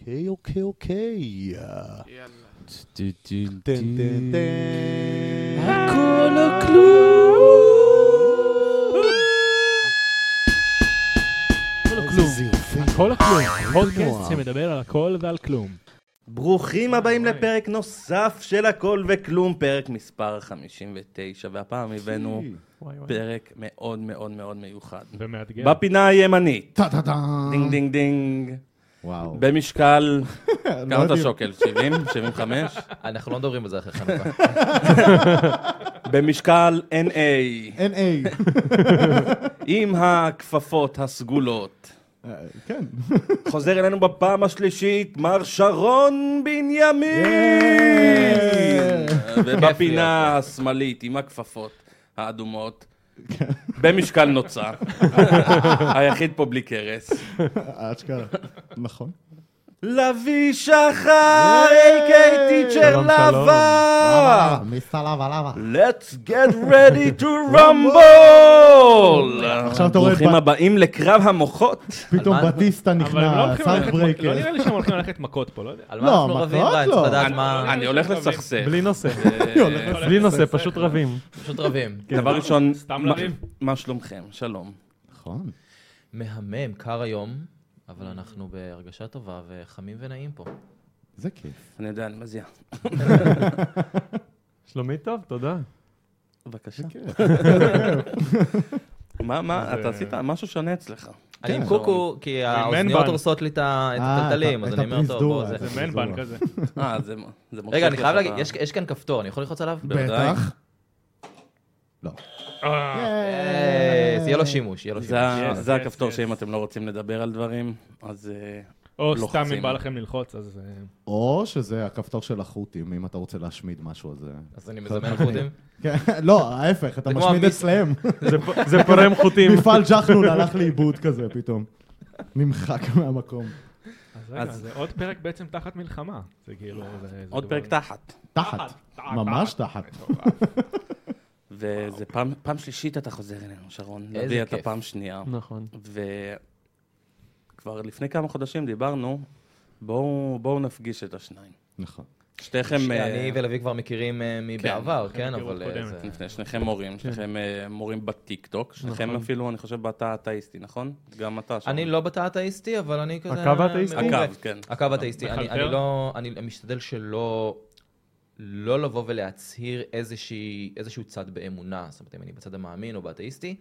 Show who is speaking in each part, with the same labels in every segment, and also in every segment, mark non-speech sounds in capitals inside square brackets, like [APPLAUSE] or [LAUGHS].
Speaker 1: אוקיי, אוקיי, אוקיי.
Speaker 2: יאללה.
Speaker 1: טן, טן, טן.
Speaker 2: כן. הכל או כלום.
Speaker 3: הכל או
Speaker 1: איזה
Speaker 3: כלום.
Speaker 1: זיופים.
Speaker 3: הכל או כלום. פודקאסט
Speaker 1: נורא.
Speaker 3: שמדבר על הכל ועל כלום.
Speaker 4: ברוכים הבאים
Speaker 3: אוי.
Speaker 4: לפרק נוסף של הכל וכלום, פרק מספר 59, והפעם הבאנו
Speaker 3: וואי וואי.
Speaker 4: פרק מאוד מאוד מאוד מיוחד.
Speaker 3: ומאתגר.
Speaker 4: בפינה הימנית,
Speaker 1: כן. טה טה טה.
Speaker 4: דינג דינג דינג,
Speaker 1: וואו.
Speaker 4: במשקל,
Speaker 1: [LAUGHS] לא
Speaker 4: כמה אתה
Speaker 1: יודעים.
Speaker 4: שוקל? 70? 75?
Speaker 2: אנחנו לא מדברים על זה אחרי
Speaker 1: [LAUGHS]
Speaker 2: חנוכה.
Speaker 4: במשקל NA,
Speaker 1: NA.
Speaker 4: עם הכפפות
Speaker 1: [LAUGHS]
Speaker 4: הסגולות.
Speaker 1: אה, כן.
Speaker 4: חוזר אלינו בפעם השלישית, מר שרון
Speaker 1: יאיי!
Speaker 4: בנימין! ובפינה השמאלית, עם הכפפות האדומות, במשקל נוצה. היחיד פה בלי קרס.
Speaker 1: אשכרה. נכון.
Speaker 4: לביא שחר, A.K. טיצ'ר
Speaker 3: שלום, שלום.
Speaker 4: לבא!
Speaker 1: מיסה לבה לבה.
Speaker 4: Let's get ready to rumble!
Speaker 1: עכשיו אתה רואה את
Speaker 4: ברוכים
Speaker 1: בת-
Speaker 4: הבאים לקרב המוחות.
Speaker 1: פתאום
Speaker 2: על מה?
Speaker 1: בטיסטה
Speaker 3: אבל הם לא
Speaker 1: נכנע,
Speaker 3: הולכים
Speaker 1: סארט
Speaker 3: ללכת- לא
Speaker 1: ברייקר.
Speaker 3: נראה לי שהם הולכים ללכת מכות פה, לא יודע.
Speaker 2: על
Speaker 1: לא,
Speaker 2: מה אנחנו רבים,
Speaker 1: מכות
Speaker 2: ריין?
Speaker 1: לא.
Speaker 2: צריך לדעת
Speaker 4: אני-
Speaker 2: מה...
Speaker 4: אני הולך לסכסך.
Speaker 5: בלי נושא,
Speaker 4: אה,
Speaker 5: בלי נושא, פשוט רבים.
Speaker 2: פשוט רבים.
Speaker 4: כן. דבר ראשון,
Speaker 3: סתם
Speaker 4: מה-
Speaker 3: לריב?
Speaker 4: מה שלומכם? שלום.
Speaker 1: נכון.
Speaker 2: מהמם, קר היום, אבל אנחנו בהרגשה טובה וחמים ונעים
Speaker 1: כן,
Speaker 2: פה.
Speaker 1: זה כיף.
Speaker 4: אני יודע, אני מזיע.
Speaker 5: שלומי טוב, תודה.
Speaker 4: בבקשה. [LAUGHS] מה, מה, אתה עשית משהו שונה אצלך.
Speaker 2: אני עם
Speaker 1: כן.
Speaker 2: קוקו, כי האוזניות
Speaker 3: בנד.
Speaker 2: הורסות לי את ה- את
Speaker 1: אה,
Speaker 2: הטלטלים,
Speaker 1: את
Speaker 2: אז
Speaker 1: ה-
Speaker 2: אני אומר,
Speaker 1: את
Speaker 2: טוב,
Speaker 1: הפריזדורה,
Speaker 2: בוא
Speaker 1: זה-
Speaker 2: זה.
Speaker 3: זה מנבן כזה.
Speaker 4: אה, זה זה מושך
Speaker 2: רגע, אני
Speaker 4: לך את
Speaker 2: חייב להגיד,
Speaker 4: ה-
Speaker 2: יש- יש כאן כפתור, אני יכול ללחוץ עליו?
Speaker 4: בוודאי.
Speaker 1: בטח. לא.
Speaker 2: אה, זה יהיה לו שימוש, יהיה לו שימוש.
Speaker 4: זה ה-
Speaker 3: Yes,
Speaker 4: זה
Speaker 3: yes,
Speaker 4: הכפתור
Speaker 3: yes.
Speaker 4: שאם אתם לא רוצים לדבר על דברים, אז אה,
Speaker 3: או
Speaker 4: לוחצים.
Speaker 3: סתם אם בא לכם ללחוץ, אז... אה,
Speaker 1: או שזה הכפתור של החות'ים, אם אתה רוצה להשמיד משהו, אז... אה,
Speaker 2: אז אני מזמן חודים.
Speaker 1: כן, לא, ההפך, אתה
Speaker 2: זה כמו
Speaker 1: משמיד
Speaker 2: המיס-
Speaker 1: אצלהם.
Speaker 5: זה פ- זה פורם חוטים.
Speaker 1: מפעל ג'חנון הלך לאיבוד כזה פתאום. נמחק מהמקום.
Speaker 3: אז רגע,
Speaker 4: אז-
Speaker 3: זה עוד פרק בעצם תחת מלחמה. זה כאילו... זה- זה
Speaker 4: עוד
Speaker 3: דבר-
Speaker 4: פרק תחת.
Speaker 1: תחת. ממש תחת.
Speaker 4: וזה פעם פעם שלישית אתה חוזר אלינו, שרון.
Speaker 2: איזה
Speaker 4: לוי, אתה
Speaker 2: כיף.
Speaker 4: פעם שנייה.
Speaker 5: נכון.
Speaker 4: וכבר לפני כמה חודשים דיברנו, בואו בואו נפגיש את השניים.
Speaker 1: נכון.
Speaker 4: שתיכם... אה,
Speaker 2: אני ולוי כבר מכירים אה, מבעבר,
Speaker 3: כן,
Speaker 2: כן,
Speaker 3: מהיכרות
Speaker 2: אבל... אה,
Speaker 3: קודמת.
Speaker 2: זה-
Speaker 4: לפני שניכם מורים, שניכם אה, מורים בטיקטוק, שניכם
Speaker 5: כן. נכון.
Speaker 4: אפילו, אני חושב, אתה אתאיסטי, נכון? גם אתה שם.
Speaker 2: אני לא בתא האתאיסטי, אבל אני כזה...
Speaker 5: הקו האתאיסטי?
Speaker 4: הקו, כן.
Speaker 2: הקו האתאיסטי. אני
Speaker 3: מחלטר?
Speaker 2: אני לא... אני משתדל שלא... לא לבוא ולהצהיר איזושהי, איזשהו צד באמונה. זאת אומרת, אם אני בצד המאמין או באתאיסטי,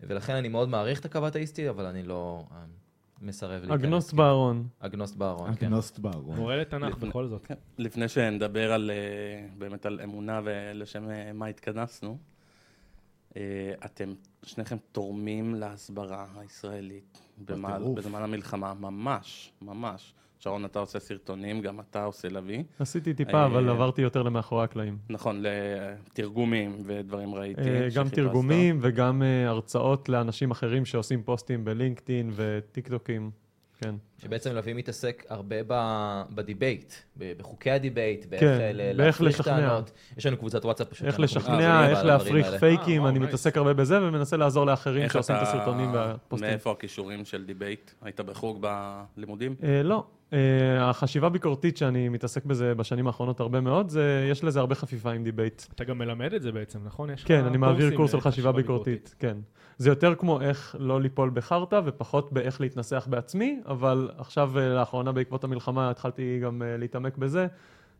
Speaker 2: ולכן אני מאוד מעריך את הקו האתאיסטי, אבל אני לא אה, מסרב להיכנס. כן.
Speaker 5: אגנוס בארון.
Speaker 2: אגנוסט בארון, כן.
Speaker 1: אגנוסט בארון.
Speaker 3: מורה לתנ"ך
Speaker 4: לפני-
Speaker 3: בכל זאת.
Speaker 4: כן. לפני שנדבר על, אה, באמת על אמונה ולשם אה, מה התכנסנו, אה, אתם שניכם תורמים להסברה הישראלית במעל-
Speaker 1: בטירוף.
Speaker 4: בזמן המלחמה, ממש, ממש. שרון, אתה עושה סרטונים, גם אתה עושה לביא.
Speaker 5: עשיתי
Speaker 4: אה,
Speaker 5: טיפה, אבל עברתי יותר למאחורי הקלעים.
Speaker 4: נכון, לתרגומים ודברים ראיתי.
Speaker 5: אה, גם
Speaker 4: כן, שחיפשת.
Speaker 5: תרגומים וגם אה, הרצאות לאנשים אחרים שעושים פוסטים בלינקדאין וטיקטוקים. כן.
Speaker 2: שבעצם לביא מתעסק הרבה ב- בדיבייט, ב- בחוקי הדיבייט, באיך
Speaker 5: כן,
Speaker 2: אה, ל-
Speaker 5: באיך
Speaker 2: להפריך
Speaker 5: לשכנע.
Speaker 2: טענות. יש לנו קבוצת וואטסאפ פשוט.
Speaker 5: איך
Speaker 2: שאנחנו
Speaker 5: לשכנע,
Speaker 2: מתמודדים
Speaker 5: איך
Speaker 2: על הדברים
Speaker 5: להפריך
Speaker 2: האלה.
Speaker 5: פייקים,
Speaker 3: אה,
Speaker 5: אני
Speaker 3: וואו,
Speaker 5: מתעסק הרבה בזה ומנסה לעזור לאחרים
Speaker 4: איך
Speaker 5: שעושים את
Speaker 4: אתה-
Speaker 5: הסרטונים והפוסטים.
Speaker 4: מאיפה הכישורים של דיבייט? היית בחוג בלימודים?
Speaker 5: אה, לא. אה, החשיבה הביקורתית שאני מתעסק בזה בשנים האחרונות הרבה מאוד, זה יש לזה הרבה חפיפה עם דיבייט.
Speaker 3: אתה גם מלמד את זה בעצם, נכון? יש לך
Speaker 5: כן, אני מעביר
Speaker 3: קורסים
Speaker 5: קורס על
Speaker 3: לחשיבה
Speaker 5: חשיבה ביקורתית, כן. זה יותר כמו איך לא ליפול בחרטא ופחות באיך להתנסח בעצמי, אבל עכשיו, אה, לאחרונה, בעקבות המלחמה, התחלתי גם אה, להתעמק בזה,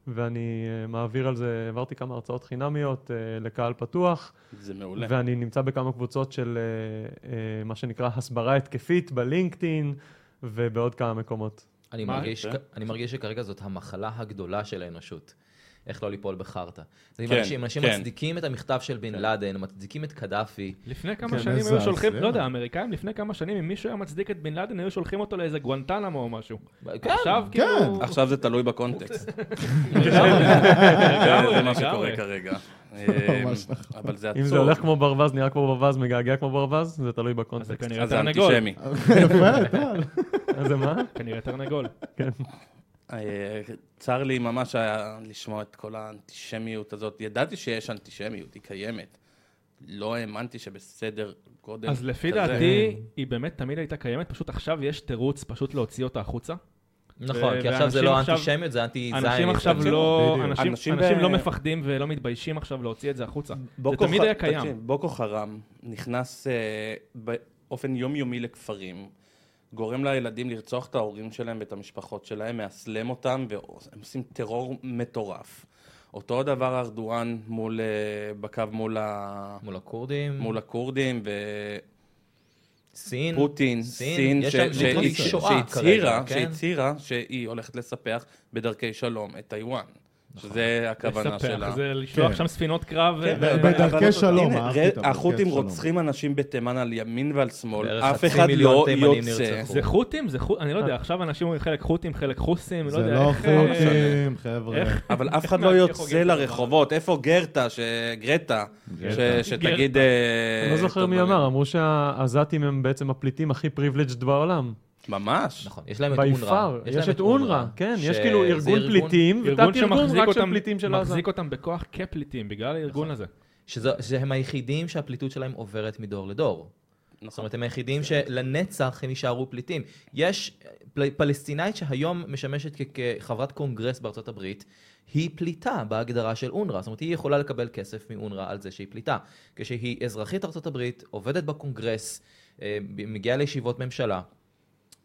Speaker 5: ואני אה, מעביר על זה, העברתי כמה הרצאות חינמיות אה, לקהל פתוח,
Speaker 4: זה מעולה.
Speaker 5: ואני נמצא בכמה קבוצות של אה, אה, מה שנקרא הסברה התקפית בלינקדאין, ובעוד כמה מקומות.
Speaker 2: אני
Speaker 3: מה? כן.
Speaker 2: מרגיש-
Speaker 4: יפה.
Speaker 2: אני מרגיש שכרגע זאת המחלה הגדולה של האנושות. איך לא ליפול בחרטא. זה אם
Speaker 4: כן,
Speaker 2: אנשים אנשים
Speaker 4: כן.
Speaker 2: מצדיקים את המכתב של
Speaker 3: כן.
Speaker 2: בן לאדן, מצדיקים את קדאפי.
Speaker 3: לפני
Speaker 1: כן,
Speaker 3: כמה שנים
Speaker 1: איזה
Speaker 3: היו שולחים,
Speaker 1: הזיה.
Speaker 3: לא יודע, האמריקאים לפני כמה שנים, אם מישהו היה מצדיק את בן לאדן, היו שולחים אותו לאיזה גואנטנמו או משהו.
Speaker 2: כן,
Speaker 3: עכשיו
Speaker 1: כן.
Speaker 3: כאילו...
Speaker 4: [LAUGHS] עכשיו זה תלוי בקונטקסט.
Speaker 3: לגמרי,
Speaker 4: זה מה
Speaker 3: לגמרי.
Speaker 4: שקורה כרגע. אה,
Speaker 1: ממש נכון.
Speaker 4: אבל זה עצוב.
Speaker 5: אם זה הולך כמו ברווז, נראה כמו ברווז, מגעגע כמו ברווז, זה תלוי
Speaker 3: אז זה
Speaker 5: בקונטקסט.
Speaker 3: כנראה
Speaker 4: אז זה
Speaker 3: תרנגול.
Speaker 4: אנטישמי.
Speaker 1: יפה, טל.
Speaker 5: [LAUGHS] אז זה מה?
Speaker 3: כנראה תרנגול.
Speaker 5: כן.
Speaker 4: אה, צר לי ממש היה לשמוע את כל האנטישמיות הזאת. ידעתי שיש אנטישמיות, היא קיימת. לא האמנתי שבסדר גודל
Speaker 3: אז לפי
Speaker 4: כזה.
Speaker 3: דעתי, היא באמת תמיד הייתה קיימת, פשוט עכשיו יש תירוץ פשוט להוציא אותה החוצה.
Speaker 2: נכון,
Speaker 3: ו-
Speaker 2: כי עכשיו זה
Speaker 3: אה, ואנשים
Speaker 2: לא
Speaker 3: עכשיו-
Speaker 2: אנטישמיות, זה אנטי זין.
Speaker 3: אנשים עכשיו לא,
Speaker 1: בדיוק.
Speaker 3: אנשים,
Speaker 4: אנשים
Speaker 3: אנשים,
Speaker 4: ב-
Speaker 3: לא מפחדים ולא מתביישים עכשיו להוציא את זה החוצה. זה
Speaker 4: בוקו
Speaker 3: תמיד
Speaker 4: ח-
Speaker 3: היה קיים.
Speaker 4: תקשיב, בוקו חרם נכנס אה, באופן יומיומי לכפרים, גורם לילדים לרצוח את ההורים שלהם ואת המשפחות שלהם, מאסלם אותם, והם עושים טרור מטורף. אותו הדבר ארדואן מול, אה, בקו מול,
Speaker 3: לא-
Speaker 4: ה...
Speaker 2: מול הכורדים,
Speaker 4: מול הכורדים,
Speaker 2: סין.
Speaker 4: ופוטין,
Speaker 2: סין,
Speaker 4: סין,
Speaker 2: יש
Speaker 4: ש-
Speaker 2: שם-
Speaker 4: ש-
Speaker 2: זה
Speaker 4: שהיא-
Speaker 2: כמו שואה
Speaker 4: שהצהירה,
Speaker 2: כרגע, כן?
Speaker 4: שהצהירה שהיא הולכת לספח בדרכי שלום את טיוואן. שזה הכוונה
Speaker 3: לספח,
Speaker 4: שלה.
Speaker 3: זה לשלוח
Speaker 1: כן.
Speaker 3: שם ספינות קרב.
Speaker 4: כן,
Speaker 3: ו-
Speaker 1: ב-
Speaker 4: אבל-
Speaker 1: בדרכי
Speaker 4: אבל-
Speaker 1: שלום,
Speaker 4: הנה,
Speaker 1: אהבתי
Speaker 4: ראה,
Speaker 1: את הברכי
Speaker 4: החות'ים
Speaker 1: שלום.
Speaker 4: רוצחים אנשים בתימן על ימין ועל שמאל,
Speaker 2: בערך
Speaker 4: אף
Speaker 2: חצי
Speaker 4: אחד
Speaker 2: מיליון
Speaker 4: לא
Speaker 2: תימנים
Speaker 4: יוצא.
Speaker 2: נרצחו.
Speaker 3: זה חות'ים? זה חות'ים? אני לא יודע,
Speaker 5: אה.
Speaker 3: עכשיו אנשים אומרים חלק חות'ים, חלק חוסים, לא
Speaker 1: זה
Speaker 3: יודע
Speaker 1: לא
Speaker 3: איך... אה,
Speaker 1: חוקים, חבר'ה.
Speaker 3: איך-
Speaker 4: אבל אף אחד
Speaker 2: [LAUGHS]
Speaker 3: איך
Speaker 4: לא
Speaker 3: מהשיח
Speaker 4: יוצא
Speaker 3: הוגה את
Speaker 4: לרחובות, איפה גרטה, ש- גרטה, ש-
Speaker 1: גרטה.
Speaker 4: שתגיד...
Speaker 3: גרטה.
Speaker 4: אה,
Speaker 5: אני לא זוכר
Speaker 4: את
Speaker 5: מי
Speaker 4: הדברים.
Speaker 5: אמר, אמרו שהעזתים הם בעצם הפליטים הכי פריבילג'ד בעולם.
Speaker 4: ממש.
Speaker 2: נכון, יש להם את
Speaker 5: by
Speaker 2: אונר"א.
Speaker 5: far. יש
Speaker 2: להם
Speaker 5: את אונר"א, כן, יש
Speaker 2: ש-
Speaker 5: כאילו
Speaker 2: זה
Speaker 5: ארגון
Speaker 2: ארגון-
Speaker 5: פליטים,
Speaker 3: ארגון
Speaker 5: ותת ארגון
Speaker 3: שמחזיק
Speaker 5: רק
Speaker 3: אותם,
Speaker 5: של פליטים של עזה.
Speaker 3: מחזיק אותם בכוח כפליטים, בגלל הארגון
Speaker 2: נכון.
Speaker 3: הזה.
Speaker 2: שזה, שהם היחידים שהפליטות שלהם עוברת מדור לדור. זאת
Speaker 4: נכון.
Speaker 2: אומרת, הם היחידים שלנצח הם יישארו פליטים. יש פל- פלסטינאית שהיום משמשת כ- כחברת קונגרס בארצות הברית, היא פליטה בהגדרה של אונר"א. זאת אומרת, היא יכולה לקבל כסף מאונר"א על זה שהיא פליטה. כשהיא אזרחית ארצות הברית, עובדת בקונגרס, אה, ב- מגיעה לישיבות ממשלה.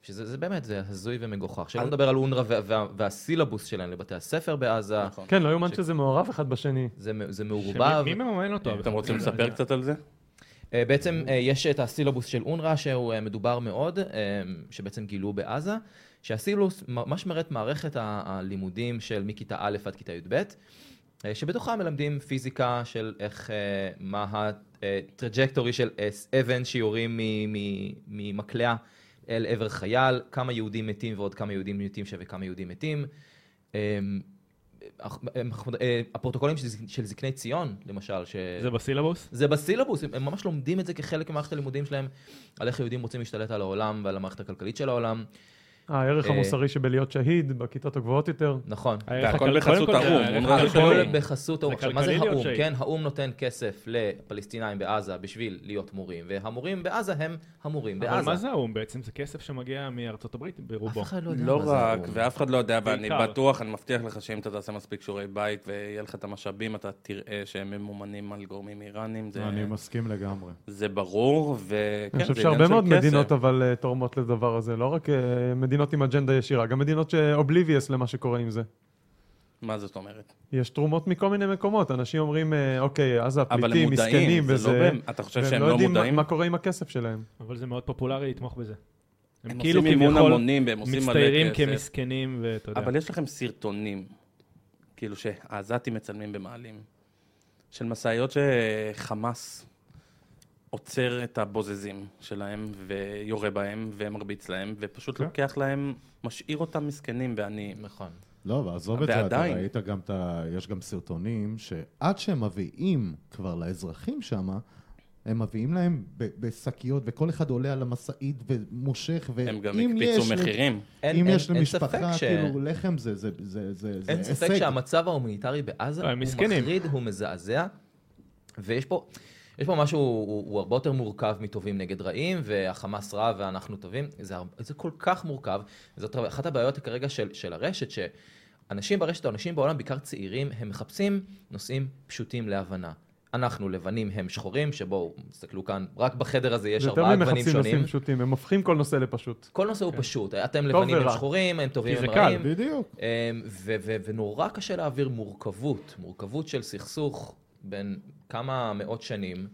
Speaker 2: שזה זה באמת, זה הזוי ומגוחך. שלא
Speaker 4: על-
Speaker 2: נדבר על אונר"א וה- וה- והסילבוס שלהם לבתי הספר בעזה.
Speaker 4: נכון.
Speaker 5: כן, לא יאומן
Speaker 2: ש-
Speaker 5: שזה מעורב אחד בשני.
Speaker 2: זה מ- זה
Speaker 3: שמי-
Speaker 2: מעורבב.
Speaker 3: מי מממן אותו?
Speaker 4: אתם רוצים לספר קצת על זה?
Speaker 2: אה, בעצם אה, יש את הסילובוס של אונר"א, שהוא אה, מדובר מאוד, אה, שבעצם גילו בעזה, שהסילובוס ממש מראה את מערכת ה- הלימודים של מכיתה א' עד כיתה י"ב, אה, שבתוכה מלמדים פיזיקה של איך, אה, מה הטראג'קטורי של אס- אבן שיורים מ- מ- ממקלע אל עבר חייל, כמה יהודים מתים ועוד כמה יהודים מתים שווה כמה יהודים מתים. אה, אח- אה, אה, הפרוטוקולים של זק- של זקני ציון, למשל, ש...
Speaker 3: זה בסילבוס?
Speaker 2: זה בסילבוס, הם, הם ממש לומדים את זה כחלק ממערכת הלימודים שלהם, על איך יהודים רוצים להשתלט על העולם ועל המערכת הכלכלית של העולם.
Speaker 5: הערך
Speaker 2: אה,
Speaker 5: המוסרי שבלהיות שהיד, בכיתות הגבוהות יותר.
Speaker 2: נכון.
Speaker 3: הערך
Speaker 4: והכל
Speaker 3: הכל-
Speaker 4: בחסות
Speaker 3: אה, קודם כל, אה,
Speaker 4: האו"ם,
Speaker 3: הערך
Speaker 4: אונר"א זה
Speaker 3: הכלכלי.
Speaker 4: של האו"ם.
Speaker 2: הכל בחסות האו"ם.
Speaker 3: זה
Speaker 2: עכשיו, מה זה
Speaker 3: כלכלי להיות
Speaker 2: האו"ם?
Speaker 3: שהיד.
Speaker 2: כן, האו"ם נותן כסף לפלסטינאים בעזה בשביל להיות מורים, והמורים בעזה הם המורים
Speaker 3: אבל
Speaker 2: בעזה.
Speaker 3: מה זה האו"ם בעצם? זה כסף שמגיע מארצות הברית ברובו.
Speaker 2: אף אחד לא יודע
Speaker 4: לא
Speaker 2: מה זה
Speaker 4: רק,
Speaker 2: האו"ם.
Speaker 4: ואף אחד לא יודע, ואני
Speaker 3: בעיקר.
Speaker 4: בטוח, אני מבטיח לך שאם אתה תעשה מספיק שיעורי בית ויהיה לך את המשאבים, אתה תראה שהם ממומנים על גורמים איראנים. זה-
Speaker 1: אני מסכים לגמרי.
Speaker 4: זה ברור, וכן,
Speaker 5: אני חושב
Speaker 4: זה עניין
Speaker 5: שהרבה מאוד
Speaker 4: של כסף.
Speaker 5: מדינות אבל אה, תורמות לדבר הזה, לא רק אה, מדינות עם אג'נדה ישירה, גם מדינות שאובליביאס למה שקורה עם זה.
Speaker 4: מה זאת אומרת?
Speaker 5: יש תרומות מכל מיני מקומות, אנשים אומרים, אה, אוקיי, עזה
Speaker 4: אבל הם
Speaker 5: הפליטים, מסכנים
Speaker 4: מודעים, זה לא
Speaker 5: וזה,
Speaker 4: בהם. אתה חושב
Speaker 5: והם
Speaker 4: שהם
Speaker 5: לא
Speaker 4: לא
Speaker 5: יודעים מה-
Speaker 4: מודעים?
Speaker 5: מה קורה עם הכסף שלהם.
Speaker 3: אבל זה מאוד פופולרי לתמוך בזה.
Speaker 4: הם
Speaker 3: הם כאילו
Speaker 4: עושים מימון
Speaker 3: כביכול
Speaker 4: המונים והם עושים מלא
Speaker 3: מצטיירים
Speaker 4: כסף.
Speaker 3: כמסכנים, ואתה יודע.
Speaker 4: אבל יש לכם סרטונים, כאילו שהעזתים מצלמים במעלים, של משאיות שחמאס עוצר את הבוזזים שלהם ויורה בהם ומרביץ להם, ופשוט
Speaker 3: כן.
Speaker 4: לוקח להם, משאיר אותם מסכנים ועניים.
Speaker 2: נכון.
Speaker 1: לא, ועזוב את זה, אתה
Speaker 4: ועדיין.
Speaker 1: ראית גם את ה... יש גם סרטונים שעד שהם מביאים כבר לאזרחים שם, הם מביאים להם ב- בשקיות, וכל אחד עולה על המשאית ומושך, ואם יש...
Speaker 4: הם גם
Speaker 1: ל-
Speaker 4: הקפיצו מחירים.
Speaker 2: אין-
Speaker 1: אם
Speaker 2: אין-
Speaker 1: יש
Speaker 2: אין
Speaker 1: למשפחה,
Speaker 2: ספק ש-
Speaker 1: כאילו, לחם זה זה- זה- זה- זה
Speaker 2: אין ספק
Speaker 1: הישג.
Speaker 2: שהמצב ההומניטרי בעזה
Speaker 3: לא,
Speaker 2: הוא
Speaker 3: הם מסכנים.
Speaker 2: מחריד, הוא מזעזע, ויש פה, יש פה משהו, הוא, הוא הרבה יותר מורכב מטובים נגד רעים, והחמאס רע ואנחנו טובים, זה, הר- זה כל כך מורכב, זאת אחת הבעיות כרגע של, של הרשת, שאנשים ברשת, או אנשים בעולם, בעיקר צעירים, הם מחפשים נושאים פשוטים להבנה. אנחנו לבנים הם שחורים, שבואו, תסתכלו כאן, רק בחדר הזה יש
Speaker 5: זה יותר
Speaker 2: ארבעה גוונים
Speaker 5: ממחצים
Speaker 2: שונים.
Speaker 5: נושאים פשוטים, הם הופכים כל נושא לפשוט.
Speaker 2: כל נושא הוא פשוט, אתם
Speaker 5: טוב
Speaker 2: לבנים הם
Speaker 5: ורע.
Speaker 2: שחורים, הם טובים
Speaker 3: כי
Speaker 2: הם
Speaker 3: זה קל,
Speaker 2: רעים.
Speaker 1: בדיוק.
Speaker 2: אמ, ו- ו- ונורא קשה להעביר מורכבות, מורכבות של סכסוך בין כמה מאות שנים,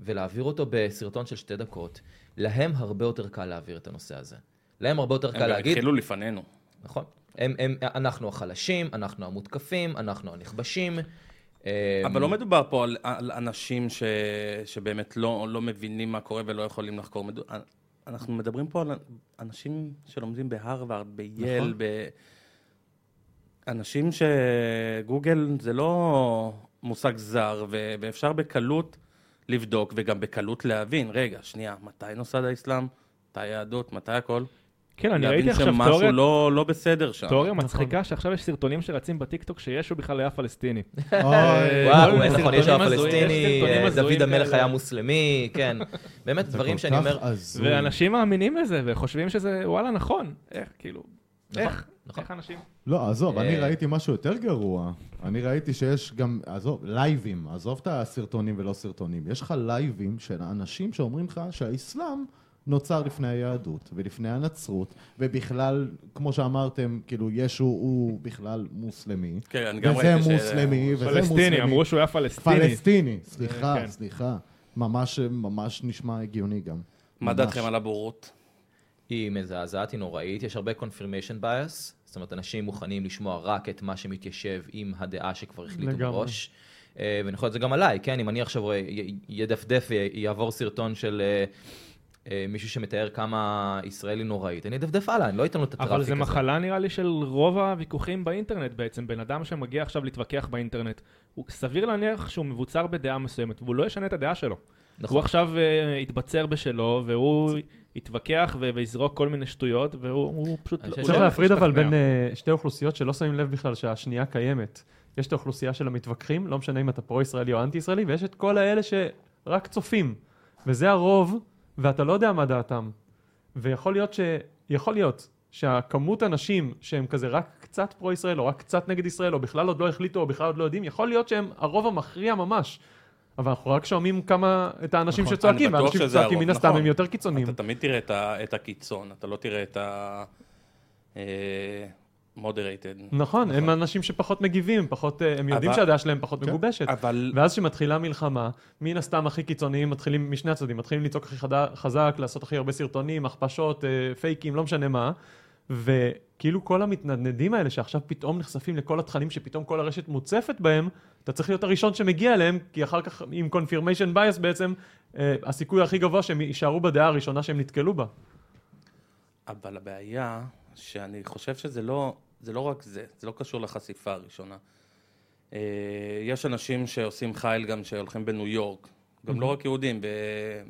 Speaker 2: ולהעביר אותו בסרטון של שתי דקות, להם הרבה יותר קל להעביר את הנושא הזה. להם הרבה יותר
Speaker 4: הם
Speaker 2: קל
Speaker 4: גם
Speaker 2: להגיד,
Speaker 4: התחילו לפנינו.
Speaker 2: נכון, הם, הם, אנחנו החלשים, אנחנו המותקפים, אנחנו הנכבשים. אמ,
Speaker 4: אבל לא מדובר פה על, על אנשים ש, שבאמת לא, לא מבינים מה קורה ולא יכולים לחקור. מדו, אה, אנחנו מדברים פה על אנשים שלומדים בהרווארד, בייל,
Speaker 2: נכון.
Speaker 4: נכון. ב... אנשים שגוגל זה לא מושג זר, ו, ואפשר בקלות לבדוק וגם בקלות להבין. רגע, שנייה, מתי נוסד האסלאם? מתי היהדות? מתי הכל?
Speaker 3: כן, אני ראיתי
Speaker 4: להבין
Speaker 3: עכשיו
Speaker 4: שמשהו
Speaker 3: תיאוריה
Speaker 4: לא, לא בסדר שם.
Speaker 3: תיאוריה מצחיקה שעכשיו יש סרטונים שרצים בטיקטוק שישו בכלל היה פלסטיני.
Speaker 1: אוי,
Speaker 2: וואו,
Speaker 3: כל מיני
Speaker 2: נכון, יש שם
Speaker 3: אה, סרטונים הזויים, יש
Speaker 2: פלסטיני,
Speaker 3: סרטונים
Speaker 2: אה,
Speaker 3: הזויים
Speaker 2: דוד המלך
Speaker 3: כאלה.
Speaker 2: היה מוסלמי,
Speaker 3: [LAUGHS]
Speaker 2: כן. באמת,
Speaker 1: זה
Speaker 2: דברים
Speaker 1: כל
Speaker 2: שאני
Speaker 1: כך
Speaker 2: אומר,
Speaker 1: הזוי.
Speaker 3: ואנשים מאמינים לזה וחושבים שזה וואלה נכון. איך, כאילו,
Speaker 2: נכון.
Speaker 3: איך?
Speaker 2: נכון.
Speaker 3: איך אנשים?
Speaker 1: לא, עזוב, אני
Speaker 2: אה.
Speaker 1: ראיתי משהו יותר גרוע. אני ראיתי שיש גם, עזוב, לייבים, עזוב את הסרטונים ולא סרטונים. יש לך לייבים של אנשים שאומרים לך שהאסלאם נוצר לפני היהדות ולפני הנצרות, ובכלל, כמו שאמרתם, כאילו, ישו הוא בכלל מוסלמי.
Speaker 4: כן, אני גם
Speaker 1: וזה
Speaker 4: ראיתי ש-
Speaker 1: מוסלמי, וזה מוסלמי.
Speaker 3: פלסטיני, אמרו שהוא היה פלסטיני.
Speaker 1: פלסטיני, סליחה,
Speaker 3: כן.
Speaker 1: סליחה. ממש, ממש נשמע הגיוני גם.
Speaker 4: מה
Speaker 1: ממש.
Speaker 4: דעתכם על הבורות?
Speaker 2: היא מזעזעת, היא נוראית, יש הרבה confirmation bias, זאת אומרת, אנשים מוכנים לשמוע רק את מה שמתיישב עם הדעה שכבר החליטו
Speaker 5: לגמרי.
Speaker 2: מראש. אה, ואני יכול את זה גם עליי, כן? אם אני עכשיו רואה- י- ידפדף ויעבור סרטון של אה, אה, מישהו שמתאר כמה ישראל היא נוראית, אני אדפדף הלאה, אני לא אתן לו את הטראפיק הזה.
Speaker 3: אבל זה מחלה נראה לי של רוב הוויכוחים באינטרנט בעצם. בן אדם שמגיע עכשיו להתווכח באינטרנט, הוא סביר להניח שהוא מבוצר בדעה מסוימת, והוא לא ישנה את הדעה שלו.
Speaker 2: נכון.
Speaker 3: הוא עכשיו אה, יתבצר בשלו, והוא יתווכח ו- ויזרוק כל מיני שטויות, והוא הוא פשוט...
Speaker 2: אני חושב
Speaker 3: הוא
Speaker 5: צריך
Speaker 3: לא
Speaker 5: להפריד אבל
Speaker 3: משתכנע.
Speaker 5: בין אה, שתי אוכלוסיות שלא שמים לב בכלל שהשנייה קיימת. יש את האוכלוסייה של המתווכחים, לא משנה אם אתה פרו-ישראלי או אנטי-ישראלי, ויש את כל האלה שרק צופים. וזה הרוב, ואתה לא יודע מה דעתם. ויכול להיות ש... יכול להיות שהכמות אנשים שהם כזה רק קצת פרו-ישראל, או רק קצת נגד ישראל, או בכלל עוד לא החליטו, או בכלל עוד לא יודעים, יכול להיות שהם הרוב המכריע ממש. אבל אנחנו רק שומעים כמה... את האנשים
Speaker 1: נכון.
Speaker 5: שצועקים,
Speaker 4: אני בטוח
Speaker 5: והאנשים
Speaker 4: שזה
Speaker 5: שצועקים
Speaker 4: הרוב,
Speaker 5: מן הסתם
Speaker 4: נכון.
Speaker 5: הם יותר קיצוניים.
Speaker 4: אתה תמיד תראה את ה- את הקיצון, אתה לא תראה את ה... אה, moderated.
Speaker 5: נכון, הם אנשים שפחות מגיבים, הם פחות, אה, הם יודעים
Speaker 4: אבל-
Speaker 5: שהדעה שלהם פחות
Speaker 1: כן.
Speaker 5: מגובשת.
Speaker 4: אבל
Speaker 5: ואז כשמתחילה מלחמה, מן הסתם הכי קיצוניים מתחילים משני הצדדים, מתחילים לצעוק הכי חד- חזק, לעשות הכי הרבה סרטונים, הכפשות, אה, פייקים, לא משנה מה. וכאילו כל המתנדנדים האלה שעכשיו פתאום נחשפים לכל התכנים שפתאום כל הרשת מוצפת בהם, אתה צריך להיות הראשון שמגיע אליהם, כי אחר כך עם confirmation bias בעצם, אה, הסיכוי הכי גבוה שהם יישארו בדעה הראשונה שהם נתקלו בה.
Speaker 4: אבל הבעיה, שאני חושב שזה לא, זה לא רק זה, זה לא קשור לחשיפה הראשונה. אה, יש אנשים שעושים חייל גם שהולכים בניו יורק, גם לא רק יהודים,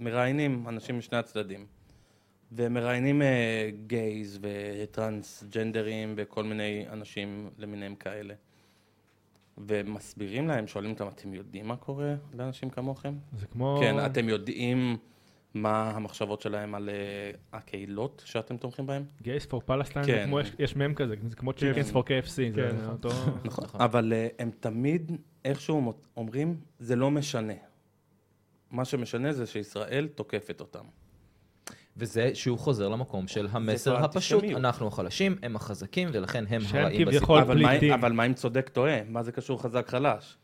Speaker 4: מראיינים אנשים משני הצדדים. ומראיינים אה, גייז וטרנסג'נדרים וכל מיני אנשים למיניהם כאלה. ומסבירים להם, שואלים אותם, אתם יודעים מה קורה לאנשים כמוכם?
Speaker 3: זה כמו...
Speaker 4: כן, אתם יודעים מה המחשבות שלהם על אה, הקהילות שאתם תומכים בהן?
Speaker 3: גייס פור פלסטיין,
Speaker 4: כן.
Speaker 3: יש מם כזה, זה כמו צ'יקנס פור KFC, זה
Speaker 5: כן.
Speaker 3: אותו...
Speaker 4: נכון. אבל אה, הם תמיד איכשהו מו- אומרים, זה לא משנה. מה שמשנה זה שישראל תוקפת אותם.
Speaker 2: וזה שהוא חוזר למקום של
Speaker 4: כבר
Speaker 2: המסר הפשוט,
Speaker 4: אנטישמיות.
Speaker 2: אנחנו החלשים, הם החזקים, ולכן הם
Speaker 3: שהם
Speaker 2: הרעים
Speaker 3: כביכול-
Speaker 2: בסיפור.
Speaker 4: אבל מה-
Speaker 3: פליטים.
Speaker 4: אבל מה אם צודק טועה? מה זה קשור חזק חלש?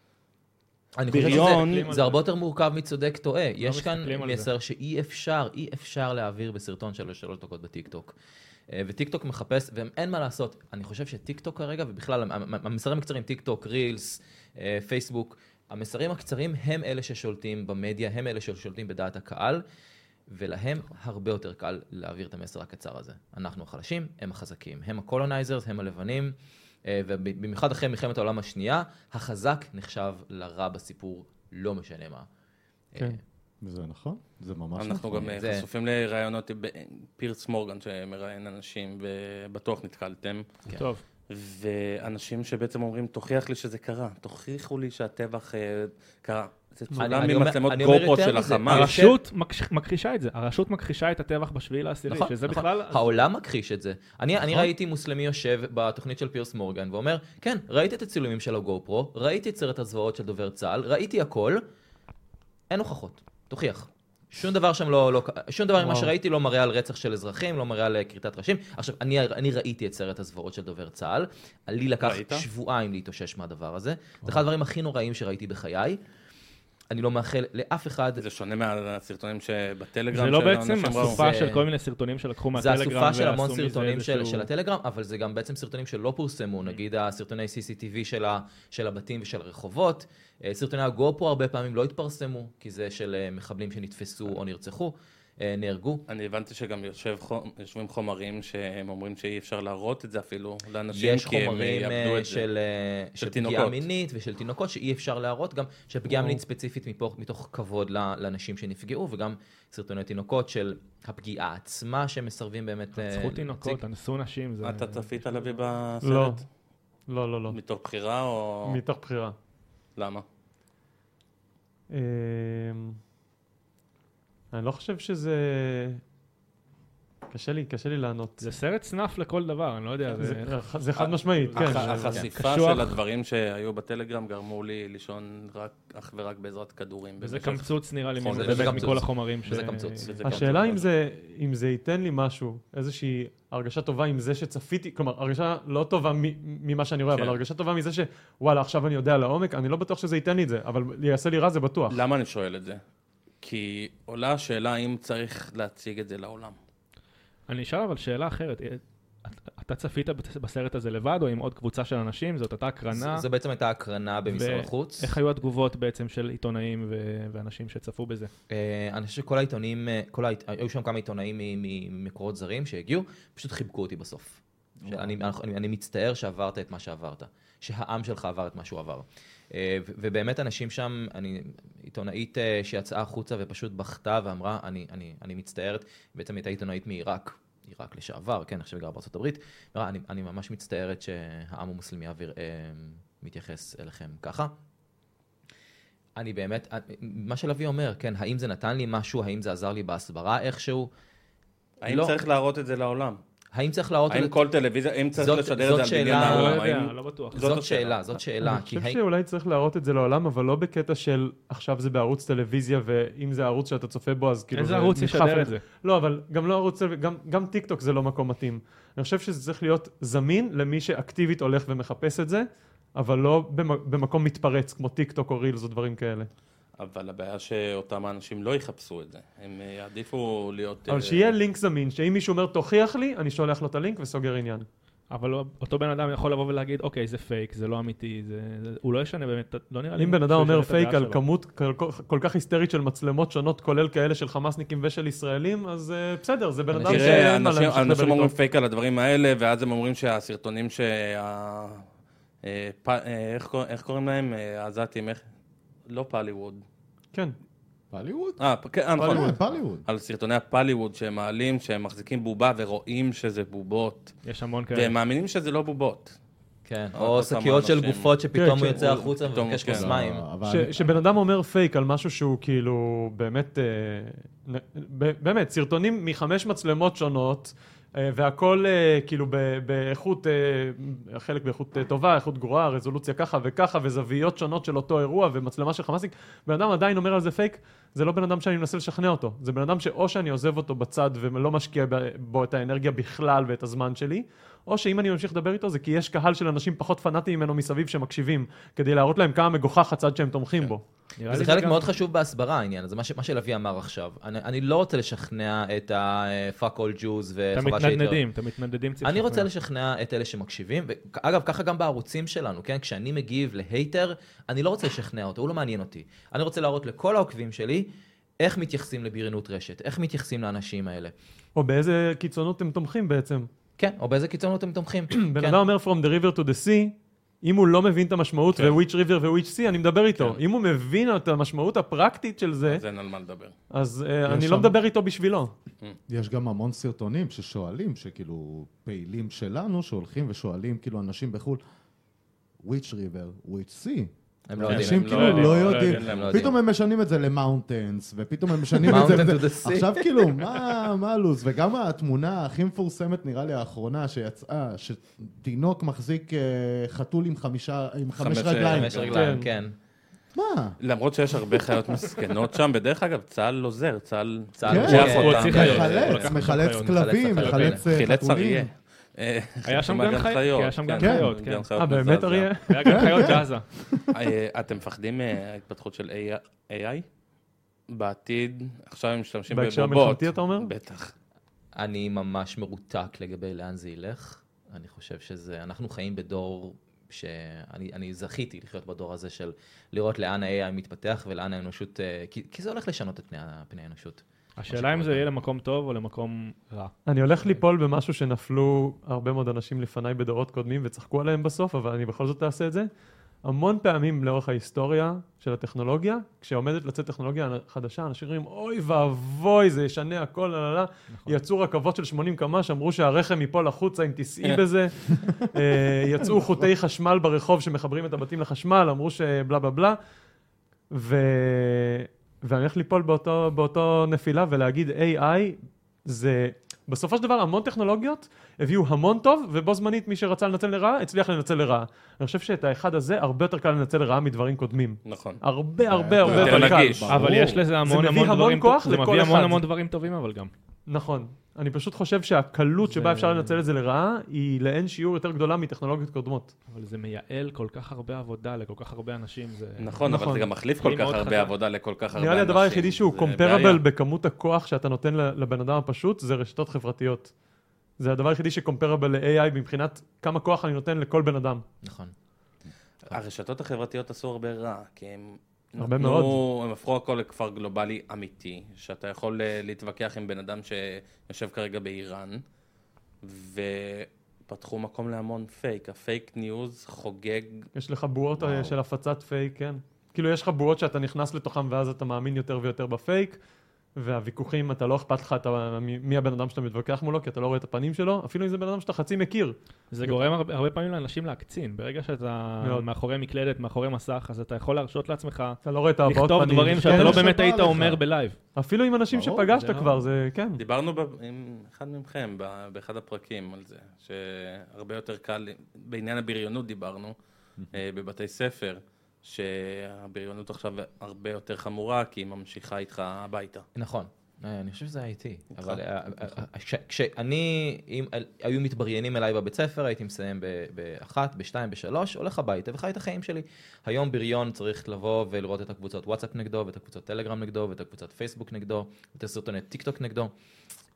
Speaker 2: אני חושב
Speaker 4: בריון-
Speaker 2: שזה זה הרבה יותר מורכב מצודק טועה. יש כאן
Speaker 3: לא מסתכלים על זה.
Speaker 2: מסר שאי אפשר, אי אפשר להעביר בסרטון של שלוש דקות בטיקטוק. אה, וטיקטוק מחפש, ואין מה לעשות. אני חושב שטיקטוק כרגע, ובכלל, המ- המ- המסרים הקצרים, טיקטוק, רילס, אה, פייסבוק, המסרים הקצרים הם אלה ששולטים במדיה, הם אלה ששולטים בדעת הקהל, ולהם הרבה יותר קל להעביר את המסר הקצר הזה. אנחנו החלשים, הם החזקים. הם הקולונייזרס, הם הלבנים, אה, ובמיוחד אחרי מלחמת העולם השנייה, החזק נחשב לרע בסיפור, לא משנה מה. אה,
Speaker 5: כן.
Speaker 1: זה נכון, זה ממש
Speaker 4: אנחנו
Speaker 1: נכון.
Speaker 4: גם אה,
Speaker 2: זה-
Speaker 4: חשופים לרעיונות ב- פירס מורגן שמראיין אנשים, ובטוח נתקלתם.
Speaker 2: כן.
Speaker 3: טוב,
Speaker 4: ואנשים שבעצם אומרים, תוכיח לי שזה קרה, תוכיחו לי שהטבח אה, קרה. זה צולם
Speaker 2: אני אומר-
Speaker 4: ממצלמות
Speaker 2: אני אומר
Speaker 4: גופו
Speaker 2: יותר
Speaker 4: של
Speaker 2: מזה,
Speaker 4: החמאס.
Speaker 3: הרשות מכחיש- מכחישה את זה, הרשות מכחישה את הטבח בשביעי לעשירי,
Speaker 2: נכון,
Speaker 3: שזה
Speaker 2: נכון.
Speaker 3: בכלל...
Speaker 2: העולם מכחיש את זה. אני, אני
Speaker 5: נכון.
Speaker 2: ראיתי מוסלמי יושב בתוכנית של פירס מורגן ואומר, כן, ראיתי את הצילומים של הגו פרו, ראיתי את סרט הזוועות של דובר צה"ל, ראיתי הכל, אין הוכחות, תוכיח. שום דבר שם לא, לא ק- שום דבר ממה
Speaker 5: וואו.
Speaker 2: שראיתי לא מראה על רצח של אזרחים, לא מראה על אה, כריתת ראשים. עכשיו, אני, אני ראיתי את סרט הזוועות של דובר צה"ל, לי לקח
Speaker 4: ראית?
Speaker 2: שבועיים להתאושש מהדבר הזה. זה אחד הדברים הכי נוראים שראיתי בחיי. אני לא מאחל לאף אחד
Speaker 4: זה שונה מהסרטונים שבטלגרם
Speaker 3: זה לא
Speaker 4: שאנשים
Speaker 3: בעצם
Speaker 4: ראו.
Speaker 3: אסופה
Speaker 2: זה-
Speaker 3: של כל מיני סרטונים שלקחו
Speaker 2: זה
Speaker 3: מהטלגרם
Speaker 2: אסופה של המון
Speaker 3: ועשו מזה
Speaker 2: סרטונים של,
Speaker 3: איזשהו-
Speaker 2: של הטלגרם, אבל זה גם בעצם סרטונים שלא פורסמו, נגיד הסרטוני CCTV של, ה, של הבתים ושל הרחובות, אה, סרטוני הגו-פרו הרבה פעמים לא התפרסמו, כי זה של אה, מחבלים שנתפסו או נרצחו, אה, נהרגו.
Speaker 4: אני הבנתי שגם יושב חום, יושבים חומרים שהם אומרים שאי אפשר להראות את זה אפילו לאנשים,
Speaker 2: יש
Speaker 4: כי הם
Speaker 2: חומרים
Speaker 4: יאבדו
Speaker 2: אה,
Speaker 4: את זה.
Speaker 2: של, אה,
Speaker 4: של
Speaker 2: של פגיעה
Speaker 4: תינוקות.
Speaker 2: מינית ושל תינוקות שאי אפשר להראות, גם של פגיעה
Speaker 5: וואו.
Speaker 2: מינית ספציפית מפה, מתוך כבוד ל- לנשים שנפגעו, וגם סרטוני תינוקות של הפגיעה עצמה שמסרבים באמת... אה,
Speaker 3: רצחו
Speaker 2: להציג.
Speaker 3: תינוקות, אנסו נשים, זה...
Speaker 4: אתה צפית לוי
Speaker 5: לא,
Speaker 4: בסרט?
Speaker 5: לא, לא, לא.
Speaker 4: מתוך בחירה או...
Speaker 5: מתוך בחירה.
Speaker 4: למה?
Speaker 5: אמ, אני לא חושב שזה... קשה לי, קשה לי לענות.
Speaker 3: זה סרט סנאף לכל דבר, אני לא יודע.
Speaker 5: זה-
Speaker 3: זה-
Speaker 5: זה חד משמעית, כן.
Speaker 4: הח- החשיפה
Speaker 3: קשוח.
Speaker 4: של הדברים שהיו בטלגרם גרמו לי לישון רק, אך ורק בעזרת כדורים.
Speaker 3: וזה
Speaker 4: במשך-
Speaker 3: קמצוץ נראה לי
Speaker 2: נכון,
Speaker 3: מזה,
Speaker 2: זה
Speaker 3: באמת
Speaker 2: קמצוץ.
Speaker 3: מכל החומרים ש...
Speaker 2: וזה קמצוץ.
Speaker 4: וזה גם
Speaker 5: השאלה
Speaker 4: טוב.
Speaker 5: אם זה, אם זה ייתן לי משהו, איזושהי הרגשה טובה עם זה שצפיתי, כלומר, הרגשה לא טובה מ- ממה שאני רואה,
Speaker 4: כן.
Speaker 5: אבל הרגשה טובה מזה שוואלה, עכשיו אני יודע לעומק, אני לא בטוח שזה ייתן לי את זה, אבל יעשה לי רע זה בטוח.
Speaker 3: לא,
Speaker 4: למה אני שואל את זה? כי עולה השאלה האם צריך להציג את זה לעולם.
Speaker 3: אני אשאל אבל שאלה אחרת. אה, את- אתה צפית בסרט הזה לבד או עם עוד קבוצה של אנשים? זאת הייתה הקרנה?
Speaker 2: זו בעצם הייתה הקרנה במשרד
Speaker 3: ו-
Speaker 2: החוץ.
Speaker 3: איך היו התגובות בעצם של עיתונאים ו- ואנשים שצפו בזה?
Speaker 2: אה, אני חושב שכל העיתונאים, אה, כל העית... היו שם כמה עיתונאים מ- ממקורות זרים שהגיעו, פשוט חיבקו אותי בסוף. שאני, אני, אני מצטער שעברת את מה שעברת, שהעם שלך עבר את מה שהוא עבר. אה, ו- ובאמת אנשים שם, אני, עיתונאית אה, שיצאה החוצה ופשוט בכתה ואמרה, אני, אני, אני מצטערת, בעצם הייתה עיתונאית מעיראק, עיראק לשעבר, כן, עכשיו היא גרה בארצות הברית, אמרה, אני, אני ממש מצטערת שהעם המוסלמי העביר, אה, מתייחס אליכם ככה. אני באמת, אה, מה שלוי אומר, כן, האם זה נתן לי משהו, האם זה עזר לי בהסברה איכשהו,
Speaker 4: האם
Speaker 2: לא.
Speaker 4: צריך להראות את זה לעולם?
Speaker 2: האם צריך להראות...
Speaker 4: האם
Speaker 2: את-
Speaker 4: כל טלוויזיה, האם צריך
Speaker 2: זאת-
Speaker 4: לשדר את
Speaker 2: זאת
Speaker 4: זה על בניין
Speaker 2: שאלה-
Speaker 3: לא
Speaker 2: אה,
Speaker 5: כן.
Speaker 4: העולם?
Speaker 3: יודע,
Speaker 4: האם-
Speaker 3: לא בטוח.
Speaker 4: זאת
Speaker 2: זאת
Speaker 4: השאלה.
Speaker 2: שאלה, זאת
Speaker 3: לא,
Speaker 2: שאלה.
Speaker 5: אני
Speaker 2: כי
Speaker 5: חושב
Speaker 2: האם-
Speaker 5: שאולי צריך להראות את זה לעולם, אבל לא בקטע של עכשיו זה בערוץ טלוויזיה, ואם זה ערוץ שאתה צופה בו, אז כאילו...
Speaker 3: איזה
Speaker 5: זה
Speaker 3: ערוץ
Speaker 5: נדחף
Speaker 3: ישדר
Speaker 5: אל-
Speaker 3: את זה?
Speaker 5: לא, אבל גם לא ערוץ, גם, גם טיק טוק זה לא מקום מתאים. אני חושב שזה צריך להיות זמין למי שאקטיבית הולך ומחפש את זה, אבל לא במ- במקום מתפרץ, כמו טיק טוק או רילס או דברים כאלה.
Speaker 4: אבל הבעיה שאותם האנשים לא יחפשו את זה. הם אה, יעדיפו להיות...
Speaker 5: אבל
Speaker 4: אה,
Speaker 5: שיהיה לינק זמין, שאם מישהו אומר תוכיח לי, אני שולח לו את הלינק וסוגר עניין.
Speaker 3: אבל לא- אותו בן אדם יכול לבוא ולהגיד, אוקיי, זה פייק, זה לא אמיתי, זה... זה- הוא לא ישנה באמת, לא נראה לי...
Speaker 5: אם בן אדם
Speaker 3: שהוא ישנה
Speaker 5: אומר
Speaker 3: את הדעה
Speaker 5: פייק על
Speaker 3: שלו.
Speaker 5: כמות כל- כל- כל כך היסטרית של מצלמות שונות, כולל כאלה של חמאסניקים ושל ישראלים, אז אה, בסדר, זה בן אדם
Speaker 2: אנשים-
Speaker 4: תראה,
Speaker 5: שאין מה
Speaker 4: אנשים-
Speaker 5: להמשיך לדבר
Speaker 4: אנשים אומרים
Speaker 5: איתו.
Speaker 4: פייק על הדברים האלה, ואז הם אומרים שהסרטונים שה... אה, פ- אה, איך קור- איך קוראים להם? אה, העזתים, איך? לא פאליווד.
Speaker 5: כן,
Speaker 1: פליווד?
Speaker 4: אה, פ- כן, אה, נכון.
Speaker 5: פאליווד.
Speaker 1: כן, פליווד.
Speaker 4: על סרטוני הפאליווד שהם מעלים, שהם מחזיקים בובה ורואים שזה בובות.
Speaker 3: יש המון
Speaker 4: והם
Speaker 3: כאלה.
Speaker 4: מאמינים שזה לא בובות.
Speaker 2: כן,
Speaker 4: אה,
Speaker 2: או
Speaker 4: עוד כמה
Speaker 2: שקיות של
Speaker 4: אנשים.
Speaker 2: גופות
Speaker 5: כן,
Speaker 2: שפתאום הוא
Speaker 5: כן,
Speaker 2: יוצא
Speaker 4: הוא-
Speaker 2: החוצה
Speaker 4: פתאום,
Speaker 2: ומבקש
Speaker 4: כן.
Speaker 2: כוס מים.
Speaker 1: לא, אבל
Speaker 5: ש-
Speaker 1: אני-
Speaker 5: שבן אדם אומר פייק על משהו שהוא כאילו באמת, אה, נ- ב- באמת, סרטונים מחמש מצלמות שונות, אה, והכל אה, כאילו ב- באיכות, אה, חלק באיכות אה, טובה, איכות גרועה, רזולוציה ככה וככה, וזוויות שונות של אותו אירוע, ומצלמה של חמאסיק, בן אדם עדיין אומר על זה פייק, זה לא בן אדם שאני מנסה לשכנע אותו, זה בן אדם שאו שאני עוזב אותו בצד ולא משקיע ב- בו את האנרגיה בכלל ואת הזמן שלי, או שאם אני ממשיך לדבר איתו זה כי יש קהל של אנשים פחות פנאטיים ממנו מסביב שמקשיבים, כדי להראות להם כמה מגוחך הצד שהם תומכים בו.
Speaker 3: נראה לי
Speaker 2: זה חלק
Speaker 3: גם-
Speaker 2: מאוד חשוב בהסברה העניין הזה, מה ש- מה שלוי אמר עכשיו. אני- אני לא רוצה לשכנע את ה-fuck all Jews
Speaker 3: אתם
Speaker 2: וחבל שהתערב.
Speaker 3: מתנדנדים, אתם מתנדנדים צריך
Speaker 2: אני רוצה
Speaker 3: לשכנע.
Speaker 2: לשכנע את אלה שמקשיבים, ואגב, ככה גם בערוצים שלנו, כן? כשאני מגיב להייטר, אני לא רוצה לשכנע אותו, הוא לא מעניין אותי. אני רוצה להראות לכל העוקבים שלי איך מתייחסים לבריונות רשת, איך מתייחסים לאנשים האלה.
Speaker 5: או באיזה קיצונות הם תומכים בעצם.
Speaker 2: כן, או באיזה קיצונות אתם תומכים.
Speaker 5: בן
Speaker 2: כן.
Speaker 5: אדם אומר From the river to the sea, אם הוא לא מבין את המשמעות
Speaker 4: כן.
Speaker 5: ו-which river ו-which sea, אני מדבר איתו.
Speaker 4: כן.
Speaker 5: אם הוא מבין את המשמעות הפרקטית של זה,
Speaker 4: אז אין על מה לדבר.
Speaker 5: אז אה,
Speaker 1: יש
Speaker 5: אני
Speaker 1: שם-
Speaker 5: לא מדבר איתו בשבילו.
Speaker 1: יש גם המון סרטונים ששואלים, שכאילו פעילים שלנו, שהולכים ושואלים כאילו אנשים בחו"ל, which river, which sea.
Speaker 2: הם לא
Speaker 1: אנשים
Speaker 2: יודעים.
Speaker 4: הם
Speaker 1: כאילו
Speaker 4: לא
Speaker 1: לא
Speaker 4: יודעים,
Speaker 3: לא
Speaker 1: יודעים,
Speaker 3: יודעים,
Speaker 4: הם לא
Speaker 1: פתאום הם משנים את זה למאונטנס, ופתאום הם משנים את זה,
Speaker 2: Mountain to
Speaker 1: וזה-
Speaker 2: the sea.
Speaker 1: עכשיו כאילו, מה מה הלו"ז? וגם התמונה הכי מפורסמת נראה לי האחרונה שיצאה, שתינוק מחזיק אה, חתול עם חמישה, עם חמש
Speaker 4: חמש, אה,
Speaker 1: רגליים.
Speaker 2: חמש רגליים,
Speaker 5: כן.
Speaker 2: כן.
Speaker 1: מה?
Speaker 4: למרות שיש הרבה חיות מסכנות שם, ודרך אגב, צה"ל עוזר, צה"ל...
Speaker 2: צה"ל
Speaker 1: כן.
Speaker 4: לוקח
Speaker 2: הוא
Speaker 4: אותם.
Speaker 3: הוציא חיות. הוא
Speaker 1: מחלץ,
Speaker 3: לקח
Speaker 1: מחלץ
Speaker 3: חיות,
Speaker 1: כלבים,
Speaker 2: מחלץ
Speaker 1: מחלץ אה,
Speaker 4: חילץ
Speaker 1: חתולים.
Speaker 4: אריה. אה,
Speaker 5: [LAUGHS]
Speaker 3: היה שם גן חי- כן, היה שם גן חיות, כן.
Speaker 4: גן חיות
Speaker 5: אה, באמת
Speaker 4: מזעזע.
Speaker 5: אריה?
Speaker 3: היה גם חיות
Speaker 2: [LAUGHS]
Speaker 3: גאזה.
Speaker 4: אה, אתם מפחדים מההתפתחות של AI? AI? בעתיד, עכשיו הם משתמשים בבובות.
Speaker 5: בהקשר המלחמתי, אתה אומר?
Speaker 4: בטח.
Speaker 2: אני ממש מרותק לגבי לאן זה ילך. אני חושב שזה, אנחנו חיים בדור שאני אני זכיתי לחיות בדור הזה של לראות לאן ה-AI מתפתח ולאן האנושות, אה, כי, כי זה הולך לשנות את פני, ה- פני האנושות.
Speaker 3: השאלה אם זה יהיה למקום טוב או למקום רע.
Speaker 5: אני הולך ליפול במשהו שנפלו הרבה מאוד אנשים לפניי בדורות קודמים וצחקו עליהם בסוף, אבל אני בכל זאת אעשה את זה. המון פעמים לאורך ההיסטוריה של הטכנולוגיה, כשעומדת לצאת טכנולוגיה חדשה, אנשים אומרים, אוי ואבוי, זה ישנה הכל, לה, לה, לה. יצאו רכבות של 80 קמ"ש, אמרו שהרחם ייפול החוצה אם תיסעי בזה. אה, יצאו חוטי חשמל ברחוב שמחברים את הבתים לחשמל, אמרו שבלה בלה בלה. ו... ואני הולך ליפול באותו, באותו נפילה ולהגיד AI זה בסופו של דבר המון טכנולוגיות הביאו המון טוב, ובו זמנית מי שרצה לנצל לרעה, הצליח לנצל לרעה. אני חושב שאת האחד הזה הרבה יותר קל לנצל לרעה מדברים קודמים.
Speaker 4: נכון.
Speaker 5: הרבה הרבה הרבה
Speaker 4: יותר
Speaker 5: יותר קל.
Speaker 4: נגיש.
Speaker 1: ברור.
Speaker 3: אבל יש לזה המון
Speaker 5: מביא
Speaker 3: המון
Speaker 5: המון
Speaker 3: דברים,
Speaker 5: כוח
Speaker 3: זה
Speaker 5: לכל
Speaker 3: מביא המון
Speaker 5: אחד.
Speaker 3: המון דברים טובים אבל גם.
Speaker 5: נכון. אני פשוט חושב שהקלות שבה
Speaker 3: זה-
Speaker 5: אפשר לנצל את זה לרעה, היא לאין שיעור יותר גדולה מטכנולוגיות קודמות.
Speaker 3: אבל זה מייעל כל כך הרבה עבודה לכל כך הרבה אנשים, זה...
Speaker 4: נכון, אבל
Speaker 5: נכון.
Speaker 4: זה גם מחליף כל
Speaker 3: אני
Speaker 4: כך
Speaker 3: מאוד
Speaker 4: הרבה
Speaker 3: חזק.
Speaker 4: עבודה לכל כך הרבה אנשים.
Speaker 5: נראה לי הדבר היחידי שהוא
Speaker 4: זה
Speaker 5: קומפרבל
Speaker 4: בעיה.
Speaker 5: בכמות הכוח שאתה נותן ל- לבן אדם הפשוט, זה רשתות חברתיות. זה הדבר היחידי שקומפרבל ל-AI מבחינת כמה כוח אני נותן לכל בן אדם.
Speaker 2: נכון.
Speaker 4: אה, הרשתות החברתיות עשו הרבה רע, כי הם...
Speaker 5: הרבה
Speaker 4: נתנו-
Speaker 5: מאוד.
Speaker 4: הם הפכו הכל לכפר גלובלי אמיתי, שאתה יכול אה, להתווכח עם בן אדם שיושב כרגע באיראן, ופתחו מקום להמון פייק. הפייק ניוז חוגג,
Speaker 5: יש לך בועות אה,
Speaker 1: וואו.
Speaker 5: של הפצת פייק, כן. כאילו יש לך בועות שאתה נכנס לתוכם ואז אתה מאמין יותר ויותר בפייק, והוויכוחים, אתה לא אכפת לך אתה, מי, מי הבן אדם שאתה מתווכח מולו, כי אתה לא רואה את הפנים שלו, אפילו אם זה בן אדם שאתה חצי מכיר.
Speaker 3: זה גורם הרבה, הרבה פעמים לאנשים להקצין. ברגע שאתה
Speaker 5: מאוד.
Speaker 3: מאחורי מקלדת, מאחורי מסך, אז אתה יכול להרשות לעצמך
Speaker 5: אתה לא רואה את הבעות פנים.
Speaker 3: לכתוב דברים
Speaker 5: כן,
Speaker 3: שאתה לא
Speaker 5: יש-
Speaker 3: באמת
Speaker 1: שבא
Speaker 3: היית
Speaker 1: לך.
Speaker 3: אומר בלייב.
Speaker 5: אפילו עם אנשים
Speaker 1: ברור,
Speaker 3: זה
Speaker 5: שפגשת
Speaker 3: לא-
Speaker 5: כבר, זה כן.
Speaker 4: דיברנו ב... עם אחד מכם ב- באחד הפרקים על זה, שהרבה יותר קל, בעניין הבריונות דיברנו, אה, בבתי ספר, שהבריונות עכשיו הרבה יותר חמורה, כי היא ממשיכה איתך הביתה.
Speaker 2: נכון. אה, אני חושב שזה היה איתי. אבל אה, אה, אה, כש- כשאני, אם אל- היו מתבריינים אליי בבית ספר, הייתי מסיים ב- באחת, בשתיים, בשלוש, הולך הביתה וחי את החיים שלי. היום בריון צריך לבוא ולראות את הקבוצות וואטסאפ נגדו, ואת הקבוצות טלגרם נגדו, ואת הקבוצת פייסבוק נגדו, ואת הסרטוני טיק טוק נגדו.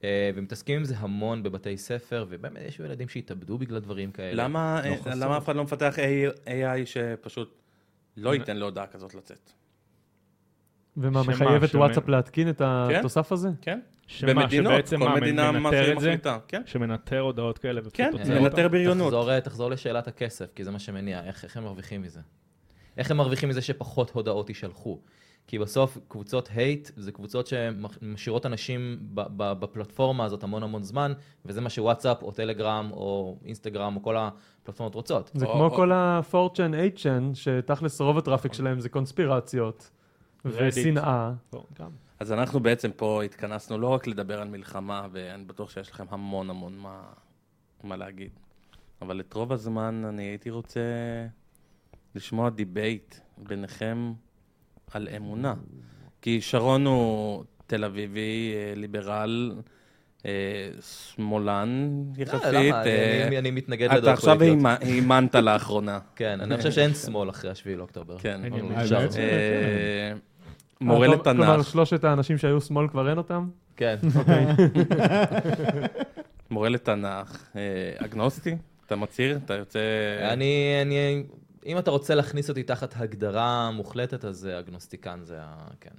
Speaker 2: אה, ומתעסקים עם זה המון בבתי ספר, ובאמת יש ילדים שהתאבדו בגלל דברים כאלה.
Speaker 4: למה
Speaker 2: לא
Speaker 4: אה,
Speaker 2: חסר.
Speaker 4: למה אף אחד לא מפתח AI AI שפשוט
Speaker 2: כן.
Speaker 4: לא ייתן להודעה כזאת לצאת?
Speaker 5: ומה,
Speaker 3: שמה,
Speaker 5: מחייב את
Speaker 3: שמה?
Speaker 5: וואטסאפ להתקין את התוסף הזה?
Speaker 4: כן,
Speaker 3: שמה,
Speaker 4: במדינות,
Speaker 3: שבעצם מה,
Speaker 4: כל מדינה
Speaker 3: מנטר
Speaker 4: משהו
Speaker 3: את זה?
Speaker 4: מחליטה. כן,
Speaker 3: שמנטר הודעות כאלה
Speaker 4: כן,
Speaker 3: ופשוט עוצר אותם?
Speaker 4: לנטר בריונות.
Speaker 2: תחזור, אה, תחזור לשאלת הכסף, כי זה מה שמניע, איך, איך הם מרוויחים מזה? איך הם מרוויחים מזה שפחות הודעות יישלחו? כי בסוף קבוצות הייט זה קבוצות שמשאירות אנשים ב- ב- בפלטפורמה הזאת המון המון זמן, וזה מה שוואטסאפ או טלגרם או אינסטגרם או כל הפלטפורמות רוצות.
Speaker 5: זה
Speaker 4: או-
Speaker 5: כמו
Speaker 4: או-
Speaker 5: כל ה-4chan, 8chan, שתכלס רוב הטראפיק שלהם זה קונספירציות.
Speaker 3: Reddit.
Speaker 5: ושנאה.
Speaker 3: טוב, גם.
Speaker 4: אז אנחנו בעצם פה התכנסנו לא רק לדבר על מלחמה, ואני בטוח שיש לכם המון המון מה- מה להגיד. אבל את רוב הזמן אני הייתי רוצה לשמוע דיבייט ביניכם על אמונה. כי שרון הוא תל אביבי, אה, ליברל, אה, שמאלן יחסית.
Speaker 2: לא, למה?
Speaker 4: אה,
Speaker 2: אני, לא אני מתנגד
Speaker 4: אתה
Speaker 2: לדעות
Speaker 4: עכשיו
Speaker 2: פוליטיות.
Speaker 4: האימ- האימנת
Speaker 2: [LAUGHS]
Speaker 4: לאחרונה.
Speaker 2: כן, אני חושב שאין שמאל אחרי השביעי לאוקטובר. אוקיי,
Speaker 4: כן.
Speaker 3: אין ימין.
Speaker 2: אפשר.
Speaker 1: האמת?
Speaker 4: אה, מורה
Speaker 5: כל- כלומר,
Speaker 4: לתנ"ך,
Speaker 5: שלושת האנשים שהיו שמאל כבר אין אותם?
Speaker 2: כן.
Speaker 4: מורה לתנ"ך, אה, אגנוסטי, אתה מצהיר, אתה יוצא...
Speaker 2: אני, אני, אם אתה רוצה להכניס אותי תחת הגדרה מוחלטת, אז אה, אגנוסטיקן זה ה... כן.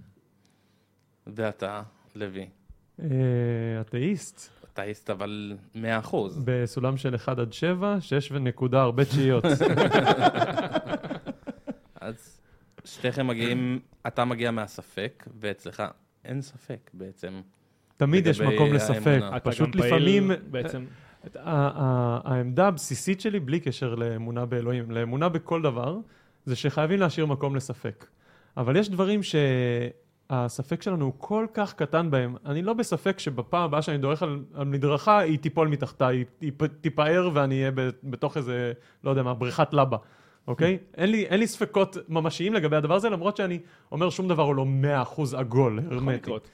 Speaker 4: ואתה, לוי,
Speaker 5: אה, אתאיסט,
Speaker 4: אתה איסט אבל 100 אחוז.
Speaker 5: בסולם של 1 עד 7, 6 ונקודה הרבה תשיעיות.
Speaker 4: [LAUGHS] אז שתיכם מגיעים, אתה מגיע מהספק, ואצלך אין ספק בעצם.
Speaker 5: תמיד יש
Speaker 4: לגבי
Speaker 5: מקום לספק,
Speaker 4: האמונה.
Speaker 3: אתה גם
Speaker 5: פשוט
Speaker 3: פעיל
Speaker 5: לפעמים...
Speaker 2: אה,
Speaker 3: בעצם,
Speaker 5: ה- ה- העמדה הבסיסית שלי, בלי קשר לאמונה באלוהים, לאמונה בכל דבר, זה שחייבים להשאיר מקום לספק. אבל יש דברים שהספק שלנו הוא כל כך קטן בהם. אני לא בספק שבפעם הבאה שאני דורך על, על מדרכה, היא תיפול מתחתיי, היא, היא פ- תיפער ואני אהיה ב- בתוך איזה, לא יודע מה, בריכת לבה, אוקיי? אין לי, אין לי ספקות ממשיים לגבי הדבר הזה, למרות שאני אומר שום דבר הוא לא 100% עגול,
Speaker 3: יכול
Speaker 5: הרמטי.
Speaker 3: לקרות.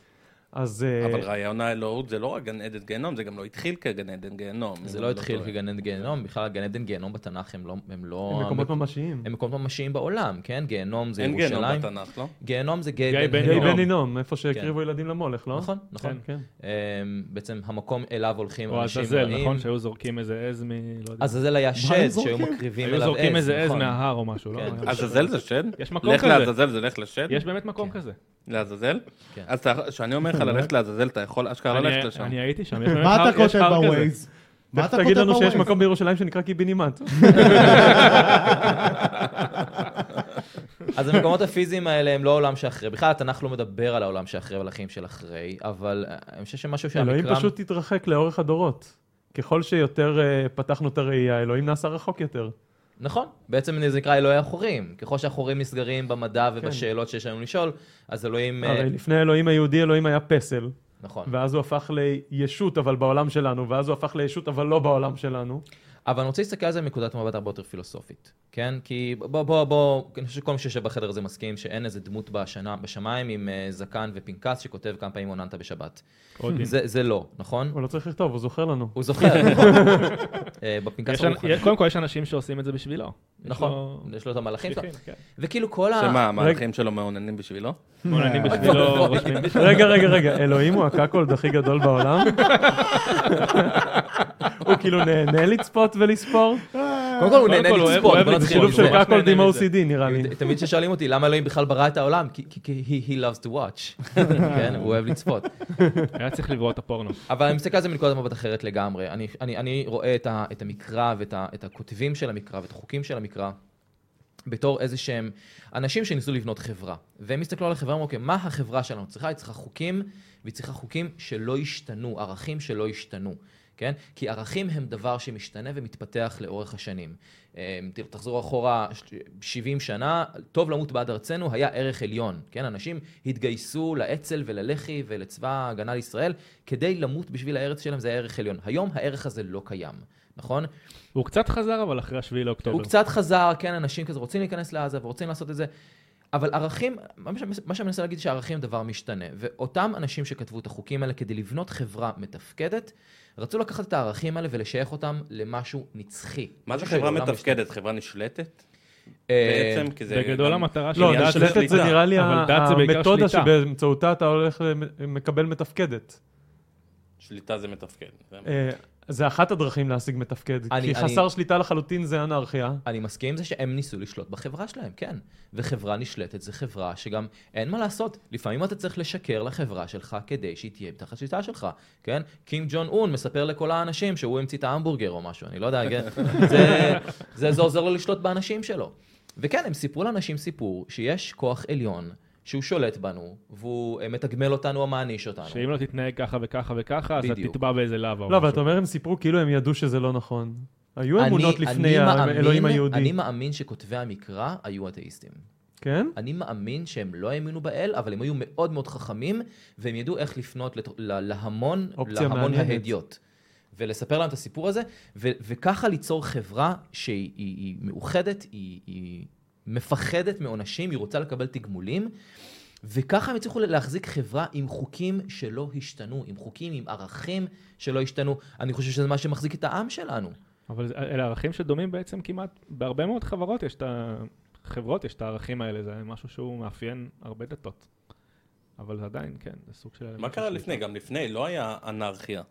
Speaker 5: אז... אה,
Speaker 4: אבל רעיון האלוהות זה לא רק גן עדן גיהנום, זה גם לא התחיל כגן עדן גיהנום.
Speaker 2: זה
Speaker 4: אם
Speaker 2: לא
Speaker 4: אני
Speaker 2: התחיל
Speaker 4: טועה.
Speaker 2: כגן עדן גיהנום, בכלל גן עדן גיהנום בתנ"ך הם לא... הם לא...
Speaker 5: הם מקומות
Speaker 2: הם-
Speaker 5: ממשיים.
Speaker 2: הם מקומות ממשיים בעולם, כן? גיהנום זה
Speaker 4: אין גיהנום
Speaker 2: ירושלים.
Speaker 4: בתנ"ך, לא?
Speaker 2: גיהנום זה
Speaker 3: גיא
Speaker 2: גיא
Speaker 3: בן
Speaker 2: בן
Speaker 5: גיא
Speaker 3: הינום.
Speaker 5: בן
Speaker 2: הינום.
Speaker 5: הינום, איפה שהקריבו ילדים למולך, לא?
Speaker 2: נכון, נכון.
Speaker 5: כן.
Speaker 2: אמ, בעצם המקום אליו הולכים
Speaker 3: או
Speaker 2: אנשים
Speaker 3: עזאזל,
Speaker 2: רעים.
Speaker 3: נכון? שהיו זורקים איזה עז מ... לא יודע.
Speaker 2: עזאזל היה שד שהיו
Speaker 1: זורקים?
Speaker 2: מקריבים
Speaker 3: היו
Speaker 2: אליו עז.
Speaker 3: זורקים איזה עז
Speaker 2: נכון.
Speaker 3: מההר או משהו, לא?
Speaker 2: כן.
Speaker 3: היה-
Speaker 4: עזאזל זה שד?
Speaker 3: יש מקום
Speaker 4: לך
Speaker 3: כזה.
Speaker 4: לעזאזל זה לך לשד?
Speaker 3: יש באמת מקום כזה.
Speaker 4: לעזאזל?
Speaker 2: כן.
Speaker 4: אז אתה- כשאני אומר לך ללכת לעזאזל, אתה יכול אשכרה
Speaker 3: אני-
Speaker 4: ללכת לא לשם.
Speaker 3: אני הייתי
Speaker 2: [LAUGHS]
Speaker 3: שם, יש באמת
Speaker 1: מה אתה
Speaker 3: הר- יש
Speaker 1: כותב
Speaker 3: הר כזה.
Speaker 1: בווייז? מה
Speaker 5: תכף
Speaker 1: אתה
Speaker 5: תגיד
Speaker 1: כותב
Speaker 5: לנו שיש
Speaker 1: בווייז?
Speaker 5: מקום בירושלים שנקרא קיבינימט.
Speaker 2: אז המקומות הפיזיים האלה הם לא העולם שאחרי. בכלל התנ"ך לא מדבר על העולם שאחרי ועל החיים של אחרי, אבל אה, אני חושב שמשהו
Speaker 3: כן,
Speaker 2: שהמקרא...
Speaker 5: אלוהים פשוט התרחק לאורך הדורות. ככל שיותר אה, פתחנו את הראייה, אלוהים נעשה רחוק יותר.
Speaker 2: נכון, בעצם זה נקרא אלוהי החורים. ככל שהחורים נסגרים במדע ובשאלות שיש היום לשאול, אז אלוהים... אה,
Speaker 5: הרי לפני אלוהים היהודי, אלוהים היה פסל.
Speaker 2: נכון.
Speaker 5: ואז הוא הפך לישות אבל בעולם שלנו, ואז הוא הפך לישות אבל לא בעולם שלנו.
Speaker 2: אבל אני רוצה להסתכל על זה מנקודת מבט הרבה יותר פילוסופית, כן? כי בוא, בוא, בוא, אני חושב שכל מי שיושב בחדר הזה מסכים שאין איזה דמות בשנה, בשמיים עם אה, זקן ופנקס שכותב כמה פעמים עוננת בשבת.
Speaker 3: אודי.
Speaker 2: זה, זה לא,
Speaker 3: [LAUGHS]
Speaker 2: נכון?
Speaker 5: הוא לא צריך לכתוב, הוא זוכר לנו.
Speaker 2: הוא זוכר, נכון? אה, בפנקס
Speaker 3: יש
Speaker 2: הוא
Speaker 3: אנ-
Speaker 2: מוכן.
Speaker 3: קודם כל לא. יש אנשים שעושים את זה בשבילו. יש לו-
Speaker 2: נכון, יש לו את המהלכים שלו.
Speaker 3: שליחים, כן.
Speaker 2: וכאילו כל ה... [LAUGHS]
Speaker 4: שמה, המערכים שלו מעוננים בשבילו?
Speaker 3: מעוננים בשבילו,
Speaker 2: נכון.
Speaker 3: רושמים.
Speaker 5: רגע, רגע, רגע, אלוהים הוא הקקולד הכי גדול
Speaker 3: [LAUGHS]
Speaker 5: בעולם? הוא כאילו נהנה לצפות ולספור?
Speaker 2: קודם כל הוא
Speaker 3: קודם
Speaker 2: נהנה לא
Speaker 3: כל, הוא אוהב-
Speaker 2: לצפות,
Speaker 3: לא הוא אוהב
Speaker 2: בוא
Speaker 3: לצפות.
Speaker 2: נתחיל
Speaker 5: שילוב של
Speaker 2: מזה.
Speaker 3: ממש
Speaker 5: קקולד עם
Speaker 3: נהנה מזה.
Speaker 5: OCD נראה לי.
Speaker 2: תמיד כששואלים אותי למה אלוהים בכלל ברא את העולם, כי כי- כי he- he loves to
Speaker 3: [LAUGHS]
Speaker 2: watch, כן, הוא אוהב לצפות.
Speaker 3: היה צריך לברוא את הפורנו.
Speaker 2: אבל אני מסתכל על זה מנקודת מבט אחרת לגמרי. אני, אני, אני רואה את, ה, את המקרא ואת ה, את הכותבים של המקרא ואת החוקים של המקרא בתור איזה שהם אנשים שניסו לבנות חברה. והם הסתכלו על החברה ואמרו, אוקיי, מה החברה שלנו צריכה? היא צריכה חוקים, והיא צריכה חוקים שלא ישתנו, ערכים שלא ישתנו. כן? כי ערכים הם דבר שמשתנה ומתפתח לאורך השנים. אמ, ת- תחזור אחורה ש- 70 שנה, טוב למות בעד ארצנו היה ערך עליון. כן? אנשים התגייסו לאצ"ל וללח"י ולצבא ההגנה לישראל כדי למות בשביל הארץ שלהם, זה היה ערך עליון. היום הערך הזה לא קיים, נכון?
Speaker 3: הוא קצת חזר אבל אחרי השביעי לאוקטובר.
Speaker 2: הוא קצת חזר, כן, אנשים כזה רוצים להיכנס לעזה ורוצים לעשות את זה, אבל ערכים, מה ש- מה שאני מנסה להגיד שערכים הם דבר משתנה, ואותם אנשים שכתבו את החוקים האלה כדי לבנות חברה מתפקדת, רצו לקחת את הערכים האלה ולשייך אותם למשהו נצחי.
Speaker 4: מה זה
Speaker 2: משהו
Speaker 4: חברה
Speaker 2: שלעולם
Speaker 4: מתפקדת? חברה נשלטת?
Speaker 2: משתנה. אה,
Speaker 4: בעצם, כי זה...
Speaker 3: בגדול
Speaker 4: גם-
Speaker 3: המטרה של
Speaker 5: לא,
Speaker 4: עניין של
Speaker 5: דאטלט זה
Speaker 4: שליטה.
Speaker 5: נראה לי
Speaker 3: אבל דת זה בעיקר
Speaker 5: המתודה
Speaker 3: שליטה.
Speaker 5: שבאמצעותה אתה הולך ומקבל מתפקדת.
Speaker 4: שליטה זה מתפקד. זה-
Speaker 5: אה, זה אחת הדרכים להשיג מתפקד,
Speaker 2: אני-
Speaker 5: כי
Speaker 2: אני-
Speaker 5: חסר שליטה לחלוטין זה אנרכיה.
Speaker 2: אני מסכים עם זה שהם ניסו לשלוט בחברה שלהם, כן. וחברה נשלטת זה חברה שגם אין מה לעשות. לפעמים אתה צריך לשקר לחברה שלך כדי שהיא תהיה תחת שליטה שלך, כן? קים ג'ון און מספר לכל האנשים שהוא המציא את ההמבורגר או משהו, אני לא יודע,
Speaker 5: [LAUGHS]
Speaker 2: כן? זה, זה, זה עוזר לו לשלוט באנשים שלו. וכן, הם סיפרו לאנשים סיפור שיש כוח עליון שהוא שולט בנו, והוא אה, מתגמל אותנו או מעניש אותנו.
Speaker 3: שאם לא תתנהג ככה וככה וככה, אז אתה
Speaker 2: בדיוק.
Speaker 3: תטבע באיזה לאווה. או
Speaker 5: לא, אבל
Speaker 3: משהו.
Speaker 5: אתה אומר הם סיפרו כאילו הם ידעו שזה לא נכון. היו
Speaker 2: אני-
Speaker 5: אמונות
Speaker 2: אני
Speaker 5: לפני
Speaker 2: מאמין-
Speaker 5: האלוהים
Speaker 2: אני
Speaker 5: היהודי.
Speaker 2: מאמין שכותבי המקרא היו אתאיסטים.
Speaker 5: כן?
Speaker 2: אני מאמין שהם לא האמינו באל, אבל הם היו מאוד מאוד חכמים, והם ידעו איך לפנות לת... ל- להמון,
Speaker 5: אופציה
Speaker 2: להמון
Speaker 5: מעניינת.
Speaker 2: ההדיוט. ולספר להם את הסיפור הזה, ו- וככה ליצור חברה שהיא היא, היא מאוחדת, היא, היא מפחדת מעונשים, היא רוצה לקבל תגמולים, וככה הם הצליחו להחזיק חברה עם חוקים שלא השתנו, עם חוקים, עם ערכים שלא השתנו. אני חושב שזה מה שמחזיק את העם שלנו.
Speaker 3: אבל זה- אלה ערכים שדומים בעצם כמעט, בהרבה מאוד חברות יש את ה... חברות יש את הערכים האלה, זה משהו שהוא מאפיין הרבה דתות. אבל זה עדיין, כן, זה סוג של...
Speaker 4: מה קרה לפני? גם לפני לא היה אנרכיה.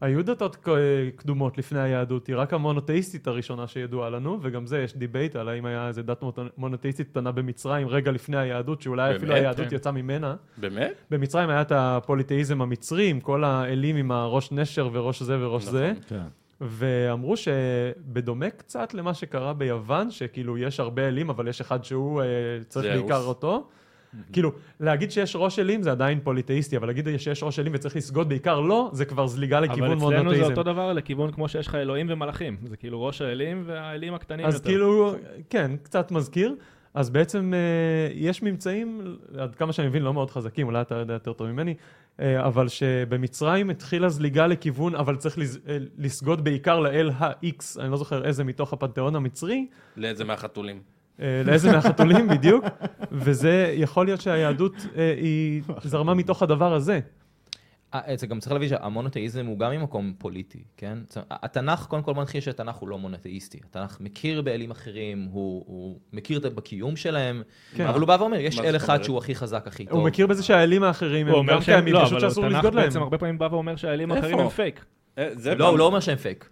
Speaker 5: היו דתות ק- אה, קדומות לפני היהדות, היא רק המונותאיסטית הראשונה שידועה לנו, וגם זה יש דיבייט על האם היה איזה דת מוט- מונותאיסטית קטנה במצרים רגע לפני היהדות, שאולי אפילו
Speaker 4: באמת?
Speaker 5: היהדות
Speaker 3: כן.
Speaker 5: יצאה ממנה.
Speaker 4: באמת?
Speaker 5: במצרים היה את הפוליתאיזם המצרי, עם כל האלים עם הראש נשר וראש זה וראש זה,
Speaker 1: כן.
Speaker 5: ואמרו שבדומה קצת למה שקרה ביוון, שכאילו יש הרבה אלים, אבל יש אחד שהוא אה, צריך
Speaker 4: זהוס.
Speaker 5: בעיקר אותו. כאילו, להגיד שיש ראש אלים זה עדיין פוליתאיסטי, אבל להגיד שיש ראש אלים וצריך לסגוד בעיקר לא, זה כבר זליגה
Speaker 3: אבל
Speaker 5: לכיוון
Speaker 3: אצלנו זה
Speaker 5: מונותאיזם.
Speaker 3: אותו דבר לכיוון כמו שיש לך אלוהים ומלאכים. זה כאילו ראש האלים והאלים הקטנים יותר.
Speaker 5: אז כאילו, כן, קצת מזכיר. אז בעצם אה, יש ממצאים, עד כמה שאני מבין, לא מאוד חזקים, אולי אתה יודע יותר טוב ממני, אה, אבל שבמצרים התחילה זליגה לכיוון, אבל צריך לז- אה, לסגוד בעיקר לאל ה-X, אני לא זוכר איזה מתוך הפנתיאון המצרי,
Speaker 4: לאיזה לא, מהחתולים.
Speaker 5: אה,
Speaker 3: [LAUGHS]
Speaker 5: לאיזה מהחתולים בדיוק, וזה יכול להיות שהיהדות אה, היא זרמה מתוך הדבר הזה.
Speaker 2: אה, זה גם צריך להבין שהמונותאיזם הוא גם ממקום פוליטי, כן? זאת אומרת, התנ"ך, קודם כל בוא נתחיל שהתנ"ך הוא לא מונותאיסטי. התנ"ך מכיר באלים אחרים, הוא, הוא מכיר את- בקיום שלהם,
Speaker 5: כן.
Speaker 2: אבל הוא בא ואומר, יש
Speaker 4: מה זאת
Speaker 2: אל אחד
Speaker 4: אומרת?
Speaker 2: שהוא הכי חזק, הכי טוב.
Speaker 5: הוא מכיר בזה שהאלים האחרים
Speaker 3: הוא
Speaker 5: הם
Speaker 3: אומר
Speaker 5: גם
Speaker 3: שהם
Speaker 5: קיימים,
Speaker 3: לא,
Speaker 5: פשוט
Speaker 3: אבל
Speaker 5: שאסור
Speaker 3: התנ"ך
Speaker 5: לסגוד להם.
Speaker 3: בעצם הרבה פעמים בא ואומר שהאלים
Speaker 4: איפה?
Speaker 3: האחרים הם פייק.
Speaker 4: אה, זה
Speaker 2: לא, הוא
Speaker 4: פעם-
Speaker 2: לא אומר שהם פייק.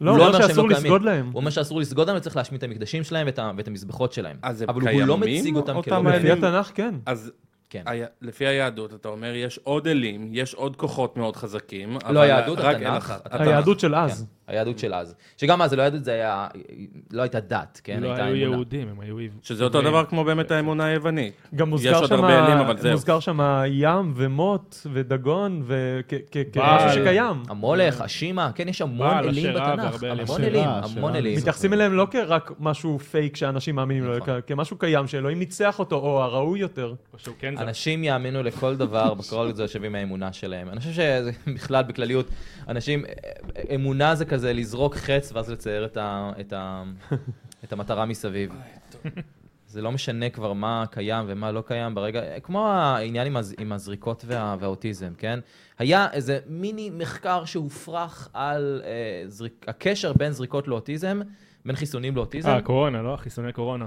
Speaker 5: לא,
Speaker 2: הוא
Speaker 5: הוא אומר
Speaker 2: אומר שהם
Speaker 5: שאסור
Speaker 2: לא קיימים.
Speaker 5: לסגוד להם.
Speaker 2: הוא אומר שאסור לסגוד להם וצריך להשמיד את המקדשים שלהם ואת, ה- ואת המזבחות שלהם.
Speaker 4: אז הם
Speaker 2: אבל הוא לא
Speaker 4: קיימים,
Speaker 2: מציג אותם
Speaker 4: אותם
Speaker 2: כלא
Speaker 4: האלים?
Speaker 5: לפי
Speaker 2: מונותאיסטים.
Speaker 5: התנ"ך כן.
Speaker 4: אז
Speaker 2: כן.
Speaker 4: היה- לפי היהדות, אתה אומר, יש עוד אלים, יש עוד כוחות מאוד חזקים. אבל
Speaker 2: לא, היהדות,
Speaker 4: רק
Speaker 2: התנ"ך,
Speaker 4: אל אחד-
Speaker 2: התנ"ך.
Speaker 4: התנ"ך.
Speaker 3: כן.
Speaker 5: היהדות של אז.
Speaker 2: היהדות של אז. שגם אז זה לא יהדות, זה היה, לא הייתה דת, כן?
Speaker 3: לא
Speaker 2: הייתה
Speaker 3: היו
Speaker 2: אמונה.
Speaker 3: יהודים, הם היו עבריים.
Speaker 4: שזה אותו דבר כמו באמת האמונה היוונית.
Speaker 5: גם
Speaker 4: יש
Speaker 5: מוזכר
Speaker 4: עוד הרבה אלים, אבל
Speaker 5: שם
Speaker 4: זהו.
Speaker 5: מוזכר שם ים ומוט ודגון וכמשהו
Speaker 3: בעל.
Speaker 5: שקיים.
Speaker 2: המולך, השימה, כן, יש המון
Speaker 3: בעל,
Speaker 2: אלים
Speaker 3: השירה
Speaker 2: בתנ"ך.
Speaker 3: והרבה אלים.
Speaker 2: המון
Speaker 1: השירה,
Speaker 2: אלים,
Speaker 1: השירה,
Speaker 2: המון אלים.
Speaker 1: מתחת-
Speaker 5: מתייחסים אליהם לא כרק משהו פייק שאנשים מאמינים לו,
Speaker 2: נכון.
Speaker 5: אלא כ- כמשהו קיים שאלוהים ניצח אותו, או הראוי יותר.
Speaker 3: או שהוא כן זר.
Speaker 2: אנשים יאמינו לכל דבר [LAUGHS] בכל זה יושבים מהאמונה שלהם. אני חושב שזה [LAUGHS] בכלל, בכלליות, אנשים, אה, אמונה זה כזה לזרוק חץ ואז לצייר את, ה, את, ה, את המטרה מסביב. [LAUGHS] זה לא משנה כבר מה קיים ומה לא קיים ברגע, כמו העניין עם, הז, עם הזריקות וה, והאוטיזם, כן? היה איזה מיני מחקר שהופרך על אה, זריק, הקשר בין זריקות לאוטיזם, בין חיסונים לאוטיזם.
Speaker 3: אה, קורונה, לא? חיסוני קורונה.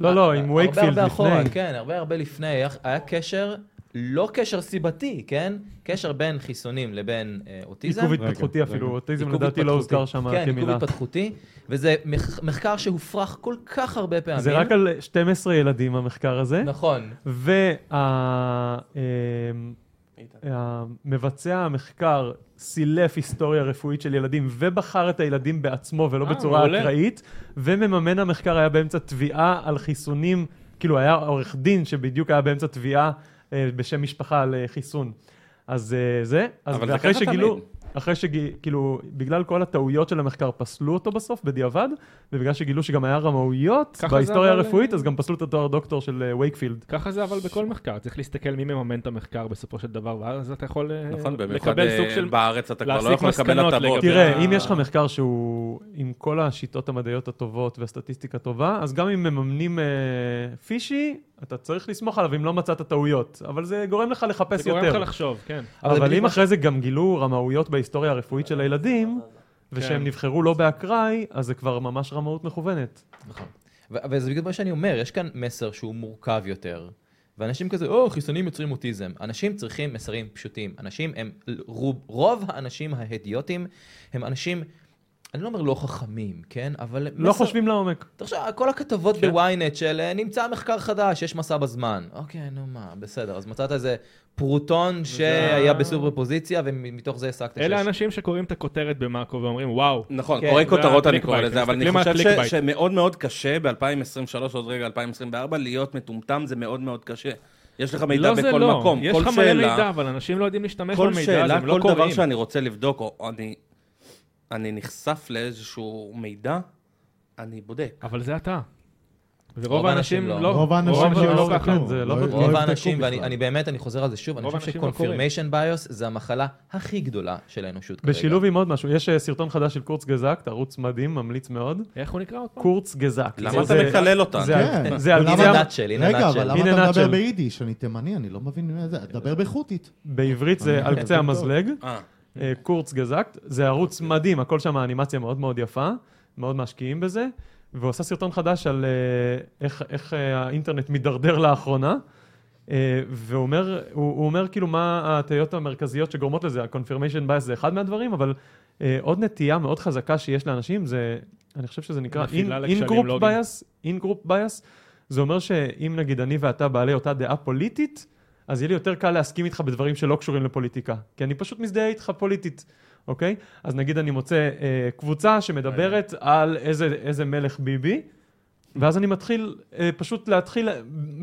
Speaker 5: לא, לא, עם
Speaker 2: הרבה
Speaker 5: וייקפילד
Speaker 2: הרבה אחורה,
Speaker 5: לפני.
Speaker 2: כן, הרבה הרבה לפני. היה- היה קשר, לא קשר סיבתי, כן? קשר בין חיסונים לבין אה, אוטיזם.
Speaker 5: עיכוב
Speaker 1: רגע,
Speaker 5: התפתחותי
Speaker 1: רגע.
Speaker 5: אפילו, אוטיזם
Speaker 2: עיכוב
Speaker 5: לדעתי לא
Speaker 2: התפתחותי.
Speaker 5: הוזכר שם
Speaker 2: כן, עיכוב
Speaker 5: כמילה.
Speaker 2: התפתחותי, וזה מח- מחקר שהופרך כל כך הרבה פעמים.
Speaker 5: זה רק על 12 ילדים המחקר הזה.
Speaker 2: נכון.
Speaker 5: והמבצע המחקר סילף היסטוריה רפואית של ילדים ובחר את הילדים בעצמו ולא
Speaker 3: אה,
Speaker 5: בצורה
Speaker 3: מעולה.
Speaker 5: אקראית, ומממן המחקר היה באמצע תביעה על חיסונים, כאילו היה עורך דין שבדיוק היה באמצע תביעה אה, בשם משפחה על אה, חיסון. אז אה, זה, אז
Speaker 4: אבל זה
Speaker 5: ואחרי
Speaker 4: ככה
Speaker 5: שגילו...
Speaker 4: תמיד.
Speaker 5: אחרי שכאילו, בגלל כל הטעויות של המחקר פסלו אותו בסוף, בדיעבד, ובגלל שגילו שגם היה רמאויות
Speaker 3: ככה זה
Speaker 5: בהיסטוריה
Speaker 3: אבל,
Speaker 5: הרפואית,
Speaker 3: אה,
Speaker 5: אז גם פסלו את התואר דוקטור של אה, וייקפילד.
Speaker 3: ככה זה אבל בכל מחקר, צריך להסתכל מי מממן את המחקר בסופו של דבר, ואז אתה יכול אה,
Speaker 4: נכון, במיוחד
Speaker 3: לקבל
Speaker 4: אה,
Speaker 3: סוג של...
Speaker 4: בארץ אתה כבר לא
Speaker 3: להסיק
Speaker 4: יכול לקבל
Speaker 3: מסקנות
Speaker 4: הטבות.
Speaker 3: לגבי-
Speaker 5: תראה,
Speaker 3: ה-
Speaker 5: אם יש לך מחקר שהוא עם כל השיטות המדעיות הטובות והסטטיסטיקה טובה, אז גם אם מממנים אה, פישי, אתה צריך לסמוך עליו אם לא מצאת טעויות, אבל זה גורם לך לחפש
Speaker 3: זה גורם לך
Speaker 5: יותר.
Speaker 3: לחשוב, כן.
Speaker 2: אבל זה
Speaker 5: אבל
Speaker 2: בדיוק
Speaker 5: אם
Speaker 2: מה
Speaker 5: אחרי זה גם גילו רמאויות בהיסטוריה הרפואית של הילדים, ושהם
Speaker 3: כן.
Speaker 5: נבחרו לא באקראי, אז זה כבר ממש רמאות מכוונת.
Speaker 2: נכון. ו- וזה בדיוק מה שאני אומר, יש כאן מסר שהוא מורכב יותר. ואנשים כזה, או, חיסונים יוצרים אוטיזם. אנשים צריכים מסרים פשוטים. אנשים הם, רוב, רוב האנשים ההדיוטים הם אנשים, אני לא אומר לא חכמים, כן? אבל...
Speaker 5: לא חושבים לעומק.
Speaker 2: תחשוב, כל הכתבות
Speaker 3: כן.
Speaker 2: בוויינט של אה, נמצא מחקר חדש, יש מסע בזמן. אוקיי, נו מה, בסדר. אז מצאת איזה פרוטון שהיה
Speaker 3: ה-
Speaker 2: בסופרפוזיציה, ומתוך זה הסקת שיש...
Speaker 3: אלה האנשים שקוראים את הכותרת במאקו ואומרים, וואו,
Speaker 4: נכון,
Speaker 2: כן,
Speaker 4: קורא
Speaker 2: זה
Speaker 4: כותרות אני
Speaker 3: הקליק
Speaker 4: קורא
Speaker 3: בייט,
Speaker 4: לזה, אבל אני
Speaker 3: מסתכלים על
Speaker 4: חושב
Speaker 3: הקליק
Speaker 4: ש-
Speaker 3: בייט.
Speaker 4: שמאוד מאוד קשה ב-2023, עוד רגע 2024, להיות מטומטם זה מאוד מאוד קשה. יש לך מידע
Speaker 3: לא זה
Speaker 4: בכל
Speaker 3: לא.
Speaker 4: מקום,
Speaker 3: יש
Speaker 4: כל
Speaker 3: לך מלא מידע,
Speaker 4: שאלה,
Speaker 3: אבל אנשים לא יודעים להשתמש
Speaker 4: כל
Speaker 3: במידע הזה,
Speaker 4: שאלה,
Speaker 3: הם לא
Speaker 4: כל
Speaker 3: קוראים.
Speaker 4: דבר שאני רוצה לבדוק, או אני- אני נחשף לאיזשהו מידע, אני בודק.
Speaker 3: אבל זה אתה. ורוב
Speaker 2: רוב
Speaker 3: האנשים
Speaker 2: האנשים
Speaker 3: לא.
Speaker 2: לא.
Speaker 1: רוב האנשים
Speaker 5: האנשים
Speaker 1: לא
Speaker 5: לא
Speaker 1: עושים כלום.
Speaker 5: זה לא
Speaker 1: לא-
Speaker 5: בטוח.
Speaker 1: לא
Speaker 2: רוב
Speaker 1: יבדקו
Speaker 2: האנשים, ואני
Speaker 1: בכלל.
Speaker 2: אני באמת, אני חוזר על זה שוב, אני
Speaker 3: רוב
Speaker 2: חושב
Speaker 3: האנשים לא קוראים.
Speaker 2: ש-confirmation bias זה המחלה הכי גדולה של האנושות כרגע.
Speaker 5: בשילוב עם עוד משהו, יש אה, סרטון חדש של קורץ גזקט, ערוץ מדהים, ממליץ מאוד.
Speaker 3: איך הוא נקרא עוד פעם?
Speaker 5: קורץ גזקט.
Speaker 4: אוקיי. למה אתה
Speaker 5: זה-
Speaker 4: מקלל אותנו?
Speaker 5: זה
Speaker 1: כן.
Speaker 5: על- זה על
Speaker 1: ולמה-
Speaker 5: גיל ים-
Speaker 2: הדת שלי, הנה
Speaker 1: רגע,
Speaker 2: הדת
Speaker 1: אבל
Speaker 2: שלי.
Speaker 5: הנה
Speaker 1: למה אתה מדבר
Speaker 5: נאצ'ל.
Speaker 1: ביידיש? אני תימני, אני לא מבין מה זה. דבר בחות'ית.
Speaker 5: בעברית זה על קצה המזלג,
Speaker 4: אה,
Speaker 5: אה, קורץ גזקט, זה ערוץ מדהים, הכל שם האנימציה מאוד מאוד יפה, מאוד משקיעים בזה, ועושה סרטון חדש על אה, איך- איך אה, האינטרנט מידרדר לאחרונה. אה, והוא אומר, הוא, הוא אומר כאילו מה התהיות המרכזיות שגורמות לזה, ה-confirmation bias זה אחד מהדברים, אבל אה, עוד נטייה מאוד חזקה שיש לאנשים זה, אני חושב שזה נקרא
Speaker 3: נפילה
Speaker 5: in-
Speaker 3: לכשלים
Speaker 5: in-group
Speaker 3: לוגיים.
Speaker 5: bias, in-group bias, זה אומר שאם נגיד אני ואתה בעלי אותה דעה פוליטית, אז יהיה לי יותר קל להסכים איתך בדברים שלא קשורים לפוליטיקה, כי אני פשוט מזדהה איתך פוליטית, אוקיי? אז נגיד אני מוצא אה, קבוצה שמדברת על איזה, איזה מלך ביבי, ואז אני מתחיל, אה, פשוט להתחיל,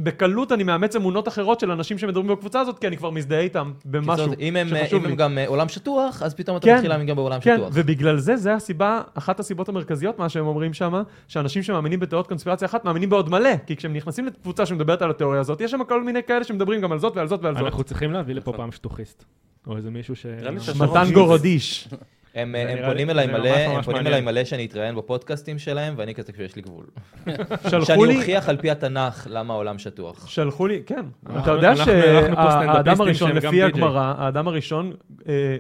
Speaker 5: בקלות אני מאמץ אמונות אחרות של אנשים שמדברים בקבוצה הזאת, כי אני כבר מזדהה איתם
Speaker 2: כי זאת
Speaker 5: במשהו
Speaker 2: אומרת, אם הם-
Speaker 5: שחשוב
Speaker 2: אם
Speaker 5: לי.
Speaker 2: הם גם אה, עולם שטוח, אז פתאום אתה
Speaker 5: כן.
Speaker 2: מתחיל להאמין גם בעולם
Speaker 5: כן,
Speaker 2: שטוח.
Speaker 5: ובגלל זה, זה הסיבה, אחת הסיבות המרכזיות, מה שהם אומרים שם, שאנשים שמאמינים בתיאוריות קונספירציה אחת, מאמינים בעוד מלא, כי כשהם נכנסים לקבוצה שמדברת על התיאוריה הזאת, יש שם כל מיני כאלה שמדברים גם על זאת ועל זאת ועל זאת.
Speaker 3: אנחנו צריכים להביא לפה פעם שטוחיסט. או איזה מישהו ש...
Speaker 4: לי שש-
Speaker 5: מתן גורדיש.
Speaker 2: הם
Speaker 3: זה
Speaker 2: הם
Speaker 3: נראה
Speaker 2: פונים
Speaker 3: לי-
Speaker 2: אליי
Speaker 3: זה
Speaker 2: מלא,
Speaker 3: ממש
Speaker 2: הם
Speaker 3: ממש
Speaker 2: פונים אליי
Speaker 3: מעניין.
Speaker 2: מלא שאני אתראיין בפודקאסטים שלהם, ואני כזה כשיש לי גבול.
Speaker 5: שלחו
Speaker 2: שאני
Speaker 5: לי,
Speaker 2: אוכיח על פי התנ"ך למה העולם שטוח.
Speaker 5: שלחו לי, כן.
Speaker 3: אנחנו-
Speaker 5: אתה יודע
Speaker 3: אנחנו- אנחנו פה
Speaker 5: שהאדם
Speaker 3: סטנדאפיסטים
Speaker 5: הראשון,
Speaker 3: שהם גם
Speaker 5: לפי
Speaker 3: די-ג'יי.
Speaker 5: הגמרא, האדם הראשון, אה,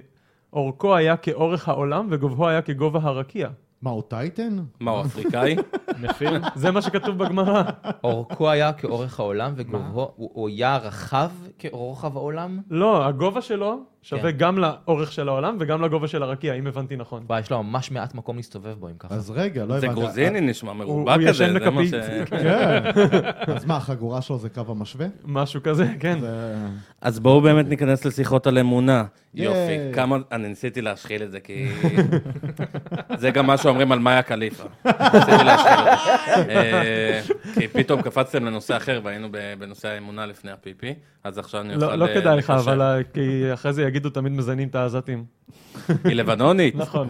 Speaker 5: אורכו היה כאורך העולם וגובהו היה כגובה הרקיע.
Speaker 1: מה, הוא טייטן?
Speaker 4: מה, הוא אפריקאי?
Speaker 3: לא נפיל?
Speaker 5: זה מה שכתוב
Speaker 3: [LAUGHS]
Speaker 5: בגמרא.
Speaker 2: אורכו היה כאורך העולם, וגובהו, הוא הוא היה רחב כרוחב העולם?
Speaker 5: לא, הגובה שלו שווה
Speaker 3: כן.
Speaker 5: גם לאורך של העולם וגם לגובה של הרקיע, אם הבנתי נכון.
Speaker 2: וואי, יש לו ממש מעט מקום להסתובב בו, אם ככה.
Speaker 1: אז רגע, לא
Speaker 4: זה
Speaker 1: הבנתי.
Speaker 4: גרוזיני נשמע
Speaker 5: הוא
Speaker 4: מרובע
Speaker 5: הוא
Speaker 4: כזה,
Speaker 5: ישן
Speaker 4: זה מה ש...
Speaker 5: בכפית,
Speaker 1: כן. אז מה, החגורה שלו זה קו המשווה?
Speaker 3: [LAUGHS]
Speaker 5: משהו כזה, כן.
Speaker 1: זה-
Speaker 4: אז בואו באמת ניכנס לשיחות על אמונה.
Speaker 1: ייי.
Speaker 4: יופי, כמה... אני ניסיתי להשחיל את זה, כי... [LAUGHS] זה גם מה שאומרים על מאיה קליפה. ניסיתי להשחיל את זה. אה, כי פתאום קפצתם לנושא אחר, והיינו ב- בנושא האמונה לפני הפיפי, אז עכשיו אני אוכל...
Speaker 5: לא לא
Speaker 4: אה,
Speaker 5: כדאי לך,
Speaker 4: לקשר.
Speaker 5: אבל אה, כי אחרי זה יגידו תמיד מזיינים
Speaker 3: [LAUGHS]
Speaker 5: את העזתים.
Speaker 4: היא לבנונית.
Speaker 5: נכון.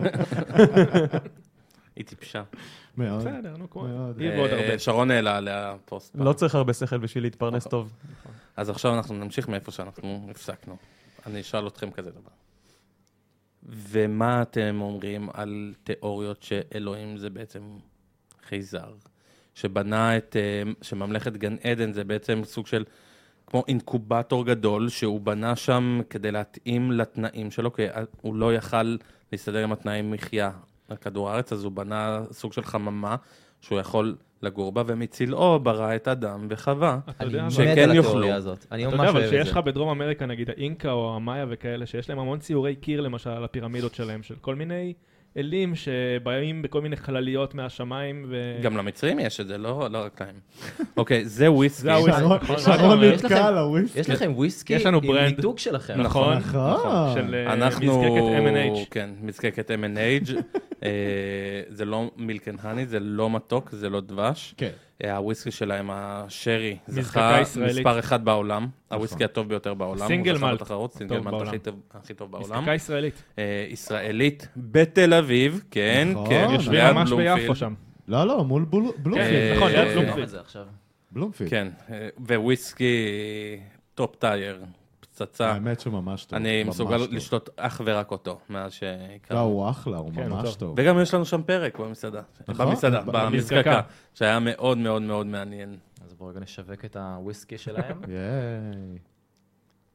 Speaker 4: היא טיפשה.
Speaker 1: מאוד.
Speaker 3: בסדר, נו, קורה.
Speaker 1: מאוד.
Speaker 3: יהיה ועוד
Speaker 4: אה,
Speaker 3: הרבה.
Speaker 4: שרון העלה עליה פוסט. פעם.
Speaker 5: [LAUGHS] לא צריך הרבה שכל בשביל להתפרנס
Speaker 3: נכון.
Speaker 5: טוב.
Speaker 4: אז עכשיו אנחנו נמשיך מאיפה שאנחנו הפסקנו. אני אשאל אתכם כזה דבר. ומה אתם אומרים על תיאוריות שאלוהים זה בעצם חייזר, שבנה את... אה, שממלכת גן עדן זה בעצם סוג של... כמו אינקובטור גדול שהוא בנה שם כדי להתאים לתנאים שלו, כי הוא לא יכל להסתדר עם התנאי מחיה על כדור הארץ, אז הוא בנה סוג של חממה שהוא יכול לגור בה, ומצילעו ברא את אדם וחווה.
Speaker 3: אתה יודע, אבל-
Speaker 4: שכן
Speaker 2: מת על
Speaker 4: יאכלו.
Speaker 2: התיאוריה הזאת. אני
Speaker 3: אתה
Speaker 2: ממש
Speaker 3: יודע,
Speaker 2: אוהב
Speaker 3: אבל
Speaker 2: את
Speaker 3: שיש
Speaker 2: זה.
Speaker 3: לך בדרום אמריקה, נגיד האינקה או המאיה וכאלה, שיש להם המון ציורי קיר למשל על הפירמידות שלהם, של כל מיני אלים שבאים בכל מיני חלליות מהשמיים, ו...
Speaker 4: גם למצרים יש את זה, לא, לא רק להם. [LAUGHS] אוקיי, זה וויסקי.
Speaker 3: זה הוויסקי.
Speaker 1: שרון-
Speaker 3: נכון,
Speaker 1: שרון
Speaker 3: נכון,
Speaker 2: יש לכם-
Speaker 1: נתקע על הוויסקי.
Speaker 2: יש לכם וויסקי
Speaker 3: יש לנו
Speaker 2: עם
Speaker 3: ברנד.
Speaker 2: מיתוג שלכם.
Speaker 3: נכון,
Speaker 1: נכון.
Speaker 3: של אה,
Speaker 4: אנחנו...
Speaker 3: מזקקת M&H.
Speaker 4: כן,
Speaker 3: [LAUGHS]
Speaker 4: מזקקת M&H. אה, זה לא מילק אנד הני, זה לא מתוק, זה לא דבש.
Speaker 1: כן.
Speaker 4: אה, הוויסקי שלהם, השרי,
Speaker 3: מזקקה
Speaker 4: זכה
Speaker 3: ישראלית. נכון.
Speaker 4: מספר אחד בעולם. הוויסקי הטוב ביותר בעולם.
Speaker 3: סינגל
Speaker 4: הוא זכה
Speaker 3: מלט.
Speaker 4: בתחרות, סינגל
Speaker 3: טוב
Speaker 4: מלט
Speaker 3: בעולם.
Speaker 4: הכי טוב- הכי טוב בעולם.
Speaker 3: מזקקה ישראלית.
Speaker 4: אה, ישראלית בתל אביב, כן,
Speaker 1: נכון.
Speaker 4: כן.
Speaker 1: יושבים
Speaker 4: ליד
Speaker 3: ממש
Speaker 4: בלומפילד.
Speaker 3: ביפו שם.
Speaker 1: לא, לא, מול בול-
Speaker 3: כן,
Speaker 1: בלומפילד.
Speaker 3: נכון,
Speaker 4: אה,
Speaker 3: ליד
Speaker 2: אני אומר
Speaker 3: בלומפילד.
Speaker 2: את זה עכשיו.
Speaker 1: בלומפילד.
Speaker 4: כן, אה, וויסקי טופ טייר, פצצה.
Speaker 1: האמת שממש טוב.
Speaker 4: אני
Speaker 1: ממש
Speaker 4: מסוגל
Speaker 1: טוב.
Speaker 4: לשתות אך ורק אותו, מאז
Speaker 1: לא,
Speaker 4: שהכרנו.
Speaker 1: הוא אחלה, הוא
Speaker 3: כן, הוא
Speaker 1: ממש
Speaker 3: טוב.
Speaker 1: טוב.
Speaker 4: וגם יש לנו שם פרק במסעדה.
Speaker 1: נכון,
Speaker 4: במסעדה,
Speaker 1: ב-
Speaker 4: במזקקה.
Speaker 3: במזקקה.
Speaker 4: שהיה מאוד מאוד מאוד מעניין.
Speaker 2: אז בואו רגע נשווק את הוויסקי
Speaker 3: [LAUGHS]
Speaker 2: שלהם.
Speaker 1: ייי.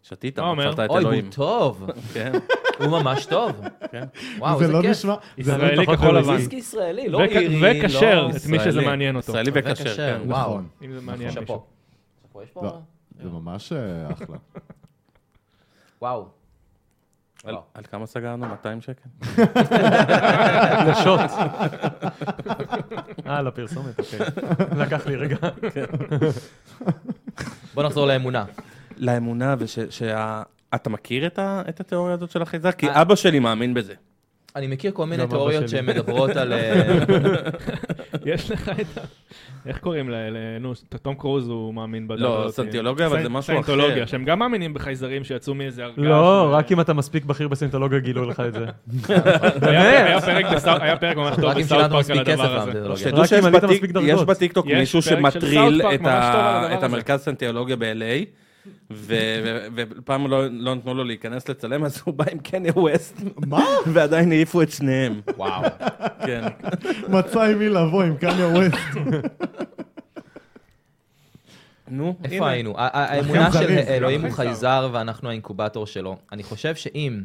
Speaker 4: שתית,
Speaker 3: מה אומר?
Speaker 4: מצאת את
Speaker 2: אוי,
Speaker 4: אלוהים.
Speaker 2: הוא טוב.
Speaker 4: כן,
Speaker 2: הוא ממש טוב.
Speaker 4: כן.
Speaker 2: וואו,
Speaker 1: זה
Speaker 2: איזה
Speaker 1: לא
Speaker 2: כיף.
Speaker 1: נשמע... זה לא-
Speaker 3: ישראלי
Speaker 5: פחות
Speaker 3: כחול
Speaker 5: רלוונטי.
Speaker 3: לבן.
Speaker 2: וויסקי ישראלי, לא
Speaker 3: וכ-
Speaker 2: אירי.
Speaker 3: וכשר,
Speaker 2: לא-
Speaker 3: את מי שזה
Speaker 4: ישראלי.
Speaker 3: מעניין אותו.
Speaker 4: ישראלי וכשר, כן.
Speaker 2: וואו.
Speaker 1: נכון.
Speaker 3: אם זה מעניין מישהו.
Speaker 2: שאפו. שאפו, יש פה?
Speaker 1: לא. זה ממש אה, אחלה.
Speaker 2: וואו.
Speaker 4: על-
Speaker 2: וואו.
Speaker 4: על כמה סגרנו? 200 שקל?
Speaker 3: [LAUGHS]
Speaker 5: קשות. אה, לפרסומת, אוקיי. לקח לי רגע.
Speaker 2: בוא נחזור לאמונה.
Speaker 4: לאמונה, ואתה מכיר את ה- את התיאוריה הזאת של החייזר? כי אבא שלי מאמין בזה.
Speaker 2: אני מכיר כל מיני
Speaker 5: גם אבא
Speaker 2: תיאוריות
Speaker 5: שלי.
Speaker 2: שמדברות
Speaker 3: [LAUGHS]
Speaker 2: על... אה,
Speaker 3: יש לך את ה... איך קוראים ל... ל- נו, ת- תום קרוז הוא מאמין בדת
Speaker 4: לא,
Speaker 3: הזאת.
Speaker 4: סנטיולוגיה, אבל זה
Speaker 3: סיינ-
Speaker 4: משהו אחר.
Speaker 3: סיינטולוגיה, שהם גם מאמינים בחייזרים שיצאו מאיזה הרגש.
Speaker 5: לא,
Speaker 3: ו-
Speaker 5: רק אם אתה מספיק בכיר בסינטולוגיה גילו לך
Speaker 3: [LAUGHS]
Speaker 5: את זה.
Speaker 3: היה היה פרק בסאו- היה פרק ממש טוב
Speaker 2: רק אם
Speaker 3: בסאוט
Speaker 2: שילמנו
Speaker 3: פארק
Speaker 2: מספיק
Speaker 3: על
Speaker 2: כסף לא-
Speaker 3: הדבר הזה. אוקיי,
Speaker 2: לאנטרולוגיה.
Speaker 4: שתדעו
Speaker 5: רק
Speaker 4: שיש
Speaker 5: אם עלית
Speaker 4: בטיק-
Speaker 5: מספיק
Speaker 4: אוקיי. יש
Speaker 5: דרגות.
Speaker 4: בטיקטוק
Speaker 3: יש
Speaker 4: מישהו
Speaker 3: פרק של סאוט
Speaker 4: שמטריל
Speaker 3: פארק
Speaker 4: את
Speaker 3: ממש טוב על
Speaker 4: ה-
Speaker 3: הדבר
Speaker 4: את
Speaker 3: הזה.
Speaker 4: המרכז סנטיאולוגיה ב-LA, ופעם לא לא נתנו לו להיכנס לצלם, אז הוא בא עם קניה ווסט. מה? [LAUGHS] ועדיין העיפו את שניהם.
Speaker 2: וואו.
Speaker 4: כן.
Speaker 1: [LAUGHS] מצא עם מי לבוא עם קניה [LAUGHS] ווסט.
Speaker 4: נו,
Speaker 2: איפה
Speaker 4: הנה.
Speaker 2: היינו? ה- ה- האמונה של
Speaker 1: חייזרים,
Speaker 2: אלוהים הוא
Speaker 3: חייזר.
Speaker 2: חייזר ואנחנו האינקובטור שלו. אני חושב שאם...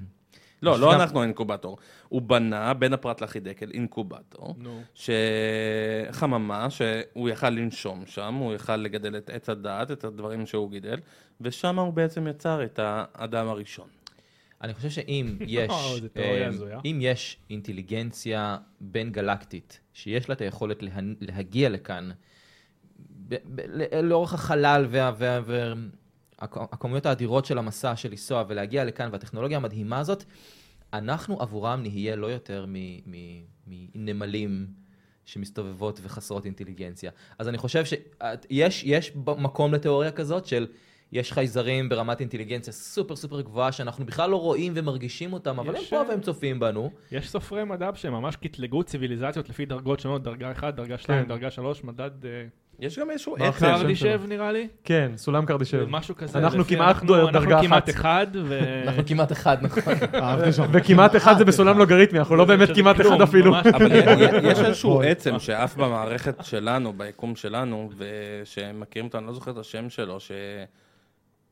Speaker 4: לא, לא
Speaker 2: שנייה.
Speaker 4: אנחנו האינקובטור. הוא בנה בין הפרט לחידקל אינקובטור,
Speaker 3: נו.
Speaker 4: שחממה, שהוא יכל לנשום שם, הוא יכל לגדל את עץ הדעת, את הדברים שהוא גידל, ושם הוא בעצם יצר את האדם הראשון.
Speaker 2: אני חושב
Speaker 3: [LAUGHS]
Speaker 2: שאם יש,
Speaker 3: וואו, זו תיאוריה
Speaker 2: אמ,
Speaker 3: הזויה.
Speaker 2: אם יש אינטליגנציה בין גלקטית, שיש לה את היכולת לה, להגיע לכאן, ב, ב, ל- לאורך החלל וה, וה, וה, הכ- הכמויות האדירות של המסע, של לנסוע ולהגיע לכאן, והטכנולוגיה המדהימה הזאת, אנחנו עבורם נהיה לא יותר מ- מ- מנמלים שמסתובבות וחסרות אינטליגנציה. אז אני חושב שיש יש ב- מקום לתיאוריה כזאת של יש חייזרים ברמת אינטליגנציה סופר סופר גבוהה, שאנחנו בכלל לא רואים ומרגישים אותם, אבל הם
Speaker 3: יש,
Speaker 2: פה
Speaker 3: אה,
Speaker 2: והם צופים בנו.
Speaker 3: יש סופרי מדע שממש קטלגו ציוויליזציות לפי דרגות שונות, דרגה 1, דרגה 2,
Speaker 5: כן.
Speaker 3: דרגה 3, מדד אה,
Speaker 4: יש גם איזשהו
Speaker 5: מה אחרי השם
Speaker 3: קרדישב
Speaker 5: שלו?
Speaker 3: נראה לי,
Speaker 5: כן, סולם קרדישב.
Speaker 3: משהו כזה.
Speaker 5: אנחנו
Speaker 3: לפי-
Speaker 5: כמעט
Speaker 3: אנחנו-
Speaker 5: דרגה
Speaker 3: אנחנו כמעט
Speaker 5: אחת.
Speaker 3: אחד, ו...
Speaker 2: [LAUGHS] אנחנו כמעט אחד, נכון. [LAUGHS]
Speaker 1: אהבתי שם.
Speaker 5: וכמעט אחד זה בסולם לוגריתמי, אנחנו לא באמת
Speaker 3: שזה
Speaker 5: כמעט אחד
Speaker 3: כלום,
Speaker 5: אפילו.
Speaker 3: ממש
Speaker 4: אבל
Speaker 3: כלום.
Speaker 4: יש איזשהו עצם שעף במערכת שלנו, ביקום שלנו, ושמכירים אותו, אני לא זוכר את השם שלו, ש...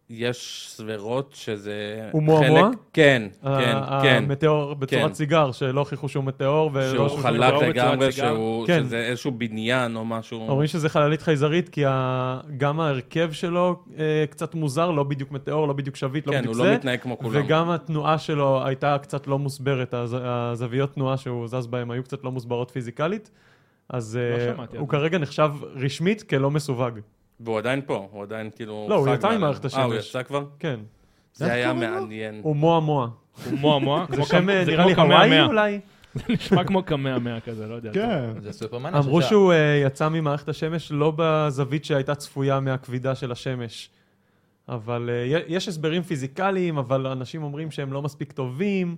Speaker 4: יש סברות שזה...
Speaker 5: הוא מועמוע? אה,
Speaker 4: חלק- כן,
Speaker 5: [LAUGHS] ה-
Speaker 4: כן,
Speaker 5: ה-
Speaker 4: כן.
Speaker 5: המטאור
Speaker 4: כן.
Speaker 5: בצורת סיגר, שלא הוכיחו שהוא מטאור. ולא
Speaker 4: שהוא
Speaker 5: הוכיחו
Speaker 4: חלק
Speaker 3: לא בצורת
Speaker 4: לגמרי,
Speaker 3: סיגר.
Speaker 4: שהוא-
Speaker 5: כן.
Speaker 4: שזה איזשהו בניין או משהו.
Speaker 5: אומרים שזה חללית חייזרית, כי ה- גם ההרכב שלו אה, קצת מוזר, לא בדיוק מטאור, לא בדיוק שביט, לא
Speaker 4: כן,
Speaker 5: בדיוק
Speaker 4: הוא
Speaker 5: זה.
Speaker 4: לא מתנהג כמו כולם.
Speaker 5: וגם התנועה שלו הייתה קצת לא מוסברת, הז... הזוויות תנועה שהוא זז בהן היו קצת לא מוסברות פיזיקלית, אז
Speaker 3: לא
Speaker 5: אה,
Speaker 3: שמעתי על
Speaker 5: הוא
Speaker 3: זה.
Speaker 5: כרגע נחשב רשמית כלא מסווג.
Speaker 4: והוא עדיין פה, הוא עדיין כאילו...
Speaker 5: לא, הוא
Speaker 4: חי
Speaker 5: יצא
Speaker 4: מעליו.
Speaker 5: ממערכת
Speaker 4: אה, הוא
Speaker 5: השמש.
Speaker 4: יצא כבר?
Speaker 5: כן.
Speaker 4: זה
Speaker 1: איך
Speaker 4: היה
Speaker 1: קוראים לו?
Speaker 4: מעניין.
Speaker 5: הוא מועה מועה.
Speaker 3: הוא מועה מועה,
Speaker 5: זה
Speaker 3: כמו
Speaker 5: שם
Speaker 3: קמ-
Speaker 5: אה,
Speaker 3: זה
Speaker 5: נראה
Speaker 3: כמו
Speaker 5: לי
Speaker 3: קמע
Speaker 5: הוואי
Speaker 3: מאה.
Speaker 5: אולי?
Speaker 3: נשמע כמו קמע מאה כזה, לא יודע.
Speaker 1: כן.
Speaker 2: זה סופרמן. אני
Speaker 5: אמרו
Speaker 2: חושב
Speaker 5: שהוא אה, יצא ממערכת השמש לא בזווית שהייתה צפויה מהכבידה של השמש. אבל אה, י- יש הסברים פיזיקליים, אבל אנשים אומרים שהם לא מספיק טובים.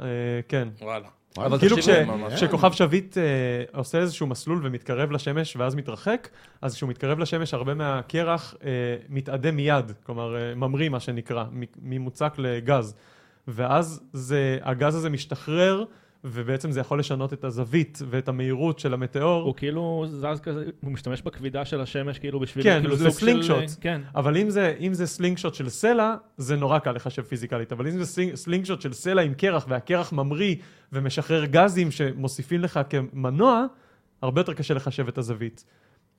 Speaker 5: אה, כן.
Speaker 4: וואלה.
Speaker 2: אבל
Speaker 5: כאילו כש,
Speaker 2: תקשיבו,
Speaker 4: ממש.
Speaker 5: כשכוכב שביט אה, עושה איזשהו מסלול ומתקרב לשמש ואז מתרחק, אז כשהוא מתקרב לשמש הרבה מהקרח אה, מתאדה מיד, כלומר אה, ממריא מה שנקרא, מ- ממוצק לגז. ואז זה, הגז הזה משתחרר, ובעצם זה יכול לשנות את הזווית ואת המהירות של המטאור.
Speaker 3: הוא כאילו זז כזה, הוא משתמש בכבידה של השמש כאילו בשביל...
Speaker 5: כן,
Speaker 3: כאילו
Speaker 5: זה
Speaker 3: סוג של-
Speaker 5: slingshot.
Speaker 3: כן.
Speaker 5: אבל אם זה, אם זה סלינג שוט של סלע, זה נורא קל לחשב פיזיקלית, אבל אם זה סלינג שוט של סלע עם קרח, והקרח ממריא ומשחרר גזים שמוסיפים לך כמנוע, הרבה יותר קשה לחשב את הזווית,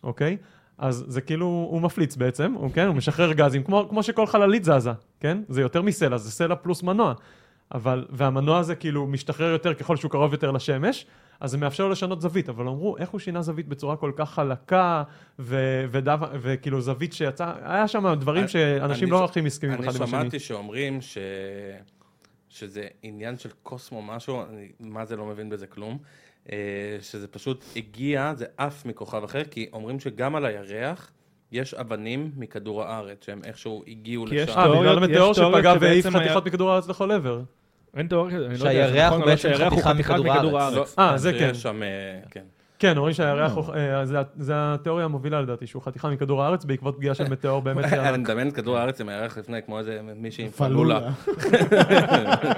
Speaker 5: אוקיי? אז זה כאילו, הוא מפליץ בעצם, הוא, כן? הוא משחרר גזים, כמו, כמו שכל חללית זזה, כן? זה יותר מסלע, זה סלע פלוס מנוע. אבל, והמנוע הזה כאילו משתחרר יותר ככל שהוא קרוב יותר לשמש, אז זה מאפשר לו לשנות זווית, אבל אמרו, איך הוא שינה זווית בצורה כל כך חלקה, ו- ודו, וכאילו זווית שיצא, היה שם דברים
Speaker 4: אני-
Speaker 5: שאנשים
Speaker 4: אני
Speaker 5: לא
Speaker 4: ש-
Speaker 5: הכי מסכימים אחד עם
Speaker 4: אני
Speaker 5: השני.
Speaker 4: שמעתי שאומרים ש... שזה עניין של קוסמו משהו, אני מה זה לא מבין בזה כלום, אה, שזה פשוט הגיע, זה עף מכוכב אחר, כי אומרים שגם על הירח יש אבנים מכדור הארץ, שהם איכשהו הגיעו
Speaker 3: כי יש
Speaker 4: לשם.
Speaker 5: אה, בגלל
Speaker 3: תיאוריות-
Speaker 5: המטאור
Speaker 3: יש תיאוריות
Speaker 5: שפגע והעיף
Speaker 3: שבעצם היה-
Speaker 5: חתיכות מכדור הארץ לכל עבר.
Speaker 3: אין תיאוריה, אני לא יודע.
Speaker 2: שהירח
Speaker 3: זה נכון,
Speaker 2: הוא
Speaker 3: אבל
Speaker 2: בעצם
Speaker 3: שהירח הוא
Speaker 2: חתיכה
Speaker 3: חתיכת
Speaker 2: מכדור
Speaker 3: מכדור
Speaker 4: לא,
Speaker 2: הארץ.
Speaker 3: הארץ.
Speaker 5: אה, זה כן.
Speaker 4: יש שם, אה, כן.
Speaker 5: כן, אומרים שהירח
Speaker 1: לא.
Speaker 5: הוא, אה, זה ה- זה התיאוריה המובילה לדעתי, שהוא חתיכה מכדור הארץ בעקבות פגיעה של מטאור באמת
Speaker 4: אני
Speaker 5: ענק.
Speaker 4: מדמיין את כדור הארץ עם הירח לפני, כמו איזה מישהי עם
Speaker 1: פלולה.
Speaker 4: פלולה.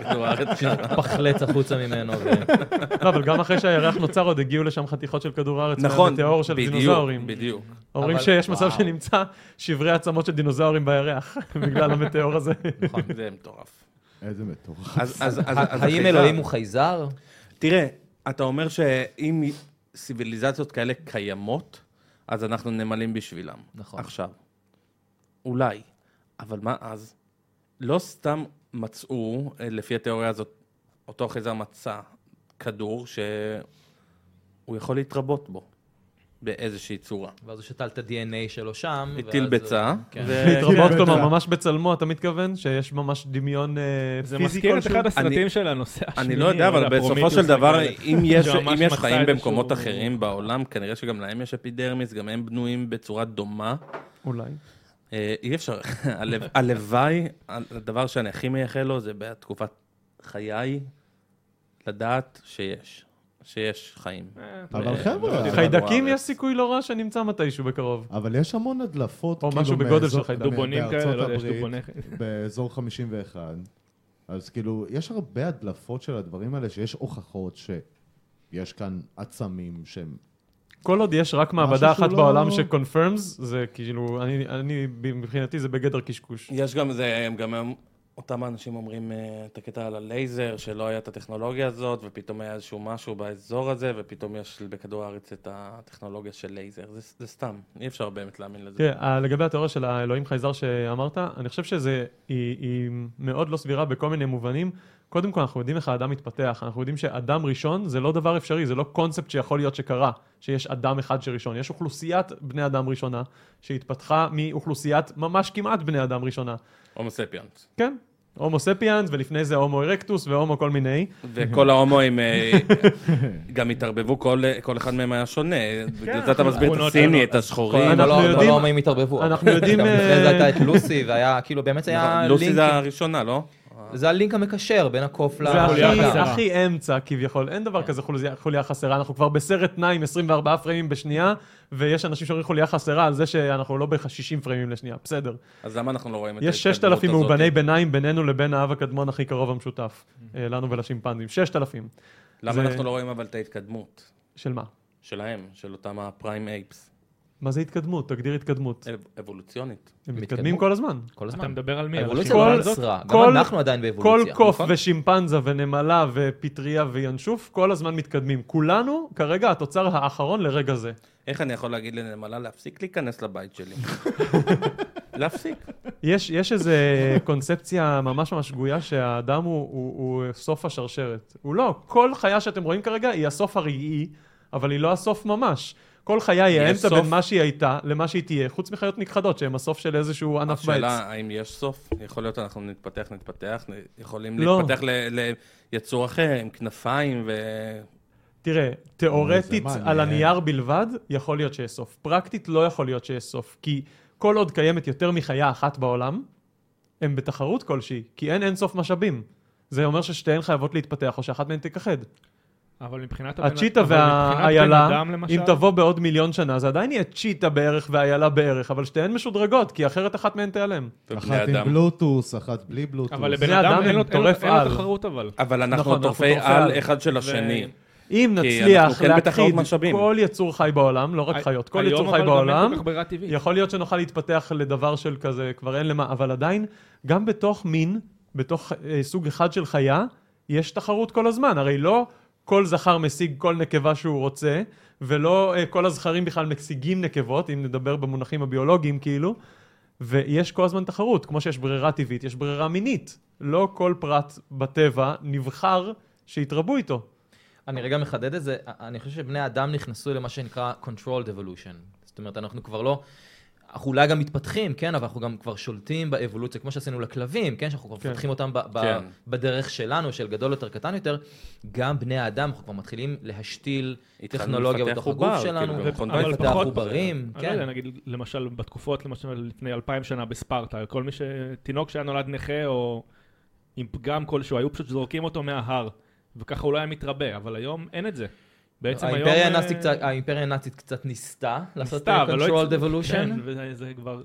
Speaker 4: כדור הארץ שם.
Speaker 2: [LAUGHS] פחלץ החוצה ממנו. ו-
Speaker 5: לא, אבל גם אחרי שהירח נוצר עוד הגיעו לשם חתיכות של כדור הארץ
Speaker 4: נכון,
Speaker 5: מהמטאור של
Speaker 4: בדיוק,
Speaker 5: דינוזאורים.
Speaker 4: בדיוק.
Speaker 5: אומרים
Speaker 2: אבל-
Speaker 5: שיש מצב
Speaker 2: וואו.
Speaker 5: שנמצא שברי עצמות של דינוזאורים בירח, [LAUGHS] בגלל המטאור הזה.
Speaker 2: נכון.
Speaker 4: זה מטורף.
Speaker 1: איזה מטורף.
Speaker 4: אז- אז- אז- אז
Speaker 2: האם
Speaker 4: החידה-
Speaker 2: אלוהים הוא חייזר?
Speaker 4: תראה, אתה אומר שאם סיביליזציות כאלה קיימות, אז אנחנו נמלים בשבילם.
Speaker 2: נכון.
Speaker 4: עכשיו. אולי. אבל מה אז? לא סתם מצאו, אה, לפי התיאוריה הזאת, אותו חייזר מצא כדור שהוא יכול להתרבות בו באיזושהי צורה.
Speaker 2: ואז הוא שתל את ה-DNA שלו שם.
Speaker 4: הטיל
Speaker 2: ואז-
Speaker 4: ביצה,
Speaker 2: כן.
Speaker 4: ו-
Speaker 5: להתרבות,
Speaker 1: כן,
Speaker 5: כלומר,
Speaker 1: בטח.
Speaker 5: ממש בצלמו, אתה מתכוון? שיש ממש דמיון אה,
Speaker 3: זה
Speaker 5: פיזי
Speaker 3: מזכיר את
Speaker 5: כלשהו?
Speaker 3: אחד הסרטים
Speaker 4: אני-
Speaker 3: של הנושא השני.
Speaker 4: אני לא יודע, אבל
Speaker 3: הפרומיטיוס
Speaker 4: בסופו של דבר,
Speaker 3: וכאלה.
Speaker 4: אם יש-
Speaker 3: שממש
Speaker 4: אם יש
Speaker 3: מצא
Speaker 4: חיים
Speaker 3: איזשהו-
Speaker 4: במקומות אחרים בעולם, כנראה שגם להם יש אפידרמיס, גם הם בנויים בצורה דומה.
Speaker 5: אולי.
Speaker 4: אה, אי אפשר, [LAUGHS] הלו- הלוואי, הדבר שאני הכי מייחל לו זה בתקופת חיי, לדעת שיש, שיש חיים.
Speaker 3: אה,
Speaker 1: אבל
Speaker 4: אה,
Speaker 1: חבר'ה,
Speaker 4: לא יודע.
Speaker 5: חיידקים
Speaker 4: הארץ.
Speaker 5: יש סיכוי לא רע שנמצא מתישהו בקרוב.
Speaker 1: אבל יש המון הדלפות.
Speaker 5: או
Speaker 1: כאילו,
Speaker 5: משהו בגודל
Speaker 1: מאזור-
Speaker 5: של חיידק.
Speaker 3: דובונים
Speaker 1: בארצות
Speaker 3: כאלה, לא יודע, יש
Speaker 1: הברית,
Speaker 3: דובוני...
Speaker 1: באזור 51. אז כאילו, יש הרבה הדלפות של הדברים האלה, שיש הוכחות שיש כאן עצמים שהם...
Speaker 5: כל עוד יש רק
Speaker 1: משהו
Speaker 5: מעבדה אחת
Speaker 1: שהוא
Speaker 5: בעולם
Speaker 1: לא-
Speaker 5: שקונפירמס, זה כאילו, אני- אני, מבחינתי זה בגדר קשקוש.
Speaker 4: יש גם זה, הם גם הם- אותם האנשים אומרים אה, את הקטע על הלייזר, שלא היה את הטכנולוגיה הזאת, ופתאום היה איזשהו משהו באזור הזה, ופתאום יש בכדור הארץ את הטכנולוגיה של לייזר. זה- זה סתם, אי אפשר באמת להאמין לזה.
Speaker 5: תראה, ה- לגבי התיאוריה של האלוהים חייזר שאמרת, אני חושב שזה, היא, היא מאוד לא סבירה בכל מיני מובנים. קודם כל, אנחנו יודעים איך האדם מתפתח. אנחנו יודעים שאדם ראשון זה לא דבר אפשרי, זה לא קונספט שיכול להיות שקרה, שיש אדם אחד שראשון. יש אוכלוסיית בני אדם ראשונה, שהתפתחה מאוכלוסיית ממש כמעט בני אדם ראשונה.
Speaker 4: הומו ספיונס.
Speaker 5: כן, הומו ספיאנס, ולפני זה הומו ארקטוס והומו כל מיני.
Speaker 4: וכל ההומואים אה, גם התערבבו, כל כל אחד מהם היה שונה. בגלל זה אתה מסביר את
Speaker 3: תכונות
Speaker 4: הסיני,
Speaker 3: שונות.
Speaker 4: את השחורים.
Speaker 5: אנחנו
Speaker 2: כל
Speaker 5: יודעים-
Speaker 2: ההומואים לא התערבבו. [LAUGHS]
Speaker 5: אנחנו יודעים,
Speaker 2: גם לפני זה
Speaker 5: אה,
Speaker 2: הייתה את לוסי, והיה, כאילו, באמת היה
Speaker 4: נכון, לוסי
Speaker 2: לינק.
Speaker 4: זה הראשונה, לא?
Speaker 2: זה הלינק המקשר בין הקוף אה,
Speaker 5: זה
Speaker 3: החוליה
Speaker 5: הכי-
Speaker 3: החסרה.
Speaker 5: זה הכי אמצע כביכול, אין דבר כזה חוליה- חוליה חסרה, אנחנו כבר בסרט תנאי עם 24 פריימים בשנייה, ויש אנשים שאומרים חוליה חסרה על זה שאנחנו לא בערך 60 פריימים לשנייה, בסדר.
Speaker 4: אז למה אנחנו לא רואים את
Speaker 5: יש
Speaker 4: ההתקדמות
Speaker 5: 6,000
Speaker 4: הזאת?
Speaker 5: מאובני ביניים בינינו לבין האב הקדמון הכי קרוב המשותף, אה, לנו ולשימפנזים, 6,000.
Speaker 4: למה
Speaker 5: זה-
Speaker 4: אנחנו לא רואים אבל את ההתקדמות
Speaker 5: של מה?
Speaker 4: שלהם, של אותם הפריים אייפס?
Speaker 5: מה זה התקדמות? תגדיר התקדמות.
Speaker 4: אב- אבולוציונית.
Speaker 5: הם מתקדמים
Speaker 2: מתקדמים.
Speaker 5: כל הזמן.
Speaker 2: כל
Speaker 3: אתה
Speaker 2: הזמן.
Speaker 3: מדבר על מי? על
Speaker 2: האבולוציה
Speaker 5: כל-
Speaker 3: השמרה
Speaker 2: לא
Speaker 5: הזאת?
Speaker 2: נעצרה,
Speaker 5: כל-
Speaker 2: גם אנחנו עדיין
Speaker 5: כל
Speaker 2: באבולוציה.
Speaker 5: קוף
Speaker 2: נכון?
Speaker 5: ושימפנזה ונמלה ופטריה וינשוף, כל הזמן מתקדמים. כולנו כרגע התוצר האחרון לרגע זה.
Speaker 4: איך אני יכול להגיד לנמלה להפסיק להיכנס לבית
Speaker 5: [LAUGHS]
Speaker 4: שלי? להפסיק.
Speaker 5: יש, יש איזו קונספציה ממש ממש שגויה שהאדם הוא, הוא, הוא סוף השרשרת. הוא לא, כל חיה שאתם רואים כרגע היא הסוף הרגעי, אבל היא לא הסוף ממש. כל חיה היא
Speaker 4: יש
Speaker 5: האמצע
Speaker 4: סוף?
Speaker 5: בין מה שהיא הייתה למה שהיא תהיה, חוץ מחיות נכחדות שהן הסוף של איזשהו ענף בעץ.
Speaker 4: השאלה, האם יש סוף? יכול להיות אנחנו נתפתח, נתפתח, נ- יכולים
Speaker 5: לא.
Speaker 4: להתפתח ל- ליצור אחר עם כנפיים ו...
Speaker 5: תראה, תיאורטית
Speaker 1: זה מעניין.
Speaker 5: על הנייר בלבד, יכול להיות שיש סוף. פרקטית לא יכול להיות שיש סוף, כי כל עוד קיימת יותר מחיה אחת בעולם, הם בתחרות כלשהי, כי אין אין סוף משאבים. זה אומר ששתיהן חייבות להתפתח, או שאחת מהן תיכחד.
Speaker 3: אבל מבחינת הבן-
Speaker 5: הצ'יטה
Speaker 3: אבל מבחינת בן
Speaker 5: והאיילה,
Speaker 3: אדם, למשל,
Speaker 5: אם תבוא בעוד מיליון שנה, זה עדיין יהיה צ'יטה בערך ואיילה בערך, אבל שתיהן משודרגות, כי אחרת אחת מהן תיעלם.
Speaker 4: ובני
Speaker 1: אחת עם
Speaker 4: אדם.
Speaker 1: בלוטוס, אחת בלי בלוטוס.
Speaker 3: אבל לבן
Speaker 5: זה
Speaker 3: אדם
Speaker 5: אדם
Speaker 3: אין לו- אין לו
Speaker 5: מטורף
Speaker 3: אין לו
Speaker 5: על.
Speaker 3: תחרות אבל.
Speaker 4: אבל
Speaker 5: נכון,
Speaker 4: אנחנו
Speaker 5: אנחנו
Speaker 4: טורפי
Speaker 5: טורפי
Speaker 4: על
Speaker 5: על.
Speaker 4: אחד של
Speaker 3: ו-
Speaker 4: השני.
Speaker 5: אם
Speaker 4: אנחנו
Speaker 5: נצליח
Speaker 4: כן בתחרות
Speaker 5: להכחיד
Speaker 4: משאבים.
Speaker 5: כל יצור חי בעולם, לא רק חיות, כל יצור
Speaker 3: היום אבל
Speaker 5: חי
Speaker 3: גם אין
Speaker 5: בעולם,
Speaker 3: כל כך ברירה טבעית.
Speaker 5: יכול להיות שנוכל להתפתח לדבר של כזה, כבר אין למה, אבל עדיין, גם בתוך מין, בתוך אה, סוג אחד של חיה, יש תחרות כל הזמן. הרי לא כל זכר משיג כל נקבה שהוא רוצה, ולא אה, כל הזכרים בכלל משיגים נקבות, אם נדבר במונחים הביולוגיים כאילו, ויש כל הזמן תחרות. כמו שיש ברירה טבעית, יש ברירה מינית. לא כל פרט בטבע נבחר שיתרבו איתו.
Speaker 2: אני רגע מחדד את זה, אה, אני חושב שבני האדם נכנסו למה שנקרא controlled evolution. זאת אומרת, אנחנו כבר לא... אנחנו אולי גם מתפתחים, כן, אבל אנחנו גם כבר שולטים באבולוציה, כמו שעשינו לכלבים, כן, שאנחנו כבר
Speaker 5: כן.
Speaker 2: מפתחים אותם ב- ב-
Speaker 4: כן.
Speaker 2: בדרך שלנו, של גדול יותר, קטן יותר. גם בני האדם, אנחנו כבר מתחילים להשתיל
Speaker 4: התחלנו
Speaker 2: טכנולוגיה
Speaker 4: לפתח
Speaker 2: בתוך
Speaker 4: עובר,
Speaker 2: הגוף שלנו,
Speaker 4: כאילו, במכון
Speaker 3: אבל
Speaker 4: ויצמן.
Speaker 2: לפתח
Speaker 3: פחות-
Speaker 2: עוברים,
Speaker 3: אני לא יודע,
Speaker 2: כן.
Speaker 3: נגיד, למשל, בתקופות, למשל, לפני אלפיים שנה בספרטה, כל מי ש... תינוק שהיה נולד נכה או עם פגם כלשהו, היו פשוט זורקים אותו מההר, וככה הוא לא היה מתרבה, אבל היום אין את זה. בעצם היום...
Speaker 2: האימפריה
Speaker 3: אה,
Speaker 2: הנאצית קצת- האימפריה הנאצית קצת ניסתה לעשות
Speaker 3: ניסתה, אבל לא
Speaker 2: controlled
Speaker 3: הצליחה. כן,
Speaker 2: evolution.
Speaker 3: וזה זה כבר...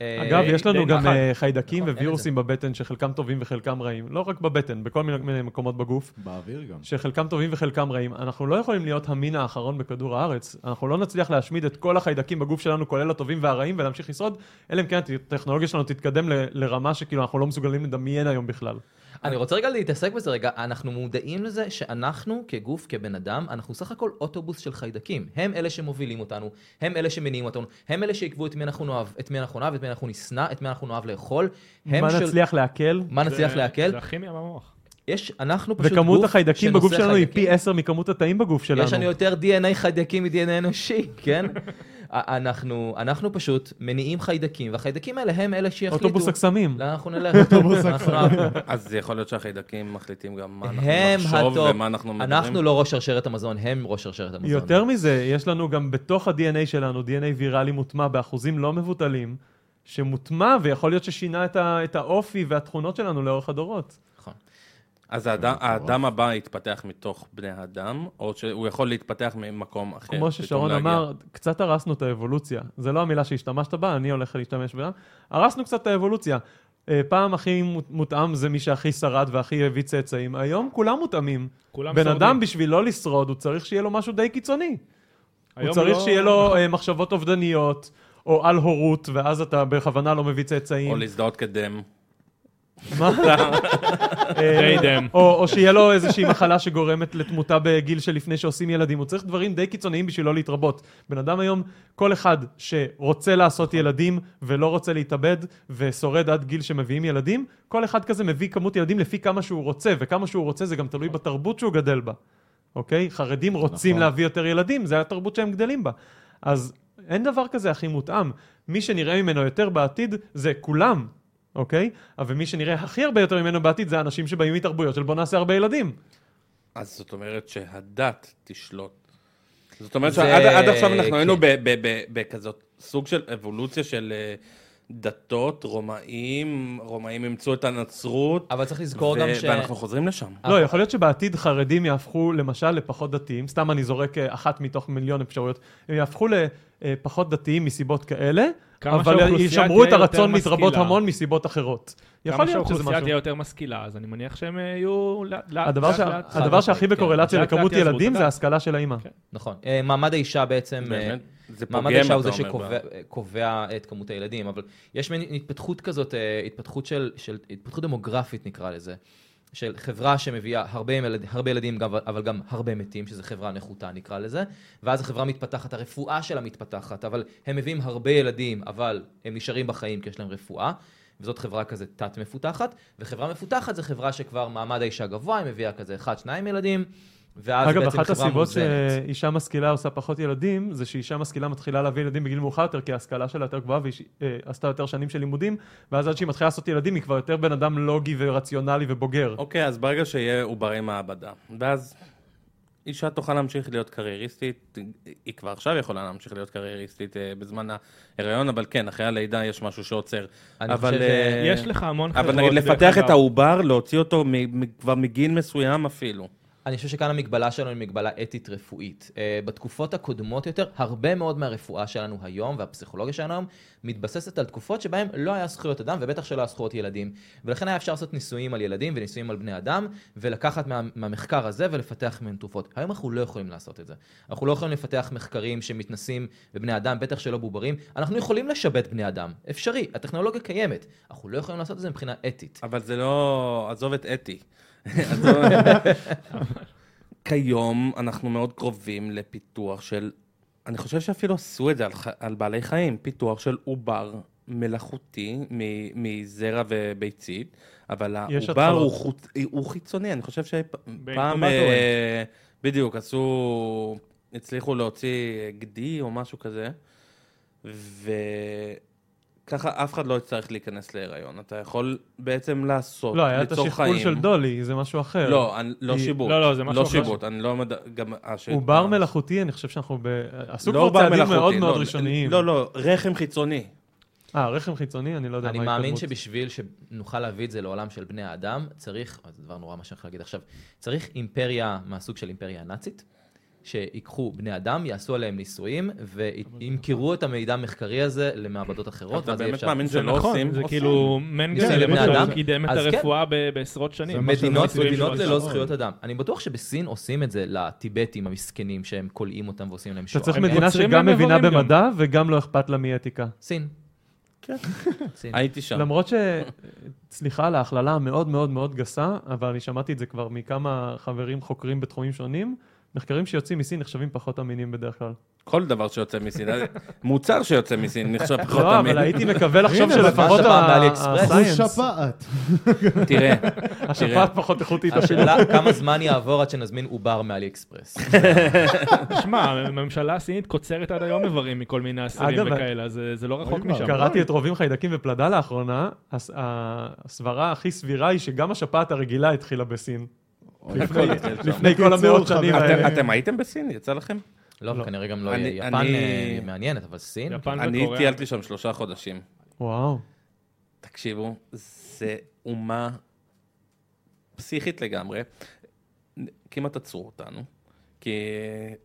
Speaker 2: אה,
Speaker 5: אגב, יש לנו
Speaker 2: די
Speaker 5: גם
Speaker 2: נחת.
Speaker 5: אה, חיידקים
Speaker 2: נכון, אין
Speaker 5: ווירוסים בבטן, שחלקם טובים וחלקם רעים. לא רק בבטן, בכל מיני- מיני מקומות בגוף.
Speaker 1: באוויר גם.
Speaker 5: שחלקם טובים וחלקם רעים. אנחנו לא יכולים להיות המין האחרון בכדור הארץ. אנחנו לא נצליח להשמיד את כל החיידקים בגוף שלנו, כולל הטובים והרעים, ולהמשיך לשרוד, אלא אם כן הטכנולוגיה שלנו תתקדם ל- לרמה שכאילו אנחנו לא מסוגלים לדמיין היום בכלל.
Speaker 2: אני רוצה רגע להתעסק בזה רגע, אנחנו מודעים לזה שאנחנו כגוף, כבן אדם, אנחנו סך הכל אוטובוס של חיידקים. הם אלה שמובילים אותנו, הם אלה שמניעים אותנו, הם אלה שיקבעו את מי אנחנו נאהב, את מי אנחנו נאהב, את מי אנחנו נשנא, את מי אנחנו נאהב לאכול. הם
Speaker 5: מה
Speaker 2: של-
Speaker 5: נצליח להקל?
Speaker 2: מה נצליח
Speaker 3: זה-
Speaker 2: לעכל?
Speaker 3: זה הכימיה במוח.
Speaker 2: יש, אנחנו פשוט גוף
Speaker 5: וכמות החיידקים בגוף
Speaker 2: שנושא
Speaker 5: שלנו היא
Speaker 2: חיידקים.
Speaker 5: פי עשר מכמות התאים בגוף שלנו.
Speaker 2: יש לנו יותר DNA חיידקים מ-DNA אנושי,
Speaker 5: [LAUGHS]
Speaker 2: כן? א- אנחנו, אנחנו פשוט מניעים חיידקים, והחיידקים האלה הם אלה שיחליטו.
Speaker 5: אוטובוס הקסמים.
Speaker 2: לאן אנחנו
Speaker 5: [LAUGHS]
Speaker 2: נלך. אוטובוס הקסמים.
Speaker 4: אז זה יכול להיות שהחיידקים מחליטים גם מה אנחנו
Speaker 2: הם
Speaker 4: נחשוב
Speaker 2: הטופ.
Speaker 4: ומה אנחנו מדברים.
Speaker 2: אנחנו לא ראש שרשרת המזון, הם ראש שרשרת המזון.
Speaker 5: יותר מזה, יש לנו גם בתוך ה-DNA שלנו, DNA ויראלי מוטמע באחוזים לא מבוטלים, שמוטמע ויכול להיות ששינה את, ה- את האופי והתכונות שלנו לאורך הדורות.
Speaker 2: נכון.
Speaker 4: אז האדם, האדם הבא יתפתח מתוך בני האדם, או שהוא יכול להתפתח ממקום
Speaker 3: כן,
Speaker 4: אחר.
Speaker 5: כמו
Speaker 4: פתאום
Speaker 5: ששרון
Speaker 4: להגיע.
Speaker 5: אמר, קצת הרסנו את האבולוציה. זה לא המילה שהשתמשת בה, אני הולך להשתמש בה. הרסנו קצת את האבולוציה. אה, פעם הכי מות- מותאם זה מי שהכי שרד והכי הביא צאצאים. היום כולם מותאמים.
Speaker 3: כולם
Speaker 5: בן
Speaker 3: שורדים.
Speaker 5: אדם בשביל לא לשרוד, הוא צריך שיהיה לו משהו די קיצוני. הוא
Speaker 3: היום
Speaker 5: צריך
Speaker 3: לא-
Speaker 5: שיהיה לו אה, מחשבות אובדניות, או על הורות, ואז אתה בכוונה לא מביא צאצאים.
Speaker 4: או להזדהות כדם.
Speaker 5: מה? אה,
Speaker 3: די דם.
Speaker 5: או, או שיהיה לו איזושהי מחלה שגורמת לתמותה בגיל שלפני שעושים ילדים. הוא צריך דברים די קיצוניים בשביל לא להתרבות. בן אדם היום, כל אחד שרוצה לעשות ילדים ולא רוצה להתאבד ושורד עד גיל שמביאים ילדים, כל אחד כזה מביא כמות ילדים לפי כמה שהוא רוצה, וכמה שהוא רוצה זה גם תלוי בתרבות שהוא גדל בה. אוקיי? חרדים רוצים
Speaker 1: נכון.
Speaker 5: להביא יותר ילדים, זה התרבות שהם גדלים בה. אז אין דבר כזה הכי מותאם. מי שנראה ממנו יותר בעתיד זה כולם, אוקיי? אבל מי שנראה הכי הרבה יותר ממנו בעתיד זה האנשים שבאים מתרבויות של בוא נעשה הרבה ילדים.
Speaker 4: אז זאת אומרת שהדת תשלוט. זאת אומרת
Speaker 2: זה-
Speaker 4: שעד עד עכשיו אנחנו
Speaker 2: כן.
Speaker 4: היינו ב- ב- ב- בכזאת סוג של אבולוציה של אה, דתות, רומאים, רומאים אימצו את הנצרות,
Speaker 2: אבל צריך לזכור
Speaker 4: ו-
Speaker 2: גם ש...
Speaker 4: ואנחנו חוזרים לשם.
Speaker 5: לא, יכול להיות שבעתיד אה, חרדים יהפכו למשל לפחות דתיים, סתם אני זורק אה, אחת מתוך מיליון אפשרויות, הם יהפכו ל... אה, פחות דתיים מסיבות כאלה,
Speaker 3: כמה
Speaker 5: אבל
Speaker 3: שהאוכלוסייה
Speaker 5: ישמרו את
Speaker 3: תהיה יותר
Speaker 5: הרצון להתרבות
Speaker 3: משכילה.
Speaker 5: המון מסיבות אחרות. יכול
Speaker 3: כמה
Speaker 5: להיות שזה
Speaker 3: שהאוכלוסייה
Speaker 5: משהו.
Speaker 3: תהיה יותר משכילה, אז אני מניח שהם אה, יהיו לאט לאט.
Speaker 5: הדבר,
Speaker 3: לאט,
Speaker 5: שה-
Speaker 3: לאט.
Speaker 5: הדבר שהכי
Speaker 2: כן.
Speaker 5: בקורלציה
Speaker 3: לאט לאט
Speaker 5: לכמות
Speaker 3: יעזבו את
Speaker 5: ילדים
Speaker 3: הדת.
Speaker 5: זה ההשכלה של האימא.
Speaker 3: כן.
Speaker 2: נכון. אה, מעמד האישה בעצם... אה,
Speaker 4: באמת, זה פוגם,
Speaker 2: מעמד האישה הוא
Speaker 4: אתה
Speaker 2: זה
Speaker 4: אומר,
Speaker 2: שקובע קובע את כמות הילדים, אבל יש מין התפתחות כזאת, אה, התפתחות של, של, התפתחות דמוגרפית נקרא לזה, של חברה שמביאה הרבה, ילד, הרבה ילדים, גם- אבל גם הרבה מתים, שזו חברה נחותה נקרא לזה, ואז החברה מתפתחת, הרפואה שלה מתפתחת, אבל הם מביאים הרבה ילדים, אבל הם נשארים בחיים כי יש להם רפואה. וזאת חברה כזה תת-מפותחת, וחברה מפותחת זו חברה שכבר מעמד האישה גבוה, היא מביאה כזה אחד, שניים ילדים, ואז
Speaker 5: אגב,
Speaker 2: בעצם
Speaker 5: אחת
Speaker 2: חברה
Speaker 5: הסיבות
Speaker 4: אה,
Speaker 2: מאוזנת.
Speaker 5: שאישה משכילה עושה פחות ילדים, זה שאישה משכילה מתחילה להביא ילדים בגיל מאוחר יותר, כי ההשכלה שלה יותר גבוהה והיא ש- אה, עשתה יותר שנים של לימודים, ואז עד שהיא מתחילה לעשות ילדים היא כבר יותר בן אדם לוגי ורציונלי ובוגר.
Speaker 4: אוקיי, אז ברגע שיהיה עוברי מעבדה, ואז אישה תוכל להמשיך להיות קרייריסטית, היא כבר עכשיו יכולה להמשיך להיות קרייריסטית אה, בזמן ההיריון, אבל כן, אחרי הלידה יש משהו שעוצר.
Speaker 2: אני
Speaker 4: אבל,
Speaker 2: חושב ש-
Speaker 4: אה,
Speaker 3: יש לך המון חברות.
Speaker 4: אבל נגיד
Speaker 3: דרך
Speaker 4: לפתח את
Speaker 3: אגב.
Speaker 4: העובר, להוציא אותו מ- מ- כבר מגיל מסוים אפילו.
Speaker 2: אני חושב שכאן המגבלה שלנו היא מגבלה אתית רפואית. אה, בתקופות הקודמות יותר, הרבה מאוד מהרפואה שלנו היום והפסיכולוגיה שלנו היום מתבססת על תקופות שבהן לא היה זכויות אדם ובטח שלא היה זכויות ילדים. ולכן היה אפשר לעשות ניסויים על ילדים וניסויים על בני אדם ולקחת מה, מהמחקר הזה ולפתח מהן תרופות. היום אנחנו לא יכולים לעשות את זה. אנחנו לא יכולים לפתח מחקרים שמתנסים בבני אדם, בטח שלא בעוברים. אנחנו יכולים לשבת בני אדם, אפשרי, הטכנולוגיה קיימת. אנחנו לא יכולים לעשות את זה מבחינה אתית.
Speaker 4: אבל זה לא... עזוב את אתי. עזוב- כיום אנחנו מאוד קרובים לפיתוח של... אני חושב שאפילו עשו את זה על, ח- על בעלי חיים, פיתוח של עובר מלאכותי מ- מזרע וביצית, אבל
Speaker 5: יש
Speaker 4: העובר
Speaker 5: התחלות.
Speaker 4: הוא, חוט... הוא חיצוני, אני חושב שפעם...
Speaker 3: באינקובטורים.
Speaker 4: בדיוק, עשו... הצליחו להוציא גדי או משהו כזה, וככה אף אחד לא יצטרך להיכנס להיריון. אתה יכול בעצם לעשות,
Speaker 5: לא, היה את
Speaker 4: ליצור
Speaker 5: השכפול
Speaker 4: חיים.
Speaker 5: של דולי, זה משהו אחר.
Speaker 4: לא, אני- לא
Speaker 5: היא-
Speaker 4: שיבוט.
Speaker 3: לא, לא, זה משהו
Speaker 4: לא
Speaker 3: אחר.
Speaker 4: שיבוט, אני לא מד... גם... הש-
Speaker 5: עובר מלאכותי, אני חושב שאנחנו ב... עשו
Speaker 4: לא
Speaker 5: כבר
Speaker 4: עובר
Speaker 5: צעדים
Speaker 4: מלאכותי,
Speaker 5: מאוד
Speaker 4: לא,
Speaker 5: מאוד
Speaker 4: לא,
Speaker 5: ראשוניים.
Speaker 4: לא, לא, רחם חיצוני.
Speaker 5: אה, רחם חיצוני? אני לא יודע מה
Speaker 2: אני
Speaker 5: ההתקדמות.
Speaker 2: מאמין שבשביל שנוכל להביא את זה לעולם של בני האדם, צריך, זה דבר נורא מה שאני הולך להגיד עכשיו, צריך אימפריה מהסוג של אימפריה הנאצית, שיקחו בני אדם, יעשו עליהם ניסויים, וימכרו את המידע המחקרי הזה למעבדות אחרות,
Speaker 4: אתה
Speaker 2: ואז יהיה
Speaker 4: באמת
Speaker 2: אפשר...
Speaker 4: מאמין
Speaker 3: זה
Speaker 4: שלא
Speaker 3: נכון,
Speaker 4: עושים?
Speaker 3: זה
Speaker 4: עושים.
Speaker 3: כאילו
Speaker 1: כן,
Speaker 3: מנגל
Speaker 1: לבני
Speaker 3: למשל
Speaker 1: אדם.
Speaker 3: קידם את
Speaker 2: אז כן.
Speaker 3: הרפואה ב- בעשרות
Speaker 1: זה
Speaker 3: שנים.
Speaker 1: מה
Speaker 2: מדינות,
Speaker 1: שרציתי
Speaker 2: מדינות
Speaker 1: לשאול.
Speaker 2: ללא זכויות אדם. אני בטוח בסין עושים את זה לטיבטים המסכנים שהם כולאים אותם ועושים להם
Speaker 5: אתה
Speaker 2: שואה.
Speaker 5: צריך
Speaker 2: הם-
Speaker 5: מדינה
Speaker 3: עוצרים
Speaker 5: שגם
Speaker 3: להם
Speaker 5: מבינה
Speaker 3: איברים גם.
Speaker 5: במדע וגם לא אכפת לה מאתיקה.
Speaker 2: סין.
Speaker 4: כן.
Speaker 2: סין.
Speaker 4: הייתי שם.
Speaker 5: למרות ש... סליחה על ההכללה המאוד מאוד מאוד גסה, אבל אני שמעתי את זה כבר מכמה חברים חוקרים בתחומים שונים, מחקרים שיוצאים מסין נחשבים פחות אמינים בדרך כלל.
Speaker 4: כל דבר שיוצא מסין, אה, מוצר שיוצא מסין נחשב פחות
Speaker 5: לא,
Speaker 4: אמין.
Speaker 5: אבל הייתי מקווה לחשוב
Speaker 1: הנה,
Speaker 2: ממש
Speaker 5: שלפחות ה-
Speaker 2: הפעם באלי-אקספרס.
Speaker 1: אחוז
Speaker 5: ה-science,
Speaker 1: שפעת.
Speaker 4: תראה,
Speaker 5: השפעת פחות איכותית אפילו.
Speaker 2: השאלה כמה זמן יעבור עד שנזמין עובר מאלי אקספרס.
Speaker 3: שמע, הממשלה הסינית קוצרת עד היום איברים מכל מיני אסירים
Speaker 5: אגב,
Speaker 3: וכאלה, אז אה, זה לא רחוק
Speaker 1: אוי,
Speaker 3: משם.
Speaker 5: קראתי את רובים חיידקים ופלדה לאחרונה, הס- הסברה הכי סבירה היא שגם השפעת הרגילה התחילה בסין.
Speaker 1: אוקיי.
Speaker 5: לפני- לפני כל המאות שנים
Speaker 1: חברים.
Speaker 5: האלה.
Speaker 4: אתם- אתם הייתם בסין? יצא לכם?
Speaker 2: לא, כנראה גם לא
Speaker 4: אני-
Speaker 2: יהיה. יפן
Speaker 4: אני-
Speaker 2: אה, מעניינת, אבל סין?
Speaker 3: יפן
Speaker 4: אני
Speaker 3: וקוריאה.
Speaker 4: טיילתי שם שלושה חודשים.
Speaker 5: וואו.
Speaker 4: תקשיבו, זה אומה פסיכית לגמרי. כמעט עצרו אותנו, כי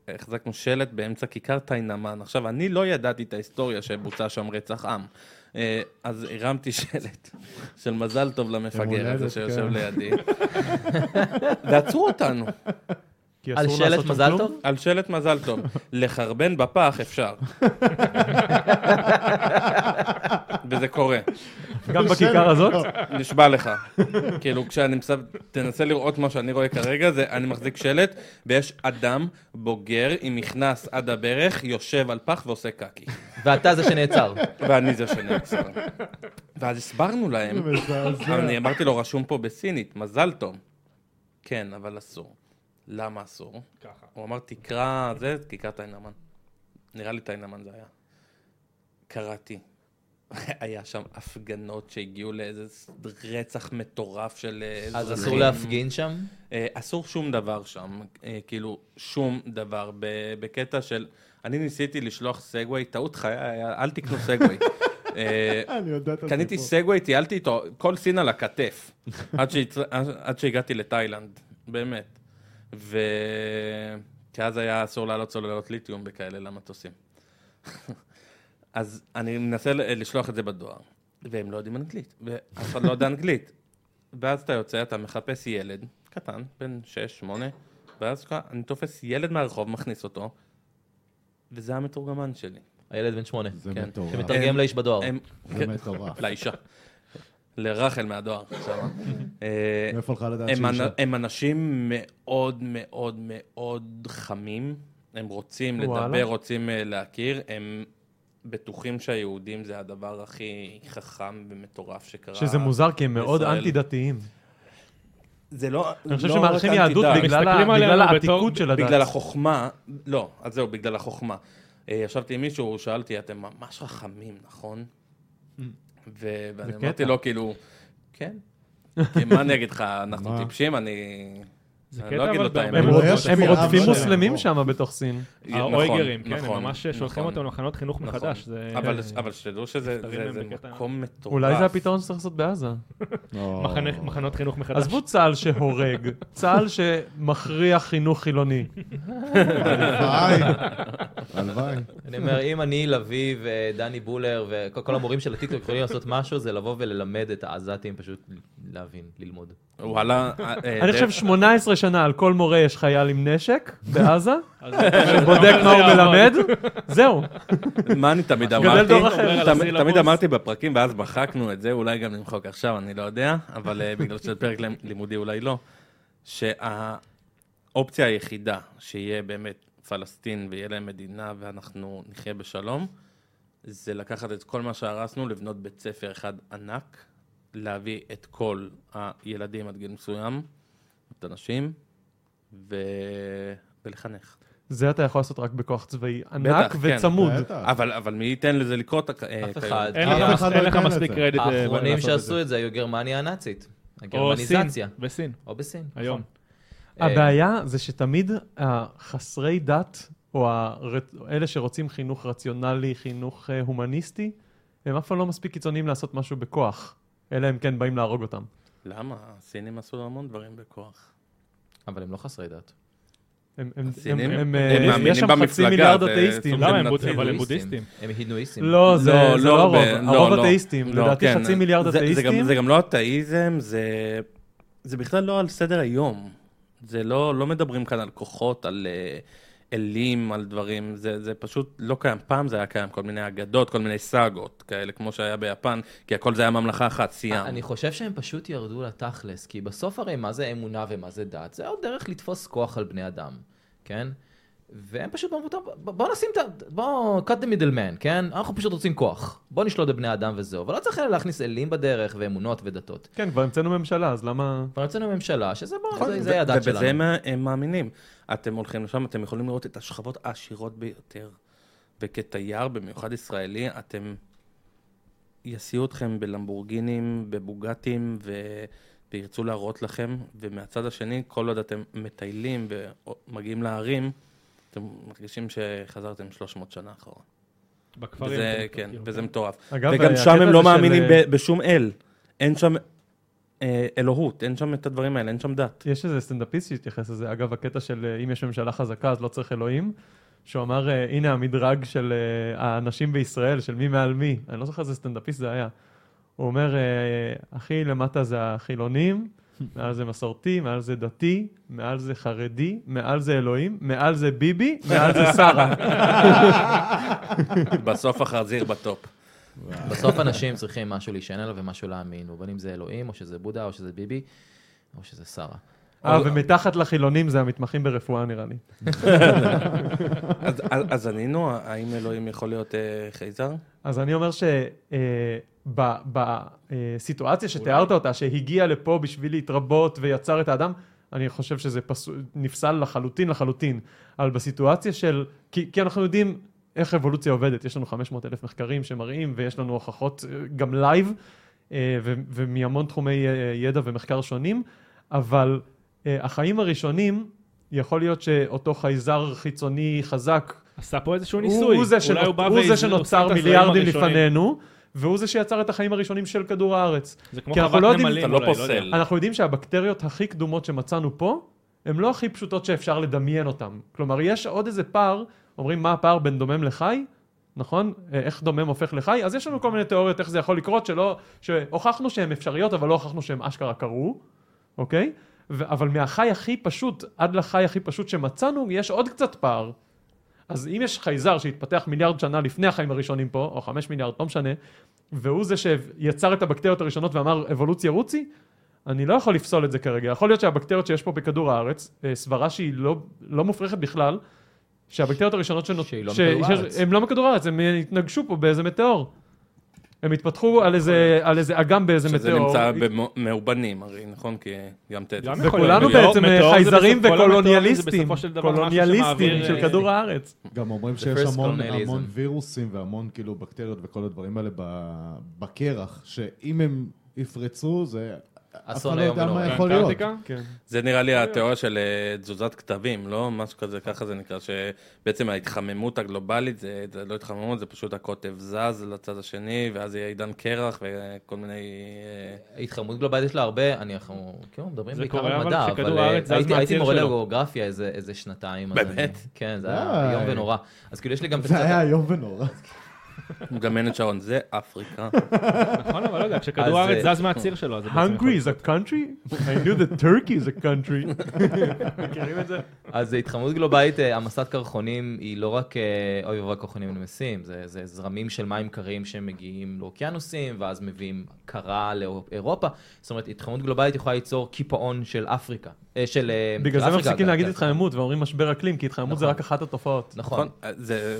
Speaker 4: החזקנו שלט באמצע כיכר תיינמן. עכשיו, אני לא ידעתי את ההיסטוריה שבוצע שם רצח עם. אה, אז הרמתי שלט של מזל טוב
Speaker 1: יום
Speaker 4: למפגר
Speaker 1: הולדת,
Speaker 4: הזה שיושב
Speaker 1: כן.
Speaker 4: לידי. ועצרו אותנו
Speaker 5: כי
Speaker 2: על
Speaker 5: אסור
Speaker 2: שלט
Speaker 5: לעשות שם
Speaker 2: מזל
Speaker 5: כלום?
Speaker 2: טוב?
Speaker 4: על שלט מזל טוב. לחרבן בפח אפשר. וזה קורה.
Speaker 5: גם בכיכר הזאת?
Speaker 1: לא.
Speaker 4: נשבע לך. כאילו, כשאני מסב... תנסה לראות מה שאני רואה כרגע, זה אני מחזיק שלט, ויש אדם בוגר עם מכנס עד הברך, יושב על פח ועושה קקי.
Speaker 2: ואתה זה שנעצר.
Speaker 4: ואני זה שנעצר. ואז הסברנו להם, אבל אני אמרתי לו, רשום פה בסינית, מזל טוב. כן, אבל אסור. למה אסור?
Speaker 3: ככה.
Speaker 4: הוא אמר, תקרא, זה, תקרא טיינמן. נראה לי טיינמן זה היה. קראתי. [LAUGHS] היה שם הפגנות שהגיעו לאיזה רצח מטורף של אה, אזרחים.
Speaker 2: אז אסור להפגין שם?
Speaker 4: אה, אסור שום דבר שם, אה, כאילו, שום דבר, ב- בקטע של... אני ניסיתי לשלוח סגווי, טעות חיי, היה, אל תקנו סגווי. אה,
Speaker 1: אני יודע את הסיפור.
Speaker 4: קניתי סגווי, טיילתי איתו כל סין על הכתף, [LAUGHS] עד, שיצ... עד שהגעתי לתאילנד, באמת. ו... כי אז היה אסור לעלות סוללות ליתיום בכאלה למטוסים. [LAUGHS] אז אני מנסה ל- לשלוח את זה בדואר, והם לא יודעים אנגלית, ואף אחד לא יודע אנגלית. ואז אתה יוצא, אתה מחפש ילד קטן, בן 6-8, ואז ככה, אני תופס ילד מהרחוב, מכניס אותו, וזה המתורגמן שלי.
Speaker 2: הילד בן שמונה.
Speaker 1: זה
Speaker 4: כן.
Speaker 1: מטורף.
Speaker 2: שמתרגם
Speaker 4: הם-
Speaker 2: לאיש בדואר.
Speaker 4: הם-
Speaker 1: זה מטורף.
Speaker 5: אוקיי.
Speaker 4: לאישה. לרחל מהדואר, שמה. אה,
Speaker 1: מאיפה לך לדעת
Speaker 4: הם, אנ...
Speaker 1: שאישה?
Speaker 4: הם אנשים מאוד מאוד מאוד חמים, הם רוצים
Speaker 5: וואלה.
Speaker 4: וואלה. לדבר, רוצים אה, להכיר, הם בטוחים שהיהודים זה הדבר הכי חכם ומטורף שקרה.
Speaker 5: שזה מוזר, כי הם מאוד
Speaker 4: בישראל.
Speaker 5: אנטי-דתיים.
Speaker 4: זה לא...
Speaker 5: אני חושב
Speaker 4: לא
Speaker 5: שמעריכים
Speaker 4: רק
Speaker 5: יהדות
Speaker 4: אנטי-דת. לא
Speaker 5: בגלל ה-
Speaker 3: מסתכלים
Speaker 5: בגלל
Speaker 3: עלינו בתור-
Speaker 5: העתיקות של הדת.
Speaker 4: בגלל החוכמה, לא, אז זהו, בגלל החוכמה. אה, ישבתי עם מישהו, שאלתי, אתם ממש חכמים, נכון? ו- ואני
Speaker 5: Mm. זה קטע.
Speaker 4: אמרתי לו, כאילו, כן. כי מה אני אגיד לך, אנחנו
Speaker 1: מה?
Speaker 4: טיפשים, אני...
Speaker 3: זה
Speaker 4: אני לא
Speaker 3: קטע
Speaker 4: אגיד
Speaker 3: אבל
Speaker 4: לו את
Speaker 3: בהרבה
Speaker 4: האמת.
Speaker 5: הם
Speaker 1: הוא
Speaker 3: מאוד-
Speaker 1: יש
Speaker 5: הם
Speaker 1: שפיעה
Speaker 5: רודפים
Speaker 1: שלהם.
Speaker 5: מוסלמים שם בתוך סין.
Speaker 4: נכון,
Speaker 3: האויגרים, כן, הם
Speaker 4: נכון,
Speaker 3: ממש שולחים
Speaker 4: נכון.
Speaker 3: אותם למחנות חינוך
Speaker 4: נכון.
Speaker 3: מחדש. זה-
Speaker 4: אבל, אבל שתדעו שזה
Speaker 3: נפטרים
Speaker 4: זה,
Speaker 3: מהם
Speaker 4: זה
Speaker 3: בקטע-
Speaker 4: מקום מטורף.
Speaker 5: אולי זה הפתרון שצריך לעשות בעזה.
Speaker 1: או.
Speaker 3: מחנה- מחנות חינוך מחדש.
Speaker 5: עזבו צה"ל
Speaker 4: [LAUGHS]
Speaker 5: שהורג, צה"ל שמכריח חינוך חילוני.
Speaker 4: אה,
Speaker 1: הלוואי.
Speaker 5: [LAUGHS]
Speaker 1: הלוואי.
Speaker 2: אני אומר, אם אני, לביא ודני בולר וכל כל המורים של הטיקטוק יכולים לעשות משהו, זה לבוא וללמד את העזתים פשוט להבין, ללמוד.
Speaker 4: וואלה. אה, אה,
Speaker 5: אני
Speaker 4: דרך-
Speaker 5: חושב 18 שנה על כל מורה יש חייל עם נשק
Speaker 4: [LAUGHS]
Speaker 5: בעזה,
Speaker 3: אז אתה אומר,
Speaker 5: בודק
Speaker 3: זה
Speaker 5: מה הוא
Speaker 3: יעבוד.
Speaker 5: מלמד,
Speaker 4: כן.
Speaker 5: זהו.
Speaker 4: מה אני תמיד
Speaker 5: גדל
Speaker 4: אמרתי?
Speaker 5: דור אחר.
Speaker 4: תמיד-
Speaker 3: על הסילבוס.
Speaker 4: תמיד אמרתי בפרקים, ואז מחקנו את זה, אולי גם נמחוק עכשיו, אני לא יודע, אבל אה, בגלל שזה פרק ל- לימודי אולי לא, שהאופציה היחידה שיהיה באמת פלסטין ויהיה להם מדינה ואנחנו נחיה בשלום, זה לקחת את כל מה שהרסנו, לבנות בית ספר אחד ענק, להביא את כל הילדים עד גיל מסוים, את הנשים, ו... ולחנך.
Speaker 5: זה אתה יכול לעשות רק בכוח צבאי ענק
Speaker 4: בטח, כן.
Speaker 5: וצמוד.
Speaker 1: בטח.
Speaker 4: אבל, אבל מי ייתן לזה לקרות? אה,
Speaker 2: אה. אף
Speaker 4: כיום?
Speaker 2: אחד.
Speaker 3: אין
Speaker 1: אף
Speaker 3: לך-
Speaker 1: אחד לא
Speaker 3: אין לך
Speaker 1: ייתן את
Speaker 3: מספיק
Speaker 1: זה.
Speaker 3: קרדיט. אה,
Speaker 2: האחרונים
Speaker 3: לעשות את זה.
Speaker 2: שעשו את זה היו גרמניה הנאצית.
Speaker 3: או סין,
Speaker 2: הגרמניזציה.
Speaker 3: בסין,
Speaker 2: או בסין.
Speaker 3: היום.
Speaker 2: נכון.
Speaker 5: הבעיה זה שתמיד החסרי דת, או הר- אלה שרוצים חינוך רציונלי, חינוך אה, הומניסטי, הם אף פעם לא מספיק קיצוניים לעשות משהו בכוח, אלא אם כן באים להרוג אותם.
Speaker 4: למה? הסינים עשו המון דברים בכוח.
Speaker 2: אה, אבל הם לא חסרי דת.
Speaker 5: הם, הם, הם,
Speaker 4: הסינים?
Speaker 5: הם,
Speaker 4: הם
Speaker 5: אה,
Speaker 4: מאמינים
Speaker 5: יש שם חצי
Speaker 4: במפלגה,
Speaker 5: מיליארד
Speaker 4: זה
Speaker 5: אתאיסטים.
Speaker 4: סוג
Speaker 3: למה
Speaker 4: של
Speaker 3: הם בודהיסטים?
Speaker 4: נאציזם.
Speaker 3: אבל הם בודהיסטים.
Speaker 2: הם הינואיסטים.
Speaker 5: לא, זה
Speaker 4: לא, לא
Speaker 5: זה לא הרוב,
Speaker 4: הרבה, לא,
Speaker 5: הרוב
Speaker 4: לא.
Speaker 5: אתאיסטים.
Speaker 4: לא,
Speaker 5: לדעתי
Speaker 4: כן.
Speaker 5: חצי מיליארד
Speaker 4: זה- זה גם-
Speaker 5: אתאיסטים.
Speaker 4: זה גם לא אתאיזם, זה... זה בכלל לא על סדר היום. זה לא, לא מדברים כאן על כוחות, על אה, אלים, על דברים, זה, זה פשוט לא קיים. פעם זה היה קיים, כל מיני אגדות, כל מיני סאגות כאלה, כמו שהיה ביפן, כי הכל זה היה ממלכה אחת, סיאם.
Speaker 2: אני חושב שהם פשוט ירדו לתכלס, כי בסוף הרי מה זה אמונה ומה זה דת? זה עוד דרך לתפוס כוח על בני אדם, כן? והם פשוט אמרו, "טוב, ב- בוא נשים את ה... בוא, cut the middle man, כן? אנחנו פשוט רוצים כוח. בוא נשלוט בבני אדם וזהו. אבל לא צריך להכניס אלים בדרך ואמונות ודתות.
Speaker 5: כן, כבר המצאנו ממשלה, אז למה...
Speaker 2: אבל יוצאנו ממשלה, שזה בוא, זה-
Speaker 4: נכון. ו-
Speaker 2: זה הדת
Speaker 4: ובזה הם,
Speaker 2: שלנו.
Speaker 4: הם מאמינים. אתם הולכים לשם, אתם יכולים לראות את השכבות העשירות ביותר. וכתייר, במיוחד ישראלי, אתם... יסיעו אתכם בלמבורגינים, בבוגטים, ו... וירצו להראות לכם. ומהצד השני, כל עוד אתם מטיילים ומגיעים להרים, אתם מרגישים שחזרתם 300 שנה אחורה.
Speaker 3: בכפרים.
Speaker 4: וזה,
Speaker 3: אתה
Speaker 4: כן,
Speaker 3: מכיר,
Speaker 4: וזה מטורף.
Speaker 5: אגב,
Speaker 4: וגם
Speaker 5: הקטע
Speaker 4: שם
Speaker 5: הזה
Speaker 4: הם לא
Speaker 5: של,
Speaker 4: מאמינים
Speaker 5: אה,
Speaker 4: ב- בשום אל. אין שם אה, אלוהות, אין שם את הדברים האלה, אין שם דת.
Speaker 5: יש איזה סטנדאפיסט שהתייחס לזה, אגב, הקטע של אה, אם יש ממשלה חזקה אז לא צריך אלוהים, שהוא אמר, אה, הנה המדרג של אה, האנשים בישראל, של מי מעל מי, אני לא זוכר איזה סטנדאפיסט זה היה. הוא אומר, אה, אחי, למטה זה החילונים, מעל זה מסורתי, מעל זה דתי, מעל זה חרדי, מעל זה אלוהים, מעל זה ביבי, מעל זה
Speaker 4: [LAUGHS]
Speaker 5: שרה.
Speaker 4: בסוף החזיר בטופ.
Speaker 2: בסוף אנשים צריכים משהו להישען עליו ומשהו להאמין, ובין אם זה אלוהים, או שזה בודה, או שזה ביבי, או שזה שרה.
Speaker 5: אה, ומתחת לחילונים זה המתמחים ברפואה, נראה לי.
Speaker 4: אז- אז אז ענינו, האם אלוהים יכול להיות אה, חייזר?
Speaker 5: אז אני אומר אה, שבסיטואציה אה, שתיארת אותה, שהגיע לפה בשביל להתרבות ויצר את האדם, אני חושב שזה פס... נפסל לחלוטין לחלוטין. אבל בסיטואציה של... כי, כי אנחנו יודעים איך אבולוציה עובדת. יש לנו 500 אלף מחקרים שמראים, ויש לנו הוכחות אה, גם לייב, אה, ו- ומהמון תחומי אה, ידע ומחקר שונים, אבל אה, החיים הראשונים, יכול להיות שאותו חייזר חיצוני חזק
Speaker 3: עשה פה איזשהו
Speaker 5: הוא-
Speaker 3: ניסוי.
Speaker 5: הוא זה,
Speaker 3: אולי
Speaker 5: שנות,
Speaker 3: בא
Speaker 5: הוא זה
Speaker 3: והז- עושה
Speaker 5: שנוצר
Speaker 3: את הזרעים
Speaker 5: מיליארדים
Speaker 3: הראשונים.
Speaker 5: לפנינו, והוא זה שיצר את החיים הראשונים של כדור הארץ.
Speaker 3: זה כמו
Speaker 5: כי אנחנו
Speaker 3: חוות
Speaker 5: לא יודעים-
Speaker 3: נמלים.
Speaker 4: אתה לא
Speaker 3: אולי, יודע.
Speaker 4: פוסל.
Speaker 5: אנחנו יודעים שהבקטריות הכי קדומות שמצאנו פה, הן לא הכי פשוטות שאפשר לדמיין אותן. כלומר, יש עוד איזה פער, אומרים מה הפער בין דומם לחי? נכון? אה, איך דומם הופך לחי? אז יש לנו כל מיני תיאוריות איך זה יכול לקרות, שלא, שהוכחנו שהן אפשריות, אבל לא הוכחנו שהן אשכרה קרו, אוקיי? ו- אבל מהחי הכי פשוט עד לחי הכי פשוט שמצאנו, יש עוד קצת פער. אז אם יש חייזר שהתפתח מיליארד שנה לפני החיים הראשונים פה, או חמש מיליארד, לא משנה, והוא זה שיצר את הבקטריות הראשונות ואמר אבולוציה רוצי, אני לא יכול לפסול את זה כרגע. יכול להיות שהבקטריות שיש פה בכדור הארץ, אה, סברה שהיא לא, לא מופרכת בכלל, שהבקטריות הראשונות שנות...
Speaker 2: שהיא לא
Speaker 5: ש-
Speaker 2: מכדור
Speaker 5: ש-
Speaker 2: הארץ.
Speaker 5: הם לא מכדור הארץ, הם אה, התנגשו פה באיזה מטאור. הם התפתחו על איזה, על איזה אגם באיזה
Speaker 4: שזה
Speaker 5: מטאור.
Speaker 4: נמצא במאובנים הרי, נכון? כי גם טטריס.
Speaker 3: גם יכול להיות.
Speaker 5: וכולנו
Speaker 3: מטאור-
Speaker 5: בעצם אה,
Speaker 3: מטאור זה
Speaker 5: חייזרים
Speaker 3: בסופו- כל המטאור הזה זה
Speaker 5: וקולוניאליסטים,
Speaker 3: בסופו של דבר משהו
Speaker 5: קולוניאליסטים
Speaker 3: שמעביר,
Speaker 5: של
Speaker 3: אה,
Speaker 5: כדור הארץ.
Speaker 1: גם אומרים
Speaker 2: The
Speaker 1: שיש
Speaker 2: first
Speaker 1: המון,
Speaker 2: colonialism.
Speaker 1: המון וירוסים והמון כאילו בקטריות וכל הדברים האלה ב- בקרח, שאם הם יפרצו זה... אף אחד
Speaker 2: אסון
Speaker 1: לא
Speaker 2: איום
Speaker 1: יודע מה
Speaker 2: ונורא.
Speaker 1: יכול להיות.
Speaker 3: באנטארקטיקה?
Speaker 4: זה נראה לי התיאוריה של אה, תזוזת כתבים, לא? משהו כזה, ככה זה נקרא, שבעצם ההתחממות הגלובלית, זה, זה לא התחממות, זה פשוט הקוטב זז לצד השני, ואז יהיה עידן קרח וכל מיני... אה,
Speaker 2: התחממות גלובלית יש לה הרבה, אני אנחנו כאילו מדברים
Speaker 3: זה
Speaker 2: בעיקר
Speaker 3: קורה,
Speaker 2: על
Speaker 3: אבל
Speaker 2: מדע,
Speaker 3: כשכדור
Speaker 2: אבל
Speaker 3: הארץ זז
Speaker 2: אה, הייתי- הייתי
Speaker 3: מהציר
Speaker 2: מורה
Speaker 3: שלו.
Speaker 2: לגיאוגרפיה איזה איזה שנתיים. אז אני-
Speaker 4: באמת?
Speaker 2: כן, זה היה
Speaker 1: וואי.
Speaker 2: איום ונורא. אז כאילו יש לי גם את
Speaker 1: זה היה
Speaker 2: הצד...
Speaker 1: איום ונורא.
Speaker 4: מגמנת שעון, זה אפריקה.
Speaker 3: נכון, אבל לא יודע, כשכדור
Speaker 2: אז,
Speaker 3: הארץ
Speaker 2: אה,
Speaker 3: זז מהציר שלו, אז זה בעצם יכול
Speaker 5: Hungry is a country? I knew that Turkey is a
Speaker 3: [LAUGHS]
Speaker 5: country. [LAUGHS] מכירים את זה?
Speaker 2: אז התחממות גלובלית, אה, העמסת קרחונים היא לא רק, אה, אוי ואבוי קרחונים נמסים, זה זה זרמים של מים קרים שמגיעים לאוקיינוסים, ואז מביאים קרה לאירופה. זאת אומרת, התחממות גלובלית יכולה ליצור קיפאון של אפריקה. אה, של אה, של
Speaker 5: בגלל זה
Speaker 2: אפריקה,
Speaker 5: מפסיקים
Speaker 3: לא
Speaker 2: כן,
Speaker 5: להגיד
Speaker 2: כן.
Speaker 5: התחממות ואומרים משבר אקלים, כי התחממות זה
Speaker 2: נכון.
Speaker 5: רק אחת התופעות.
Speaker 2: נכון.
Speaker 4: אה, זה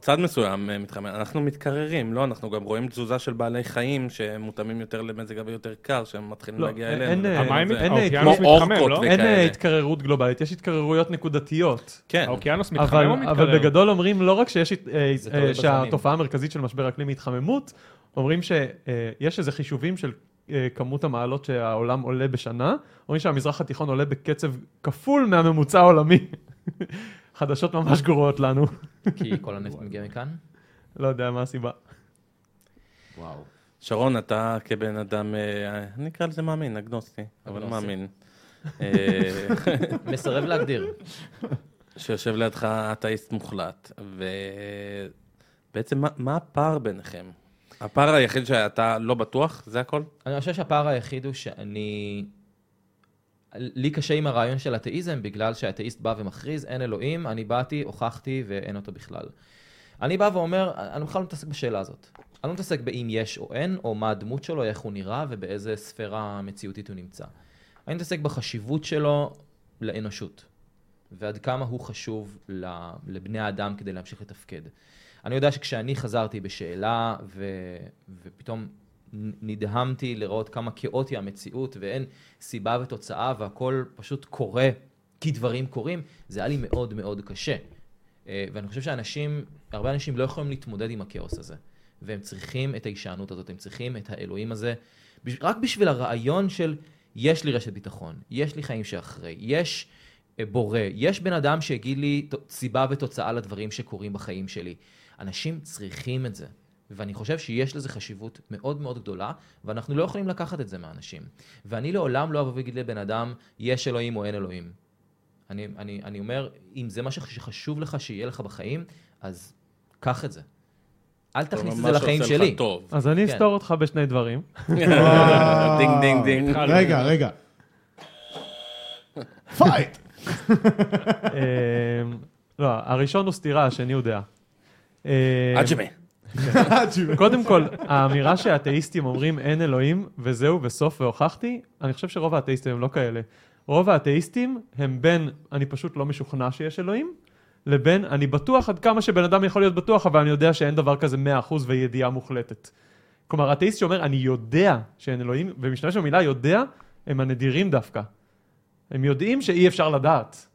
Speaker 4: צד מסוים אה, מתחמם. אנחנו מתקררים, לא? אנחנו גם רואים תזוזה של בעלי חיים שמותאמים יותר למזג אוויר יותר קר, שהם מתחילים
Speaker 5: לא,
Speaker 4: להגיע
Speaker 5: אין-
Speaker 4: אלינו.
Speaker 5: אין,
Speaker 4: וגם
Speaker 5: אה,
Speaker 3: המים
Speaker 4: זה-
Speaker 3: מת-
Speaker 5: אין-
Speaker 3: האוקיינוס
Speaker 4: כמו
Speaker 3: מתחמם, לא?
Speaker 4: אורקות.
Speaker 5: אין אה,
Speaker 4: וכאלה.
Speaker 5: התקררות גלובלית, יש התקררויות נקודתיות.
Speaker 4: כן.
Speaker 3: האוקיינוס מתחמם או
Speaker 5: אבל, אבל
Speaker 3: מתקרר?
Speaker 5: בגדול אומרים לא רק שיש, הת- אה,
Speaker 2: זה
Speaker 5: אה,
Speaker 2: תלוי
Speaker 5: שהתופעה המרכזית של משבר אקלים היא התחממות, אומרים שיש איזה חישובים של אה, כמות המעלות שהעולם עולה בשנה, אומרים שהמזרח התיכון עולה בקצב כפול מהממוצע העולמי. [LAUGHS] חדשות ממש גרועות לנו,
Speaker 2: כי כל הנפט מגיע מכאן.
Speaker 5: לא יודע מה הסיבה.
Speaker 1: וואו.
Speaker 4: שרון, אתה כבן אדם, אה, אני אקרא לזה מאמין, אגנוסטי, אבל
Speaker 2: אגנוסטי.
Speaker 4: מאמין.
Speaker 2: [LAUGHS]
Speaker 4: אה,
Speaker 2: מסרב להגדיר.
Speaker 4: שיושב לידך אתאיסט מוחלט, ובעצם מה- מה הפער ביניכם? הפער היחיד שאתה לא בטוח, זה הכל?
Speaker 2: אני חושב שהפער היחיד הוא שאני... לי קשה עם הרעיון של אתאיזם, בגלל שהאתאיסט בא ומכריז, אין אלוהים, אני באתי, הוכחתי ואין אותו בכלל. אני בא ואומר, אני בכלל לא מתעסק בשאלה הזאת. אני לא מתעסק באם יש או אין, או מה הדמות שלו, איך הוא נראה ובאיזה ספירה מציאותית הוא נמצא. אני מתעסק בחשיבות שלו לאנושות, ועד כמה הוא חשוב ל- לבני האדם כדי להמשיך לתפקד. אני יודע שכשאני חזרתי בשאלה, ו... ופתאום נדהמתי לראות כמה כאוטי המציאות, ואין סיבה ותוצאה, והכל פשוט קורה כי דברים קורים, זה היה לי מאוד מאוד קשה. אה, ואני חושב שאנשים, הרבה אנשים לא יכולים להתמודד עם הכאוס הזה. והם צריכים את ההישענות הזאת, הם צריכים את האלוהים הזה, בש- רק בשביל הרעיון של יש לי רשת ביטחון, יש לי חיים שאחרי, יש אה, בורא, יש בן אדם שיגיד לי ת- סיבה ותוצאה לדברים שקורים בחיים שלי. אנשים צריכים את זה. ואני חושב שיש לזה חשיבות מאוד מאוד גדולה, ואנחנו לא יכולים לקחת את זה מאנשים. ואני לעולם לא אבוא ואגיד לבן אדם, יש אלוהים או אין אלוהים. אני, אני, אני אומר, אם זה מה שח- שחשוב לך שיהיה לך בחיים, אז קח את זה. אל תכניס את זה
Speaker 4: ממש
Speaker 2: לחיים
Speaker 4: עושה לך
Speaker 2: שלי. [LAUGHS]
Speaker 4: טוב. [LAUGHS]
Speaker 5: אז אני
Speaker 2: כן.
Speaker 5: אפתור אותך בשני דברים.
Speaker 4: [LAUGHS]
Speaker 5: [LAUGHS]
Speaker 4: דינג דינג דינג.
Speaker 5: אה,
Speaker 1: רגע, רגע.
Speaker 5: [LAUGHS]
Speaker 1: [LAUGHS] פייט!
Speaker 5: אה, לא, הראשון הוא סתירה, השני הוא דעה. אה,
Speaker 4: עג'מה.
Speaker 5: [LAUGHS] קודם כל, האמירה שהאתאיסטים אומרים אין אלוהים, וזהו, וסוף והוכחתי, אני חושב שרוב האתאיסטים הם לא כאלה. רוב האתאיסטים הם בין אני פשוט לא משוכנע שיש אלוהים, לבין אני בטוח עד כמה שבן אדם יכול להיות בטוח, אבל אני יודע שאין דבר כזה 100% וידיעה מוחלטת. כלומר, האתאיסט שאומר אני יודע שאין אלוהים, ומשתמש במילה יודע, הם הנדירים דווקא. הם יודעים שאי אפשר לדעת.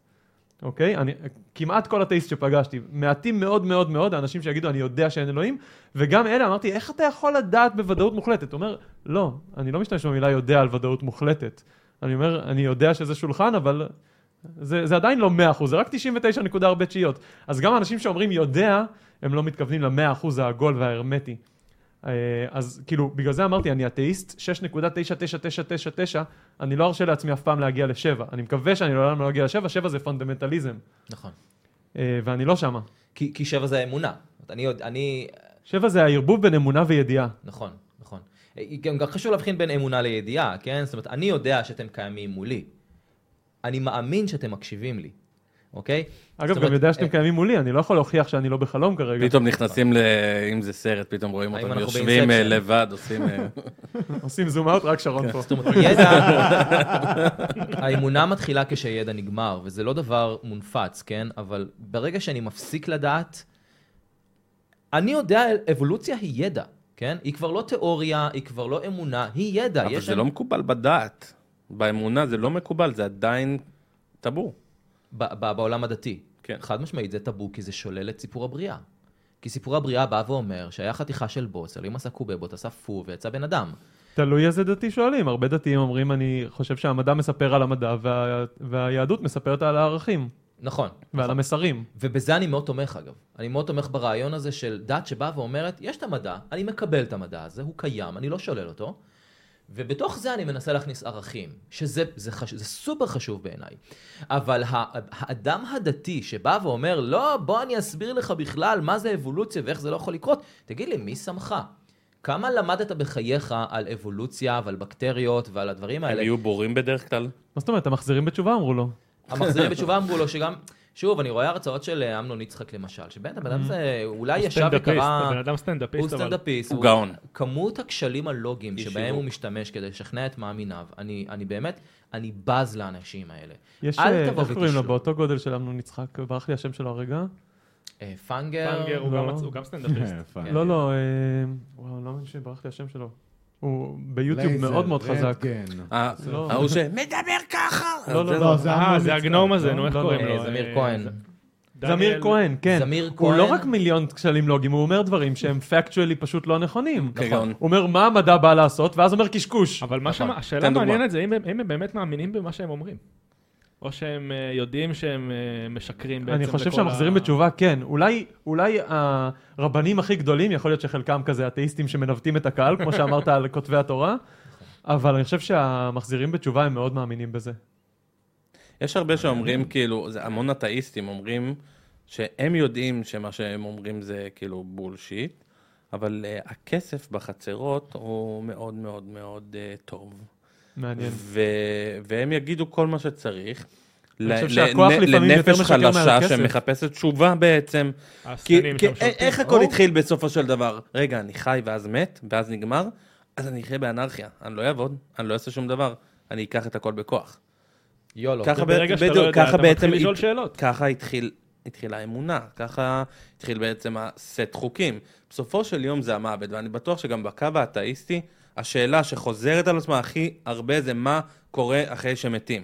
Speaker 5: אוקיי? אני, כמעט כל אתאיסט שפגשתי, מעטים מאוד מאוד מאוד האנשים שיגידו, אני יודע שאין אלוהים, וגם אלה, אמרתי, איך אתה יכול לדעת בוודאות מוחלטת? הוא אומר, לא, אני לא משתמש במילה יודע על ודאות מוחלטת. אני אומר, אני יודע שזה שולחן, אבל זה, זה עדיין לא 100%, זה רק 99.4 תשיעיות. אז גם האנשים שאומרים יודע, הם לא מתכוונים ל-100% העגול וההרמטי. אה, אז כאילו, בגלל זה אמרתי, אני אתאיסט 6.99999, אני לא ארשה לעצמי אף פעם להגיע לשבע. אני מקווה שאני לעולם לא אגיע לשבע, שבע זה פונדמנטליזם.
Speaker 2: נכון.
Speaker 5: אה, ואני לא שמה.
Speaker 2: כי, כי שבע זה האמונה. זאת אומרת, אני עוד, אני,
Speaker 5: שבע זה הערבוב בין אמונה וידיעה.
Speaker 2: נכון, נכון. אה, גם, גם חשוב להבחין בין אמונה לידיעה, כן? זאת אומרת, אני יודע שאתם קיימים מולי. אני מאמין שאתם מקשיבים לי, אוקיי? זאת
Speaker 5: אגב,
Speaker 2: אומרת,
Speaker 5: גם יודע שאתם
Speaker 2: אה,
Speaker 5: קיימים מולי, אני לא יכול להוכיח שאני לא בחלום כרגע.
Speaker 4: פתאום נכנסים ל... אם זה סרט, פתאום רואים
Speaker 2: האם
Speaker 4: אותם
Speaker 2: אנחנו
Speaker 4: יושבים אה,
Speaker 2: באינספשן?
Speaker 4: לבד, עושים...
Speaker 2: [LAUGHS]
Speaker 4: אה,
Speaker 5: עושים זום אאוט, רק שרון פה.
Speaker 2: זאת אומרת, ידע, האמונה מתחילה כשידע נגמר, וזה לא דבר מונפץ, כן? אבל ברגע שאני מפסיק לדעת, אני יודע, אבולוציה היא ידע, כן? היא כבר לא תיאוריה, היא כבר לא אמונה, היא ידע.
Speaker 4: אבל
Speaker 2: יש
Speaker 4: זה
Speaker 2: לנו-
Speaker 4: לא מקובל בדעת. באמונה זה לא מקובל, זה עדיין
Speaker 2: אה,
Speaker 4: טאבו.
Speaker 2: ב- ב- בעולם הדתי.
Speaker 4: כן.
Speaker 2: חד משמעית זה טאבו, כי זה שולל את סיפור הבריאה. כי סיפור הבריאה בא ואומר שהיה חתיכה של בוץ, אלוהים עשה קובבות, עשה פו, ויצא בן אדם.
Speaker 5: תלוי איזה דתי שואלים. הרבה דתיים אומרים, אני חושב שהמדע מספר על המדע, וה- והיהדות מספרת על הערכים
Speaker 2: נכון.
Speaker 5: ועל המסרים.
Speaker 2: ובזה אני מאוד תומך אגב. אני מאוד תומך ברעיון הזה של דת שבאה ואומרת, יש את המדע, אני מקבל את המדע הזה, הוא קיים, אני לא שולל אותו, ובתוך זה אני מנסה להכניס ערכים, שזה זה חש... זה סופר חשוב בעיניי. אבל ה... האדם הדתי שבא ואומר, לא, בוא אני אסביר לך בכלל מה זה אבולוציה ואיך זה לא יכול לקרות, תגיד לי, מי שמך? כמה למדת בחייך על אבולוציה ועל בקטריות ועל הדברים
Speaker 4: הם
Speaker 2: האלה?
Speaker 4: יהיו בורים בדרך כלל.
Speaker 5: מה זאת אומרת, המחזירים בתשובה אמרו לו.
Speaker 3: [LAUGHS]
Speaker 2: המחזירים בתשובה אמרו לו שגם, שוב, אני רואה הרצאות של אה, אמנון יצחק למשל, שבאמת הבן אדם זה אולי ישב
Speaker 3: Mm. סטנדאפיסט, הבן
Speaker 2: וקרא,
Speaker 3: אדם
Speaker 2: הוא
Speaker 3: סטנדאפיסט, אבל...
Speaker 2: סטנדאפיסט,
Speaker 4: הוא גאון.
Speaker 2: כמות הכשלים הלוגיים
Speaker 4: איש
Speaker 2: שבהם
Speaker 4: שיווק.
Speaker 2: הוא משתמש כדי לשכנע את מאמיניו, אני אני באמת, אני בז לאנשים האלה.
Speaker 5: יש,
Speaker 2: אל
Speaker 5: אה,
Speaker 2: תבוא
Speaker 5: איך קוראים לו?
Speaker 2: ותשלול.
Speaker 5: באותו גודל של אמנון יצחק, ברח לי השם שלו הרגע.
Speaker 2: אה, פאנגר,
Speaker 3: פאנגר הוא
Speaker 5: לא.
Speaker 3: גם- הוא גם
Speaker 4: אה,
Speaker 3: סטנדאפיסט.
Speaker 2: כן,
Speaker 1: פאנגר.
Speaker 5: לא, לא, אה, וואו, לא מבין שברח לי השם שלו. הוא ביוטיוב
Speaker 1: לייזר,
Speaker 5: מאוד מאוד חזק.
Speaker 1: רנטגן.
Speaker 4: אה,
Speaker 5: לא.
Speaker 4: ההוא שמדבר ככה!
Speaker 5: לא, לא,
Speaker 4: זה-
Speaker 5: לא.
Speaker 1: זה
Speaker 3: אה,
Speaker 1: אמנון
Speaker 3: זה
Speaker 1: יצחק,
Speaker 3: הגנום הזה,
Speaker 5: לא?
Speaker 3: נו, איך
Speaker 5: לא, לא.
Speaker 3: קוראים
Speaker 2: אה,
Speaker 3: לו?
Speaker 2: זמיר
Speaker 3: אה,
Speaker 2: כהן.
Speaker 3: ז-
Speaker 5: זמיר
Speaker 3: דניאל-
Speaker 5: כהן, כן.
Speaker 2: זמיר
Speaker 5: הוא לא
Speaker 2: כהן.
Speaker 5: רק מיליון כשלים לוגיים, הוא אומר דברים שהם פקטואלי פשוט לא נכונים.
Speaker 4: כן, גאון.
Speaker 5: הוא אומר מה המדע בא לעשות, ואז אומר קשקוש.
Speaker 3: אבל מה
Speaker 4: נכון.
Speaker 3: שמה- השאלה
Speaker 4: תן דוגמה.
Speaker 3: המעניינת זה אם הם- אם הם באמת מאמינים במה שהם אומרים. או שהם אה, יודעים שהם אה, משקרים בעצם
Speaker 5: אני חושב
Speaker 3: לכל
Speaker 5: שהמחזירים
Speaker 3: ה-
Speaker 5: בתשובה, כן. אולי, אולי הרבנים הכי גדולים, יכול להיות שחלקם כזה אתאיסטים שמנווטים את הקהל, כמו שאמרת על כותבי התורה, אבל אני חושב שהמחזירים בתשובה הם מאוד מאמינים בזה.
Speaker 4: יש הרבה שאומרים, כאילו, זה המון אתאיסטים אומרים שהם יודעים שמה שהם אומרים זה כאילו בולשיט, אבל אה, הכסף בחצרות הוא מאוד מאוד מאוד אה, טוב.
Speaker 5: מעניין.
Speaker 4: ו... והם יגידו כל מה שצריך. ל-
Speaker 5: חושב
Speaker 4: ל-
Speaker 5: שהכוח
Speaker 4: ל-
Speaker 5: לפעמים יותר
Speaker 4: לנפש
Speaker 5: משקר
Speaker 4: חלשה
Speaker 5: מהכסף.
Speaker 4: שמחפשת תשובה בעצם. כי,
Speaker 3: העסקנים
Speaker 4: כי
Speaker 3: שם שולטים.
Speaker 4: איך
Speaker 5: או-
Speaker 4: הכל התחיל בסופו של דבר? רגע, אני חי ואז מת, ואז נגמר, אז אני אחיה באנרכיה. אני לא אעבוד, אני לא אעשה שום דבר, אני אקח את הכל בכוח.
Speaker 2: יולו.
Speaker 4: ככה
Speaker 3: וברגע שאתה לא
Speaker 4: בדיוק,
Speaker 3: יודע,
Speaker 4: ככה
Speaker 3: אתה מתחיל
Speaker 4: בעצם
Speaker 3: לשאול
Speaker 4: הת-
Speaker 3: שאלות.
Speaker 4: ככה התחיל, התחילה האמונה, ככה התחיל בעצם הסט חוקים. בסופו של יום זה המוות, ואני בטוח שגם בקו האתאיסטי, השאלה שחוזרת על עצמה הכי הרבה זה מה קורה אחרי שמתים.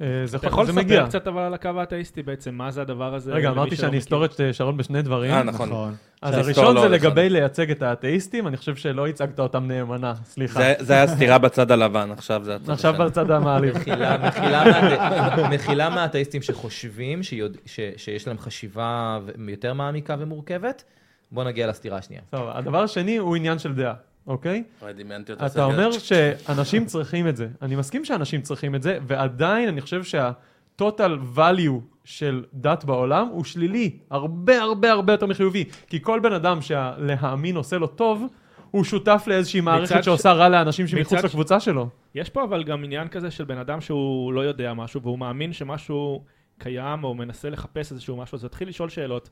Speaker 5: אה, זה
Speaker 3: אתה יכול
Speaker 5: יכול- זה מגיע.
Speaker 3: לספר קצת אבל על הקו האתאיסטי בעצם, מה זה הדבר הזה?
Speaker 5: רגע,
Speaker 3: למי
Speaker 5: אמרתי
Speaker 3: שלא
Speaker 5: שאני
Speaker 3: מכיר.
Speaker 5: אסתור את אה, שרון בשני דברים.
Speaker 4: אה, נכון.
Speaker 1: נכון.
Speaker 5: אז
Speaker 4: שההיסטוריה
Speaker 5: הראשון
Speaker 4: לא
Speaker 5: זה
Speaker 4: הולכת.
Speaker 5: לגבי לייצג את האתאיסטים, אני חושב שלא ייצגת אותם נאמנה, סליחה.
Speaker 4: זה, זה היה סתירה בצד הלבן, עכשיו זה הצד
Speaker 5: עכשיו
Speaker 4: השני. [LAUGHS]
Speaker 5: בצד המעליב.
Speaker 2: מחילה- מחילה מהת- מחילה מהאתאיסטים שחושבים שיוד- ש- שיש להם חשיבה ו- יותר מעמיקה ומורכבת. בוא נגיע לסתירה השנייה.
Speaker 5: טוב, הדבר השני הוא עניין של דעה, אוקיי?
Speaker 4: אוי, דמיינתי אותו
Speaker 5: אתה
Speaker 4: סגר.
Speaker 5: אומר
Speaker 4: [LAUGHS]
Speaker 5: שאנשים צריכים את זה. אני מסכים שאנשים צריכים את זה, ועדיין אני חושב שה-total value של דת בעולם הוא שלילי. הרבה הרבה הרבה יותר מחיובי. כי כל בן אדם שהלהאמין עושה לו טוב, הוא שותף לאיזושהי מערכת
Speaker 3: מצד ש-
Speaker 5: שעושה רע לאנשים שמחוץ
Speaker 3: מצד ש-
Speaker 5: לקבוצה שלו.
Speaker 3: יש פה אבל גם עניין כזה של בן אדם שהוא לא יודע משהו והוא מאמין שמשהו קיים או מנסה לחפש איזשהו משהו, אז הוא יתחיל לשאול שאלות,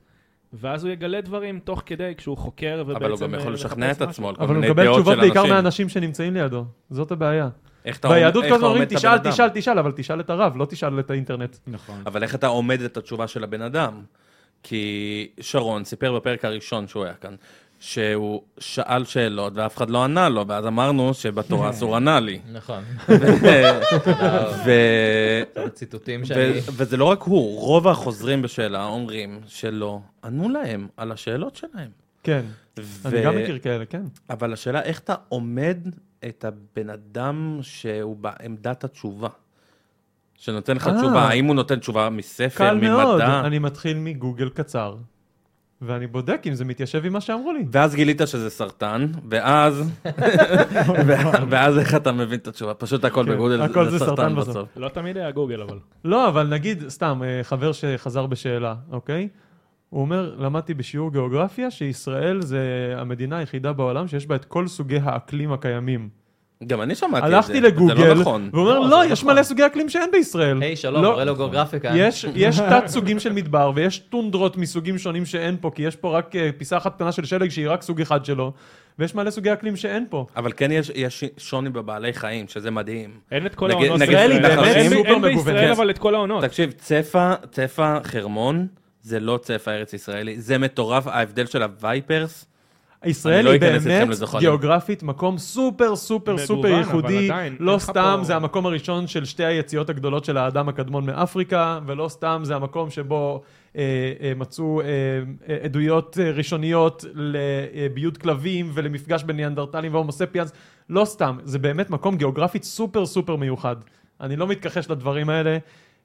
Speaker 3: ואז הוא יגלה דברים תוך כדי כשהוא חוקר ובעצם...
Speaker 4: אבל הוא גם
Speaker 3: אה,
Speaker 4: יכול
Speaker 3: מחפש
Speaker 4: לשכנע את
Speaker 3: משהו.
Speaker 4: עצמו על כל
Speaker 5: אבל הוא
Speaker 4: מיני
Speaker 5: מקבל
Speaker 4: דעות של
Speaker 5: תשובות בעיקר
Speaker 4: אנשים.
Speaker 5: מהאנשים שנמצאים לידו. זאת הבעיה.
Speaker 4: איך אתה עומד-
Speaker 5: ביהדות
Speaker 4: איך
Speaker 5: כל
Speaker 4: אתה
Speaker 5: הזמן אומרים,
Speaker 4: עומד את
Speaker 5: תשאל,
Speaker 4: הבן אדם?"
Speaker 5: תשאל, תשאל, אבל תשאל את הרב, לא תשאל את האינטרנט.
Speaker 1: נכון.
Speaker 4: אבל איך אתה עומד את התשובה של הבן אדם? כי שרון סיפר בפרק הראשון שהוא היה כאן, שהוא שאל שאלות ואף אחד לא ענה לו, ואז אמרנו שבתורה אסור ענה
Speaker 5: [LAUGHS]
Speaker 4: לי.
Speaker 2: [LAUGHS] נכון.
Speaker 4: ו-
Speaker 2: ציטוטים שאני...
Speaker 4: ו- וזה לא רק הוא, רוב החוזרים בשאלה אומרים שלא ענו להם על השאלות שלהם.
Speaker 5: כן, אני
Speaker 4: ו-
Speaker 5: גם מכיר כאלה, כן.
Speaker 4: אבל השאלה איך אתה עומד את הבן אדם שהוא בעמדת התשובה, שנותן לך
Speaker 5: אה.
Speaker 4: תשובה, האם הוא נותן תשובה מספר,
Speaker 5: קל
Speaker 4: ממדע?
Speaker 5: מאוד, אני מתחיל מגוגל קצר. ואני בודק אם זה מתיישב עם מה שאמרו לי.
Speaker 4: ואז גילית שזה סרטן,
Speaker 5: [LAUGHS]
Speaker 4: ואז... ואז איך אתה מבין את התשובה? פשוט הכל
Speaker 5: כן,
Speaker 4: בגודל
Speaker 5: הכל
Speaker 4: זה סרטן בסוף.
Speaker 3: לא תמיד היה גוגל, אבל.
Speaker 5: לא, אבל נגיד, סתם, אה, חבר שחזר בשאלה, אוקיי? הוא אומר, למדתי בשיעור גיאוגרפיה שישראל זה המדינה היחידה בעולם שיש בה את כל סוגי האקלים הקיימים.
Speaker 4: גם אני שמעתי את זה.
Speaker 5: הלכתי לגוגל,
Speaker 4: זה לא נכון.
Speaker 5: והוא אומר,
Speaker 2: לא,
Speaker 5: לא,
Speaker 2: זה
Speaker 5: יש
Speaker 2: נכון."
Speaker 5: מלא סוגי אקלים שאין בישראל.
Speaker 2: היי, שלום,
Speaker 5: לא,
Speaker 2: מורה לו
Speaker 3: נכון.
Speaker 2: גיאוגרפיה כאן.
Speaker 5: יש, יש תת-סוגים של מדבר, ויש טונדרות מסוגים שונים שאין פה, כי יש פה רק אה, פיסה אחת קטנה של שלג שהיא רק סוג אחד שלו, ויש מלא סוגי אקלים שאין פה.
Speaker 4: אבל כן יש- יש שוני בבעלי חיים, שזה מדהים.
Speaker 3: אין את כל
Speaker 4: נגיד-
Speaker 3: העונות.
Speaker 4: נגיד
Speaker 3: בישראל.
Speaker 4: ישראל היא
Speaker 3: אין-
Speaker 4: באמת
Speaker 3: אין-
Speaker 5: סופר
Speaker 3: אין
Speaker 5: מגוונת.
Speaker 3: בישראל אבל את כל העונות.
Speaker 4: נכון. תקשיב, צפה, צפה חרמון, זה לא צפה ארץ ישראלי, זה מטורף, ההבדל של הווייפרס.
Speaker 5: ישראל
Speaker 4: אני לא
Speaker 5: היא
Speaker 4: אכנס איתכם
Speaker 5: באמת
Speaker 4: לזה, חולי.
Speaker 5: גיאוגרפית מקום סופר סופר
Speaker 3: מגוון,
Speaker 5: סופר
Speaker 3: אבל
Speaker 5: ייחודי.
Speaker 3: עדיין, אין
Speaker 5: לא
Speaker 3: לך
Speaker 5: סתם
Speaker 3: פה-
Speaker 5: זה המקום הראשון של שתי היציאות הגדולות של האדם הקדמון מאפריקה, ולא סתם זה המקום שבו אה, אה, מצאו אה, אה, עדויות אה, ראשוניות לביוד כלבים ולמפגש בין ניאנדרטלים והומו ספיאנס. לא סתם, זה באמת מקום גיאוגרפית סופר סופר מיוחד. אני לא מתכחש לדברים האלה.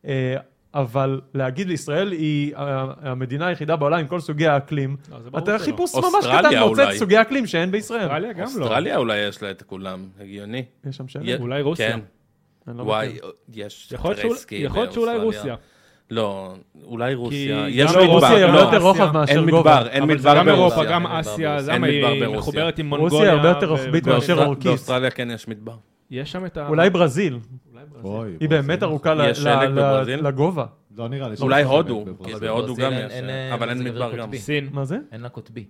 Speaker 5: אה, אבל להגיד ישראל היא ה- המדינה היחידה בעולם עם כל סוגי האקלים,
Speaker 3: לא, זה ברור
Speaker 5: אתה
Speaker 3: שלא.
Speaker 5: חיפוש ממש
Speaker 4: אוסטרליה
Speaker 5: קטן מוצא
Speaker 4: אולי.
Speaker 5: את סוגי אקלים שאין בישראל.
Speaker 3: אוסטרליה גם לא.
Speaker 4: אוסטרליה אולי יש לה את כולם, הגיוני.
Speaker 5: יש שם שלג?
Speaker 4: יה-
Speaker 3: אולי רוסיה.
Speaker 4: כן,
Speaker 5: אני לא
Speaker 4: וואי,
Speaker 5: מכיר.
Speaker 4: יש
Speaker 3: יכול להיות
Speaker 4: אתרי
Speaker 3: שאולי-
Speaker 4: סקי
Speaker 3: יכול להיות שאולי
Speaker 4: באוסטרליה.
Speaker 3: רוסיה.
Speaker 4: לא, אולי רוסיה.
Speaker 3: כי
Speaker 4: יש
Speaker 3: גם
Speaker 4: מדבר,
Speaker 5: רוסיה היא הרבה
Speaker 4: לא,
Speaker 5: יותר רוחב
Speaker 3: אסיה.
Speaker 5: מאשר
Speaker 4: אין
Speaker 5: גובה.
Speaker 4: מדבר, אין
Speaker 3: אבל זה
Speaker 4: מדבר
Speaker 3: גם אירופה,
Speaker 4: ברוסיה.
Speaker 2: אין
Speaker 3: גם
Speaker 2: מדבר
Speaker 3: אסיה,
Speaker 2: ברוסיה.
Speaker 4: אין
Speaker 3: למה היא
Speaker 4: מדבר ברוסיה.
Speaker 3: מחוברת עם
Speaker 5: רוסיה
Speaker 3: מונגוליה.
Speaker 5: היא הרבה יותר
Speaker 3: ו-
Speaker 5: רוחבית
Speaker 3: ו-
Speaker 5: מאשר
Speaker 4: באוסטר-
Speaker 5: אורקיס.
Speaker 4: באוסטרליה כן יש מדבר.
Speaker 3: יש שם את ה...
Speaker 5: אולי ברזיל,
Speaker 1: אוי,
Speaker 5: היא באמת ארוכה ל-
Speaker 4: יש שלג
Speaker 5: ל- ל-
Speaker 4: בברזיל?
Speaker 5: לגובה.
Speaker 1: לא נראה לי
Speaker 4: אולי
Speaker 1: שזה
Speaker 4: הודו, כאילו.
Speaker 1: באמת בברזיל.
Speaker 4: אבל בהודו
Speaker 2: בברזיל
Speaker 4: גם
Speaker 2: אין-
Speaker 4: יש, אה,
Speaker 2: אין-
Speaker 4: אבל אין
Speaker 2: אין
Speaker 4: מדבר
Speaker 2: מדבר
Speaker 4: גם.
Speaker 2: קוטבי.
Speaker 3: סין.
Speaker 5: מה זה?
Speaker 2: אין לה קוטבי.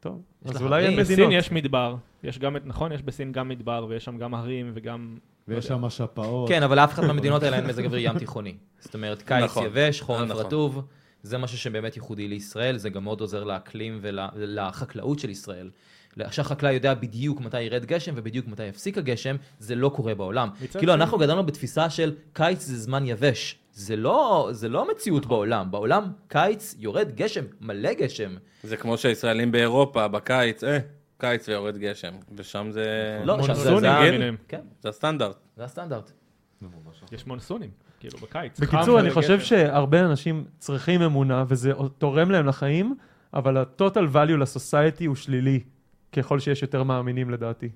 Speaker 5: טוב,
Speaker 2: יש
Speaker 5: אז
Speaker 2: לה
Speaker 5: אולי אין
Speaker 2: הרים.
Speaker 5: מדינות.
Speaker 3: בסין יש מדבר. יש גם את... נכון, יש בסין גם מדבר, ויש שם גם הרים, וגם...
Speaker 1: ויש שם שפעות.
Speaker 2: כן, אבל לאף אחת מהמדינות האלה אין מזג אוויר ים תיכוני. זאת אומרת, קיץ
Speaker 4: נכון.
Speaker 2: יבש,
Speaker 4: אה,
Speaker 2: חורף
Speaker 4: נכון.
Speaker 2: רטוב, זה משהו שבאמת ייחודי לישראל, זה גם מאוד עוזר לאקלים ולחקלאות של ישראל. שהחקלאי יודע בדיוק מתי ירד גשם ובדיוק מתי יפסיק הגשם, זה לא קורה בעולם.
Speaker 3: מצד
Speaker 2: כאילו,
Speaker 3: שני-
Speaker 2: אנחנו גדלנו בתפיסה של קיץ זה זמן יבש. זה לא, זה לא מציאות בעולם. בעולם קיץ יורד גשם, מלא גשם.
Speaker 4: זה כמו שהישראלים באירופה, בקיץ, אה, קיץ ויורד גשם. ושם זה...
Speaker 2: לא, שם זה-
Speaker 3: מונסונים
Speaker 2: זה ה-
Speaker 3: למיניהם.
Speaker 2: כן,
Speaker 4: זה הסטנדרט.
Speaker 2: זה הסטנדרט.
Speaker 3: יש מונסונים, כאילו, בקיץ. חם
Speaker 5: בקיצור, אני
Speaker 3: וגשם.
Speaker 5: חושב שהרבה אנשים צריכים אמונה, וזה תורם להם לחיים, אבל ה-total value ל-society הוא שלילי, ככל שיש יותר מאמינים לדעתי.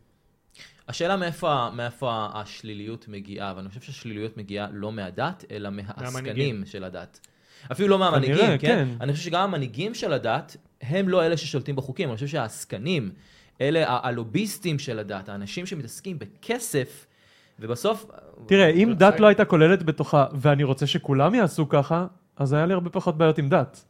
Speaker 2: השאלה מאיפה, מאיפה השליליות מגיעה, ואני חושב שהשליליות מגיעה לא מהדת, אלא
Speaker 3: מהמנהיגים.
Speaker 2: מהעסקנים של הדת. אפילו לא מהמנהיגים,
Speaker 5: כנראה,
Speaker 2: כן? כן?
Speaker 5: כן.
Speaker 2: אני חושב שגם המנהיגים של הדת, הם לא אלה ששולטים בחוקים, אני חושב שהעסקנים, אלה ה- הלוביסטים של הדת, האנשים שמתעסקים בכסף, ובסוף...
Speaker 5: תראה, אם דת לא הייתה כוללת בתוכה, ואני רוצה שכולם יעשו ככה, אז היה לי הרבה פחות בעיות עם דת.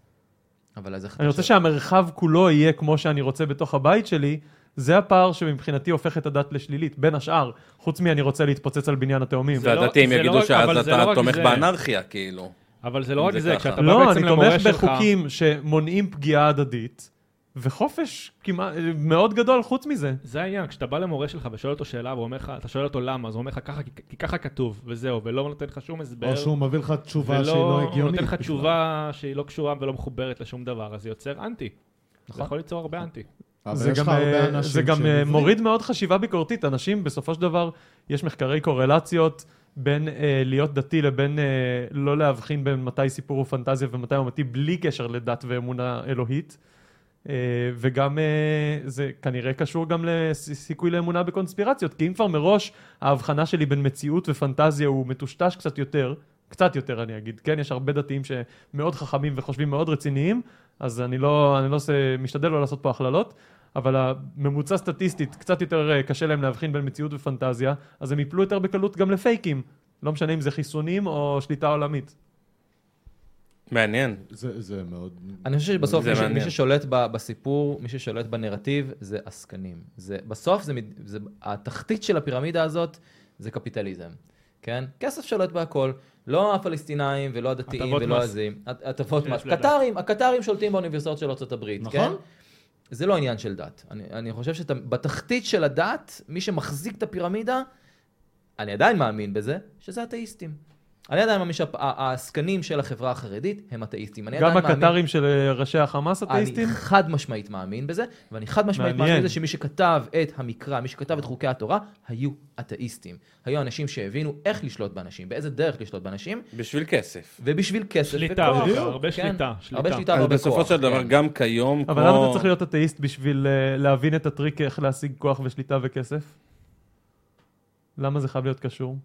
Speaker 2: אבל אז איך אתה
Speaker 5: אני רוצה
Speaker 2: חושב?
Speaker 5: שהמרחב כולו יהיה כמו שאני רוצה בתוך הבית שלי, זה הפער שמבחינתי הופך את הדת לשלילית, בין השאר, חוץ מאני רוצה להתפוצץ על בניין התאומים.
Speaker 3: זה לא-
Speaker 4: והדתיים
Speaker 3: זה לא
Speaker 4: יגידו
Speaker 3: רק- אבל
Speaker 4: שאז
Speaker 3: זה לא
Speaker 4: אתה
Speaker 3: רק
Speaker 4: תומך
Speaker 3: זה.
Speaker 4: באנרכיה, כאילו.
Speaker 3: אבל זה לא רק
Speaker 4: זה
Speaker 3: זה,
Speaker 4: ככה.
Speaker 3: כשאתה בא
Speaker 5: לא, אני
Speaker 3: בעצם למורה
Speaker 5: תומך
Speaker 3: שלך...
Speaker 5: בחוקים שמונעים פגיעה הדדית, וחופש כמעט, אה, מאוד גדול חוץ מזה.
Speaker 3: זה העניין, כשאתה בא למורה שלך ושואל אותו שאלה, והוא אומר לך, אתה שואל אותו למה, אז הוא אומר לך ככה, כי- כי ככה כתוב, וזהו, ולא נותן לך שום הסבר.
Speaker 1: או שהוא מביא לך תשובה שהיא לא
Speaker 3: ולא
Speaker 1: הגיונית.
Speaker 3: הוא נותן לך
Speaker 1: בכלל.
Speaker 3: תשובה שהיא לא קשורה ולא מחוברת לשום דבר, אז זה יוצר אנטי. זה
Speaker 2: נכון.
Speaker 3: יכול ליצור הרבה אנטי.
Speaker 1: אבל
Speaker 5: זה
Speaker 1: יש
Speaker 5: גם,
Speaker 1: לך הרבה
Speaker 5: אה,
Speaker 1: אנשים
Speaker 5: זה גם אה,
Speaker 1: שנבנים.
Speaker 5: מוריד מאוד חשיבה ביקורתית. אנשים, בסופו של דבר, יש מחקרי קורלציות בין אה, להיות דתי לבין אה, לא להבחין בין מתי סיפור הוא פנטזיה ומתי הוא אמיתי, בלי קשר לדת ואמונה אלוהית. אה, וגם אה, זה כנראה קשור גם לסיכוי לאמונה בקונספירציות, כי אם כבר מראש ההבחנה שלי בין מציאות ופנטזיה הוא מטושטש קצת יותר, קצת יותר אני אגיד, כן? יש הרבה דתיים שמאוד חכמים וחושבים מאוד רציניים, אז אני לא, אני לא עושה, משתדל לא לעשות פה הכללות, אבל הממוצע סטטיסטית, קצת יותר אה, קשה להם להבחין בין מציאות ופנטזיה, אז הם יפלו יותר בקלות גם לפייקים. לא משנה אם זה חיסונים או שליטה עולמית.
Speaker 4: מעניין.
Speaker 1: זה זה מאוד...
Speaker 2: אני חושב שבסוף
Speaker 4: זה
Speaker 2: מי, ש... מי
Speaker 4: מעניין.
Speaker 2: ששולט ב... בסיפור, מי ששולט בנרטיב, זה עסקנים. זה... בסוף זה... מד- זה... התחתית של הפירמידה הזאת זה קפיטליזם, כן? כסף שולט בהכל. לא הפלסטינאים ולא הדתיים
Speaker 3: הטבות
Speaker 2: ולא
Speaker 3: מס.
Speaker 2: הזים. הט- הטבות
Speaker 3: שיש
Speaker 2: מס.
Speaker 3: לדת.
Speaker 2: קטרים, הקטרים שולטים באוניברסיטאות של ארה"ב,
Speaker 1: נכון.
Speaker 2: כן? זה לא עניין של דת. אני, אני חושב שבתחתית של הדת, מי שמחזיק את הפירמידה, אני עדיין מאמין בזה, שזה אתאיסטים. אני עדיין מאמין שהעסקנים של החברה החרדית הם אתאיסטים. אני
Speaker 5: גם
Speaker 2: עדיין מאמין-
Speaker 5: הקטרים של אה, ראשי החמאס אתאיסטים?
Speaker 2: [LAUGHS] אני חד משמעית מאמין בזה, ואני חד משמעית
Speaker 5: מעניין.
Speaker 2: מאמין בזה שמי שכתב את המקרא, מי שכתב את חוקי התורה, היו אתאיסטים. היו אנשים שהבינו איך לשלוט באנשים, באיזה דרך לשלוט באנשים,
Speaker 4: בשביל כסף.
Speaker 2: ובשביל כסף
Speaker 3: שליטה,
Speaker 2: וכוח.
Speaker 1: בדיוק.
Speaker 3: הרבה
Speaker 2: כן,
Speaker 3: שליטה,
Speaker 2: הרבה
Speaker 3: שליטה.
Speaker 2: שליטה
Speaker 4: אז
Speaker 2: והרבה
Speaker 4: בסופו
Speaker 2: כוח.
Speaker 4: של דבר,
Speaker 2: כן.
Speaker 4: גם כיום,
Speaker 5: אבל למה אתה
Speaker 4: כמו...
Speaker 5: צריך להיות אתאיסט בשביל אה, להבין את הטריק איך להשיג כוח ושליטה וכסף? למה זה חייב להיות קשור?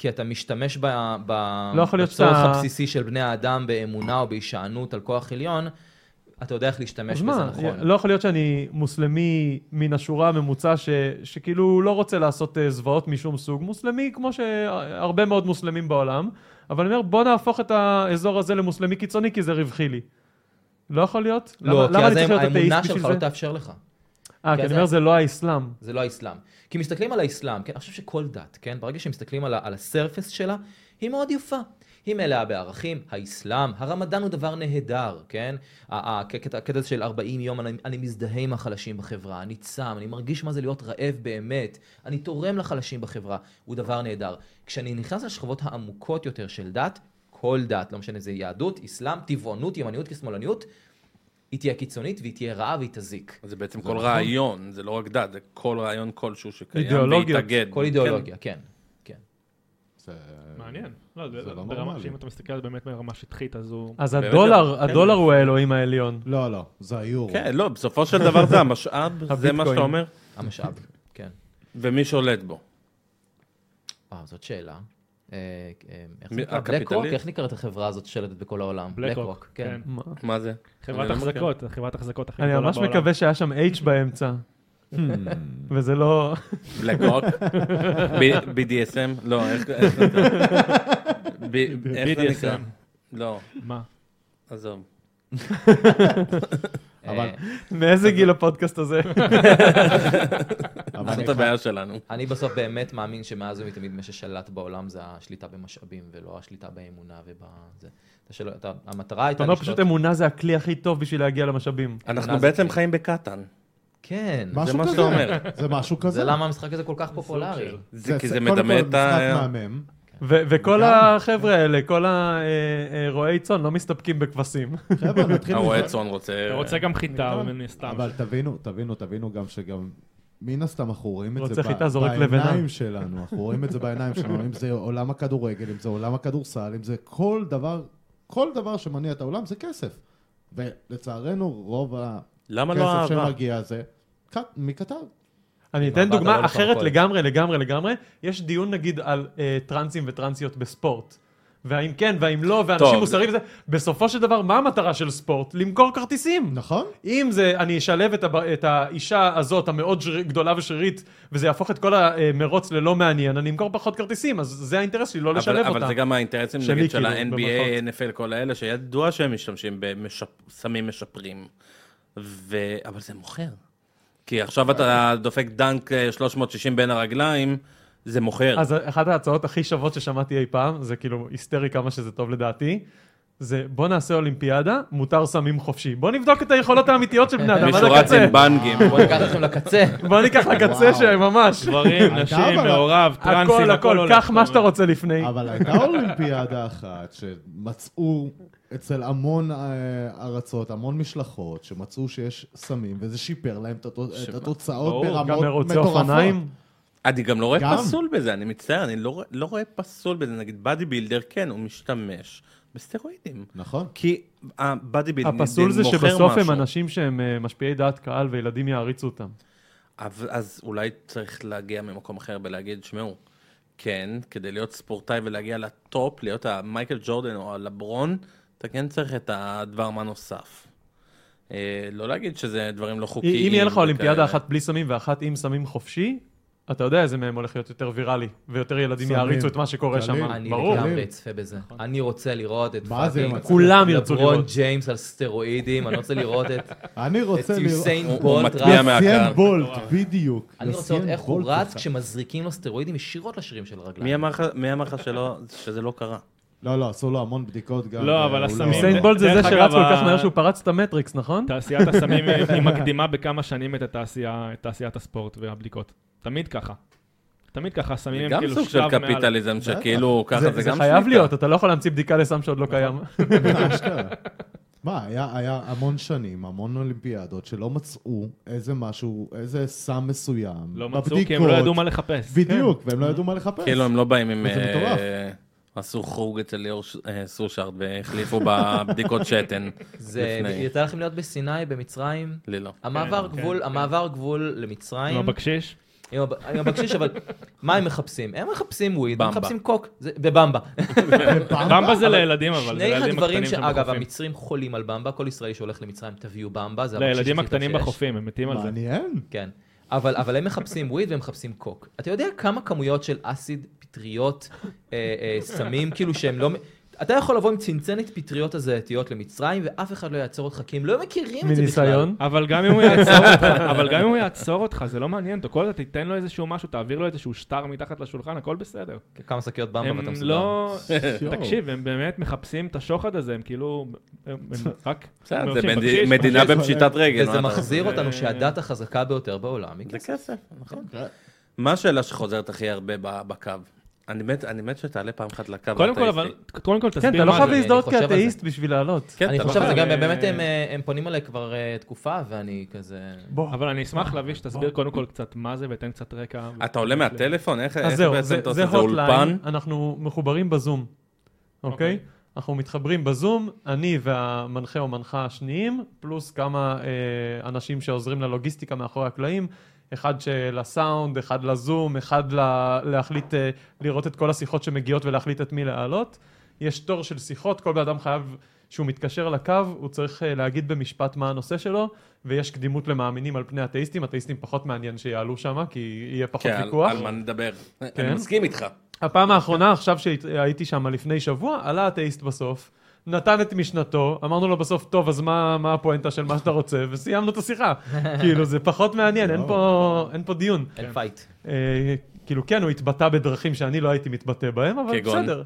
Speaker 2: כי אתה משתמש ב... ב...
Speaker 5: לא יכול להיות
Speaker 2: בצורך
Speaker 5: שאתה-
Speaker 2: הבסיסי של בני האדם באמונה או בהישענות על כוח עליון, אתה יודע איך להשתמש
Speaker 5: אז
Speaker 2: בזה
Speaker 5: מה,
Speaker 2: נכון.
Speaker 5: לא יכול להיות שאני מוסלמי מן השורה הממוצע ש, שכאילו לא רוצה לעשות אה, זוועות משום סוג, מוסלמי כמו שהרבה מאוד מוסלמים בעולם, אבל אני אומר בוא נהפוך את האזור הזה למוסלמי קיצוני כי זה רווחי לי. לא יכול להיות?
Speaker 2: לא,
Speaker 5: למה,
Speaker 2: כי
Speaker 5: למה
Speaker 2: אז
Speaker 5: אני צריך להיות
Speaker 2: האמונה
Speaker 5: אתאיסט
Speaker 2: שלך
Speaker 5: בשביל
Speaker 2: לא
Speaker 5: זה?
Speaker 2: תאפשר לך.
Speaker 5: אה,
Speaker 2: כי
Speaker 5: כי
Speaker 2: אז
Speaker 5: אני אומר
Speaker 2: ה-
Speaker 5: זה לא האסלאם.
Speaker 2: זה לא האסלאם. כי מסתכלים על האסלאם, כן? אני חושב שכל דת, כן? ברגע שמסתכלים על, ה- על הסרפס שלה, היא מאוד יפה. היא מלאה בערכים, האסלאם, הרמדאן הוא דבר נהדר, כן? ה- ה- הקטע הקטע של 40 יום, אני, אני מזדהה עם החלשים בחברה, אני צם, אני מרגיש מה זה להיות רעב באמת, אני תורם לחלשים בחברה, הוא דבר נהדר. כשאני נכנס לשכבות העמוקות יותר של דת, כל דת, לא משנה אם זה יהדות, אסלאם, טבעונות, ימניות כשמאלניות, היא תהיה קיצונית והיא תהיה רעה והיא תזיק.
Speaker 4: זה בעצם כל רעיון, זה לא רק דת, זה כל רעיון כלשהו שקיים,
Speaker 5: אידיאולוגיות.
Speaker 4: והתאגד.
Speaker 2: כל אידיאולוגיה, כן. כן.
Speaker 1: זה-
Speaker 3: מעניין. לא,
Speaker 1: זה
Speaker 3: זה
Speaker 1: לא
Speaker 3: ברמה
Speaker 1: נורמלי.
Speaker 3: שאם אתה מסתכל על זה באמת ברמה שטחית, אז הוא...
Speaker 5: אז
Speaker 4: באמת
Speaker 5: הדולר,
Speaker 4: לא. כן.
Speaker 5: הדולר הוא האלוהים העליון.
Speaker 1: לא, לא, זה היורו.
Speaker 4: כן, לא, בסופו של דבר זה המשאב, זה מה
Speaker 5: הביטקוין.
Speaker 4: שאתה אומר,
Speaker 2: המשאב, כן.
Speaker 4: ומי שולט בו.
Speaker 2: וואו, זאת שאלה. אה, אה, איך זה
Speaker 4: מי-
Speaker 2: נקרא?
Speaker 4: הקפיטליסט?
Speaker 2: BlackRock? איך נקראת החברה הזאת ששלטת בכל העולם?
Speaker 3: בלקרוק,
Speaker 2: BlackRock,
Speaker 3: כן.
Speaker 5: מה?
Speaker 4: מה זה?
Speaker 5: אה,
Speaker 3: חברת
Speaker 4: אני לא מכיר.
Speaker 3: החזקות, חברת החזקות הכי
Speaker 5: אני
Speaker 3: גדולה
Speaker 5: ממש
Speaker 3: בעולם.
Speaker 5: מקווה שהיה שם H באמצע,
Speaker 2: Hmm.
Speaker 5: וזה לא... [LAUGHS]
Speaker 4: בלקרוק? ב- BDSM? לא, איך איך [LAUGHS] זה נקרא? ב- איך זה נקרא?
Speaker 3: BDSM.
Speaker 4: לא,
Speaker 3: מה?
Speaker 4: עזוב.
Speaker 2: אה,
Speaker 1: אבל-
Speaker 5: מאיזה גיל הפודקאסט הזה?
Speaker 1: אבל אני
Speaker 4: זאת
Speaker 1: חייב-
Speaker 4: הבעיה שלנו.
Speaker 2: אני בסוף באמת מאמין שמאז ומתמיד מה ששלט בעולם זה השליטה במשאבים ולא השליטה באמונה ובזה. אתה שלא- אתה- המטרה
Speaker 5: אתה
Speaker 2: הייתה
Speaker 5: אומר פשוט אמ- אמונה זה הכלי הכי טוב בשביל להגיע למשאבים.
Speaker 4: אנחנו
Speaker 2: אמונה זה
Speaker 4: בעצם
Speaker 2: כן.
Speaker 4: חיים בקטן,
Speaker 2: כן.
Speaker 1: משהו
Speaker 4: מה
Speaker 1: כזה.
Speaker 4: שאתה אומר.
Speaker 1: זה משהו כזה.
Speaker 2: זה למה המשחק הזה כל כך פופולרי.
Speaker 3: סוג
Speaker 4: זה כי זה
Speaker 1: קודם
Speaker 4: מדמה
Speaker 1: כל,
Speaker 4: את ה...
Speaker 1: משחק מהמם.
Speaker 5: ו- וכל
Speaker 1: גם.
Speaker 5: החבר'ה האלה, כל הרועי צאן לא מסתפקים בכבשים. [LAUGHS]
Speaker 1: חבר'ה,
Speaker 4: [LAUGHS]
Speaker 1: נתחיל
Speaker 4: הרועה
Speaker 1: מזה.
Speaker 4: צאן רוצה...
Speaker 3: אתה רוצה גם חיטה, מן הסתם.
Speaker 1: אבל תבינו, תבינו, תבינו גם שגם... מן הסתם אנחנו רואים את
Speaker 5: רוצה
Speaker 1: זה ב-
Speaker 5: חיטה, זורק לבנה.
Speaker 1: בעיניים שלנו, אנחנו רואים את זה בעיניים שלנו, אם זה עולם הכדורגל, אם זה עולם הכדורסל, אם זה כל דבר, כל דבר שמניע את העולם זה כסף. ולצערנו רוב
Speaker 4: למה לא
Speaker 1: הכסף
Speaker 4: אהבה?
Speaker 1: שמגיע זה ק- מקטר.
Speaker 5: אני
Speaker 2: אבל
Speaker 5: אתן
Speaker 2: אתה לא
Speaker 5: דוגמה
Speaker 2: לפרוטוקול.
Speaker 5: אחרת לגמרי, לגמרי, לגמרי. יש דיון נגיד על אה, טרנסים וטרנסיות בספורט. והאם כן והאם לא,
Speaker 4: טוב.
Speaker 5: ואנשים מוסריים וזה. בסופו של דבר, מה המטרה של ספורט? למכור כרטיסים.
Speaker 1: נכון?
Speaker 5: אם זה, אני אשלב את, הב... את האישה הזאת, המאוד שר... גדולה ושרירית, וזה יהפוך את כל המרוץ ללא מעניין, אני אמכור פחות כרטיסים, אז זה האינטרס שלי, לא
Speaker 4: אבל-
Speaker 5: לשלב אותה.
Speaker 4: אבל זה גם האינטרסים
Speaker 5: שלי,
Speaker 4: נגיד של
Speaker 5: כאילו,
Speaker 4: ה-NBA, NFL, כל האלה, שידוע שהם משתמשים בסמים משפרים. ו- אבל זה מוכר. כי עכשיו אתה דופק דנק אה, 360 בין הרגליים, זה מוכר.
Speaker 1: כן.
Speaker 5: אז אחת ההצעות הכי שוות ששמעתי אי פעם, זה כאילו היסטרי כמה שזה טוב לדעתי, זה בוא נעשה אולימפיאדה, מותר סמים חופשי. בוא נבדוק את היכולות האמיתיות של בני אדם עד
Speaker 4: מישהו רץ
Speaker 5: הקצה.
Speaker 4: עם
Speaker 5: [LAUGHS]
Speaker 4: בנגים.
Speaker 2: בוא ניקח אתכם לקצה.
Speaker 5: בוא ניקח לקצה
Speaker 1: וואו.
Speaker 5: שממש,
Speaker 3: גברים,
Speaker 1: אתה
Speaker 3: נשים,
Speaker 1: אבל-
Speaker 3: מעורב, טרנסים,
Speaker 5: הכל הכל,
Speaker 3: הולך.
Speaker 5: קח מה שאתה רוצה לפני.
Speaker 1: אבל הייתה אולימפיאדה אחת שמצאו אצל המון אה, ארצות, המון משלחות, שמצאו שיש סמים, וזה שיפר להם את התו- את התוצאות
Speaker 3: ברור, גם
Speaker 5: גם
Speaker 1: ברמות
Speaker 5: מרוצי
Speaker 1: מטורפות.
Speaker 5: אופניים.
Speaker 4: אני גם לא רואה
Speaker 1: גם.
Speaker 4: פסול בזה, אני מצטער, אני לא רואה- לא רואה פסול בזה. נגיד בדי בילדר, כן, הוא משתמש בסטרואידים.
Speaker 1: נכון.
Speaker 4: כי הבדי בילדר מוכר משהו.
Speaker 5: הפסול זה שבסוף הם אנשים שהם אה, משפיעי דעת קהל וילדים יעריצו אותם.
Speaker 4: אז, אז אולי צריך להגיע ממקום אחר ולהגיד, שמעו, כן, כדי להיות ספורטאי ולהגיע לטופ, להיות המייקל ג'ורדן או הלברון, אתה כן צריך את הדבר מה נוסף. אה, לא להגיד שזה דברים לא חוקיים.
Speaker 5: אם יהיה לך
Speaker 4: וכאלה.
Speaker 5: אולימפיאדה אחת בלי סמים ואחת עם סמים חופשי, אתה יודע איזה מהם הולך להיות יותר ויראלי, ויותר ילדים
Speaker 1: סמים.
Speaker 5: יעריצו את מה שקורה
Speaker 1: קליל.
Speaker 5: שם,
Speaker 2: אני
Speaker 5: ברור.
Speaker 2: לגמרי אצפה בזה. אני רוצה לראות את
Speaker 1: מה זה,
Speaker 2: פאקינג
Speaker 1: מצב?
Speaker 5: כולם ירצו
Speaker 2: לברון
Speaker 5: לראות.
Speaker 2: ג'יימס על סטרואידים, אני רוצה לראות את
Speaker 1: אני
Speaker 2: את
Speaker 1: רוצה לראות...
Speaker 2: יוסיין
Speaker 4: הוא- הוא
Speaker 2: בולט
Speaker 4: מטביע
Speaker 2: רץ.
Speaker 4: מהקהל.
Speaker 1: יוסיין בולט, בדיוק.
Speaker 2: אני רוצה לראות
Speaker 1: יוסיין
Speaker 2: איך הוא
Speaker 1: בולט
Speaker 2: רץ
Speaker 1: אחד.
Speaker 2: כשמזריקים לו סטרואידים ישירות לשרירים של רגליים.
Speaker 4: מי אמר לך- מי אמר לך שלא- שזה לא קרה?
Speaker 1: לא, לא, עשו לו המון בדיקות גם.
Speaker 3: לא,
Speaker 1: אה,
Speaker 3: אבל
Speaker 1: הוא
Speaker 3: הסמים-
Speaker 5: יוסיין בולט זה
Speaker 3: דרך
Speaker 5: זה
Speaker 3: אגב,
Speaker 5: שרץ כל כך
Speaker 3: ה-
Speaker 5: מהר שהוא פרץ את המטריקס, נכון?
Speaker 3: תעשיית הסמים אה, היא- [LAUGHS] היא מקדימה בכמה שנים את התעשייה- את תעשיית הספורט והבדיקות. תמיד ככה. תמיד ככה,
Speaker 4: זה
Speaker 3: סמים הם
Speaker 4: גם
Speaker 3: כאילו
Speaker 4: סוג
Speaker 3: שב
Speaker 4: של
Speaker 3: מעל...
Speaker 4: קפיטליזם שכאילו ככה
Speaker 1: זה-
Speaker 4: זה
Speaker 1: זה
Speaker 4: גם
Speaker 5: זה
Speaker 4: שליטה.
Speaker 5: חייב להיות, אתה לא יכול להמציא בדיקה לסם שעוד לא קיים.
Speaker 1: [LAUGHS] אשכרה. כן. מה, היה, היה המון שנים, המון אולימפיאדות, שלא מצאו איזה משהו, איזה סם מסוים.
Speaker 3: לא מצאו, כי הם לא ידעו מה כן. לחפש.
Speaker 1: בדיוק, והם לא ידעו מה לחפש.
Speaker 4: כאילו הם לא באים עם...
Speaker 1: וזה
Speaker 4: אה,
Speaker 1: מטורף.
Speaker 4: עשו חוג אצל ליאור ש- אה, סושארד והחליפו בבדיקות
Speaker 5: [LAUGHS]
Speaker 4: שתן.
Speaker 2: זה,
Speaker 4: לפני.
Speaker 2: יצא לכם להיות בסיני, במצרים?
Speaker 4: לי לא.
Speaker 2: המעבר
Speaker 3: כן,
Speaker 2: גבול, המעבר גבול למצרים,
Speaker 3: עם הבקשיש.
Speaker 2: עם הב- עם הבקשיש, אבל מה הם מחפשים? הם מחפשים וויד, הם
Speaker 4: במבה.
Speaker 2: מחפשים קוק, זה- ובמבה.
Speaker 3: במבה זה לילדים אבל, זה
Speaker 2: שני
Speaker 3: לילדים
Speaker 2: הדברים,
Speaker 3: הקטנים
Speaker 2: ש-
Speaker 3: שם
Speaker 2: אגב,
Speaker 3: בחופים. הבקשיש
Speaker 2: המצרים חולים על במבה, כל ישראלי שהולך למצרים, תביאו במבה, זה הבקשיש הכי
Speaker 3: לילדים
Speaker 2: טוב
Speaker 3: הקטנים
Speaker 2: שיש.
Speaker 3: בחופים, הם מתים על זה. [LAUGHS]
Speaker 1: מעניין.
Speaker 2: כן. אבל, אבל הם מחפשים וויד והם מחפשים קוק. אתה יודע כמה כמויות של אסיד, פטריות, אה, אה, סמים, כאילו שהם לא... מ- אתה יכול לבוא עם צנצנת פטריות הזייתיות למצרים, ואף אחד לא יעצור אותך, כי הם לא מכירים את זה בכלל.
Speaker 5: מניסיון.
Speaker 3: אבל גם אם הוא יעצור
Speaker 1: [LAUGHS]
Speaker 3: אותך, אבל גם אם הוא יעצור אותך, זה לא מעניין אותו. כל הזמן תיתן לו איזשהו משהו, תעביר לו איזשהו שטר מתחת לשולחן, הכל בסדר.
Speaker 2: כמה שקיות
Speaker 3: הם
Speaker 2: במבה ואתה מסודר.
Speaker 3: לא...
Speaker 1: יואו.
Speaker 3: תקשיב, הם באמת מחפשים את השוחד הזה, הם כאילו... הם
Speaker 4: [LAUGHS]
Speaker 3: הם רק...
Speaker 4: בסדר, זה
Speaker 3: מבקשים,
Speaker 4: מדי-
Speaker 3: מבקשים.
Speaker 4: מדינה בפשיטת רגל.
Speaker 2: וזה
Speaker 4: מה לא, אתה-
Speaker 2: מחזיר
Speaker 3: אה,
Speaker 2: אותנו שהדת החזקה ביותר בעולם היא
Speaker 4: זה
Speaker 2: כסף.
Speaker 4: כסף, נכון. מה השאלה שחוזרת הכי הרבה ב- בקו? אני מת, אני מת שתעלה פעם אחת לקו.
Speaker 3: קודם כל,
Speaker 4: האתאיסטי.
Speaker 3: אבל... קודם כל,
Speaker 5: כן, אתה
Speaker 3: תסביר מה
Speaker 5: לא חייב
Speaker 3: זה.
Speaker 2: אני
Speaker 5: להזדהות
Speaker 2: חושב על זה.
Speaker 5: כאתאיסט בשביל לעלות.
Speaker 4: כן,
Speaker 2: אני
Speaker 4: אתה לא
Speaker 2: חושב שזה
Speaker 4: חייב.
Speaker 2: גם, באמת הם, אה, הם פונים אליי כבר אה, תקופה, ואני כזה...
Speaker 5: בוא.
Speaker 3: אבל אני אשמח להביא שתסביר קודם כל קצת מה זה ותן קצת רקע.
Speaker 4: אה. אתה עולה מהטלפון? איך
Speaker 5: אז
Speaker 4: איך
Speaker 5: זהו,
Speaker 4: בעצם
Speaker 5: זה-
Speaker 4: אתה
Speaker 5: זה
Speaker 4: עושה את זה אולפן?
Speaker 5: הוטליין, אנחנו מחוברים בזום, אוקיי?
Speaker 3: אוקיי.
Speaker 5: אנחנו מתחברים בזום, אני והמנחה או מנחה השניים, פלוס כמה אה, אנשים שעוזרים ללוגיסטיקה מאחורי הקלעים, אחד לסאונד, אחד לזום, אחד ל- להחליט, אה, לראות את כל השיחות שמגיעות ולהחליט את מי להעלות. יש תור של שיחות, כל בן אדם חייב, כשהוא מתקשר לקו, הוא צריך אה, להגיד במשפט מה הנושא שלו, ויש קדימות למאמינים על פני אתאיסטים, אתאיסטים פחות מעניין שיעלו שם, כי יהיה פחות
Speaker 4: כן, על-
Speaker 5: ויכוח.
Speaker 4: על מה נדבר. אני
Speaker 5: כן.
Speaker 4: מסכים איתך.
Speaker 5: הפעם האחרונה, עכשיו שהייתי שם לפני שבוע, עלה אתאיסט בסוף, נתן את משנתו, אמרנו לו בסוף, טוב, אז מה, מה הפואנטה של מה שאתה רוצה, וסיימנו את השיחה. כאילו, זה פחות מעניין, אין, פה, אין פה דיון.
Speaker 2: אין פייט.
Speaker 5: אה, כאילו, כן, הוא התבטא בדרכים שאני לא הייתי מתבטא בהם, אבל
Speaker 4: כגון?
Speaker 5: בסדר.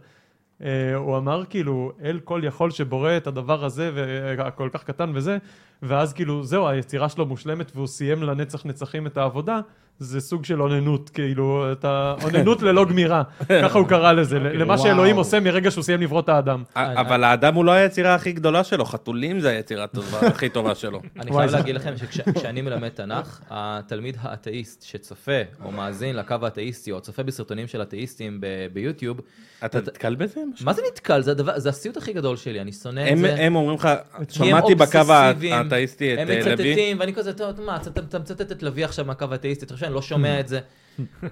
Speaker 5: אה, הוא אמר כאילו, אל כל יכול שבורא את הדבר הזה, והכל כך קטן וזה, ואז כאילו, זהו, היצירה שלו מושלמת, והוא סיים לנצח נצחים את העבודה, זה סוג של אוננות, כאילו, את [LAUGHS] האוננות ללא גמירה, ככה הוא קרא לזה, ל- למה
Speaker 1: וואו.
Speaker 5: שאלוהים עושה מרגע שהוא סיים לברוא את האדם.
Speaker 4: א- אבל האדם הוא לא היצירה הכי גדולה שלו, חתולים זה היצירה הטובה- [LAUGHS] הכי טובה שלו.
Speaker 2: אני
Speaker 5: וואי,
Speaker 2: חייב
Speaker 5: זה-
Speaker 2: להגיד לכם שכשאני מלמד תנ"ך, התלמיד האתאיסט שצופה או מאזין לקו האתאיסטי או צופה בסרטונים של אתאיסטים ב- ביוטיוב,
Speaker 4: אתה נתקל בזה?
Speaker 2: מה זה נתקל? זה הדבר- זה הסיוט הכי גדול שלי, אני שונא את
Speaker 4: הם-
Speaker 2: זה.
Speaker 4: הם אומרים לך,
Speaker 2: כי הם
Speaker 4: שמעתי בקו
Speaker 2: אובססיביים,
Speaker 4: האתאיסטי את
Speaker 2: הם
Speaker 4: אה, לוי.
Speaker 2: מצטטים, ואני כזה, טוב, מה, אתה- אתה מצטט את לוי עכשיו מהקו האתאיסטי, אתה חושב שאני לא שומע את זה.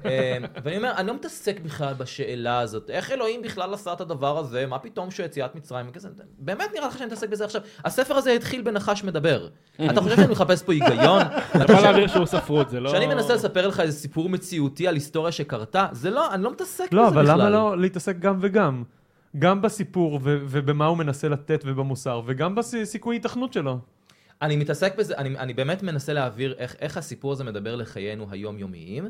Speaker 2: אה, ואני אומר, אני לא מתעסק בכלל בשאלה הזאת, איך אלוהים בכלל עשה את הדבר הזה, מה פתאום שיציאת מצרים, כזה, באמת נראה לך שאני מתעסק בזה עכשיו, הספר הזה התחיל בנחש מדבר. אתה חושב שאני מחפש פה היגיון?
Speaker 3: אתה יכול להעביר שהוא ספרות, זה לא...
Speaker 2: כשאני מנסה לספר לך איזה סיפור מציאותי על היסטוריה שקרתה, זה לא, אני לא מתעסק בזה בכלל.
Speaker 5: לא, אבל למה לא להתעסק גם וגם? גם בסיפור ו- ובמה הוא מנסה לתת ובמוסר, וגם בסיכוי היתכנות שלו.
Speaker 2: אני מתעסק בזה, אני, אני באמת מנסה להעביר איך, איך הסיפור הזה מדבר לחיינו היומיומיים.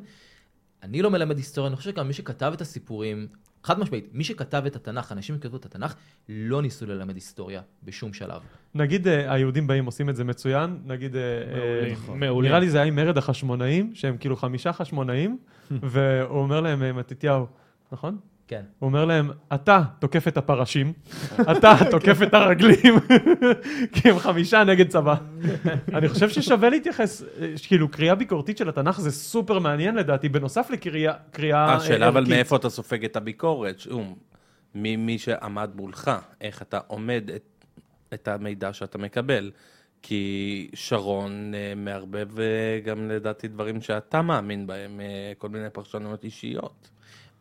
Speaker 2: אני לא מלמד היסטוריה, אני חושב שגם מי שכתב את הסיפורים, חד משמעית, מי שכתב את התנ"ך, אנשים שכתבו את התנ"ך, לא ניסו ללמד היסטוריה בשום שלב.
Speaker 5: נגיד אה, היהודים באים עושים את זה מצוין, נגיד... אה, אה,
Speaker 3: מעולים, מעולים.
Speaker 5: נראה לי זה היה עם מרד החשמונאים, שהם כאילו חמישה
Speaker 4: [LAUGHS]
Speaker 5: חשמונאים, והוא אומר להם, אה, מתתיהו, נכון?
Speaker 2: כן.
Speaker 5: הוא אומר להם, אתה תוקף את הפרשים,
Speaker 4: [LAUGHS]
Speaker 5: אתה תוקף את הרגלים, [LAUGHS] כי הם חמישה נגד
Speaker 4: [LAUGHS]
Speaker 5: צבא. אני חושב ששווה להתייחס, אה, כאילו קריאה ביקורתית של התנ"ך זה סופר מעניין לדעתי, בנוסף לקריאה קריאה, אה,
Speaker 4: השאלה אבל
Speaker 5: ערכית.
Speaker 4: מאיפה אתה סופג את הביקורת, שום. ממי שעמד מולך, איך אתה עומד את- את המידע שאתה מקבל. כי שרון אה, מערבב אה, גם לדעתי דברים שאתה מאמין בהם, אה, כל מיני פרשנויות אישיות.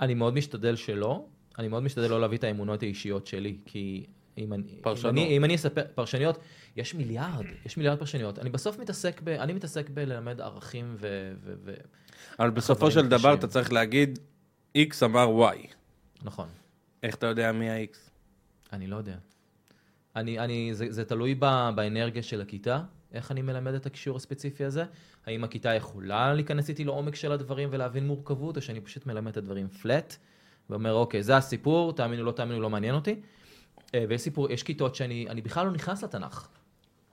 Speaker 2: אני מאוד משתדל שלא, אני מאוד משתדל לא להביא את האמונות האישיות שלי, כי אם אני...
Speaker 4: פרשנות.
Speaker 2: אם אני, אם אני אספר... פרשניות, יש מיליארד, יש מיליארד פרשניות. אני בסוף מתעסק ב... אני מתעסק בללמד ערכים ו... ו, ו
Speaker 4: אבל בסופו
Speaker 2: חברים
Speaker 4: של דבר
Speaker 2: קשים.
Speaker 4: אתה צריך להגיד, X אמר Y.
Speaker 2: נכון.
Speaker 4: איך אתה יודע מי ה-X?
Speaker 2: אני לא יודע. אני, אני, זה, זה תלוי ב, באנרגיה של הכיתה, איך אני מלמד את הקישור הספציפי הזה. האם הכיתה יכולה להיכנס איתי לעומק של הדברים ולהבין מורכבות, או שאני פשוט מלמד את הדברים פלט, ואומר, אוקיי, זה הסיפור, תאמינו, לא תאמינו, לא מעניין אותי. אה, ויש סיפור, יש כיתות שאני אני בכלל לא נכנס לתנ"ך.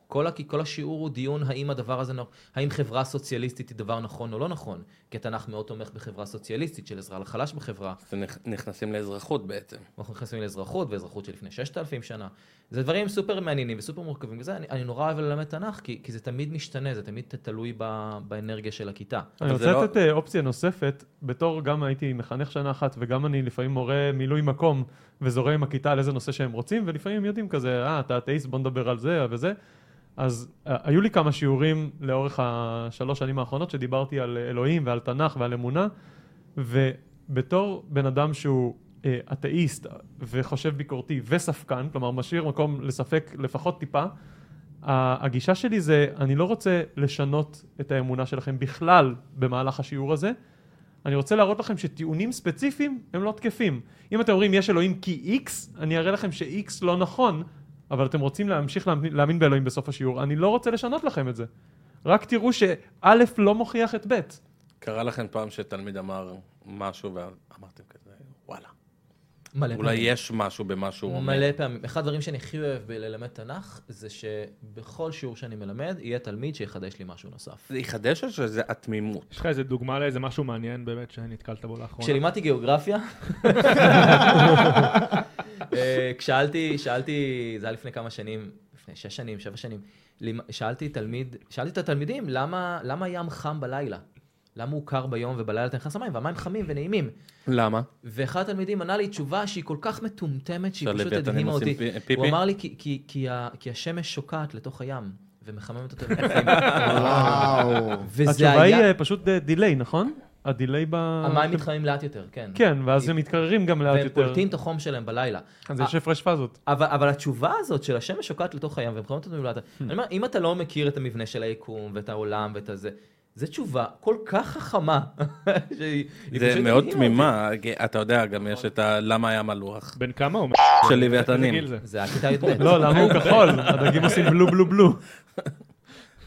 Speaker 2: כל, הכ... כל השיעור הוא דיון האם הדבר הזה, נכון- האם חברה סוציאליסטית היא דבר נכון או לא נכון, כי התנ"ך מאוד תומך בחברה סוציאליסטית של עזרה לחלש בחברה,
Speaker 4: אתם נכ- נכנסים לאזרחות בעצם.
Speaker 2: אנחנו נכנסים לאזרחות, ואזרחות שלפני 6,000 שנה. זה דברים סופר מעניינים וסופר מורכבים. וזה, אני, אני נורא אוהב ללמד תנ"ך, כי, כי זה תמיד משתנה, זה תמיד תלוי ב, באנרגיה של הכיתה.
Speaker 5: אני
Speaker 4: אבל זה
Speaker 5: רוצה
Speaker 4: לא-
Speaker 5: לתת אה, אופציה נוספת, בתור גם הייתי מחנך שנה אחת וגם אני לפעמים מורה מילוי מקום וזורם עם הכיתה על איזה נושא שהם רוצים ולפעמים הם יודעים כזה, אה אתה אתאיסט בוא נדבר על זה אה, וזה. אז אה, היו לי כמה שיעורים לאורך השלוש שנים האחרונות שדיברתי על אה, אלוהים ועל תנ"ך ועל אמונה ובתור בן אדם שהוא אה, אתאיסט וחושב ביקורתי וספקן, כלומר משאיר מקום לספק לפחות טיפה, ה- הגישה שלי זה, אני לא רוצה לשנות את האמונה שלכם בכלל במהלך השיעור הזה. אני רוצה להראות לכם שטיעונים ספציפיים הם לא תקפים. אם אתם אומרים יש אלוהים כי X, אני אראה לכם ש-X לא נכון, אבל אתם רוצים להמשיך להאמין, להאמין באלוהים בסוף השיעור, אני לא רוצה לשנות לכם את זה. רק תראו שא' לא מוכיח את ב'.
Speaker 4: קרה לכם פעם שתלמיד אמר משהו ואמרתם כזה, וואלה.
Speaker 2: מלא
Speaker 4: אולי יש משהו במה שהוא אומר.
Speaker 2: מלא פעמים. אחד הדברים שאני הכי אוהב בללמד תנ"ך, זה שבכל שיעור שאני מלמד, יהיה תלמיד שיחדש לי משהו נוסף.
Speaker 4: זה יחדש או שזה התמימות?
Speaker 3: יש לך איזה דוגמה לאיזה משהו מעניין באמת שנתקלת בו לאחרונה?
Speaker 2: כשלימדתי גיאוגרפיה, אה, כשאלתי, שאלתי, זה היה לפני כמה שנים, לפני שש שנים, שבע שנים, לימ- שאלתי תלמיד, שאלתי את התלמידים, למה, למה הים חם בלילה? למה הוא קר ביום ובלילה אתה נכנס למים, והמים חמים ונעימים.
Speaker 4: למה?
Speaker 2: ואחד התלמידים ענה לי תשובה שהיא כל כך מטומטמת, שהיא פשוט
Speaker 4: שלבטנים
Speaker 2: הדהימה
Speaker 4: עושים
Speaker 2: אותי.
Speaker 4: פי- פיפי?
Speaker 2: הוא אמר לי, "כי- כי- כי ה- כי השמש שוקעת לתוך הים, ומחממת
Speaker 5: [LAUGHS]
Speaker 2: אותו.
Speaker 1: וואו.
Speaker 2: [LAUGHS] וזה
Speaker 5: התשובה היא
Speaker 2: היה...
Speaker 5: אה, פשוט אה, דיליי, נכון? הדיליי ב...
Speaker 2: המים מתחממים לאט יותר, כן.
Speaker 5: כן, ואז הם מתקררים גם לאט
Speaker 2: והם
Speaker 5: יותר.
Speaker 2: פולטים את החום שלהם בלילה.
Speaker 5: אז יש הפרש פאזות.
Speaker 2: אבל, אבל התשובה הזאת של השמש שוקעת לתוך הים ומכונות אותנו
Speaker 4: Hmm.
Speaker 2: לדת, אני אומר, אם אתה לא מכיר את המבנה של היקום ואת העולם ואת הזה, זו תשובה כל כך חכמה. [LAUGHS] שהיא- היא
Speaker 4: זה
Speaker 2: פשוט
Speaker 4: מאוד
Speaker 2: מדהימה
Speaker 4: תמימה, כי אתה יודע, גם יש את ה... למה היה מלוח?
Speaker 3: בן כמה הוא?
Speaker 4: של
Speaker 3: איזה
Speaker 4: לוויתנים.
Speaker 3: גיל זה?
Speaker 2: אותי. זה
Speaker 4: [LAUGHS]
Speaker 2: הכיתה י"ב.
Speaker 5: לא, למה הוא כחול? הדגים עושים בלו בלו בלו.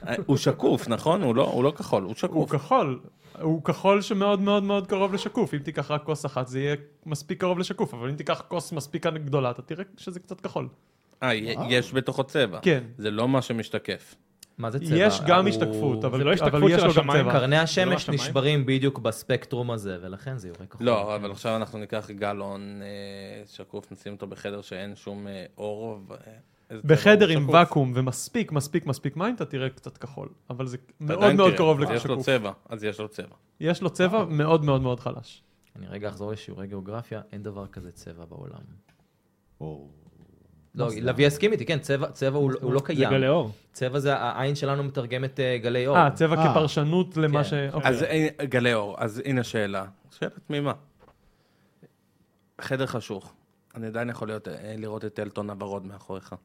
Speaker 4: אה, הוא שקוף, נכון? הוא לא- הוא לא כחול, הוא
Speaker 5: הוא
Speaker 4: שקוף.
Speaker 5: כחול. הוא כחול שמאוד מאוד מאוד קרוב לשקוף. אם תיקח רק כוס אחת זה יהיה מספיק קרוב לשקוף, אבל אם תיקח כוס מספיק גדולה אתה תראה שזה קצת כחול.
Speaker 4: אה, י- יש בתוכו צבע.
Speaker 5: כן.
Speaker 4: זה לא מה שמשתקף.
Speaker 2: מה זה צבע?
Speaker 5: יש גם
Speaker 2: הוא-
Speaker 5: השתקפות, אבל
Speaker 3: זה לא
Speaker 5: אבל
Speaker 3: השתקפות
Speaker 5: יש
Speaker 3: של
Speaker 5: לו גם
Speaker 3: השמיים
Speaker 5: צבע.
Speaker 3: כרגע.
Speaker 2: קרני
Speaker 3: זה לא
Speaker 2: השמש
Speaker 3: השמיים?
Speaker 2: נשברים בדיוק בספקטרום הזה, ולכן זה יורה כחול.
Speaker 4: לא, אבל עכשיו אנחנו ניקח גלון אה, שקוף, נשים אותו בחדר שאין שום אה, אור. ו- אה, איזה צבע
Speaker 5: בחדר
Speaker 4: הוא
Speaker 5: עם
Speaker 4: שקוף?
Speaker 5: ואקום ומספיק מספיק מספיק מים אתה תראה קצת כחול, אבל זה
Speaker 4: אתה
Speaker 5: מאוד
Speaker 4: עדיין
Speaker 5: מאוד
Speaker 4: תראה,
Speaker 5: קרוב
Speaker 4: אז יש לו
Speaker 5: לשקוף.
Speaker 4: צבע, אז יש לו צבע.
Speaker 5: יש לו צבע מאוד מאוד מאוד חלש.
Speaker 2: אני רגע אחזור לשיעורי גיאוגרפיה, אין דבר כזה צבע בעולם.
Speaker 1: או.
Speaker 2: לא, לביא הסכים איתי, כן, צבע- צבע הוא לא- הוא לא
Speaker 3: זה גלי
Speaker 2: קיים.
Speaker 3: אור.
Speaker 2: צבע זה, העין שלנו מתרגמת אה, גלי אור.
Speaker 5: אה, צבע
Speaker 1: אה.
Speaker 5: כפרשנות למה
Speaker 2: כן.
Speaker 5: ש... אוקיי.
Speaker 4: אז אה, גלי אור, אז הנה שאלה. שאלה תמימה. חדר חשוך. אני עדיין יכול להיות, אה, לראות את אלטון הוורוד מאחוריך.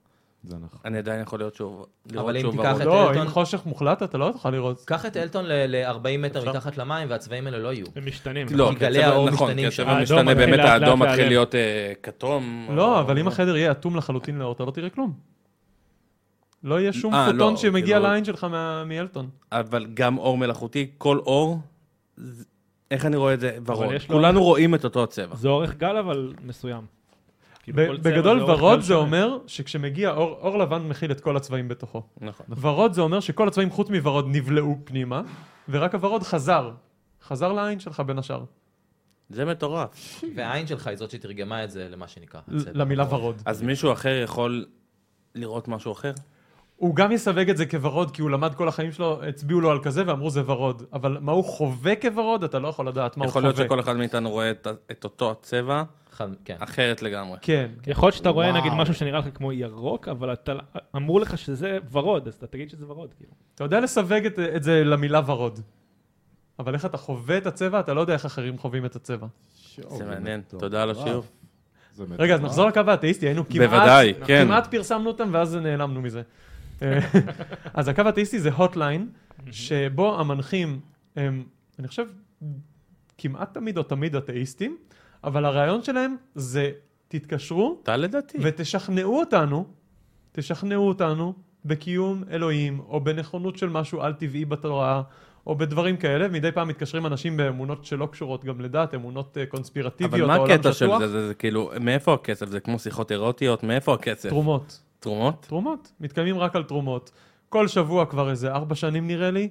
Speaker 1: זה נכון.
Speaker 4: אני עדיין יכול להיות שוב,
Speaker 2: אבל
Speaker 4: לראות
Speaker 2: אם
Speaker 4: שוב
Speaker 2: תיקח
Speaker 4: ורוד.
Speaker 2: את
Speaker 5: לא,
Speaker 2: אלטון-
Speaker 5: אם חושך מוחלט אתה לא תוכל לראות.
Speaker 2: קח את אלטון ל-40 מטר
Speaker 5: אפשר?
Speaker 2: מתחת למים, והצבעים האלה לא יהיו.
Speaker 3: הם משתנים.
Speaker 4: לא,
Speaker 2: כי
Speaker 4: כי
Speaker 2: גלי
Speaker 4: הצבע-
Speaker 2: האור
Speaker 4: נכון,
Speaker 2: משתנים
Speaker 4: כי
Speaker 2: שם.
Speaker 4: הצבע
Speaker 3: האדום
Speaker 5: אה,
Speaker 4: משתנה
Speaker 3: מתחיל
Speaker 4: באמת,
Speaker 3: לאט
Speaker 4: האדום
Speaker 3: לאט
Speaker 4: מתחיל
Speaker 3: להיעלם.
Speaker 4: להיות אה, כתום.
Speaker 5: לא,
Speaker 4: או-
Speaker 5: אבל אם החדר יהיה אטום לחלוטין לאור, אתה לא תראה כלום. לא יהיה שום
Speaker 4: אה,
Speaker 5: פוטון
Speaker 4: לא,
Speaker 5: שמגיע
Speaker 4: כאילו-
Speaker 5: לעין שלך מה- מאלטון.
Speaker 4: אבל גם אור מלאכותי, כל אור, ז- איך אני רואה את זה? ורוד.
Speaker 3: יש לו-
Speaker 4: כולנו רואים את אותו הצבע.
Speaker 3: זה אורך גל אבל מסוים. כאילו,
Speaker 5: ב-
Speaker 3: כל צבע
Speaker 5: בגדול
Speaker 3: אורך
Speaker 5: ורוד
Speaker 3: גל
Speaker 5: זה
Speaker 3: שונה.
Speaker 5: אומר שכשמגיע אור, אור לבן מכיל את כל הצבעים בתוכו.
Speaker 4: נכון.
Speaker 5: ורוד זה אומר שכל הצבעים חוץ מוורוד נבלעו פנימה, ורק הוורוד חזר. חזר לעין שלך בין השאר.
Speaker 4: זה מטורף.
Speaker 2: והעין שלך היא זאת שתרגמה את זה למה שנקרא
Speaker 5: ל-
Speaker 2: הצבע.
Speaker 5: למילה ורוד.
Speaker 4: אז מישהו אחר יכול לראות משהו אחר?
Speaker 5: הוא גם יסווג את זה כוורוד, כי הוא למד כל החיים שלו, הצביעו לו על כזה ואמרו זה ורוד. אבל מה הוא חווה כוורוד, אתה לא יכול לדעת מה הוא
Speaker 4: יכול
Speaker 5: חווה.
Speaker 4: להיות שכל אחד מאיתנו רואה את ה- את אותו הצבע
Speaker 2: אחד- כן.
Speaker 5: אה.
Speaker 4: אחרת לגמרי.
Speaker 5: כן.
Speaker 3: יכול להיות שאתה רואה
Speaker 1: וואו.
Speaker 3: נגיד משהו שנראה לך כמו ירוק, אבל אתה אמרו לך שזה ורוד, אז אתה תגיד שזה ורוד. כאילו.
Speaker 5: אתה יודע לסווג את, את זה למילה ורוד. אבל איך אתה חווה את הצבע, אתה לא יודע איך אחרים חווים את הצבע.
Speaker 1: שואו,
Speaker 4: זה מעניין.
Speaker 1: מטורף.
Speaker 4: תודה על השיעור.
Speaker 1: זה מטורף.
Speaker 5: רגע, אז נחזור לקו האתאיסטי, היינו כמעט...
Speaker 4: בוודאי, כן.
Speaker 5: כמעט פרסמנו אותם ואז נעלמנו מזה. אה, [LAUGHS] אז הקו האתאיסטי זה הוטליין, שבו המנחים הם, אני חושב, כמעט תמיד או תמיד אתאיסטים, אבל הרעיון שלהם זה, תתקשרו
Speaker 4: אתה לדעתי.
Speaker 5: ותשכנעו אותנו, תשכנעו אותנו בקיום אלוהים, או בנכונות של משהו על-טבעי בתורה, או בדברים כאלה, מדי פעם מתקשרים אנשים באמונות שלא קשורות גם לדת, אמונות אה, קונספירטיביות,
Speaker 4: אבל מה
Speaker 5: העולם
Speaker 4: הקטע של
Speaker 5: שטוח,
Speaker 4: זה? זה? זה כאילו, מאיפה הכסף? זה כמו שיחות אירוטיות? מאיפה הכסף?
Speaker 5: תרומות.
Speaker 4: תרומות?
Speaker 5: תרומות, מתקיימים רק על תרומות. כל שבוע כבר איזה ארבע שנים נראה לי,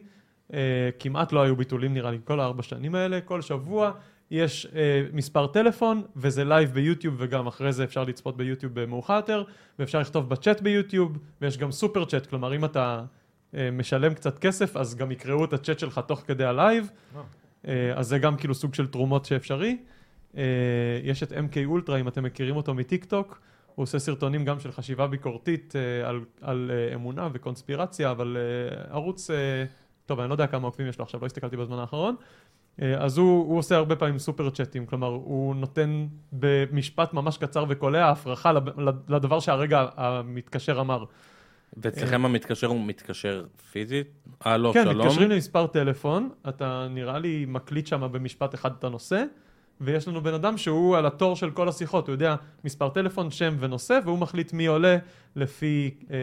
Speaker 5: אה, כמעט לא היו ביטולים נראה לי כל הארבע שנים האלה, כל שבוע יש אה, מספר טלפון וזה לייב ביוטיוב וגם אחרי זה אפשר לצפות ביוטיוב במאוחר יותר, ואפשר לכתוב בצ'אט ביוטיוב, ויש גם סופר צ'אט, כלומר אם אתה אה, משלם קצת כסף אז גם יקראו את הצ'אט שלך תוך כדי הלייב,
Speaker 3: אה.
Speaker 5: אה, אז זה גם כאילו סוג של תרומות שאפשרי. אה, יש את MK אולטרה, אם אתם מכירים אותו מטיק טוק, הוא עושה סרטונים גם של חשיבה ביקורתית אה, על, על אה, אמונה וקונספירציה, אבל אה, ערוץ, אה, טוב, אני לא יודע כמה עוקבים יש לו עכשיו, לא הסתכלתי בזמן האחרון. אה, אז הוא, הוא עושה הרבה פעמים סופר צ'אטים, כלומר, הוא נותן במשפט ממש קצר וקולע הפרחה לב- לדבר שהרגע המתקשר אמר.
Speaker 4: ואצלכם המתקשר הוא מתקשר פיזית? הלו,
Speaker 5: כן,
Speaker 4: שלום.
Speaker 5: מתקשרים למספר טלפון, אתה נראה לי מקליט שם במשפט אחד את הנושא, ויש לנו בן אדם שהוא על התור של כל השיחות, הוא יודע מספר טלפון, שם ונושא, והוא מחליט מי עולה לפי, אה,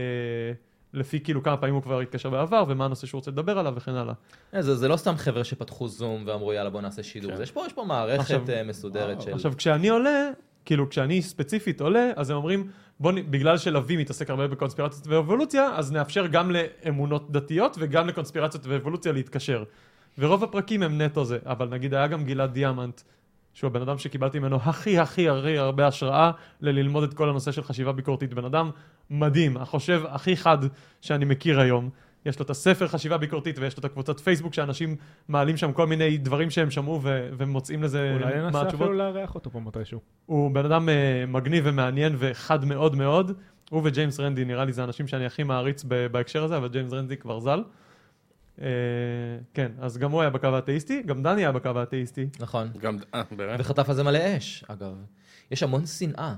Speaker 5: לפי כאילו כמה פעמים הוא כבר התקשר בעבר, ומה הנושא שהוא רוצה לדבר עליו וכן הלאה.
Speaker 2: אה, זה זה לא סתם חבר'ה שפתחו זום ואמרו יאללה בוא נעשה שידור,
Speaker 4: כן.
Speaker 2: זה- יש פה יש פה מערכת
Speaker 5: עכשיו-
Speaker 2: אה, מסודרת של...
Speaker 5: עכשיו, כשאני עולה, כאילו כשאני ספציפית עולה, אז הם אומרים, בוא, נ- בגלל שלוי מתעסק הרבה בקונספירציות ואבולוציה, אז נאפשר גם לאמונות דתיות וגם לקונספירציות ואבולוציה להתקשר. ורוב הפרקים הם נטו זה, אבל נגיד היה גם גלעד דיאמנט, שהוא הבן אדם שקיבלתי ממנו הכי הכי הכי הרבה השראה לללמוד את כל הנושא של חשיבה ביקורתית. בן אדם מדהים, החושב הכי חד שאני מכיר היום. יש לו את הספר חשיבה ביקורתית ויש לו את הקבוצת פייסבוק שאנשים מעלים שם כל מיני דברים שהם שמעו ו- ומוצאים לזה
Speaker 3: אולי
Speaker 5: מה
Speaker 3: ננסה
Speaker 5: התשובות.
Speaker 3: אפילו לארח אותו פה מתישהו.
Speaker 5: הוא בן אדם אה, מגניב ומעניין וחד מאוד מאוד. הוא וג'יימס רנדי נראה לי זה האנשים שאני הכי מעריץ ב- בהקשר הזה, אבל ג'יימס רנדי כבר ז"ל. אה, כן, אז גם הוא היה בקו האתאיסטי, גם דני היה בקו האתאיסטי.
Speaker 2: נכון.
Speaker 4: גם, אה, באמת?
Speaker 2: וחטף על זה מלא אש, אגב. יש המון שנאה.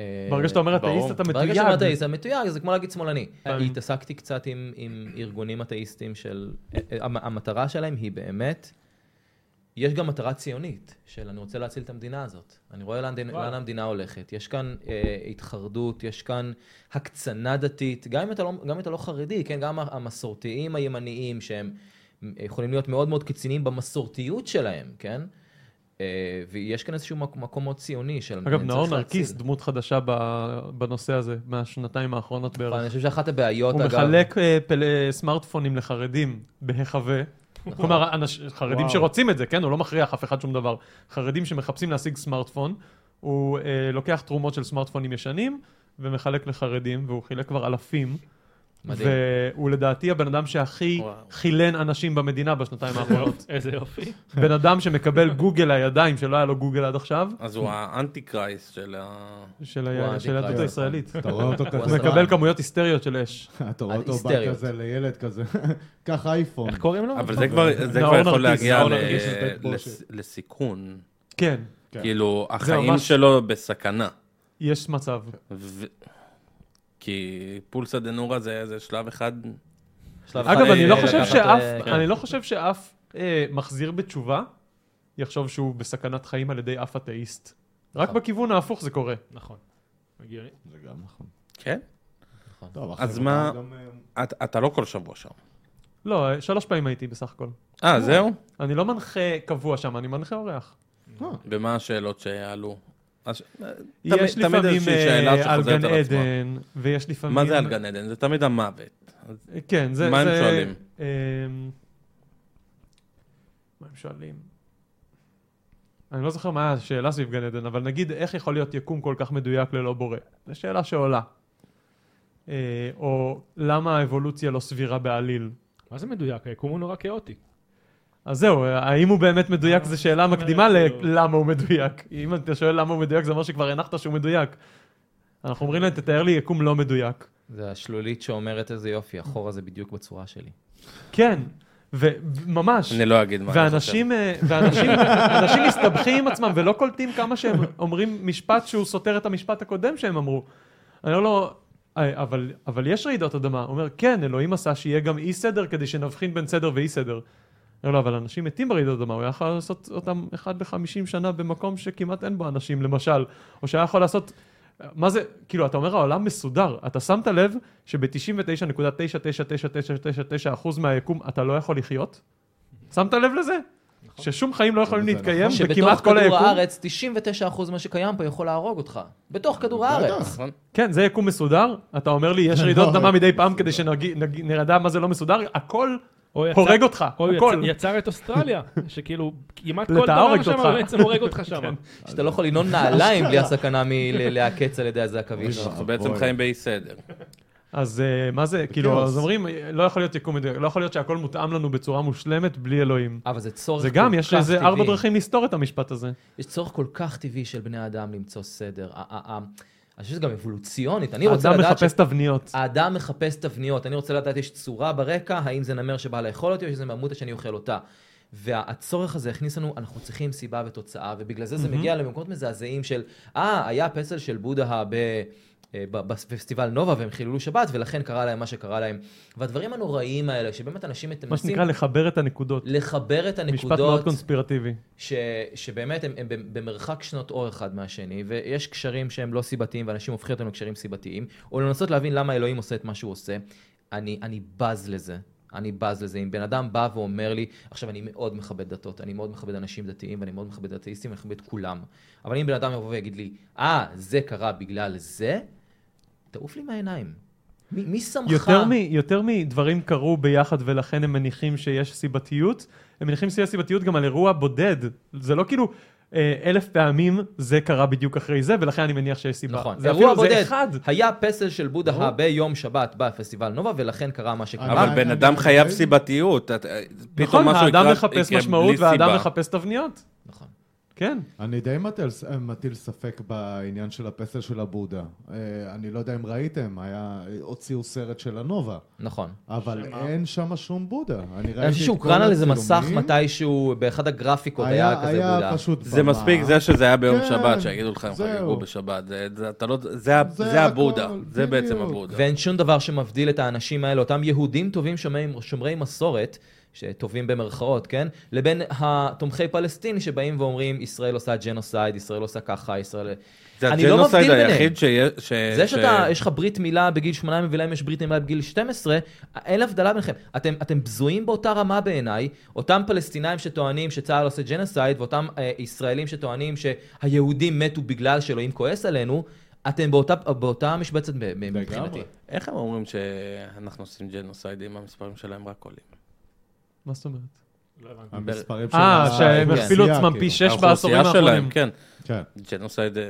Speaker 2: אה,
Speaker 5: ברגע שאתה אומר
Speaker 4: ברור.
Speaker 5: אתאיסט אתה
Speaker 2: ברגע שאתה
Speaker 5: מתויג. כן.
Speaker 2: אתאיסט, זה מתויג, זה כמו להגיד שמאלני.
Speaker 5: פעם.
Speaker 2: התעסקתי קצת עם, עם ארגונים אתאיסטים של... אה, אה, המ- המטרה שלהם היא באמת... יש גם מטרה ציונית, של אני רוצה להציל את המדינה הזאת. אני רואה לאן,
Speaker 3: וואו.
Speaker 2: לאן המדינה הולכת. יש כאן אה, התחרדות, יש כאן הקצנה דתית, גם אם אתה לא, גם אם אתה לא חרדי, כן? גם המסורתיים הימניים, שהם יכולים להיות מאוד מאוד קיצוניים במסורתיות שלהם, כן? אה, ויש כאן איזשהו מק- מקום מאוד ציוני של...
Speaker 5: אגב,
Speaker 2: אני
Speaker 5: נאור
Speaker 2: צריך
Speaker 5: נרקיס
Speaker 2: להציל.
Speaker 5: דמות חדשה ב- בנושא הזה, מהשנתיים האחרונות
Speaker 2: אבל אני
Speaker 5: בערך.
Speaker 2: חושב שאחת הבעיות,
Speaker 5: הוא
Speaker 2: אגב...
Speaker 5: מחלק אה, פל- סמארטפונים לחרדים בהיחווה.
Speaker 2: נכון.
Speaker 5: כלומר, אנש- חרדים
Speaker 3: וואו.
Speaker 5: שרוצים את זה, כן? הוא לא מכריח אף אחד שום דבר. חרדים שמחפשים להשיג סמארטפון, הוא אה, לוקח תרומות של סמארטפונים ישנים ומחלק לחרדים, והוא חילק כבר אלפים.
Speaker 2: מדהים.
Speaker 5: והוא לדעתי הבן אדם שהכי
Speaker 4: וואו.
Speaker 5: חילן אנשים במדינה בשנתיים האחרונות. [LAUGHS]
Speaker 3: איזה יופי.
Speaker 5: בן אדם שמקבל גוגל לידיים, שלא היה לו גוגל עד עכשיו,
Speaker 4: אז הוא האנטי קרייסט של ה...
Speaker 5: של
Speaker 2: וואו,
Speaker 5: ה- של היהדות
Speaker 2: אדיקט.
Speaker 5: הישראלית.
Speaker 1: אתה רואה אותו
Speaker 2: הוא
Speaker 5: הוא
Speaker 1: כזה,
Speaker 2: עשה-
Speaker 5: מקבל כמויות היסטריות של אש.
Speaker 1: אתה רואה אותו בא
Speaker 2: אה, היסטריות.
Speaker 1: כזה לילד כזה, [LAUGHS] קח אייפון.
Speaker 3: איך קוראים לו?
Speaker 4: אבל זה כבר, זה כבר
Speaker 5: נאור
Speaker 4: יכול
Speaker 5: נרקיס,
Speaker 4: להגיע
Speaker 5: נאור
Speaker 4: ל-
Speaker 1: נרקיס של בית
Speaker 4: לס-
Speaker 1: בושת.
Speaker 4: לסיכון.
Speaker 5: כן,
Speaker 1: כן.
Speaker 4: כאילו, החיים
Speaker 5: ממש-
Speaker 4: שלו בסכנה.
Speaker 5: יש מצב.
Speaker 4: ו- כי פולסא דנורא זה זה שלב אחד,
Speaker 2: שלב
Speaker 5: אגב,
Speaker 2: אחד,
Speaker 5: אני לא
Speaker 2: אה,
Speaker 5: חושב
Speaker 2: לקחת,
Speaker 5: שאף,
Speaker 2: אה, כן.
Speaker 5: אני לא חושב שאף אה, מחזיר בתשובה יחשוב שהוא בסכנת חיים על ידי אף אתאיסט. רק
Speaker 2: נכון.
Speaker 5: בכיוון ההפוך זה קורה.
Speaker 3: נכון. הגיוני.
Speaker 1: זה גם נכון.
Speaker 4: כן?
Speaker 1: טוב,
Speaker 4: אז
Speaker 1: אחרי
Speaker 4: מה-
Speaker 1: גם, אה,
Speaker 4: אתה- אתה לא כל שבוע שם.
Speaker 5: לא, אה, שלוש פעמים הייתי בסך הכל.
Speaker 4: אה, זהו?
Speaker 5: אני לא מנחה קבוע שם, אני מנחה אורח.
Speaker 1: אה,
Speaker 4: ומה השאלות שעלו? הש- תמיד-
Speaker 5: יש
Speaker 4: תמיד
Speaker 5: לפעמים
Speaker 4: איזושהי
Speaker 5: אה,
Speaker 4: שאלה
Speaker 5: על
Speaker 4: שחוזרת
Speaker 5: גן
Speaker 4: על עצמה.
Speaker 5: עדן, ויש לפעמים...
Speaker 4: מה זה על גן עדן? זה תמיד המוות.
Speaker 5: עדן? כן, זה...
Speaker 4: מה הם
Speaker 5: זה-
Speaker 4: שואלים?
Speaker 5: אה, מה הם שואלים? אני לא זוכר מה השאלה סביב גן עדן, אבל נגיד, איך יכול להיות יקום כל כך מדויק ללא בורא? זו שאלה שעולה. אה, או למה האבולוציה לא סבירה בעליל?
Speaker 3: מה זה מדויק? היקום הוא נורא כאוטי.
Speaker 5: אז זהו, האם הוא באמת מדויק זו שאלה
Speaker 3: זאת אומרת,
Speaker 5: מקדימה
Speaker 3: כאילו-
Speaker 5: ללמה הוא מדויק. אם אתה שואל למה הוא מדויק, זה אומר שכבר הנחת שהוא מדויק. אנחנו אומרים להם, תתאר לי יקום לא מדויק.
Speaker 2: זה השלולית שאומרת איזה יופי, החור הזה בדיוק בצורה שלי.
Speaker 5: כן, וממש.
Speaker 4: אני לא אגיד מה אני
Speaker 5: ואנשים, אה, ואנשים [LAUGHS] אנשים מסתבכים עם עצמם ולא קולטים כמה שהם אומרים משפט שהוא סותר את המשפט הקודם שהם אמרו. אני אומר לו, "אה, אבל, אבל יש רעידות אדמה. הוא אומר, כן, אלוהים עשה שיהיה גם אי סדר כדי שנבחין בין סדר ואי סדר. אני אומר לו, לא, אבל אנשים מתים ברעידות אדמה, הוא היה יכול לעשות אותם אחד בחמישים שנה במקום שכמעט אין בו אנשים, למשל. או שהיה יכול לעשות... מה זה, כאילו, אתה אומר העולם מסודר, אתה שמת לב שב-99.99999% מהיקום אתה לא יכול לחיות? שמת לב לזה? ששום חיים לא יכולים
Speaker 1: נכון. זה
Speaker 5: להתקיים,
Speaker 1: נכון.
Speaker 5: וכמעט
Speaker 2: שבתוך
Speaker 5: כל
Speaker 2: כדור
Speaker 5: היקום...
Speaker 2: הארץ, 99% מה שקיים פה יכול להרוג אותך. בתוך כדור
Speaker 1: בטח.
Speaker 2: הארץ.
Speaker 4: נכון?
Speaker 5: כן, זה יקום מסודר, אתה אומר לי, יש רעידות
Speaker 1: [LAUGHS] לא,
Speaker 5: אדמה מדי פעם כדי שנדע מה זה לא מסודר, הכל
Speaker 3: או יצא-
Speaker 5: הורג אותך,
Speaker 3: או יצא-
Speaker 5: הכל.
Speaker 3: יצר את
Speaker 5: [LAUGHS]
Speaker 3: אוסטרליה, שכאילו כמעט
Speaker 5: לטהור
Speaker 3: כל דבר
Speaker 5: הורג
Speaker 3: שם
Speaker 5: אותך. כן.
Speaker 3: בעצם הורג אותך
Speaker 5: [LAUGHS]
Speaker 3: שם.
Speaker 2: שאתה לא יכול לנעול נעליים בלי הסכנה מלעקץ על ידי איזה עכביש.
Speaker 1: אוי,
Speaker 4: אנחנו בעצם
Speaker 1: אוי.
Speaker 4: חיים באי סדר.
Speaker 5: אז אה, מה זה, כאילו,
Speaker 1: בכאוס.
Speaker 5: אז אומרים, אה, לא יכול להיות יקום מדויק, לא יכול להיות שהכל מותאם לנו בצורה מושלמת בלי אלוהים.
Speaker 2: אבל זה צורך
Speaker 5: זה
Speaker 2: כל
Speaker 5: גם, יש
Speaker 2: כך
Speaker 5: איזה ארבע
Speaker 2: טבעי.
Speaker 5: דרכים לסתור את המשפט הזה.
Speaker 2: יש צורך כל כך טבעי של בני האדם למצוא סדר. ה- ה- ה- אני חושב שזה גם אבולוציונית. אני רוצה
Speaker 5: האדם
Speaker 2: לדעת ש...
Speaker 5: מחפש תבניות.
Speaker 2: האדם מחפש תבניות. אני רוצה לדעת, יש צורה ברקע, האם זה נמר שבא לאכול אותי, או שזה ממותה שאני אוכל אותה. והצורך הזה הכניס לנו, אנחנו צריכים סיבה ותוצאה, ובגלל זה זה מגיע למקומות מזעזעים של, אה, היה פסל של בודהה ב... אה, ב- בפסטיבל נובה והם חיללו שבת ולכן קרה להם מה שקרה להם. והדברים הנוראיים האלה שבאמת אנשים
Speaker 5: מה
Speaker 2: מנסים
Speaker 5: שנקרא לחבר את הנקודות.
Speaker 2: לחבר את הנקודות.
Speaker 5: משפט מאוד קונספירטיבי.
Speaker 2: ש, שבאמת הם, הם במרחק שנות אור אחד מהשני, ויש קשרים שהם לא סיבתיים, ואנשים הופכים אותם לקשרים סיבתיים, או לנסות להבין למה אלוהים עושה את מה שהוא עושה. אני, אני בז לזה. אני בז לזה. אם בן אדם בא ואומר לי, עכשיו, אני מאוד מכבד דתות, אני מאוד מכבד אנשים דתיים, ואני מאוד מכבד אתאיסטים, ואני מכבד את כולם. אבל אם בן אדם יבוא ויגיד לי, אה, זה קרה בגלל זה, תעוף לי מהעיניים. מי, מי שמך?
Speaker 5: יותר, מ, יותר מדברים קרו ביחד ולכן הם מניחים שיש סיבתיות, הם מניחים שיש סיבתיות גם על אירוע בודד. זה לא כאילו אה, אלף פעמים זה קרה בדיוק אחרי זה, ולכן אני מניח שיש סיבה.
Speaker 2: נכון,
Speaker 5: זה
Speaker 2: אירוע
Speaker 5: אפילו-
Speaker 2: בודד,
Speaker 5: זה אחד.
Speaker 2: היה פסל של בודהה ביום שבת בפסטיבל נובה ולכן קרה מה
Speaker 5: אה,
Speaker 2: שקרה.
Speaker 1: אבל
Speaker 4: אבל בן
Speaker 1: אני-
Speaker 4: אדם
Speaker 1: אני-
Speaker 4: חייב
Speaker 1: אני-
Speaker 4: סיבתיות. את- אה, פתאום
Speaker 5: נכון,
Speaker 4: משהו יקרה
Speaker 5: האדם
Speaker 4: יקרה
Speaker 5: מחפש
Speaker 4: בלי
Speaker 5: משמעות והאדם
Speaker 4: סיבה.
Speaker 5: מחפש תבניות.
Speaker 2: נכון.
Speaker 5: כן.
Speaker 1: אני די מטיל, אה, מטיל ספק בעניין של הפסל של הבודה. אה, אני לא יודע אם ראיתם, היה, אה, הוציאו סרט של הנובה,
Speaker 2: נכון.
Speaker 1: אבל
Speaker 3: שמה?
Speaker 1: אין שם שום בודה. אני ראיתי את כל
Speaker 2: אני חושב שהוקרן על איזה מסך
Speaker 1: הצילומים.
Speaker 2: מתישהו, באחד הגרפיקות היה
Speaker 1: היה,
Speaker 2: כזה
Speaker 1: היה
Speaker 2: בודה.
Speaker 1: פשוט
Speaker 4: זה
Speaker 1: במה.
Speaker 4: מספיק זה שזה היה ביום
Speaker 1: כן,
Speaker 4: שבת, שיגידו לך הם
Speaker 1: זהו.
Speaker 4: חגגו בשבת. זה- זה- אתה לא- זה ה-
Speaker 1: זה
Speaker 4: זה הבודה,
Speaker 1: הכל,
Speaker 4: זה בעצם
Speaker 1: בדיוק.
Speaker 4: הבודה.
Speaker 2: ואין שום דבר שמבדיל את האנשים האלה, אותם יהודים טובים שומרי, שומרי מסורת, שטובים במרכאות, כן? לבין התומכי פלסטין שבאים ואומרים, ישראל עושה ג'נוסייד, ישראל עושה ככה, ישראל...
Speaker 4: זה
Speaker 2: אני לא
Speaker 4: הג'נוסייד
Speaker 2: מבדיל ביניהם.
Speaker 4: היחיד שיש... ש-
Speaker 2: זה
Speaker 4: ש-
Speaker 2: שאתה, יש לך ברית מילה בגיל 8 ולהם יש ברית מילה בגיל 12, אין הבדלה ביניכם. אתם, אתם בזויים באותה רמה בעיניי, אותם פלסטינאים שטוענים שצה"ל עושה ג'נוסייד, ואותם אה, ישראלים שטוענים שהיהודים מתו בגלל שאלוהים כועס עלינו, אתם באותה, באותה משבצת ב- ב- מבחינתי.
Speaker 4: איך הם אומרים שאנחנו עושים ג'נוסייד אם המספרים שלהם רק עולים?
Speaker 5: מה זאת אומרת?
Speaker 3: לא הבנתי.
Speaker 1: המספרים של
Speaker 5: אה, שהם
Speaker 1: האוכלוסייה,
Speaker 5: הכפילו עצמם
Speaker 1: כאילו.
Speaker 5: פי שש בעשורים
Speaker 4: כן. האוכלוסייה שלהם,
Speaker 5: האחרונים.
Speaker 4: כן.
Speaker 1: כן.
Speaker 4: ג'נוסייד... אה,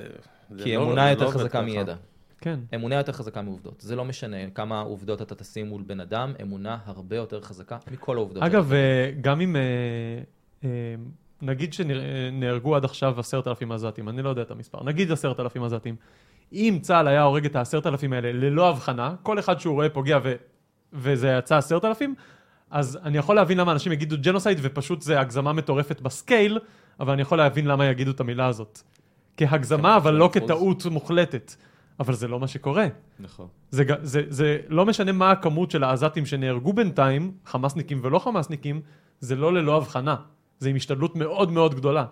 Speaker 4: זה
Speaker 2: כי
Speaker 4: לא-
Speaker 2: אמונה
Speaker 4: זה
Speaker 2: יותר
Speaker 4: לא עובד
Speaker 2: חזקה
Speaker 4: ככה.
Speaker 2: מידע.
Speaker 5: כן.
Speaker 2: אמונה יותר חזקה מעובדות. זה לא משנה כמה עובדות אתה תשים מול בן אדם, אמונה הרבה יותר חזקה מכל העובדות.
Speaker 5: אגב, אה, גם אם... אה, אה, נגיד שנהרגו עד עכשיו עשרת אלפים עזתים, אני לא יודע את המספר, נגיד עשרת אלפים עזתים. אם צה"ל היה הורג את העשרת אלפים האלה ללא הבחנה, כל אחד שהוא רואה פוגע ו... וזה יצא עשרת אלפים, אז אני יכול להבין למה אנשים יגידו ג'נוסייד ופשוט זה הגזמה מטורפת בסקייל, אבל אני יכול להבין למה יגידו את המילה הזאת.
Speaker 4: כן,
Speaker 5: כהגזמה, אבל לא כטעות מוחלטת. אבל זה לא מה שקורה.
Speaker 1: נכון.
Speaker 5: זה, ג- זה, זה לא משנה מה הכמות של העזתים שנהרגו בינתיים, חמאסניקים ולא חמאסניקים, זה לא ללא הבחנה. זה עם השתדלות מאוד מאוד גדולה.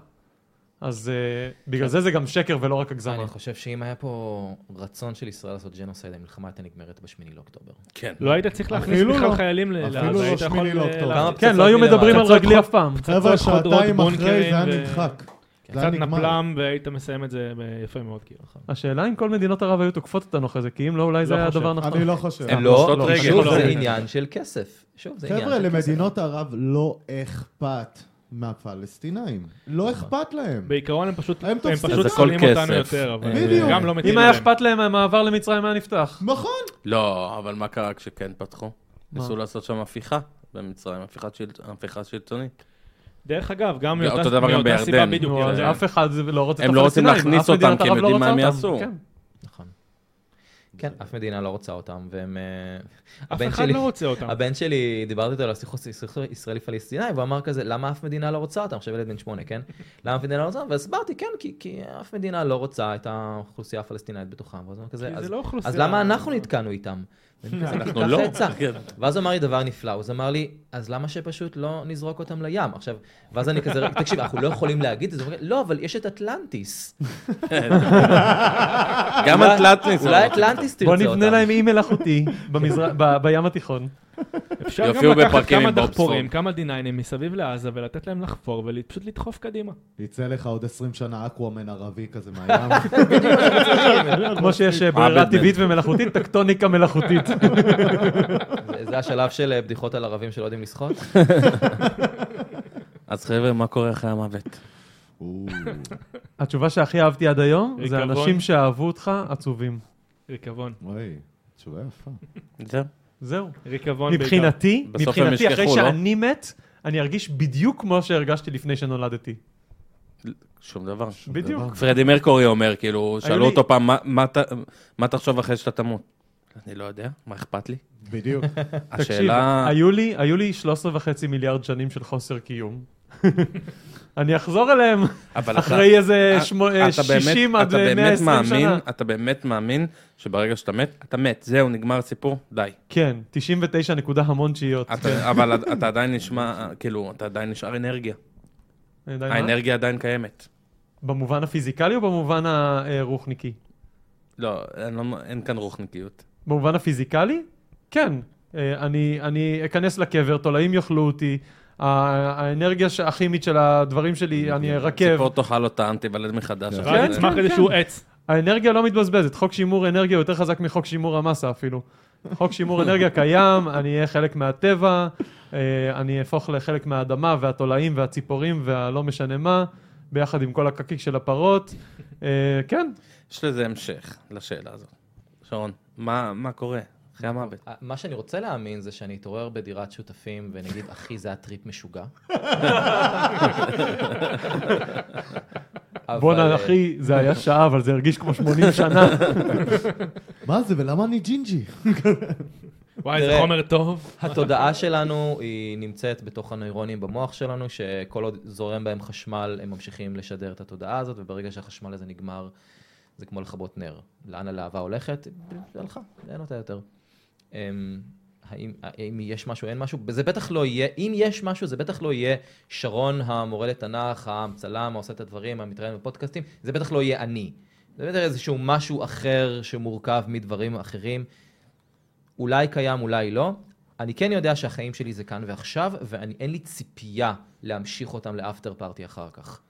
Speaker 5: אז uh,
Speaker 4: כן.
Speaker 5: בגלל זה זה גם שקר ולא רק הגזמה.
Speaker 2: אני חושב שאם היה פה רצון של ישראל לעשות ג'נוסייד, המלחמה הייתה נגמרת בשמיני לאוקטובר.
Speaker 4: כן.
Speaker 3: לא היית צריך להכניס
Speaker 1: אפילו
Speaker 3: בכלל
Speaker 1: לא.
Speaker 3: חיילים ל-
Speaker 1: אפילו
Speaker 3: לעזה,
Speaker 1: לא
Speaker 3: היית
Speaker 1: שמיני
Speaker 3: יכול, אה,
Speaker 1: לאוקטובר.
Speaker 3: להכניס-
Speaker 2: כמה
Speaker 5: כן, לא היו
Speaker 2: פצצות מלמעלה.
Speaker 5: מדברים על
Speaker 3: פצצות
Speaker 5: רגלי
Speaker 3: חוד-
Speaker 5: אף פעם.
Speaker 1: חבר'ה,
Speaker 3: פצצות חודרות,
Speaker 1: שעתיים אחרי
Speaker 3: בונקרים
Speaker 1: זה היה
Speaker 3: ו-
Speaker 1: נדחק. זה היה
Speaker 3: קצת
Speaker 1: נגמר.
Speaker 3: נפלם והיית מסיים את זה ב- יפה מאוד, כאילו.
Speaker 5: השאלה אם כל מדינות ערב היו תוקפות אותנו אחרי זה, כי אם לא, אולי זה
Speaker 3: לא
Speaker 5: היה
Speaker 3: חושב.
Speaker 5: הדבר הנכון.
Speaker 1: אני לא חושב.
Speaker 4: הם
Speaker 2: לא,
Speaker 4: פושטות רגל.
Speaker 2: שוב,
Speaker 3: לא,
Speaker 2: זה
Speaker 3: לא.
Speaker 2: עניין של כסף. שוב, זה עניין
Speaker 1: חבר'ה,
Speaker 2: של כסף.
Speaker 1: למדינות ערב לא אכפת מהפלסטינאים. לא אכפת להם.
Speaker 3: בעיקרון הם פשוט
Speaker 1: הם
Speaker 3: הם
Speaker 1: תופסים
Speaker 3: פשוט
Speaker 4: זה הכל
Speaker 3: שונאים אותנו
Speaker 4: כסף.
Speaker 3: יותר, אבל
Speaker 1: בדיוק.
Speaker 3: גם לא
Speaker 5: אם
Speaker 3: מתים
Speaker 5: היה
Speaker 3: עליהם.
Speaker 5: אכפת להם, המעבר למצרים היה נפתח.
Speaker 1: נכון.
Speaker 4: לא, אבל מה קרה כשכן פתחו? ניסו לעשות שם הפיכה במצרים, הפיכת שלט- הפיכה [LAUGHS] שלטונית.
Speaker 3: דרך אגב, גם
Speaker 4: אותו
Speaker 3: מאותה
Speaker 4: דבר גם אה.
Speaker 3: מאותה סיבה
Speaker 4: בירדן.
Speaker 3: בדיוק.
Speaker 5: נו,
Speaker 3: בגלל
Speaker 5: אז
Speaker 3: זה.
Speaker 5: אף אחד לא רוצה את
Speaker 4: כן, הם לא רוצים
Speaker 5: הפלסטינאים,
Speaker 4: להכניס
Speaker 5: אף מדינת
Speaker 4: אותם, כי הם
Speaker 5: ערב לא
Speaker 4: יודעים מה
Speaker 5: רוצה
Speaker 4: הם יעשו.
Speaker 5: אותם. כן.
Speaker 2: נכון. כן, אף מדינה לא רוצה אותם, והם... אה,
Speaker 3: אף
Speaker 2: הבן
Speaker 3: אחד
Speaker 2: שלי-
Speaker 3: לא רוצה אותם.
Speaker 2: הבן שלי, דיברתי איתו על הסכסוך הסכסוך ישראלי-פלסטיני, והוא אמר כזה, למה אף מדינה לא רוצה אותם? עכשיו ילד בן שמונה, כן? למה אף מדינה לא רוצה? והסברתי, כן, כי- כי אף מדינה לא רוצה את האוכלוסייה הפלסטינאית בתוכם. ואז הוא אמר כזה,
Speaker 3: כי זה
Speaker 2: "אז-
Speaker 3: לא אוכלוסייה.
Speaker 2: אז למה אנחנו נתקענו איתם?
Speaker 3: [LAUGHS]
Speaker 4: אנחנו
Speaker 2: ככה
Speaker 4: לא.
Speaker 2: יצא. ואז הוא אמר לי דבר נפלא, הוא אמר לי, אז למה שפשוט לא נזרוק אותם לים? עכשיו, ואז אני כזה, תקשיב, אנחנו לא יכולים להגיד את זה, הוא אומר, לא, אבל יש את אטלנטיס.
Speaker 4: גם
Speaker 2: אולי-
Speaker 4: אטלנטיס.
Speaker 2: אולי אטלנטיס תרצה
Speaker 5: בוא
Speaker 2: אותם.
Speaker 5: נבנה להם אי מלאכותי במזר- ב- בים התיכון.
Speaker 3: אפשר גם
Speaker 4: יופיעו
Speaker 3: לקחת
Speaker 4: בפרקים
Speaker 3: כמה
Speaker 4: עם בוב
Speaker 3: דחפורים,
Speaker 4: ספוג.
Speaker 3: כמה D9ים מסביב לעזה ולתת להם לחפור ופשוט לדחוף קדימה.
Speaker 1: יצא לך עוד 20 שנה אקוואמן ערבי כזה מהים.
Speaker 5: כמו שיש אה, ברירה
Speaker 4: עבד
Speaker 5: טבעית ומלאכותית, טקטוניקה מלאכותית.
Speaker 2: זה- זה השלב של אה, בדיחות על ערבים שלא יודעים לשחות?
Speaker 4: אז חבר'ה, מה קורה אחרי המוות?
Speaker 1: או,
Speaker 5: [LAUGHS] התשובה שהכי אהבתי עד היום, זה
Speaker 3: ריקבון.
Speaker 5: אנשים שאהבו אותך עצובים.
Speaker 3: ריקבון.
Speaker 1: אוי, תשובה יפה.
Speaker 4: זהו.
Speaker 5: זהו.
Speaker 3: ריקבון בעיקר.
Speaker 5: מבחינתי,
Speaker 4: בסוף הם
Speaker 5: מבחינתי, אחרי
Speaker 4: ישכחו, לא?
Speaker 5: שאני מת, אני ארגיש בדיוק כמו שהרגשתי לפני שנולדתי.
Speaker 4: שום [LAUGHS] דבר.
Speaker 5: בדיוק.
Speaker 4: פרדי מרקורי אומר, כאילו,
Speaker 5: לי-
Speaker 4: שאלו אותו פעם, "מה- מה אתה- מה תחשוב אחרי שאתה תמות? אני לא יודע, מה אכפת לי?
Speaker 1: בדיוק.
Speaker 5: תקשיב,
Speaker 4: השאלה...
Speaker 5: היו לי, היו לי 13 וחצי מיליארד שנים של חוסר קיום. [LAUGHS] אני אחזור אליהם
Speaker 4: אבל
Speaker 5: אחרי איזה
Speaker 4: אתה- אה,
Speaker 5: שמו-
Speaker 4: אתה באמת-
Speaker 5: 60 עד
Speaker 4: אתה באמת
Speaker 5: 120
Speaker 4: מאמין-
Speaker 5: שנה.
Speaker 4: אתה באמת מאמין שברגע שאתה מת, אתה מת, זהו, נגמר הסיפור, די.
Speaker 5: כן, 99 נקודה המון תשיעיות.
Speaker 4: אתה- אבל אתה עדיין נשמע, כאילו, אתה עדיין נשאר אנרגיה.
Speaker 5: אני יודע אה, מה?
Speaker 4: האנרגיה עדיין קיימת.
Speaker 5: במובן הפיזיקלי או במובן אה, הרוחניקי?
Speaker 4: לא, אין לא- אין כאן רוחניקיות.
Speaker 5: במובן הפיזיקלי? כן. אה, אני, אני אכנס לקבר, תולעים יאכלו אותי, ה- האנרגיה ש- הכימית של הדברים שלי, אני ארכב.
Speaker 4: ציפור תאכל אותה, תיוולד מחדש. אה,
Speaker 1: כן.
Speaker 4: אחרי
Speaker 3: רק
Speaker 5: כן,
Speaker 4: זה.
Speaker 3: נצמח
Speaker 5: כן,
Speaker 3: איזשהו
Speaker 5: כן.
Speaker 3: עץ.
Speaker 5: האנרגיה לא מתבזבזת, חוק שימור אנרגיה הוא יותר חזק מחוק שימור המסה אפילו. חוק שימור אנרגיה קיים, אני אהיה חלק מהטבע, אה, אני אהפוך לחלק מהאדמה והתולעים והציפורים והלא משנה מה, ביחד עם כל הקקיק של הפרות. אה, כן,
Speaker 4: יש לזה המשך לשאלה הזאת. שרון, מה מה קורה אחרי המוות?
Speaker 2: אה, מה שאני רוצה להאמין זה שאני אתעורר בדירת שותפים ונגיד, אחי, זה היה טריפ משוגע. אבל,
Speaker 5: בואנה
Speaker 2: אה,
Speaker 5: אחי, זה היה שעה, אבל זה הרגיש כמו 80 שנה.
Speaker 1: מה זה, ולמה אני ג'ינג'י?
Speaker 3: וואי, זה
Speaker 2: תראה.
Speaker 3: חומר טוב.
Speaker 2: התודעה שלנו היא נמצאת בתוך הנוירונים במוח שלנו, שכל עוד זורם בהם חשמל, הם ממשיכים לשדר את התודעה הזאת, וברגע שהחשמל הזה נגמר, זה כמו לכבות נר. לאן הלהבה הולכת? היא הלכה, אין אותה יותר. אמ, האם, האם יש משהו, אין משהו? זה בטח לא יהיה, אם יש משהו, זה בטח לא יהיה שרון המורה לתנ"ך, הצלם, העושה את הדברים, המתראיין בפודקאסטים, זה בטח לא יהיה אני. זה בטח איזשהו משהו אחר שמורכב מדברים אחרים. אולי קיים, אולי לא. אני כן יודע שהחיים שלי זה כאן ועכשיו, ואין לי ציפייה להמשיך אותם לאפטר פארטי אחר כך.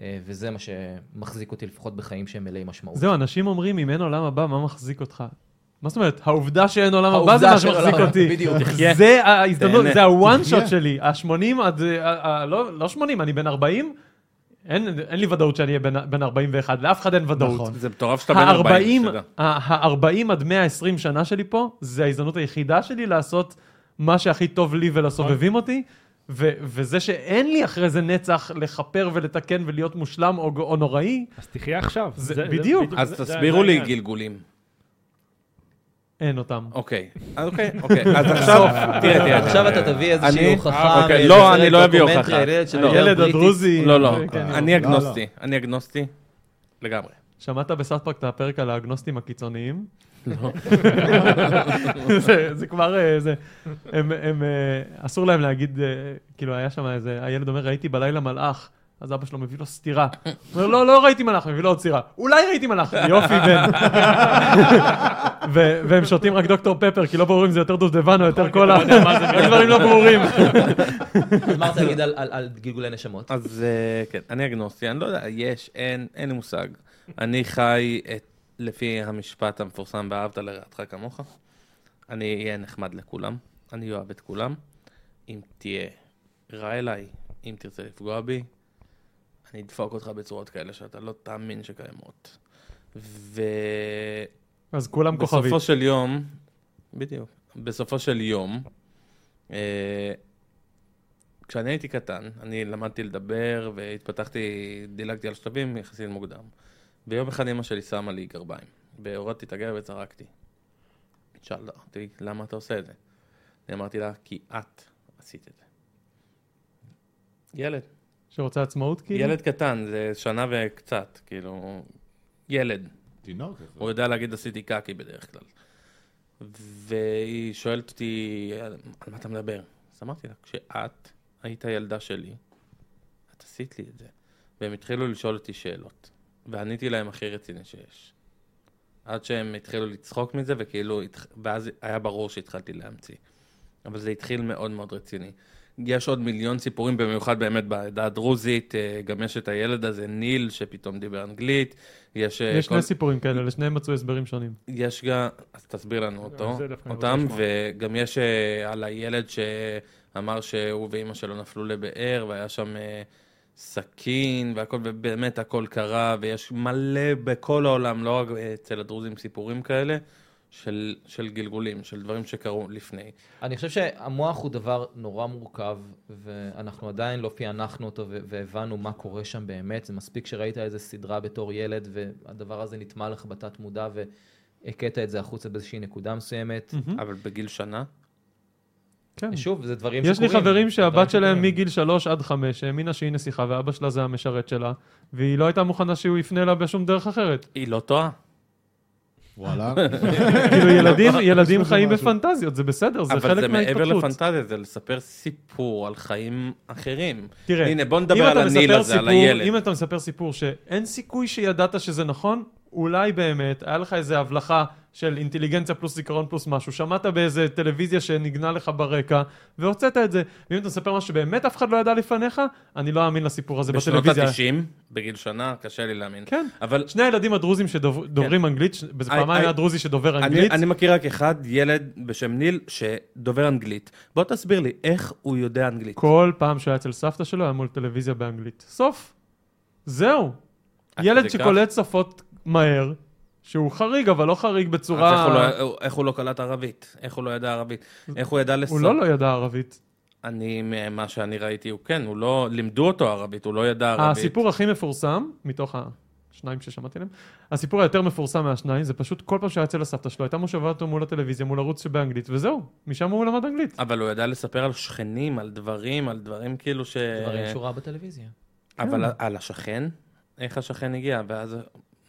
Speaker 2: אה, וזה מה שמחזיק אותי לפחות בחיים שהם מלאי משמעות.
Speaker 5: זהו, אנשים אומרים, אם אין עולם הבא, מה מחזיק אותך? מה זאת אומרת? העובדה שאין עולם הבא זה
Speaker 2: העובדה
Speaker 5: מה
Speaker 2: שאין
Speaker 5: שמחזיק
Speaker 2: עולם-
Speaker 5: אותי.
Speaker 2: בדיוק.
Speaker 5: זה ההזדמנות,
Speaker 4: כן. תהנה.
Speaker 5: זה הוואן שוט
Speaker 1: תחיה.
Speaker 5: שלי. ה-80 עד... אה, אה, לא לא 80, אני בן 40. אין אין לי ודאות שאני אהיה בן- בן 41, לאף אחד אין ודאות.
Speaker 1: נכון.
Speaker 4: זה מטורף שאתה בן 40,
Speaker 5: ה-40
Speaker 4: שתדע.
Speaker 5: ה- ה- עד 120 שנה שלי פה, זה ההזדמנות היחידה שלי לעשות מה שהכי טוב לי ולסובבים אותי. ו- וזה שאין לי אחרי זה נצח לכפר ולתקן ולהיות מושלם או, או נוראי,
Speaker 3: אז תחיה עכשיו. זה-
Speaker 5: זה-
Speaker 3: זה
Speaker 5: בדיוק.
Speaker 4: אז
Speaker 3: זה- זה
Speaker 4: תסבירו לי
Speaker 3: העניין.
Speaker 4: גלגולים.
Speaker 5: אין אותם.
Speaker 4: אוקיי. אז אוקיי, אוקיי. אז עכשיו, תראה, תראה.
Speaker 2: [LAUGHS] עכשיו אתה תביא איזושהי
Speaker 4: אני-
Speaker 2: הוכחה.
Speaker 4: אוקיי,
Speaker 2: מאיזה
Speaker 4: לא,
Speaker 2: סרט
Speaker 4: אני לא אביא
Speaker 2: דוקומנטרי
Speaker 4: הוכחה.
Speaker 2: על ילד שדובר
Speaker 5: הילד
Speaker 2: בריטית.
Speaker 5: הדרוזי...
Speaker 4: לא, לא,
Speaker 5: כן,
Speaker 4: אני
Speaker 1: לא, לא.
Speaker 4: אגנוסטי, אני אגנוסטי לגמרי.
Speaker 5: שמעת בסאטפארק את הפרק על האגנוסטים הקיצוניים?
Speaker 4: לא.
Speaker 5: [LAUGHS] זה- זה כבר, אה, זה, הם, הם, אה, אסור להם להגיד, אה, כאילו היה שם איזה, הילד אומר, ראיתי בלילה מלאך, אז אבא שלו מביא לו סטירה. הוא אומר, לא, לא ראיתי מלאך, מביא לו עוד סטירה. אולי ראיתי מלאך, יופי, בן. [LAUGHS] ו- והם שותים רק דוקטור פפר, כי לא ברור אם זה יותר דובדבן או
Speaker 4: אוקיי,
Speaker 5: יותר קולה, הדברים לא
Speaker 4: [LAUGHS]
Speaker 5: ברורים.
Speaker 2: אז מה אתה תגיד על- על על גלגולי נשמות?
Speaker 4: אז אה, כן, אני אגנוסטי, אני לא יודע, יש, אין, אין לי מושג. אני חי את, לפי המשפט המפורסם, ואהבת לרעתך כמוך. אני אהיה נחמד לכולם, אני אוהב את כולם. אם תהיה רע אליי, אם תרצה לפגוע בי, אני אדפוק אותך בצורות כאלה שאתה לא תאמין שקיימות. ו...
Speaker 5: אז כולם כוכבית.
Speaker 4: בסופו של יום, בדיוק, בסופו של יום, אה, כשאני הייתי קטן, אני למדתי לדבר והתפתחתי, דילגתי על שלבים יחסית מוקדם. ויום אחד אמא שלי שמה לי גרביים, והורדתי את הגב וזרקתי. היא שאלה אותי, למה אתה עושה את זה? אני אמרתי לה, כי את עשית את זה. ילד.
Speaker 5: שרוצה עצמאות, כאילו?
Speaker 4: ילד קטן, זה שנה וקצת, כאילו, ילד.
Speaker 1: תינוק.
Speaker 4: הוא יודע להגיד עשיתי קקי בדרך כלל. והיא שואלת אותי, על מה אתה מדבר? אז אמרתי לה, כשאת היית ילדה שלי, את עשית לי את זה. והם התחילו לשאול אותי שאלות, ועניתי להם הכי רציני שיש. עד שהם התחילו לצחוק מזה, וכאילו, התח- ואז היה ברור שהתחלתי להמציא. אבל זה התחיל מאוד מאוד רציני. יש עוד מיליון סיפורים, במיוחד באמת בעדה הדרוזית, אה, גם יש את הילד הזה, ניל, שפתאום דיבר אנגלית, יש... אה,
Speaker 5: יש
Speaker 4: כל-
Speaker 5: שני סיפורים כאלה, לשניהם מצאו הסברים שונים.
Speaker 4: יש גם, אז תסביר לנו אותו,
Speaker 3: זה דווקא אני רוצה
Speaker 4: אותם,
Speaker 3: לשמוע.
Speaker 4: וגם יש אה, על הילד שאמר שהוא ואימא שלו נפלו לבאר, והיה שם אה, סכין, והכל, ובאמת הכל קרה, ויש מלא בכל העולם, לא רק אצל הדרוזים, סיפורים כאלה, של, של גלגולים, של דברים שקרו לפני.
Speaker 2: אני חושב שהמוח הוא דבר נורא מורכב, ואנחנו עדיין לא פענחנו אותו ו- והבנו מה קורה שם באמת. זה מספיק שראית איזה סדרה בתור ילד, והדבר הזה נטמע לך בתת מודע, והכית את זה החוצה באיזושהי נקודה מסוימת.
Speaker 4: אבל בגיל שנה,
Speaker 5: כן.
Speaker 2: שוב, זה דברים
Speaker 5: יש לי חברים
Speaker 2: זה דברים
Speaker 5: שהבת שלהם
Speaker 2: שקורים.
Speaker 5: מגיל שלוש עד חמש האמינה שהיא נסיכה ואבא שלה זה המשרת שלה, והיא לא הייתה מוכנה שהוא יפנה לה בשום דרך אחרת.
Speaker 4: היא לא טועה.
Speaker 1: וואלה.
Speaker 5: כאילו ילדים, ילדים
Speaker 1: בזה
Speaker 5: חיים
Speaker 1: משהו.
Speaker 5: בפנטזיות, זה בסדר, זה
Speaker 4: אבל
Speaker 5: חלק
Speaker 4: זה מעבר
Speaker 5: מההתפתחות.
Speaker 4: לפנטזיה, זה לספר סיפור על חיים אחרים.
Speaker 5: תראה,
Speaker 4: הנה, בוא
Speaker 5: כן. אם
Speaker 4: נדבר
Speaker 5: אתה
Speaker 4: על הניל
Speaker 5: מספר
Speaker 4: הזה, על
Speaker 5: סיפור-
Speaker 4: הילד.
Speaker 5: אם אתה מספר סיפור שאין סיכוי שידעת שזה נכון, אולי באמת, היה לך איזו הבלחה של אינטליגנציה פלוס זיכרון פלוס משהו, שמעת באיזה טלוויזיה שנגנה לך ברקע, והוצאת את זה. ואם אתה מספר משהו שבאמת אף אחד לא ידע לפניך, אני לא אאמין לסיפור הזה
Speaker 4: בשנות
Speaker 5: בטלוויזיה.
Speaker 4: ה-90, בגיל שנה, קשה לי להאמין.
Speaker 5: כן.
Speaker 4: אבל
Speaker 5: שני הילדים הדרוזים שדוברים אנגלית, ש- זה
Speaker 4: אני-
Speaker 5: פעמיים
Speaker 4: אני-
Speaker 5: היה דרוזי שדובר
Speaker 4: כן. אני,
Speaker 5: אנגלית,
Speaker 4: אני מכיר רק אחד, ילד בשם ניל, שדובר אנגלית. בוא תסביר לי, איך הוא יודע אנגלית?
Speaker 5: כל פעם שהיה אצל סבתא שלו היה מול טלוויזיה באנגלית. סוף. זהו.
Speaker 4: עד
Speaker 5: ילד
Speaker 4: כדי כך?
Speaker 5: שקולט שפות מהר, שהוא חריג, אבל לא חריג
Speaker 4: אז איך הוא,
Speaker 5: בצורה...
Speaker 4: לא, איך הוא לא קלט ערבית? איך הוא לא ידע ערבית? איך הוא ידע לסוף?
Speaker 5: הוא לא לא ידע ערבית.
Speaker 4: אני, ממה שאני ראיתי, הוא כן, הוא לא... לימדו אותו ערבית, הוא לא ידע ערבית.
Speaker 5: הסיפור הכי מפורסם, מתוך השניים ששמעתי עליהם, הסיפור היותר מפורסם מהשניים, זה פשוט כל פעם שהיה אצל הסבתא שלו, הייתה מושבה אותו מול הטלוויזיה, מול ערוץ שבאנגלית, וזהו, משם הוא למד אנגלית.
Speaker 4: אבל הוא ידע לספר על שכנים, על דברים, על דברים כאילו ש...
Speaker 2: דברים שהוא ראה בטלוויזיה.
Speaker 4: אבל
Speaker 5: כן.
Speaker 4: על השכן? איך השכן הגיע? ואז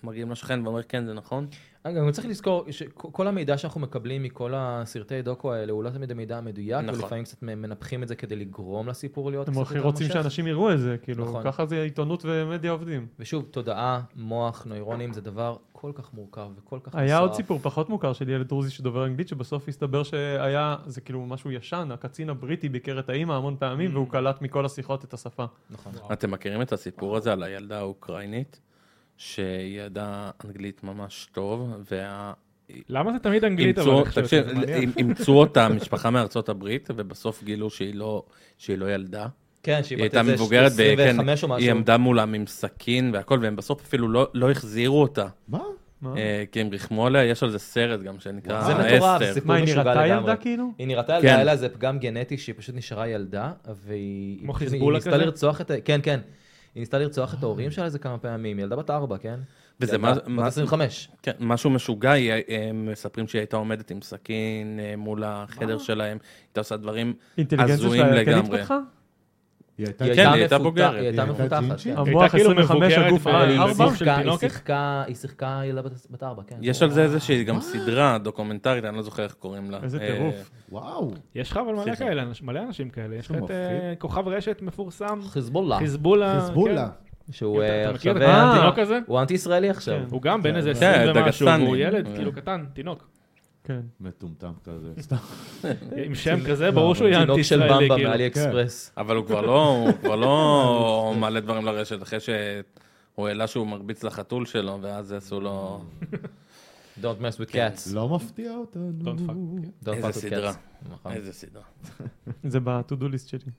Speaker 4: מגיעים לשכן ואומר, כן, זה נכון?
Speaker 2: אגב, גם צריך לזכור שכל המידע שאנחנו מקבלים מכל הסרטי דוקו האלה הוא לא תמיד המידע המדויק,
Speaker 4: נכון.
Speaker 2: ולפעמים קצת מנפחים את זה כדי לגרום לסיפור להיות
Speaker 5: הם
Speaker 2: קצת
Speaker 5: הכי
Speaker 2: יותר
Speaker 5: רוצים
Speaker 2: מושך.
Speaker 5: שאנשים יראו את זה, כאילו,
Speaker 2: נכון.
Speaker 5: ככה זה עיתונות ומדיה עובדים.
Speaker 2: ושוב, תודעה, מוח, נוירונים, זה דבר כל כך מורכב וכל כך
Speaker 5: היה עוד סיפור פחות מוכר של ילד דרוזי שדובר אנגלית, שבסוף הסתבר שהיה, זה כאילו משהו ישן, הקצין הבריטי ביקר את האימא המון
Speaker 3: Mm.
Speaker 5: פעמים, והוא קלט מכל השיחות את השפה.
Speaker 2: נכון.
Speaker 4: אתם מכירים את הסיפור הזה על הילדה האוקראינית, שהיא ידעה אנגלית ממש טוב, וה...
Speaker 3: למה זה תמיד אנגלית, אבל
Speaker 4: אימצו,
Speaker 3: אני חושב
Speaker 4: תקשיב,
Speaker 3: שזה מעניין.
Speaker 4: אימ- אימצו אותה, משפחה מארצות הברית, ובסוף גילו שהיא לא, שהיא לא ילדה.
Speaker 2: כן, שהיא
Speaker 4: היא
Speaker 2: בת
Speaker 4: הייתה
Speaker 2: איזה
Speaker 4: מבוגרת, והיא- כן,
Speaker 2: 25 או משהו.
Speaker 4: היא עמדה מולם עם סכין והכל, והם בסוף אפילו לא, לא החזירו אותה,
Speaker 1: מה?
Speaker 5: מה?
Speaker 4: אה, כי הם ריחמו עליה, יש על זה סרט גם שנקרא
Speaker 2: זה מטורף, זה
Speaker 4: אסתר.
Speaker 2: סיפור
Speaker 5: מה, היא
Speaker 2: משוגע
Speaker 5: נראתה
Speaker 2: לגמרי.
Speaker 5: ילדה כאילו?
Speaker 2: היא נראתה
Speaker 4: כן.
Speaker 2: ילדה, היה לה איזה פגם גנטי שהיא פשוט נשארה ילדה, והיא...
Speaker 3: כמו
Speaker 2: היא פשוט-
Speaker 3: חיזבאללה
Speaker 2: היא
Speaker 3: כזה?
Speaker 2: ניסתה לרצוח את... ה- כן, כן. היא ניסתה לרצוח את ההורים שלה איזה כמה פעמים, ילדה בת ארבע, כן?
Speaker 4: וזה
Speaker 2: ילדה
Speaker 4: מה-
Speaker 2: בת
Speaker 4: מה-
Speaker 2: 25.
Speaker 4: כן, משהו משוגע, היא- הם מספרים שהיא הייתה עומדת עם סכין אה, מול החדר שלהם, היא הייתה עושה דברים
Speaker 5: אינטליגנציה
Speaker 4: הזויים
Speaker 5: שלה כן
Speaker 4: לגמרי.
Speaker 5: התפתחה?
Speaker 1: היא הייתה...
Speaker 2: היא
Speaker 4: כן, היא הייתה
Speaker 2: מפותח-
Speaker 4: בוגרת.
Speaker 2: היא הייתה
Speaker 1: היא הייתה
Speaker 2: מפותחת.
Speaker 1: ג'ינג'ית?
Speaker 2: כן.
Speaker 3: היא
Speaker 5: המוח
Speaker 3: הייתה כאילו
Speaker 5: 25,
Speaker 3: מבוגרת
Speaker 5: הגוף
Speaker 3: ב-
Speaker 5: על
Speaker 3: בגוף
Speaker 2: היא
Speaker 5: אה, ארבע?
Speaker 3: של
Speaker 2: שיחקה- היא
Speaker 3: תינוקת?
Speaker 2: שיחקה, היא שיחקה ילדה בת בת ארבע, כן.
Speaker 4: יש על זה איזושהי גם סדרה, דוקומנטרית, אני לא זוכר איך קוראים לה.
Speaker 5: איזה
Speaker 4: אה,
Speaker 5: טירוף.
Speaker 1: וואו.
Speaker 3: יש לך אבל מלא
Speaker 4: סליחה.
Speaker 3: כאלה, אנש- מלא אנשים כאלה. יש לך את אה,
Speaker 1: מפחיד.
Speaker 3: כוכב רשת מפורסם,
Speaker 4: אה.
Speaker 2: חיזבאללה,
Speaker 3: חיזבאללה. כן.
Speaker 1: חיזבאללה.
Speaker 2: שהוא
Speaker 3: אתה-
Speaker 2: אה,
Speaker 3: אתה מכיר
Speaker 2: עכשיו...
Speaker 3: את
Speaker 5: אה,
Speaker 3: התינוק הזה?
Speaker 2: הוא אנטי-ישראלי עכשיו.
Speaker 5: כן.
Speaker 3: הוא גם בן איזה
Speaker 1: כן,
Speaker 3: 20 ומשהו,
Speaker 4: דגסטני.
Speaker 3: והוא ילד,
Speaker 4: אה.
Speaker 3: כאילו קטן, תינוק.
Speaker 5: כן.
Speaker 1: מטומטם כזה. סתם.
Speaker 5: אה,
Speaker 3: עם שם כזה, ברור שהוא יהיה
Speaker 2: תינוק של
Speaker 3: אנטי-ישראלי,
Speaker 2: במבה
Speaker 3: כאילו.
Speaker 2: מאלי אקספרס.
Speaker 4: אבל הוא כבר לא, הוא כבר
Speaker 5: [LAUGHS]
Speaker 4: לא מעלה דברים לרשת, אחרי שהוא העלה שהוא מרביץ לחתול שלו, ואז עשו לו...
Speaker 2: Don't mess with cats.
Speaker 1: לא מפתיע אותנו.
Speaker 3: Don't fuck.
Speaker 2: Don't
Speaker 4: איזה
Speaker 2: fuck with
Speaker 4: סדרה.
Speaker 2: cats. נכון.
Speaker 4: איזה סדרה.
Speaker 5: זה ב-to-do list שלי.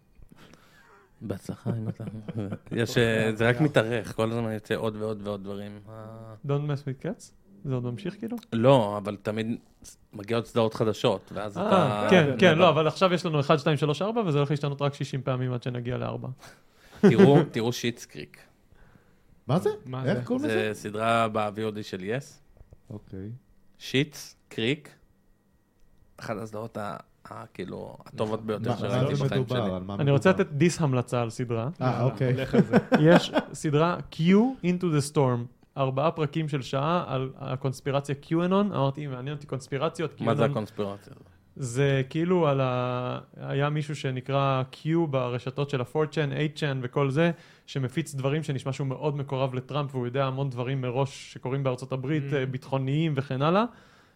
Speaker 4: בהצלחה, אם אתה... [LAUGHS] יש, אה, זה רק מתארך, כל הזמן יוצא עוד ועוד ועוד דברים. אה,
Speaker 5: Don't mess with cats? זה עוד ממשיך כאילו?
Speaker 4: לא, אבל תמיד מגיעות סדרות חדשות, ואז אתה...
Speaker 5: אה, כן, כן, לא, אבל עכשיו יש לנו 1, 2, 3, 4, וזה הולך להשתנות רק 60 פעמים עד שנגיע ל-4.
Speaker 4: תראו, תראו שיטסקריק.
Speaker 1: מה זה?
Speaker 3: מה זה?
Speaker 1: איך קוראים לזה?
Speaker 4: זה סדרה ב-VOD של יס.
Speaker 1: אוקיי.
Speaker 4: שיטס, קריק, אחת הסדרות ה... ה- כאילו, הטובות ביותר
Speaker 1: מה- על
Speaker 4: שראיתי
Speaker 1: מה
Speaker 4: בחיים שלי.
Speaker 1: מדובר? על מה
Speaker 5: אני רוצה
Speaker 1: מדובר?
Speaker 5: לתת דיס המלצה על סדרה.
Speaker 1: אה, אוקיי. [LAUGHS]
Speaker 3: הולך על זה.
Speaker 5: יש סדרה Q into the storm, ארבעה פרקים של שעה על הקונספירציה QAnon, אמרתי, מעניין אותי קונספירציות,
Speaker 4: מה זה
Speaker 5: QAnon.
Speaker 4: הקונספירציה? הזאת?
Speaker 5: זה כאילו על ה... היה מישהו שנקרא Q ברשתות של ה-4chan, 8chan וכל זה, שמפיץ דברים שנשמע שהוא מאוד מקורב לטראמפ, והוא יודע המון דברים מראש שקורים בארצות הברית,
Speaker 3: Mm.
Speaker 5: אה, ביטחוניים וכן הלאה,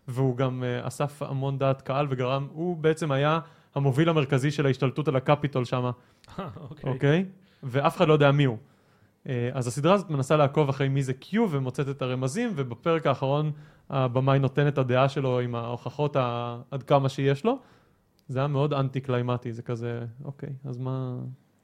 Speaker 5: והוא גם אה, אסף המון דעת קהל וגרם, הוא בעצם היה המוביל המרכזי של ההשתלטות על הקפיטול שם,
Speaker 3: אה, אוקיי.
Speaker 5: אוקיי? ואף אחד לא יודע מי הוא. אה, אז הסדרה הזאת מנסה לעקוב אחרי מי זה Q ומוצאת את הרמזים, ובפרק האחרון הבמאי נותן את הדעה שלו עם ההוכחות ה- עד כמה שיש לו. זה היה מאוד אנטי קליימטי, זה כזה, אוקיי, אז מה...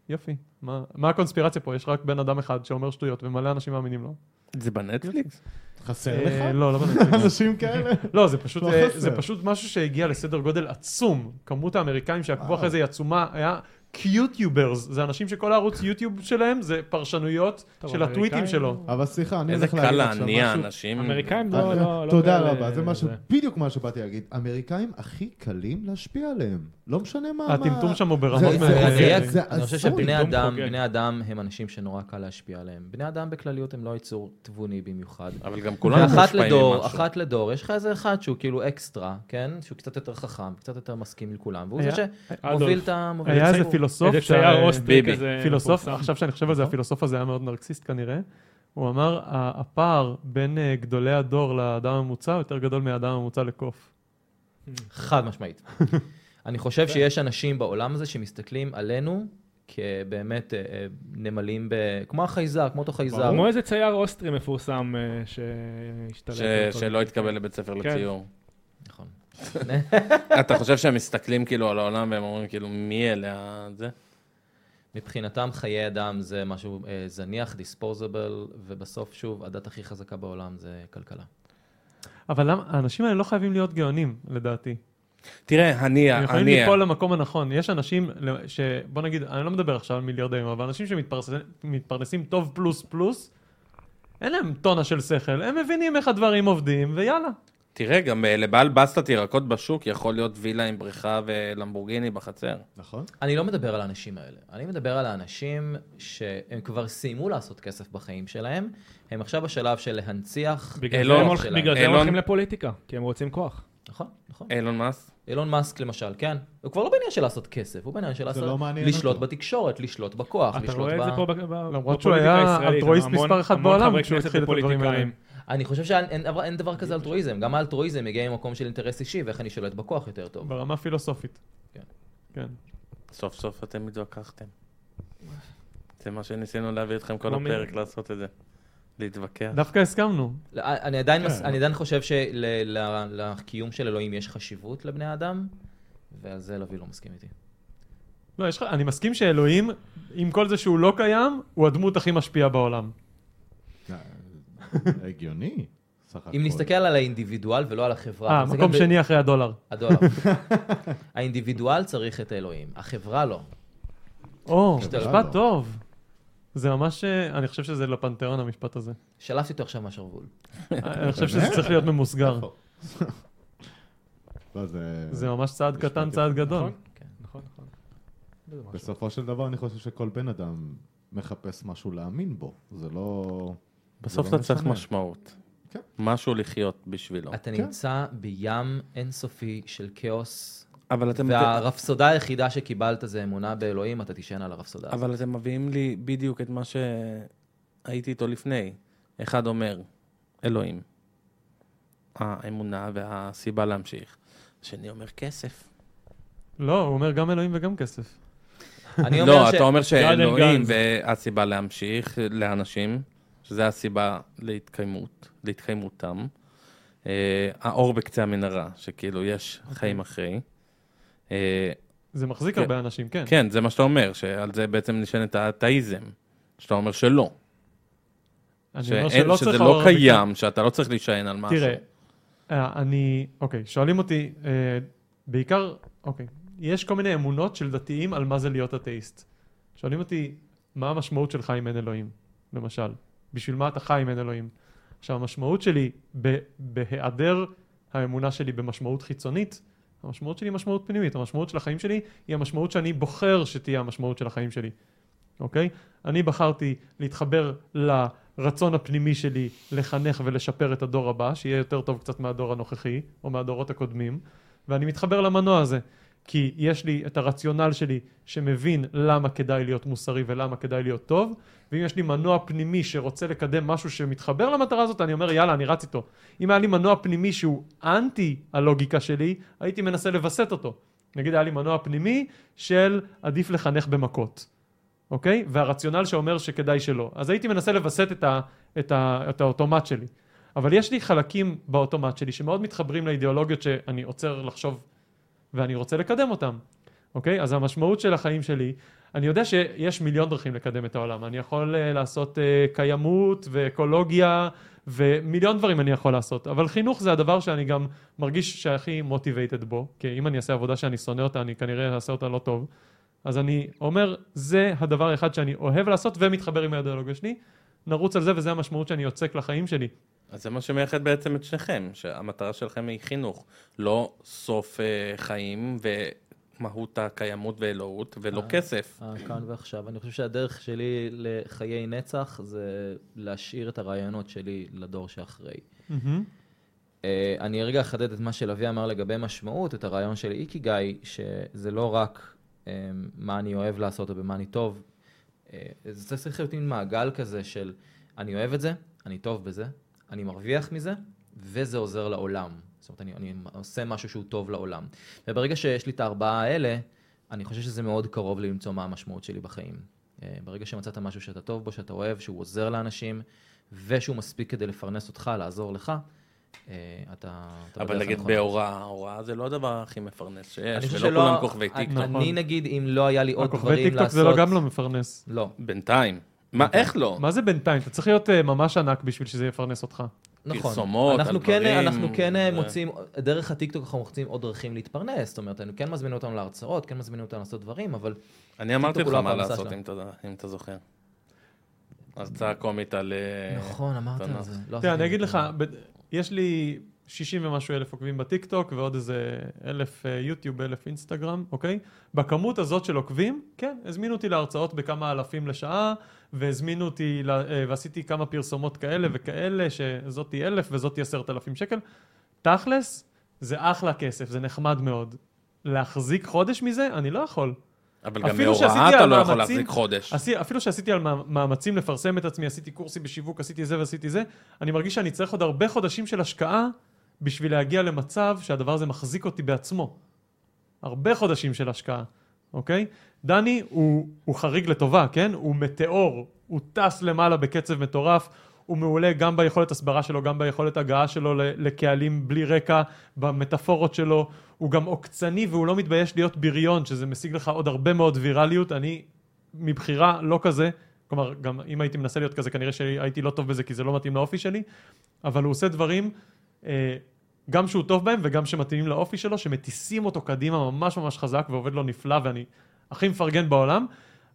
Speaker 5: יופי. מה, מה הקונספירציה פה? יש רק בן אדם אחד שאומר שטויות, ומלא אנשים מאמינים לו.
Speaker 4: זה בנטפליקס?
Speaker 1: חסר
Speaker 5: אה,
Speaker 1: לך?
Speaker 5: לא, לא בנטפליקס.
Speaker 1: אנשים כאלה?
Speaker 5: לא, זה פשוט,
Speaker 1: לא
Speaker 5: זה,
Speaker 1: חסר.
Speaker 5: זה פשוט משהו שהגיע לסדר גודל עצום. כמות האמריקאים שעקבו
Speaker 1: וואו.
Speaker 5: אחרי זה היא עצומה, היה קיוטיוברס, זה אנשים שכל הערוץ יוטיוב שלהם זה פרשנויות
Speaker 3: טוב,
Speaker 5: של הטוויטים
Speaker 3: אמריקאים-
Speaker 5: שלו.
Speaker 1: אבל סליחה, אני
Speaker 4: איזה
Speaker 1: הולך
Speaker 4: קל
Speaker 1: להגיד עכשיו
Speaker 4: להניע
Speaker 1: משהו-
Speaker 4: אנשים.
Speaker 3: אמריקאים לא, לא, לא.
Speaker 1: תודה
Speaker 3: כאלה-
Speaker 1: רבה, זה משהו, בדיוק מה שבאתי להגיד. אמריקאים הכי קלים להשפיע עליהם. לא משנה מה... מה-
Speaker 5: הטמטום שם הוא ברמות...
Speaker 1: זה-
Speaker 5: מ-
Speaker 1: זה-
Speaker 2: אני אדייק,
Speaker 1: זה
Speaker 2: אני חושב
Speaker 1: אסור
Speaker 2: שבני
Speaker 3: לדום
Speaker 2: אדם,
Speaker 3: חוגג.
Speaker 2: בני אדם הם אנשים שנורא קל להשפיע עליהם. בני אדם בכלליות הם לא יצור תבוני במיוחד.
Speaker 4: אבל גם כולנו
Speaker 2: ואחת
Speaker 4: מושפעים
Speaker 2: לדור,
Speaker 4: ממשהו.
Speaker 2: אחת לדור, יש לך איזה אחד שהוא כאילו אקסטרה, כן? שהוא קצת יותר חכם, קצת יותר מסכים לכולם, והוא
Speaker 5: היה-
Speaker 2: זה שמוביל
Speaker 3: אדולף.
Speaker 2: את ה... מוביל את
Speaker 5: היה
Speaker 2: הציבור.
Speaker 5: איזה פילוסוף,
Speaker 3: איזה
Speaker 5: שה-
Speaker 3: צייר אוסטרי
Speaker 4: אה, ביבי.
Speaker 3: כזה.
Speaker 5: פילוסוף,
Speaker 3: אה, מפורסם.
Speaker 5: עכשיו שאני חושב על זה,
Speaker 3: נכון.
Speaker 5: הפילוסוף הזה היה מאוד נרקסיסט כנראה. הוא אמר, "ה- הפער בין אה, גדולי הדור לאדם הממוצע הוא יותר גדול מהאדם הממוצע לקוף.
Speaker 2: חד
Speaker 1: [LAUGHS]
Speaker 2: משמעית. אני חושב שיש אנשים בעולם הזה שמסתכלים עלינו כבאמת אה, אה, נמלים, ב- כמו החייזר, כמו אותו חייזר.
Speaker 3: כמו איזה צייר אוסטרי מפורסם אה, שהשתלט.
Speaker 4: ש-
Speaker 3: על כל
Speaker 4: שלא
Speaker 3: זה.
Speaker 4: התקבל לבית ספר
Speaker 3: כן.
Speaker 4: לציור.
Speaker 2: נכון.
Speaker 4: אתה חושב שהם מסתכלים כאילו על העולם והם אומרים כאילו מי אלה ה- זה?
Speaker 2: מבחינתם חיי אדם זה משהו אה, זניח, דיספוזבל, ובסוף שוב, הדת הכי חזקה בעולם זה כלכלה.
Speaker 5: אבל למה, האנשים האלה לא חייבים להיות גאונים, לדעתי.
Speaker 4: תראה, אני,
Speaker 5: הם יכולים
Speaker 4: אני,
Speaker 5: ליפול למקום הנכון. יש אנשים ל- ש... בוא נגיד, אני לא מדבר עכשיו על מיליארדרים, אבל אנשים שמתפרנסים טוב פלוס פלוס, אין להם טונה של שכל, הם מבינים איך הדברים עובדים, ויאללה.
Speaker 4: תראה, גם אה, לבעל בסטת ירקות בשוק יכול להיות וילה עם בריכה ולמבורגיני בחצר.
Speaker 1: נכון.
Speaker 2: אני לא מדבר על האנשים האלה, אני מדבר על האנשים שהם כבר סיימו לעשות כסף בחיים שלהם, הם עכשיו בשלב של להנציח
Speaker 3: בגלל
Speaker 4: אילון
Speaker 3: זה הם
Speaker 2: הכוח
Speaker 3: הולכ-
Speaker 2: שלהם.
Speaker 3: בגלל זה הם
Speaker 4: אילון-
Speaker 3: הולכים לפוליטיקה, כי הם רוצים כוח.
Speaker 2: נכון, נכון.
Speaker 4: אילון מאסק?
Speaker 2: אילון מאסק למשל, כן. הוא כבר לא בעניין של לעשות כסף, הוא בעניין של
Speaker 1: זה
Speaker 2: לעשות...
Speaker 1: לא מעניין
Speaker 2: לשלוט
Speaker 1: אותו.
Speaker 2: בתקשורת, לשלוט בכוח,
Speaker 3: אתה
Speaker 2: לשלוט
Speaker 3: רואה את זה
Speaker 2: ב-
Speaker 3: פה בג- ב-
Speaker 5: למרות שהוא
Speaker 3: בפוליטיקה
Speaker 5: היה
Speaker 3: הישראלית,
Speaker 5: אלטרואיסט
Speaker 3: המון-
Speaker 5: מספר אחד
Speaker 3: המון
Speaker 5: בעולם
Speaker 3: חברי
Speaker 5: כשהוא
Speaker 3: כנסת
Speaker 5: התחיל את הדברים האלה.
Speaker 3: ופוליטיקאים.
Speaker 2: אני חושב שאין אבל אין דבר כזה אלטרואיזם, גם האלטרואיזם מגיע ממקום של אינטרס אישי, ואיך אני שולט בכוח יותר טוב.
Speaker 5: ברמה פילוסופית.
Speaker 2: כן.
Speaker 5: כן.
Speaker 4: סוף סוף אתם התווכחתם. זה מה שניסינו להביא אתכם כל
Speaker 3: לא מבין.
Speaker 4: הפרק לעשות את זה. להתווכח.
Speaker 5: דווקא הסכמנו.
Speaker 2: לא, אני עדיין, מס...
Speaker 1: כן.
Speaker 2: אני עדיין חושב שלקיום של אלוהים יש חשיבות לבני האדם, ועל זה לביא לא מסכים איתי.
Speaker 5: לא, יש לך... אני מסכים שאלוהים, עם כל זה שהוא לא קיים, הוא הדמות הכי משפיעה בעולם.
Speaker 1: אה, הגיוני, סך הכול.
Speaker 2: אם נסתכל על האינדיבידואל ולא על החברה,
Speaker 5: אה,
Speaker 2: זה
Speaker 5: מקום
Speaker 2: גם ב-
Speaker 5: שני אחרי הדולר.
Speaker 2: הדולר. האינדיבידואל צריך את האלוהים, החברה לא.
Speaker 5: או,
Speaker 2: השתלטנו.
Speaker 5: משפט טוב. זה ממש... אה, אני חושב שזה לפנתיאון,
Speaker 2: [LAUGHS]
Speaker 5: המשפט הזה.
Speaker 2: שלפתי אותו עכשיו מהשרוול.
Speaker 5: אני חושב שזה צריך להיות ממוסגר.
Speaker 2: נכון.
Speaker 1: לא, זה...
Speaker 5: זה ממש צעד
Speaker 1: משפט
Speaker 5: קטן,
Speaker 1: יפה.
Speaker 5: צעד גדול.
Speaker 3: נכון,
Speaker 2: כן.
Speaker 3: נכון, נכון.
Speaker 1: בסופו של דבר אני חושב שכל בן אדם מחפש משהו להאמין בו. זה לא...
Speaker 4: בסוף
Speaker 1: זה לא
Speaker 4: אתה צריך
Speaker 1: משנה.
Speaker 4: משמעות.
Speaker 1: כן.
Speaker 4: משהו לחיות בשבילו.
Speaker 2: אתה נמצא בים אינסופי של כאוס,
Speaker 4: אבל אתם...
Speaker 2: והרפסודה היחידה שקיבלת זה אמונה באלוהים, אתה תישען על הרפסודה. הזאת.
Speaker 4: אבל אתם מביאים לי בדיוק את מה שהייתי איתו לפני. אחד אומר, אלוהים. האמונה והסיבה להמשיך. השני אומר, כסף.
Speaker 5: לא, הוא אומר גם אלוהים וגם כסף.
Speaker 2: אני אומר
Speaker 4: לא,
Speaker 2: ש...
Speaker 4: אתה אומר שאלוהים
Speaker 3: Guns.
Speaker 4: והסיבה להמשיך לאנשים, שזה הסיבה להתקיימות, להתקיימותם. אה, האור בקצה המנהרה, שכאילו יש
Speaker 2: אוקיי.
Speaker 4: חיים אחרי. אה,
Speaker 5: זה מחזיק
Speaker 4: כן.
Speaker 5: הרבה אנשים, כן.
Speaker 4: כן, זה מה שאתה אומר, שעל זה בעצם נשענת האתאיזם. שאתה אומר שלא.
Speaker 5: אני אומר
Speaker 4: שאין,
Speaker 5: שלא
Speaker 4: שזה
Speaker 5: צריך
Speaker 4: לא
Speaker 5: לעורר ויכוח.
Speaker 4: קיים, שאתה לא צריך להישען על משהו.
Speaker 5: תראה, אה, אני, אוקיי, שואלים אותי, אה, בעיקר, אוקיי, יש כל מיני אמונות של דתיים על מה זה להיות אתאיסט. שואלים אותי, מה המשמעות שלך אם אין אלוהים, למשל? בשביל מה אתה חי אם אין אלוהים? עכשיו, המשמעות שלי, ב- בהיעדר האמונה שלי במשמעות חיצונית, המשמעות שלי היא משמעות פנימית. המשמעות של החיים שלי היא המשמעות שאני בוחר שתהיה המשמעות של החיים שלי, אוקיי? אני בחרתי להתחבר לרצון הפנימי שלי לחנך ולשפר את הדור הבא, שיהיה יותר טוב קצת מהדור הנוכחי, או מהדורות הקודמים, ואני מתחבר למנוע הזה. כי יש לי את הרציונל שלי שמבין למה כדאי להיות מוסרי ולמה כדאי להיות טוב, ואם יש לי מנוע פנימי שרוצה לקדם משהו שמתחבר למטרה הזאת, אני אומר יאללה, אני רץ איתו. אם היה לי מנוע פנימי שהוא אנטי הלוגיקה שלי, הייתי מנסה לווסת אותו. נגיד היה לי מנוע פנימי של עדיף לחנך במכות, אוקיי? והרציונל שאומר שכדאי שלא. אז הייתי מנסה לווסת את, ה, את, ה, את האוטומט שלי. אבל יש לי חלקים באוטומט שלי שמאוד מתחברים לאידיאולוגיות שאני עוצר לחשוב ואני רוצה לקדם אותם, אוקיי? אז המשמעות של החיים שלי, אני יודע שיש מיליון דרכים לקדם את העולם. אני יכול אה, לעשות אה, קיימות ואקולוגיה ומיליון דברים אני יכול לעשות. אבל חינוך זה הדבר שאני גם מרגיש שהכי motivated בו, כי אם אני אעשה עבודה שאני שונא אותה, אני כנראה אעשה אותה לא טוב. אז אני אומר, זה הדבר האחד שאני אוהב לעשות ומתחבר עם האידיאולוגיה שלי. נרוץ על זה וזה המשמעות שאני יוצק לחיים שלי.
Speaker 4: אז זה מה שמייחד בעצם את שניכם, שהמטרה שלכם היא חינוך, לא סוף אה, חיים ומהות הקיימות ואלוהות, ולא
Speaker 2: אה.
Speaker 4: כסף.
Speaker 2: אה, כאן ועכשיו. אני חושב שהדרך שלי לחיי נצח זה להשאיר את הרעיונות שלי לדור שאחרי. אה, אני רגע אחדד את מה שלוי אמר לגבי משמעות, את הרעיון של איקיגאי, שזה לא רק אה, מה אני אוהב לעשות או במה אני טוב. אה, זה צריך להיות מין מעגל כזה של אני אוהב את זה, אני טוב בזה, אני מרוויח מזה, וזה עוזר לעולם. זאת אומרת, אני, אני עושה משהו שהוא טוב לעולם. וברגע שיש לי את הארבעה האלה, אני חושב שזה מאוד קרוב לי למצוא מה המשמעות שלי בחיים. אה, ברגע שמצאת משהו שאתה טוב בו, שאתה אוהב, שהוא עוזר לאנשים, ושהוא מספיק כדי לפרנס אותך, לעזור לך, אה, אתה... אתה נכון.
Speaker 4: אבל
Speaker 2: בדרך
Speaker 4: נגיד
Speaker 2: הנכונה.
Speaker 4: בהוראה, הוראה זה לא הדבר הכי מפרנס
Speaker 2: אני
Speaker 4: שיש,
Speaker 2: חושב
Speaker 4: ולא
Speaker 2: שלא-
Speaker 4: כולם כוכבי
Speaker 2: אני-
Speaker 4: טיקטוק.
Speaker 5: נכון.
Speaker 2: אני נגיד, אם לא היה לי עוד
Speaker 5: הכוכבי
Speaker 2: דברים
Speaker 5: טיקטוק
Speaker 2: לעשות...
Speaker 5: זה לא גם לא מפרנס.
Speaker 2: לא,
Speaker 4: בינתיים. מה, איך לא?
Speaker 5: מה זה בינתיים? אתה צריך להיות אה, ממש ענק בשביל שזה יפרנס אותך.
Speaker 2: נכון.
Speaker 4: פרסומות,
Speaker 2: אנחנו
Speaker 4: על
Speaker 2: כן,
Speaker 4: דברים,
Speaker 2: אנחנו כן
Speaker 4: זה-
Speaker 2: זה... מוצאים, דרך הטיקטוק אנחנו מוצאים עוד דרכים להתפרנס, זאת אומרת, אנחנו כן מזמינים אותם להרצאות, כן מזמינים אותם לעשות דברים, אבל
Speaker 4: אני אמרתי לך
Speaker 2: הוא לא
Speaker 4: מה
Speaker 2: הפרנסה
Speaker 4: לעשות,
Speaker 2: שלנו.
Speaker 4: אם אתה- אם אתה זוכר. הרצאה קומית על... אה,
Speaker 2: נכון, אמרת
Speaker 4: תנ"ך.
Speaker 2: על זה. לא
Speaker 5: תראה,
Speaker 2: עשיתי
Speaker 5: אני אגיד
Speaker 2: את
Speaker 5: לך,
Speaker 2: זה.
Speaker 5: ב- יש לי 60 ומשהו אלף עוקבים בטיקטוק ועוד איזה אלף אה, יוטיוב, אלף אינסטגרם, אוקיי? בכמות הזאת של עוקבים, כן, הזמינו אותי להרצאות בכמה אלפים לשעה, והזמינו אותי, ל- אה, ועשיתי כמה פרסומות כאלה וכאלה, שזאתי אלף וזאתי עשרת אלפים שקל. תכלס, זה אחלה כסף, זה נחמד מאוד. להחזיק חודש מזה? אני לא יכול.
Speaker 4: אבל גם
Speaker 5: אפילו שעשיתי
Speaker 4: מהוראה אתה לא יכול
Speaker 5: המאמצים-
Speaker 4: להחזיק חודש.
Speaker 5: עשי, אפילו שעשיתי על מאמ- מאמצים לפרסם את עצמי, עשיתי קורסים בשיווק, עשיתי זה ועשיתי זה, אני מרגיש שאני צריך עוד הרבה חודשים של השקעה בשביל להגיע למצב שהדבר הזה מחזיק אותי בעצמו. הרבה חודשים של השקעה, אוקיי? דני הוא, הוא חריג לטובה, כן? הוא מטאור, הוא טס למעלה בקצב מטורף, הוא מעולה גם ביכולת הסברה שלו, גם ביכולת הגעה שלו ל- לקהלים בלי רקע, במטאפורות שלו, הוא גם עוקצני והוא לא מתבייש להיות בריון, שזה משיג לך עוד הרבה מאוד ויראליות. אני מבחירה לא כזה, כלומר, גם אם הייתי מנסה להיות כזה, כנראה שהייתי לא טוב בזה, כי זה לא מתאים לאופי שלי, אבל הוא עושה דברים, אה, גם שהוא טוב בהם וגם שמתאימים לאופי שלו, שמטיסים אותו קדימה ממש ממש חזק ועובד לו נפלא, ואני הכי מפרגן בעולם,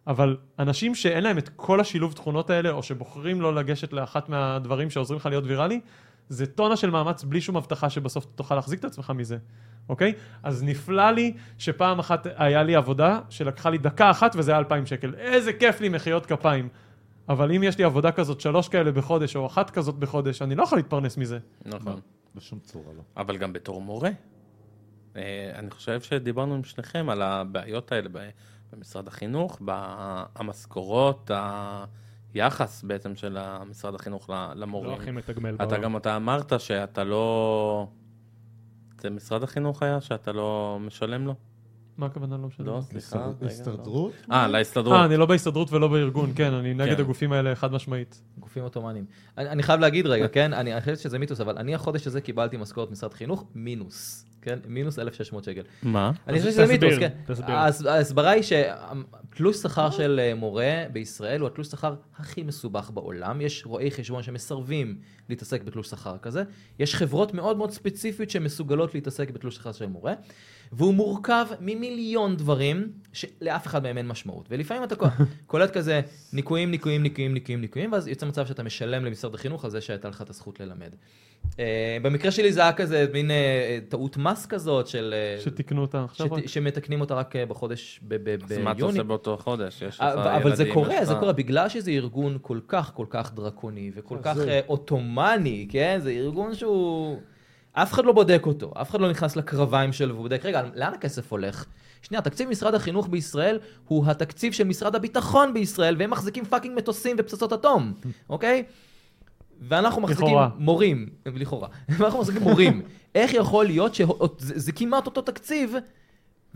Speaker 5: אבל אנשים שאין להם את כל השילוב תכונות האלה, או שבוחרים לא לגשת לאחת מהדברים שעוזרים לך להיות ויראלי, זה טונה של מאמץ בלי שום הבטחה שבסוף תוכל להחזיק את עצמך מזה, אוקיי? אז נפלא לי שפעם אחת היה לי עבודה שלקחה לי דקה אחת וזה היה 2,000 שקל. איזה כיף לי מחיאות כפיים. אבל אם יש לי עבודה כזאת, שלוש כאלה בחודש, או אחת כזאת בחודש, אני לא יכול להתפרנס מזה.
Speaker 4: נכון.
Speaker 1: בשום צורה לא.
Speaker 4: אבל גם בתור מורה. אה, אני חושב שדיברנו עם שניכם על הבעיות האלה ב- במשרד החינוך, ב- המשכורות, היחס בעצם של משרד החינוך ל-
Speaker 3: לא
Speaker 4: למורים.
Speaker 3: הכי מתגמל
Speaker 4: אתה גם אתה אמרת שאתה לא... זה משרד החינוך היה? שאתה לא משלם לו?
Speaker 5: מה הכוונה לא משנה?
Speaker 4: לא, סליחה.
Speaker 1: הסתדר-
Speaker 4: רגע, לא.
Speaker 1: הסתדרות?
Speaker 4: אה, להסתדרות.
Speaker 5: אה, אני לא בהסתדרות ולא בארגון, כן, אני נגד
Speaker 4: כן.
Speaker 5: הגופים האלה חד משמעית.
Speaker 2: גופים אוטומניים. אני, אני חייב להגיד [LAUGHS] רגע, כן? אני אני חושב שזה מיתוס, אבל אני החודש הזה קיבלתי משכורת משרד חינוך מינוס, כן? מינוס 1,600 שקל.
Speaker 4: מה?
Speaker 2: אני חושב שזה
Speaker 3: תסביר,
Speaker 2: מיתוס, כן.
Speaker 3: תסביר.
Speaker 2: ההס- ההסברה היא שהתלוש שכר של אה, מורה בישראל הוא התלוש שכר הכי מסובך בעולם. יש רואי חשבון שמסרבים להתעסק בתלוש שכר כזה. יש חברות מאוד מאוד ספציפיות שמסוגלות להתעסק בתלוש שכר של מורה. והוא מורכב ממיליון דברים שלאף אחד מהם אין משמעות.
Speaker 3: [LAUGHS]
Speaker 2: ולפעמים אתה קול- קולט כזה ניקויים, ניקויים, ניקויים, ניקויים, ניקויים, ואז יוצא מצב שאתה משלם למשרד החינוך על זה שהייתה לך את הזכות ללמד. אה, במקרה שלי זה היה כזה מין אה, אה, טעות מס כזאת של... אה,
Speaker 5: שתיקנו אותה עכשיו. רק.
Speaker 2: שת, שמתקנים אותה רק אה, בחודש, ב- ב-
Speaker 4: אז מה אתה
Speaker 2: ביוני.
Speaker 4: עושה באותו חודש? יש לך
Speaker 2: אבל אה, אבל זה
Speaker 4: ילדים,
Speaker 2: קורה,
Speaker 4: יש
Speaker 2: זה
Speaker 4: לך-
Speaker 2: קורה, בגלל שזה ארגון כל כך כל כך דרקוני וכל כך
Speaker 1: הזוי.
Speaker 2: אה, אוטומני, כן? זה ארגון שהוא... אף אחד לא בודק אותו, אף אחד לא נכנס לקרביים שלו ובודק, רגע, לאן הכסף הולך? שנייה, תקציב משרד החינוך בישראל הוא התקציב של משרד הביטחון בישראל, והם מחזיקים פאקינג מטוסים ופצצות אטום,
Speaker 5: [LAUGHS]
Speaker 2: אוקיי? ואנחנו מחזיקים
Speaker 5: לכאורה.
Speaker 2: מורים, [LAUGHS] לכאורה, ואנחנו מחזיקים מורים. איך יכול להיות שזה זה כמעט אותו תקציב,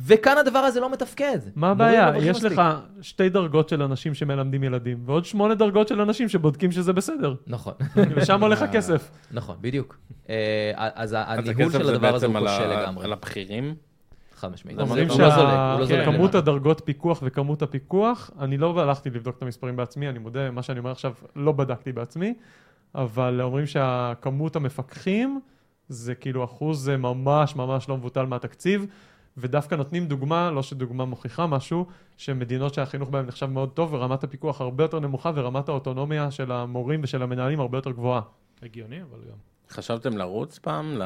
Speaker 2: וכאן הדבר הזה לא מתפקד.
Speaker 5: מה
Speaker 2: מורים לא
Speaker 5: הבעיה?
Speaker 2: מרוויחים
Speaker 5: יש לך
Speaker 2: מספיק.
Speaker 5: שתי דרגות של אנשים שמלמדים ילדים, ועוד שמונה דרגות של אנשים שבודקים שזה
Speaker 2: [LAUGHS]
Speaker 5: בסדר.
Speaker 2: נכון,
Speaker 5: ושם הולך הכסף.
Speaker 2: נכון, בדיוק. אה, אז ה-
Speaker 4: אז
Speaker 2: הניהול
Speaker 4: הכסף
Speaker 2: של
Speaker 4: זה
Speaker 2: הדבר הזה
Speaker 4: בעצם
Speaker 2: הוא
Speaker 4: על ה-
Speaker 2: קשה
Speaker 4: על
Speaker 2: לגמרי,
Speaker 4: הבכירים?
Speaker 2: חד משמעית.
Speaker 4: אומרים
Speaker 5: אומרים
Speaker 2: הוא לא זולג, הוא לא
Speaker 5: שה-
Speaker 2: זולג
Speaker 5: כן, כמות
Speaker 2: למטה.
Speaker 5: הדרגות פיקוח וכמות הפיקוח, אני לא הלכתי לבדוק את המספרים בעצמי, אני מודה, מה שאני אומר עכשיו, לא בדקתי בעצמי, אבל אומרים שהכמות המפקחים זה כאילו אחוז זה ממש ממש לא מבוטל מהתקציב, ודווקא נותנים דוגמה, לא שדוגמה מוכיחה משהו, שמדינות שהחינוך בהן נחשב מאוד טוב ורמת הפיקוח הרבה יותר נמוכה ורמת האוטונומיה של המורים ושל המנהלים הרבה יותר גבוהה.
Speaker 3: הגיוני, אבל גם.
Speaker 4: חשבתם לרוץ פעם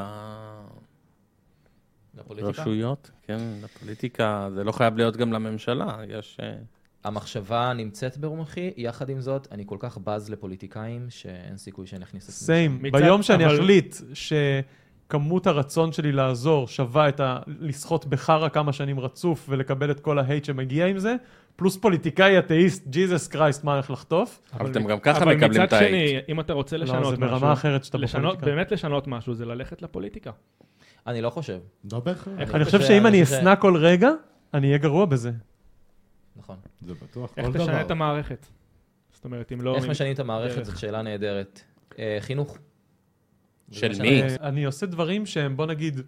Speaker 3: לפוליטיקה.
Speaker 4: לרשויות? כן, לפוליטיקה. זה לא חייב להיות גם לממשלה, יש... אה,
Speaker 2: המחשבה נמצאת ברומחי, יחד עם זאת, אני כל כך בז לפוליטיקאים, שאין סיכוי שאני אכניס את זה.
Speaker 5: סיים.
Speaker 3: מצד-
Speaker 5: ביום שאני
Speaker 3: אבל-
Speaker 5: אחליט שכמות הרצון שלי לעזור שווה את ה... לסחוט בחרא כמה שנים רצוף ולקבל את כל ההייט שמגיע עם זה, פלוס פוליטיקאי אתאיסט, ג'יזוס קרייסט, מה הולך לחטוף?
Speaker 4: אבל אתם
Speaker 3: מצ-
Speaker 4: גם ככה
Speaker 3: אבל
Speaker 4: מקבלים את
Speaker 3: מצד
Speaker 4: האייט.
Speaker 3: שני, אם אתה רוצה
Speaker 5: לא, זה
Speaker 3: לשנות
Speaker 5: ברמה
Speaker 3: משהו,
Speaker 5: אחרת שאתה
Speaker 3: לשנות,
Speaker 5: בפוליטיקה.
Speaker 3: באמת לשנות משהו, זה ללכת לפוליטיקה.
Speaker 2: אני לא חושב,
Speaker 1: לא בהכרח,
Speaker 3: איך-
Speaker 5: אני חושב שאם
Speaker 2: זה-
Speaker 5: אני
Speaker 2: זה-
Speaker 5: אשנא כל רגע, אני אהיה גרוע בזה.
Speaker 2: נכון.
Speaker 1: זה בטוח,
Speaker 3: איך
Speaker 1: כל
Speaker 3: תשנה את
Speaker 1: דבר.
Speaker 3: המערכת? זאת אומרת, אם לא...
Speaker 2: איך
Speaker 3: אם-
Speaker 2: משנים את המערכת?
Speaker 3: דרך.
Speaker 2: זאת שאלה נהדרת. אה, חינוך.
Speaker 4: של
Speaker 2: זה מה
Speaker 4: מי?
Speaker 2: שאני-
Speaker 5: אה, אני עושה דברים שהם, בוא נגיד,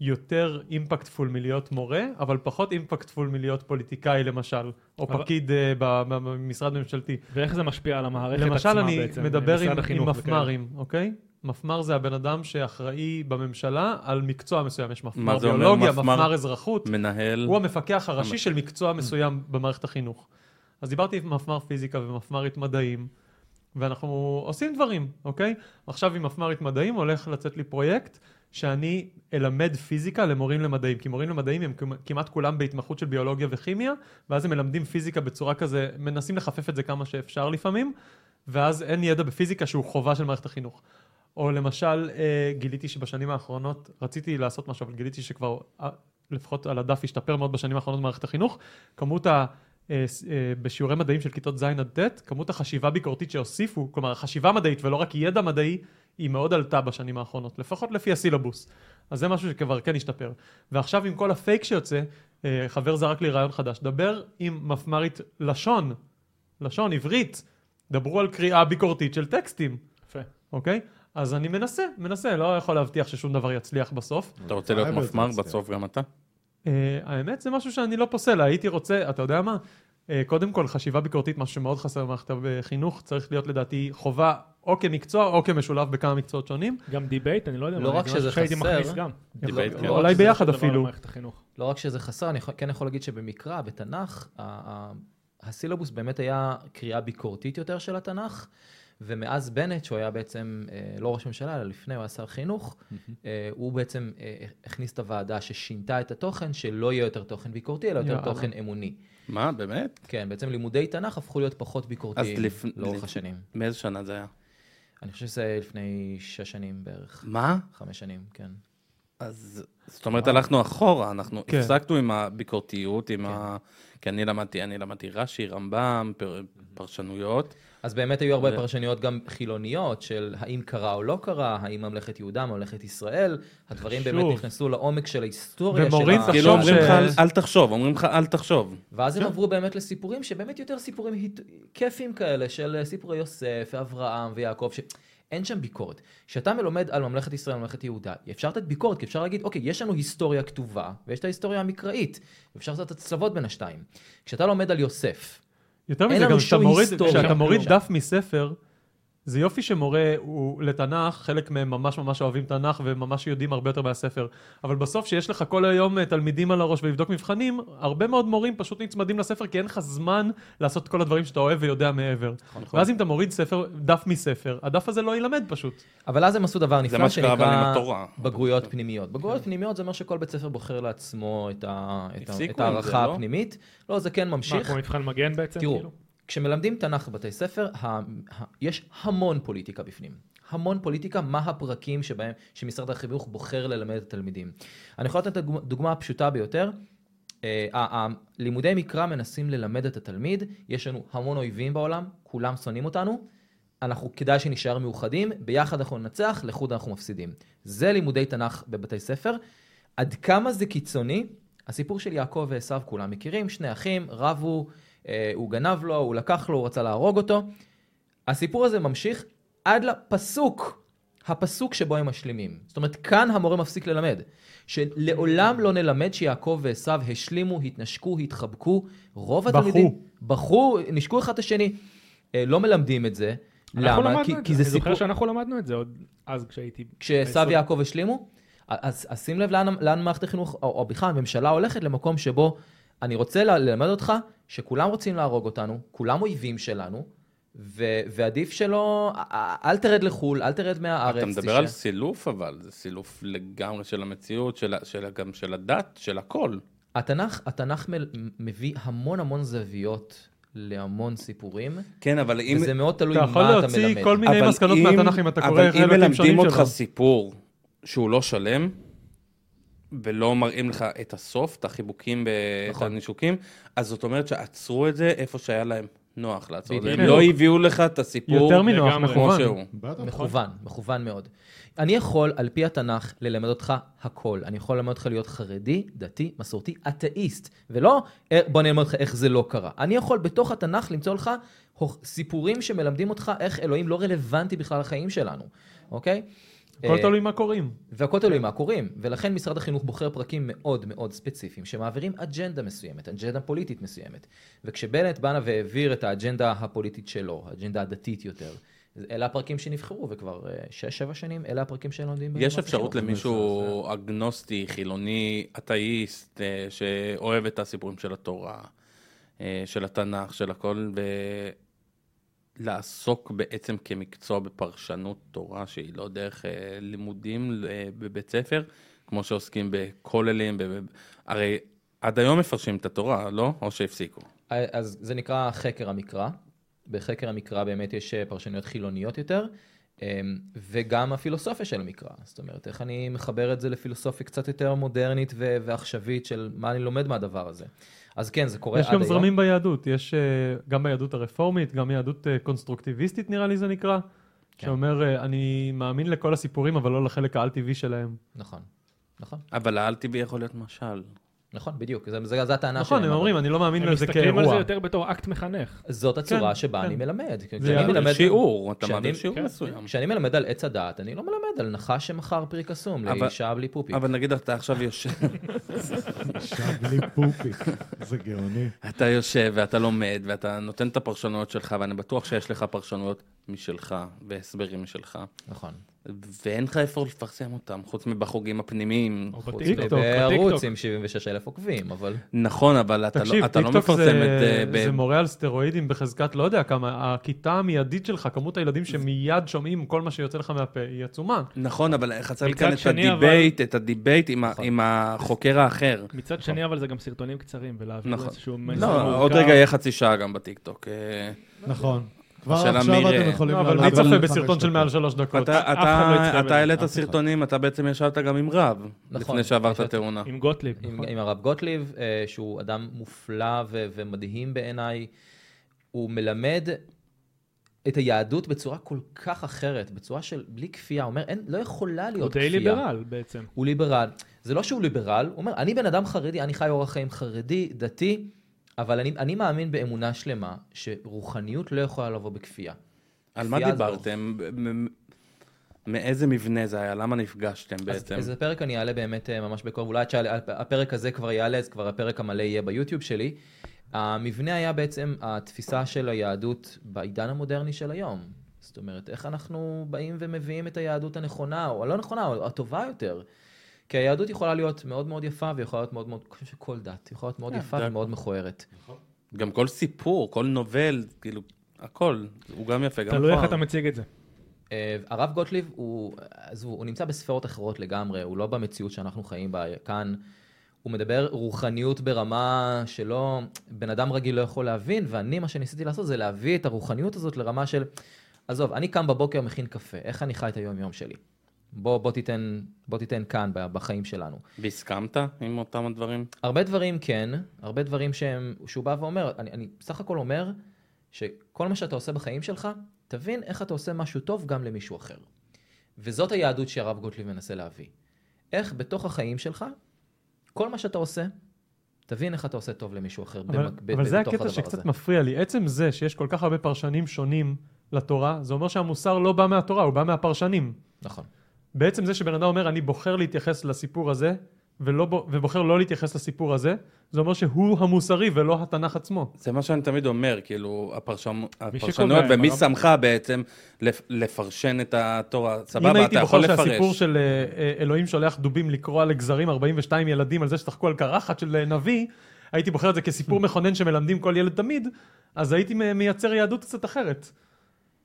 Speaker 5: יותר אימפקטפול מלהיות מורה, אבל פחות אימפקטפול מלהיות פוליטיקאי למשל, או
Speaker 3: אבל-
Speaker 5: פקיד אה, ב- ב- במשרד ממשלתי.
Speaker 3: ואיך זה משפיע על המערכת עצמה
Speaker 5: למשל,
Speaker 3: בעצם?
Speaker 5: אני מדבר
Speaker 3: משרד
Speaker 5: עם, עם
Speaker 3: החינוך וכאלה.
Speaker 5: מפמ"רים, אוקיי? מפמ"ר זה הבן אדם שאחראי בממשלה על מקצוע מסוים. יש מפמ"ר
Speaker 4: מה זה אומר
Speaker 5: ביולוגיה,
Speaker 4: מפמ"ר?
Speaker 5: מפמ"ר אזרחות.
Speaker 4: מנהל...
Speaker 5: הוא המפקח הראשי של מקצוע מסוים במערכת החינוך. אז דיברתי עם מפמ"ר פיזיקה ומפמ"רית מדעים, ואנחנו עושים דברים, אוקיי? עכשיו עם מפמ"רית מדעים הולך לצאת לי פרויקט שאני אלמד פיזיקה למורים למדעים, כי מורים למדעים הם כמ- כמעט כולם בהתמחות של ביולוגיה וכימיה, ואז הם מלמדים פיזיקה בצורה כזה, מנסים לחפף את זה כמה שאפשר לפעמים, ואז אין ידע בפיזיקה שהוא חובה של מערכת החינוך. או למשל, אה, גיליתי שבשנים האחרונות, רציתי לעשות משהו, אבל גיליתי שכבר, אה, לפחות על הדף, השתפר מאוד בשנים האחרונות במערכת החינוך, כמות ה... אה, ס- אה, בשיעורי מדעים של כיתות ז' עד ט', כמות החשיבה ביקורתית שהוסיפו, כלומר חשיבה מדעית ולא רק ידע מדעי, היא מאוד עלתה בשנים האחרונות, לפחות לפי הסילבוס. אז זה משהו שכבר כן השתפר. ועכשיו עם כל הפייק שיוצא, אה, חבר זרק לי רעיון חדש, דבר עם מפמ"רית לשון, לשון עברית, דברו על קריאה ביקורתית של טקסטים,
Speaker 3: יפה.
Speaker 5: אוקיי? אז אני מנסה, מנסה, לא יכול להבטיח ששום דבר יצליח בסוף.
Speaker 4: אתה רוצה להיות
Speaker 1: הלוואי וזה
Speaker 4: מפמ"ר
Speaker 1: יצליח.
Speaker 4: בסוף גם אתה?
Speaker 5: Uh, האמת זה משהו שאני לא פוסל, הייתי רוצה, אתה יודע מה? Uh, קודם כל, חשיבה ביקורתית, משהו שמאוד חסר במערכת החינוך, צריך להיות לדעתי חובה או כמקצוע או כמשולב בכמה מקצועות שונים.
Speaker 3: גם דיבייט, אני לא יודע.
Speaker 2: לא
Speaker 3: מה,
Speaker 2: רק
Speaker 3: זה
Speaker 2: שזה
Speaker 3: משהו שהייתי
Speaker 2: חסר,
Speaker 3: מכניס גם.
Speaker 4: דיבייט,
Speaker 2: לא,
Speaker 4: כן.
Speaker 2: לא,
Speaker 5: אולי
Speaker 3: שזה
Speaker 5: ביחד
Speaker 3: דבר
Speaker 5: אפילו.
Speaker 3: למערכת החינוך.
Speaker 2: לא רק שזה חסר, אני יכול- כן יכול להגיד שבמקרא, בתנ"ך, ה- ה- הסילבוס באמת היה קריאה ביקורתית יותר של התנ"ך, ומאז בנט, שהוא היה בעצם אה, לא ראש ממשלה, אלא לפני, הוא היה שר חינוך, אה, הוא בעצם אה, הכניס את הוועדה ששינתה את התוכן, שלא יהיה יותר תוכן ביקורתי, אלא יותר
Speaker 5: יאללה.
Speaker 2: תוכן אמוני.
Speaker 4: מה, באמת?
Speaker 2: כן, בעצם לימודי תנ"ך הפכו להיות פחות ביקורתיים
Speaker 4: לפ- לפ-
Speaker 2: לאורך השנים.
Speaker 4: מאיזה שנה זה היה?
Speaker 2: אני חושב שזה לפני שש שנים בערך,
Speaker 4: מה?
Speaker 2: חמש שנים, כן.
Speaker 4: אז זאת אומרת, הלכנו אחורה, אנחנו
Speaker 5: כן.
Speaker 4: הפסקנו עם הביקורתיות, עם ה... כי אני למדתי, אני למדתי רש"י, רמב"ם, פר- פרשנויות.
Speaker 2: אז באמת היו הרבה
Speaker 4: ו-
Speaker 2: פרשניות גם חילוניות של האם קרה או לא קרה, האם ממלכת יהודה, ממלכת ישראל, הדברים באמת
Speaker 3: שוב.
Speaker 2: נכנסו לעומק של ההיסטוריה של ה-
Speaker 5: ומורים תחשוב
Speaker 4: כאילו אומרים
Speaker 5: ש-
Speaker 4: לך, "אל- אל תחשוב, אומרים לך, אל תחשוב.
Speaker 2: ואז הם עברו באמת לסיפורים שבאמת יותר סיפורים היט- כיפיים כאלה, של אה, סיפורי יוסף, אברהם ויעקב, שאין שם ביקורת. כשאתה מלומד על ממלכת ישראל, ממלכת יהודה, אפשר לתת ביקורת, כי אפשר להגיד, אוקיי, יש לנו היסטוריה כתובה, ויש את ההיסטוריה המקראית, אפשר לעשות הצלבות בין השתיים. כשאתה לומד על יוסף,
Speaker 5: יותר
Speaker 2: אין
Speaker 5: מזה,
Speaker 2: לנו
Speaker 5: גם כשאתה
Speaker 2: שום
Speaker 5: מוריד,
Speaker 2: היסטוריה. לא.
Speaker 5: כשאתה
Speaker 3: שם
Speaker 5: מוריד
Speaker 2: כלום.
Speaker 5: דף מספר, זה יופי שמורה הוא לתנ"ך, חלק מהם ממש ממש אוהבים תנ"ך וממש יודעים הרבה יותר מהספר. אבל בסוף שיש לך כל היום אה, תלמידים על הראש ולבדוק מבחנים, הרבה מאוד מורים פשוט נצמדים לספר כי אין לך זמן לעשות כל הדברים שאתה אוהב ויודע מעבר.
Speaker 4: נכון,
Speaker 5: ואז אם אתה מוריד ספר, דף מספר, הדף הזה לא יילמד פשוט. אבל
Speaker 2: אבל אז הם עשו דבר
Speaker 4: מה
Speaker 2: נפלא
Speaker 4: שקרה, אבל עם
Speaker 2: שנקרא
Speaker 4: התורה.
Speaker 2: בגרויות פנימיות.
Speaker 4: כן.
Speaker 2: בגרויות פנימיות זה אומר שכל בית ספר בוחר לעצמו את ה- את ה-
Speaker 4: הפסיקו
Speaker 2: את
Speaker 4: עם זה,
Speaker 2: ההערכה
Speaker 4: לא? נכון.
Speaker 2: הפנימית. לא, זה כן
Speaker 3: מה,
Speaker 2: ממשיך.
Speaker 3: כמו מבחן מגן בעצם?
Speaker 2: תראו,
Speaker 3: כאילו?
Speaker 2: כשמלמדים תנ"ך בבתי ספר, ה- ה- יש המון פוליטיקה בפנים. המון פוליטיקה, מה הפרקים שבהם, שמשרד החינוך בוחר ללמד את התלמידים. אני יכול לתת את הדוגמה הדוגמה הפשוטה ביותר. אה, ה- ה- לימודי מקרא מנסים ללמד את התלמיד, יש לנו המון אויבים בעולם, כולם שונאים אותנו, אנחנו כדאי שנישאר מאוחדים, ביחד אנחנו ננצח, לחוד אנחנו מפסידים. זה לימודי תנ"ך בבתי ספר. עד כמה זה קיצוני, הסיפור של יעקב ועשו כולם מכירים, שני אחים, רבו, אה, הוא גנב לו, הוא לקח לו, הוא רצה להרוג אותו. הסיפור הזה ממשיך עד לפסוק, הפסוק שבו הם משלימים. זאת אומרת, כאן המורה מפסיק ללמד. שלעולם לא נלמד שיעקב ועשו השלימו, התנשקו, התחבקו, רוב
Speaker 5: בכו.
Speaker 2: התלמידים... בכו. נשקו אחד את השני. אה, לא מלמדים את זה.
Speaker 3: אנחנו
Speaker 2: למה?
Speaker 3: למדנו
Speaker 2: כי,
Speaker 3: את
Speaker 2: כי זה
Speaker 3: אני
Speaker 2: סיפור...
Speaker 3: זוכר שאנחנו למדנו את זה עוד אז כשהייתי...
Speaker 2: כשסב
Speaker 3: ביסודי.
Speaker 2: יעקב השלימו, אז, אז שים לב לאן, לאן מערכת החינוך, או, או בכלל הממשלה הולכת למקום שבו אני רוצה ל- ללמד אותך שכולם רוצים להרוג אותנו, כולם אויבים שלנו, ו, ועדיף שלא, א- א- אל תרד לחו"ל, אל תרד מהארץ.
Speaker 4: אתה מדבר
Speaker 2: תישאר.
Speaker 4: על סילוף, אבל זה סילוף לגמרי של המציאות, של, ה- של, ה- גם של הדת, של הכל.
Speaker 2: התנ"ך, התנ"ך מ- מביא המון המון זוויות להמון סיפורים,
Speaker 4: כן, אבל אם...
Speaker 2: וזה מאוד תלוי
Speaker 5: אתה
Speaker 2: מה
Speaker 5: יכול
Speaker 2: אתה
Speaker 5: להוציא
Speaker 2: מלמד.
Speaker 5: כל מיני
Speaker 4: אבל
Speaker 5: מסקנות
Speaker 4: אם-
Speaker 5: מהתנ"ך אם אתה קורא
Speaker 4: אבל אם
Speaker 5: חלקים
Speaker 4: מלמדים
Speaker 5: שונים
Speaker 4: אותך
Speaker 5: שלו.
Speaker 4: סיפור שהוא לא שלם, ולא מראים לך את הסוף, את החיבוקים ואת
Speaker 2: נכון.
Speaker 4: הנישוקים, אז זאת אומרת שעצרו את זה איפה שהיה להם נוח לעצור את זה. הם
Speaker 5: בדיוק.
Speaker 4: לא הביאו לך את הסיפור
Speaker 5: יותר מנוח, נכון.
Speaker 3: לגמרי.
Speaker 4: כמו
Speaker 5: מכוון.
Speaker 4: שהוא.
Speaker 1: בטח.
Speaker 2: מכוון, מכוון מאוד. אני יכול, על פי התנ"ך, ללמד אותך הכל. אני יכול ללמד אותך להיות חרדי, דתי, מסורתי, אתאיסט, ולא "אה, בוא נלמד אותך איך זה לא קרה. אני יכול בתוך התנ"ך למצוא לך הוכ- סיפורים שמלמדים אותך איך אלוהים לא רלוונטי בכלל לחיים שלנו, אוקיי?
Speaker 5: הכל
Speaker 2: אה,
Speaker 5: תלוי מה קוראים.
Speaker 2: והכל תלוי
Speaker 4: כן.
Speaker 2: מה קוראים, ולכן משרד החינוך בוחר פרקים מאוד מאוד ספציפיים שמעבירים אג'נדה מסוימת, אג'נדה פוליטית מסוימת. וכשבנט בא והעביר את האג'נדה הפוליטית שלו, האג'נדה הדתית יותר, אלה הפרקים שנבחרו, וכבר אה, שש, שבע שנים, אלה הפרקים שהם לומדים במערכת
Speaker 4: יש אפשרות
Speaker 2: החינוך.
Speaker 4: למישהו אגנוסטי, חילוני, אתאיסט, אה, שאוהב את הסיפורים של התורה, אה, של התנ"ך, של הכל, ולעסוק בעצם כמקצוע בפרשנות תורה שהיא לא דרך אה, לימודים אה, בבית ספר, כמו שעוסקים בכוללים, ב- ב- הרי עד היום מפרשים את התורה, לא? או שהפסיקו.
Speaker 2: אז זה נקרא חקר המקרא. בחקר המקרא באמת יש אה, פרשנויות חילוניות יותר, אה, וגם הפילוסופיה של המקרא. זאת אומרת, איך אני מחבר את זה לפילוסופיה קצת יותר מודרנית ו- ועכשווית של מה אני לומד מהדבר הזה. אז כן, זה קורה עד
Speaker 5: יש
Speaker 4: אה,
Speaker 2: היום.
Speaker 5: גם זרמים ביהדות, יש אה, גם ביהדות הרפורמית, גם יהדות אה, קונסטרוקטיביסטית נראה לי זה נקרא,
Speaker 4: כן.
Speaker 5: שאומר אה, אני מאמין לכל הסיפורים אבל לא לחלק העל-טבעי שלהם.
Speaker 2: נכון, נכון,
Speaker 4: אבל האל-טבעי יכול להיות משל.
Speaker 2: נכון, בדיוק. זה, זה, זה הטענה
Speaker 5: נכון,
Speaker 2: שלהם,
Speaker 5: הם
Speaker 2: אבל
Speaker 5: אומרים אני לא מאמין
Speaker 3: הם
Speaker 5: לזה
Speaker 3: מסתכלים על זה
Speaker 5: כאירוע.
Speaker 3: יותר בתור אקט מחנך.
Speaker 2: זאת הצורה
Speaker 5: כן,
Speaker 2: שבה
Speaker 5: כן.
Speaker 2: אני מלמד.
Speaker 5: יהדות.
Speaker 2: כשאני מלמד...
Speaker 4: שיעור, אתה
Speaker 2: כשאני-
Speaker 4: מעביר שיעור
Speaker 3: כן.
Speaker 4: מסוים.
Speaker 2: כשאני מלמד על עץ הדעת, אני לא מלמד על נחש שמכר פרי קסום
Speaker 4: אבל-
Speaker 2: לאישה בלי פופי.
Speaker 4: אבל נגיד אתה עכשיו יושב...
Speaker 1: אישה בלי פופי. זה גאוני.
Speaker 4: אתה יושב ואתה לומד ואתה נותן את הפרשנויות שלך, ואני בטוח שיש לך פרשנויות משלך והסברים משלך,
Speaker 2: נכון.
Speaker 4: ואין לך איפה לפרסם אותם, חוץ מבחוגים הפנימיים.
Speaker 3: או
Speaker 4: חוץ-
Speaker 3: בטיקטוק,
Speaker 5: טוב,
Speaker 2: בערוץ
Speaker 3: בטיקטוק.
Speaker 2: עם 76 אלף עוקבים, אבל...
Speaker 4: נכון, אבל אתה
Speaker 5: תקשיב,
Speaker 4: לא- אתה לא
Speaker 5: טיקטוק
Speaker 4: מפרסם את זה
Speaker 5: זה-
Speaker 4: ב-
Speaker 5: זה מורה על סטרואידים בחזקת לא יודע כמה, הכיתה המיידית שלך, כמות הילדים שמיד שומעים כל מה שיוצא לך מהפה היא עצומה.
Speaker 4: נכון, אבל חסר לי
Speaker 3: מצד
Speaker 4: כאן את
Speaker 3: שני, אבל- נכון.
Speaker 4: הדיבייט, את הדיבייט עם ה- עם החוקר האחר.
Speaker 2: נכון.
Speaker 3: מצד שני, אבל זה גם סרטונים קצרים, ולהעביר
Speaker 4: נכון.
Speaker 3: איזשהו מסר
Speaker 4: לא, עוד
Speaker 3: מורכב.
Speaker 4: רגע יהיה חצי שעה גם בטיקטוק. אה,
Speaker 1: נכון. כבר
Speaker 4: השאלה
Speaker 1: עכשיו
Speaker 4: מי
Speaker 1: אתם
Speaker 4: יראה.
Speaker 1: יכולים
Speaker 5: לא, אבל
Speaker 1: לעלות
Speaker 5: מי
Speaker 1: על
Speaker 5: צופה
Speaker 1: חמש
Speaker 5: בסרטון של
Speaker 1: דקות.
Speaker 5: מעל שלוש דקות?
Speaker 4: אתה-
Speaker 3: אף אחד לא
Speaker 4: אתה-
Speaker 3: יצפה
Speaker 4: אתה
Speaker 3: בזה,
Speaker 4: העלית
Speaker 1: אף אחד.
Speaker 4: סרטונים, אתה בעצם ישבת גם עם רב,
Speaker 2: נכון.
Speaker 4: לפני שעברת
Speaker 2: ישבתי-
Speaker 4: תאונה.
Speaker 3: עם גוטליב.
Speaker 2: עם,
Speaker 3: נכון?
Speaker 2: עם הרב גוטליב, אה, שהוא אדם מופלא ו- ומדהים בעיניי. הוא מלמד את היהדות בצורה כל כך אחרת, בצורה של בלי כפייה. הוא אומר, אין, לא יכולה
Speaker 3: הוא
Speaker 2: להיות
Speaker 3: די
Speaker 2: כפייה.
Speaker 3: ליברל בעצם.
Speaker 2: הוא ליברל. זה לא שהוא ליברל, הוא אומר, אני בן אדם חרדי, אני חי אורח חיים חרדי, דתי, אבל אני, אני מאמין באמונה שלמה שרוחניות לא יכולה לבוא בכפייה.
Speaker 4: על מה
Speaker 2: כפייה זה לא-
Speaker 4: דיברתם? מ- מ- מאיזה מבנה זה היה? למה נפגשתם כן, בעצם?
Speaker 2: אז, אז הפרק אני אעלה באמת אה, ממש בקרוב, אולי עד שהפרק הזה כבר יעלה, אז כבר הפרק המלא יהיה ביוטיוב שלי. המבנה היה בעצם התפיסה של היהדות בעידן המודרני של היום. זאת אומרת, איך אנחנו באים ומביאים את היהדות הנכונה, או הלא נכונה, או הטובה יותר. כי היהדות יכולה להיות מאוד מאוד יפה, ויכולה להיות מאוד מאוד, אני חושב שכל דת, יכולה להיות מאוד יפה
Speaker 4: דת.
Speaker 2: ומאוד מכוערת.
Speaker 4: גם כל סיפור, כל נובל, כאילו, הכל. הוא גם יפה, גם
Speaker 3: תלוי איך אתה מציג את זה.
Speaker 2: אה, הרב גוטליב הוא, עזבו, הוא נמצא בספרות אחרות לגמרי, הוא לא במציאות שאנחנו חיים בה כאן. הוא מדבר רוחניות ברמה שלא, בן אדם רגיל לא יכול להבין, ואני, מה שניסיתי לעשות זה להביא את הרוחניות הזאת לרמה של, עזוב, אני קם בבוקר, מכין קפה, איך אני חי את היום-יום שלי? בוא, בוא, תיתן, בוא תיתן כאן, ב- בחיים שלנו.
Speaker 4: והסכמת עם אותם הדברים?
Speaker 2: הרבה דברים כן, הרבה דברים שהם, שהוא בא ואומר, אני, אני בסך הכל אומר שכל מה שאתה עושה בחיים שלך, תבין איך אתה עושה משהו טוב גם למישהו אחר. וזאת היהדות שהרב גוטליב מנסה להביא. איך בתוך החיים שלך, כל מה שאתה עושה, תבין איך אתה עושה טוב למישהו אחר
Speaker 5: אבל,
Speaker 2: במק- ב-
Speaker 5: אבל זה
Speaker 2: בתוך
Speaker 5: הקטע
Speaker 2: הדבר
Speaker 5: שקצת
Speaker 2: הזה.
Speaker 5: מפריע לי. עצם זה שיש כל כך הרבה פרשנים שונים לתורה, זה אומר שהמוסר לא בא מהתורה, הוא בא מהפרשנים.
Speaker 2: נכון.
Speaker 5: בעצם זה שבן אדם אומר, אני בוחר להתייחס לסיפור הזה, ולא, בו- ובוחר לא להתייחס לסיפור הזה, זה אומר שהוא המוסרי ולא התנ"ך עצמו.
Speaker 4: זה מה שאני תמיד אומר, כאילו, הפרשמ-
Speaker 3: שקובע,
Speaker 4: הפרשנויות,
Speaker 5: לא
Speaker 4: ומי
Speaker 3: הרב.
Speaker 4: שמך בעצם לפ- לפרשן את התורה.
Speaker 5: אם
Speaker 4: סבבה,
Speaker 5: הייתי
Speaker 4: אתה
Speaker 5: בוחר
Speaker 4: יכול לפרש.
Speaker 5: שהסיפור של אה, אה, אלוהים שולח דובים לקרוע לגזרים 42 ילדים על זה ששחקו על קרחת של אה, נביא, הייתי בוחר את זה
Speaker 4: Mm.
Speaker 5: כסיפור מכונן שמלמדים כל ילד תמיד, אז הייתי מ- מייצר יהדות קצת אחרת.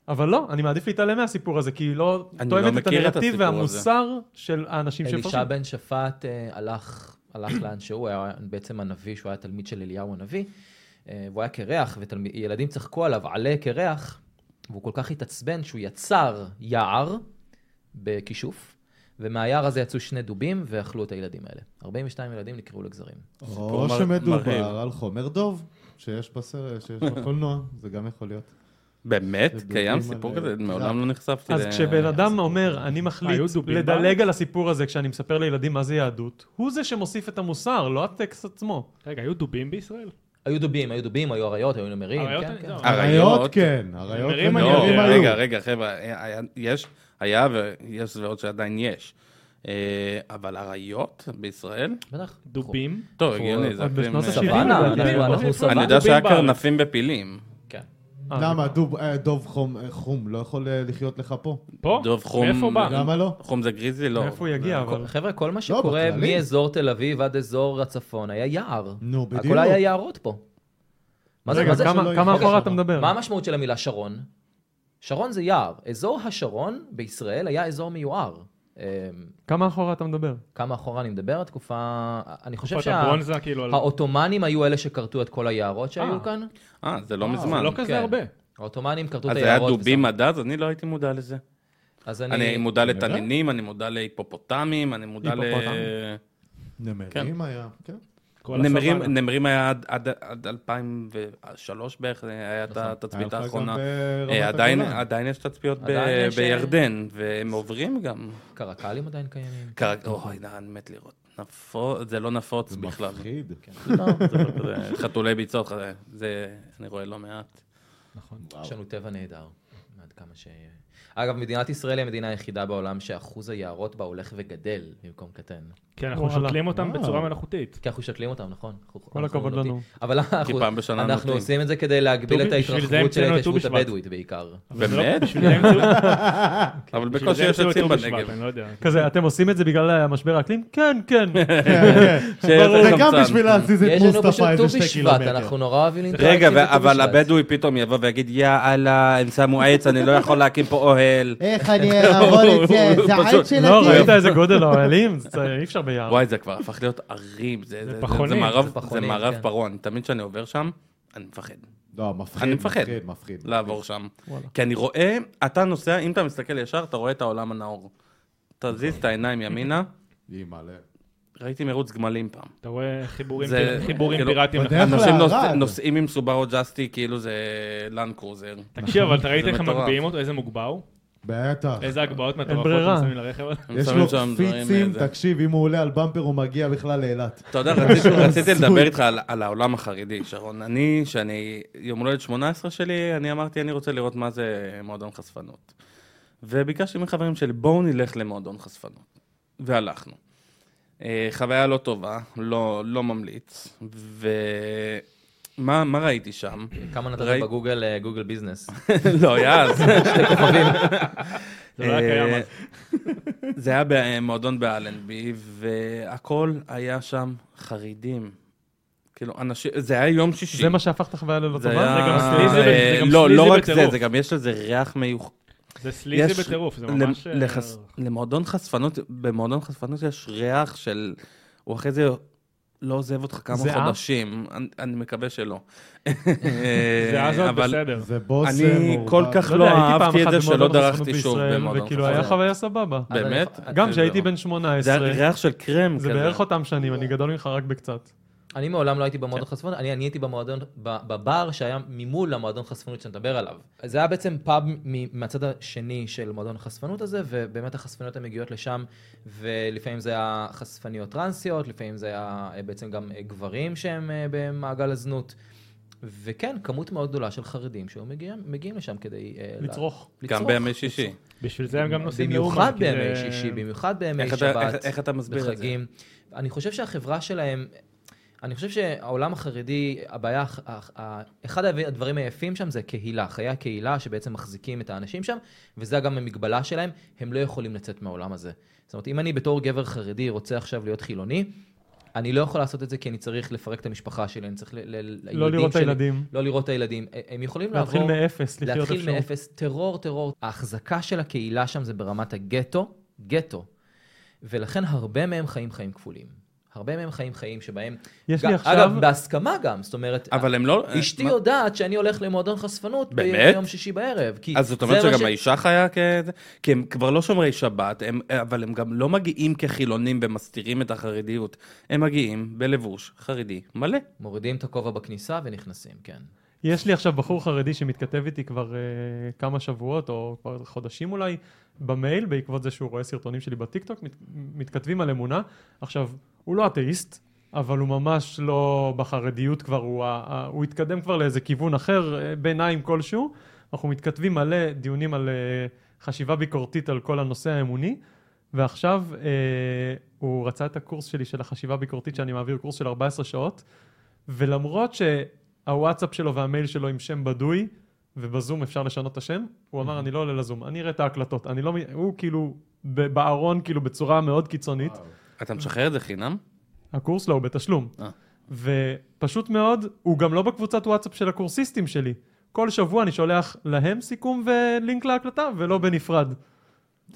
Speaker 5: אבל לא, אני מעדיף להתעלם מהסיפור הזה, כי היא לא
Speaker 4: אני
Speaker 5: תואמת
Speaker 4: לא
Speaker 5: את
Speaker 4: מכיר את
Speaker 5: הנרטיב
Speaker 4: הסיפור הזה.
Speaker 5: והמוסר של האנשים
Speaker 2: אלישע
Speaker 5: שפרשו.
Speaker 2: בן שפט אה, הלך, הלך לאן שהוא, היה בעצם הנביא, שהוא היה תלמיד של אליהו הנביא, אה, והוא היה קרח, וילדים צחקו עליו, עלה קרח, והוא כל כך התעצבן שהוא יצר יער בכישוף, ומהיער הזה יצאו שני דובים ואכלו את הילדים האלה. 42 ילדים נקראו לגזרים.
Speaker 4: סיפור
Speaker 1: או
Speaker 4: מר- מרהיב.
Speaker 1: שמדובר על חומר דוב, שיש בסרט, שיש בקולנוע, זה גם יכול להיות.
Speaker 4: באמת?
Speaker 1: שדובים
Speaker 4: קיים
Speaker 1: על-
Speaker 4: סיפור כזה?
Speaker 1: זה-
Speaker 4: מעולם לא נחשפתי
Speaker 5: אז
Speaker 4: ל-
Speaker 5: כשבן אדם אומר, אני מחליט
Speaker 3: היו דובים
Speaker 5: לדלג על הסיפור הזה כשאני מספר לילדים מה זה יהדות, הוא זה שמוסיף את המוסר, לא הטקסט עצמו.
Speaker 3: רגע, היו דובים בישראל?
Speaker 2: היו דובים, היו דובים, היו אריות, היו נמרים.
Speaker 3: אריות
Speaker 2: כן,
Speaker 3: אני-
Speaker 2: כן.
Speaker 3: לא,
Speaker 1: אריות כן, אריות
Speaker 3: נמרים אני
Speaker 4: לא,
Speaker 1: ונמרים
Speaker 3: יודע.
Speaker 1: היו.
Speaker 4: רגע, רגע, חבר'ה, היה- יש, היה ויש ועוד שעדיין יש. אה, אבל אריות בישראל?
Speaker 2: בטח.
Speaker 3: דובים?
Speaker 4: טוב,
Speaker 2: אנחנו-
Speaker 4: הגיוני, זה...
Speaker 5: עוד
Speaker 4: אתם,
Speaker 5: בשנות
Speaker 4: אה,
Speaker 5: ה-שבעים.
Speaker 2: סוואנה,
Speaker 5: לדעתי,
Speaker 2: אנחנו-
Speaker 5: לא?
Speaker 2: אנחנו
Speaker 4: אני
Speaker 2: סוואנה.
Speaker 4: יודע שהיה
Speaker 3: דובים בארץ.
Speaker 4: קרנפים בפילים.
Speaker 2: כן.
Speaker 5: אה,
Speaker 1: למה, דוב- אה, דוב חום- אה, חום לא יכול אה, לחיות לך פה?
Speaker 3: פה?
Speaker 4: דוב חום.
Speaker 3: מאיפה
Speaker 5: אה.
Speaker 3: בא?
Speaker 1: למה לא?
Speaker 4: חום זה גריזלי? לא.
Speaker 5: מאיפה הוא יגיע, אבל...
Speaker 2: חבר'ה, כל מה שקורה
Speaker 1: בכללי.
Speaker 2: מאזור תל אביב עד אזור הצפון היה יער.
Speaker 1: נו, בדיוק.
Speaker 2: הכל היה יערות פה. מה זה,
Speaker 5: רגע,
Speaker 2: מה זה?
Speaker 5: כמה-
Speaker 1: שלא
Speaker 5: כמה
Speaker 1: יהיה
Speaker 5: אחורה
Speaker 1: שם?
Speaker 5: אתה מדבר?
Speaker 2: מה המשמעות של המילה שרון? שרון זה יער. אזור השרון בישראל היה אזור מיוער. אמ,
Speaker 5: כמה אחורה אתה מדבר?
Speaker 2: כמה אחורה אני מדבר? התקופה... אני חושב
Speaker 3: תקופת הברונזה, כאילו,
Speaker 5: לא-
Speaker 3: על-
Speaker 2: שהעות'מאנים היו אלה שכרתו את כל היערות
Speaker 3: אה.
Speaker 2: שהיו כאן.
Speaker 4: אה, זה לא
Speaker 3: זה
Speaker 4: מזמן.
Speaker 3: לא כזה
Speaker 2: כן.
Speaker 3: הרבה.
Speaker 2: העות'מאנים כרתו את
Speaker 4: אז היה
Speaker 2: היערות.
Speaker 4: דובים עד אז? אני לא הייתי מודע לזה.
Speaker 2: וזהו. אז אני...
Speaker 4: אני מודע לתנינים, אני מודע להיפופוטמים, אני מודע ל...
Speaker 5: היפופוטמים.
Speaker 1: נמרים היה, כן.
Speaker 3: כל
Speaker 4: נמרים,
Speaker 3: הסוואנה.
Speaker 4: נמרים היה עד, עד, עד 2003 בערך, היה את התצפית
Speaker 1: היה לך גם
Speaker 4: האחרונה.
Speaker 1: ברמת
Speaker 4: אה, עדיין,
Speaker 1: הגולן.
Speaker 4: עדיין יש תצפיות ב,
Speaker 2: עדיין יש, אה,
Speaker 4: בירדן, והם עוברים גם.
Speaker 2: קרקלים עדיין קיימים. [LAUGHS]
Speaker 4: קרק- אוי, נא, אני מת לראות. נפוץ, זה לא נפוץ
Speaker 1: זה
Speaker 4: בכלל.
Speaker 1: מפחיד.
Speaker 4: לא, זה לא כזה. חתולי ביצות, ח- זה אני רואה לא מעט.
Speaker 2: יש לנו טבע נהדר, עד כמה ש... אגב, מדינת ישראל היא המדינה היחידה בעולם שאחוז היערות בה הולך וגדל במקום קטן.
Speaker 3: כן, אנחנו
Speaker 5: וואלה.
Speaker 3: שותלים אותם
Speaker 1: וואו.
Speaker 3: בצורה מלאכותית.
Speaker 2: כי אנחנו שותלים אותם, נכון? אנחנו-
Speaker 5: כל
Speaker 2: אנחנו
Speaker 5: הכבוד
Speaker 2: נוטים.
Speaker 5: לנו.
Speaker 2: אבל אנחנו,
Speaker 4: פעם בשנה
Speaker 2: אנחנו
Speaker 4: נוטים.
Speaker 2: עושים את זה כדי להגביל
Speaker 3: ט"ו-
Speaker 2: את
Speaker 3: בשביל זה
Speaker 2: ההתרחבות של
Speaker 3: המצאנו את
Speaker 2: ההתיישבות
Speaker 3: ט"ו בשבט.
Speaker 2: הבדואית בעיקר.
Speaker 3: אבל זה לא-
Speaker 4: באמת?
Speaker 3: בשביל זה המציאו-
Speaker 4: [LAUGHS] אבל
Speaker 3: בשביל
Speaker 4: בקושי
Speaker 3: זה
Speaker 4: יש
Speaker 3: המציאו את
Speaker 4: עצים
Speaker 3: ט"ו בשבט,
Speaker 4: בנגב.
Speaker 3: אני לא יודע.
Speaker 5: כזה, אתם עושים את זה בגלל המשבר האקלים? כן,
Speaker 4: [LAUGHS]
Speaker 5: כן.
Speaker 1: זה גם
Speaker 4: חמצן.
Speaker 1: בשביל להזיז את
Speaker 2: יש לנו
Speaker 1: מוסטפא
Speaker 2: פשוט
Speaker 1: איזה
Speaker 2: ט"ו
Speaker 1: שתי
Speaker 2: בשבט,
Speaker 1: קילומטר.
Speaker 2: אנחנו נורא אוהבים
Speaker 4: רגע,
Speaker 2: אינטראקציה
Speaker 4: ו- אבל הבדואי פתאום יבוא ויגיד, יא אללה, הם שמו עץ, אני לא יכול להקים פה אוהל.
Speaker 1: איך אני אעבור את [LAUGHS] זה? זה העד שלתי.
Speaker 5: לא, ראית איזה גודל האוהלים? זה- אי אפשר ביער.
Speaker 4: כן. וואי, זה כבר הפך להיות ערים. זה- זה- זה-
Speaker 3: פחונים,
Speaker 4: זה מערב-
Speaker 2: זה
Speaker 4: זה
Speaker 2: פחונים,
Speaker 4: מערב
Speaker 2: כן.
Speaker 4: פרוע. אני- תמיד כשאני עובר שם, אני מפחד
Speaker 1: לא, מפחיד.
Speaker 4: אני מפחד.
Speaker 1: מפחיד, מפחיד.
Speaker 4: לעבור שם.
Speaker 5: וואלה.
Speaker 4: כי אני רואה, אתה נוסע, אם אתה מסתכל ישר, אתה רואה את העולם הנאור. תזיז את העיניים ימינה,
Speaker 1: אימא'לה.
Speaker 4: ראיתי מרוץ גמלים פעם.
Speaker 3: אתה רואה חיבורים
Speaker 4: זה-
Speaker 3: פיר- חיבורים
Speaker 4: כאילו-
Speaker 3: פיראטיים.
Speaker 1: אתה
Speaker 3: לך.
Speaker 1: יודע-
Speaker 4: אנשים נוס-
Speaker 1: לערד.
Speaker 4: נוסעים עם סובארו ג'סטי, כאילו זה לאנד קרוזר.
Speaker 3: תקשיב, אבל אתה ראית
Speaker 4: זה
Speaker 3: איך הם
Speaker 4: מטורף. אה.
Speaker 3: מגביהים אותו? איזה מוגבע הוא?
Speaker 1: בטח.
Speaker 3: איזה הגבהות מטורפות
Speaker 5: ברירה.
Speaker 3: הם שמים לרכב הזה?
Speaker 4: הם
Speaker 1: יש
Speaker 4: שמים
Speaker 1: לו
Speaker 4: שם דברים,
Speaker 1: קפיצים,
Speaker 4: אה, זה.
Speaker 1: תקשיב, אם הוא עולה על במפר הוא מגיע בכלל לאילת.
Speaker 4: אתה יודע, רציתי- רציתי
Speaker 1: הזוי.
Speaker 4: לדבר איתך על- על העולם החרדי, שרון. אני, שאני, יום הולדת 18 שלי, אני אמרתי, אני רוצה לראות מה זה מועדון חשפנות. וביקשתי מחברים שלי, בואו נלך למועדון חשפנות. והלכנו. אה, חוויה לא טובה, לא, לא ממליץ. ומה מה ראיתי שם?
Speaker 2: כמה נתת
Speaker 4: ראי-
Speaker 2: בגוגל אה, גוגל ביזנס?
Speaker 4: לא, היה אז.
Speaker 3: זה לא היה קיים. אז.
Speaker 4: אה, זה היה במועדון באלנבי, והכל היה שם חרדים. כאילו, אנשים, זה היה יום שישי.
Speaker 5: זה מה שהפך את החוויה ללא
Speaker 4: זה
Speaker 5: טובה?
Speaker 4: היה...
Speaker 5: רגע,
Speaker 3: גם סליזי ב- זה גם
Speaker 4: לא,
Speaker 3: סליזי
Speaker 4: לא רק זה,
Speaker 3: בטירוף.
Speaker 4: זה גם יש לזה ריח מיוחד.
Speaker 3: זה סליזי
Speaker 4: יש
Speaker 3: בטירוף, זה
Speaker 4: למ-
Speaker 3: ממש... אה,
Speaker 4: לחס- למועדון חשפנות, במועדון חשפנות יש ריח של... הוא אחרי זה לא עוזב אותך כמה
Speaker 5: זיעה?
Speaker 4: חודשים. אני- אני מקווה שלא.
Speaker 3: זה אז עוד
Speaker 4: אה, אבל
Speaker 3: בסדר.
Speaker 1: זה בוס...
Speaker 4: אני
Speaker 1: מעורבב.
Speaker 4: כל כך
Speaker 5: לא
Speaker 4: לא
Speaker 5: יודע, הייתי פעם
Speaker 4: אהבתי את
Speaker 5: אחת
Speaker 4: זה שלא
Speaker 5: במועדון
Speaker 4: דרכתי
Speaker 5: החשפנות
Speaker 4: שוב
Speaker 5: בישראל,
Speaker 4: במועדון
Speaker 5: וכאילו היה
Speaker 4: חשפנות.
Speaker 5: חוויה סבבה.
Speaker 4: באמת?
Speaker 2: אז אני-
Speaker 5: גם
Speaker 4: אה, זה
Speaker 5: כשהייתי
Speaker 4: לא.
Speaker 5: בן
Speaker 4: זה
Speaker 5: 18,
Speaker 4: היה ריח של קרם
Speaker 5: זה
Speaker 4: כזה.
Speaker 5: בערך אותם שנים, אני גדול ממך רק בקצת.
Speaker 2: אני מעולם לא הייתי במועדון חשפנות, אני, אני הייתי במועדון, ב- בבר שהיה ממול המועדון חשפנות שאתה מדבר עליו. אז זה היה בעצם פאב מ- מהצד השני של מועדון החשפנות הזה, ובאמת החשפניות הן מגיעות לשם, ולפעמים זה היה חשפניות טרנסיות, לפעמים זה היה אה, בעצם גם אה, גברים שהם אה, במעגל הזנות. וכן, כמות מאוד גדולה של חרדים שהיו מגיעים, מגיעים לשם כדי... אה,
Speaker 5: לצרוך.
Speaker 2: לה-
Speaker 4: גם
Speaker 2: לצרוך,
Speaker 4: בימי שישי.
Speaker 2: לצרוך.
Speaker 3: בשביל זה הם גם נוסעים לאומן.
Speaker 2: במיוחד
Speaker 3: כי זה-
Speaker 2: בימי שישי, במיוחד בימי
Speaker 4: איך אתה-
Speaker 2: שבת.
Speaker 4: איך- איך אתה מסביר את זה?
Speaker 2: בחגים. אני חושב שהחברה שלהם, אני חושב שהעולם החרדי, הבעיה, הח- הח- ה- אחד הב- הדברים היפים שם זה קהילה, חיי הקהילה שבעצם מחזיקים את האנשים שם, וזה גם המגבלה שלהם, הם לא יכולים לצאת מהעולם הזה. זאת אומרת, אם אני בתור גבר חרדי רוצה עכשיו להיות חילוני, אני לא יכול לעשות את זה כי אני צריך לפרק את המשפחה שלי, אני צריך ל... ל-
Speaker 5: לא לראות את
Speaker 2: שלי-
Speaker 5: הילדים.
Speaker 2: לא לראות את הילדים. הם יכולים
Speaker 5: להתחיל
Speaker 2: לעבור...
Speaker 5: מאפס, לחיות
Speaker 2: להתחיל
Speaker 5: איפשהו.
Speaker 2: מאפס, טרור, טרור. ההחזקה של הקהילה שם זה ברמת הגטו, גטו. ולכן הרבה מהם חיים חיים כפולים. הרבה מהם חיים חיים שבהם...
Speaker 5: יש
Speaker 2: גם-
Speaker 5: לי עכשיו,
Speaker 2: אגב, בהסכמה גם, זאת אומרת,
Speaker 4: אבל הם לא...
Speaker 2: אשתי
Speaker 4: מה-
Speaker 2: יודעת שאני הולך למועדון חשפנות ב-
Speaker 4: באמת?
Speaker 2: ביום שישי בערב. כי
Speaker 4: אז זאת
Speaker 2: זה
Speaker 4: אומרת
Speaker 2: מה
Speaker 4: שגם
Speaker 2: ש-
Speaker 4: האישה חיה כ... כי הם כבר לא שומרי שבת, הם... אבל הם גם לא מגיעים כחילונים ומסתירים את החרדיות. הם מגיעים בלבוש חרדי מלא.
Speaker 2: מורידים את הכובע בכניסה ונכנסים, כן.
Speaker 5: יש לי עכשיו בחור חרדי שמתכתב איתי כבר אה, כמה שבועות, או כבר חודשים אולי, במייל, בעקבות זה שהוא רואה סרטונים שלי בטיקטוק, מת, מתכתבים על אמונה. עכשיו, הוא לא אתאיסט, אבל הוא ממש לא בחרדיות כבר, הוא, ה- ה- הוא התקדם כבר לאיזה כיוון אחר, אה, ביניים כלשהו. אנחנו מתכתבים מלא דיונים על אה, חשיבה ביקורתית על כל הנושא האמוני, ועכשיו אה, הוא רצה את הקורס שלי של החשיבה הביקורתית שאני מעביר, קורס של 14 שעות, ולמרות שהוואטסאפ שלו והמייל שלו עם שם בדוי, ובזום אפשר לשנות את השם, הוא אמר, אני לא עולה לזום, אני אראה את ההקלטות. אני לא... מ- הוא כאילו ב- בארון, כאילו בצורה מאוד קיצונית.
Speaker 4: אתה משחרר את זה חינם?
Speaker 5: הקורס לא, הוא בתשלום.
Speaker 4: אה.
Speaker 5: ופשוט מאוד, הוא גם לא בקבוצת וואטסאפ של הקורסיסטים שלי. כל שבוע אני שולח להם סיכום ולינק להקלטה, ולא בנפרד.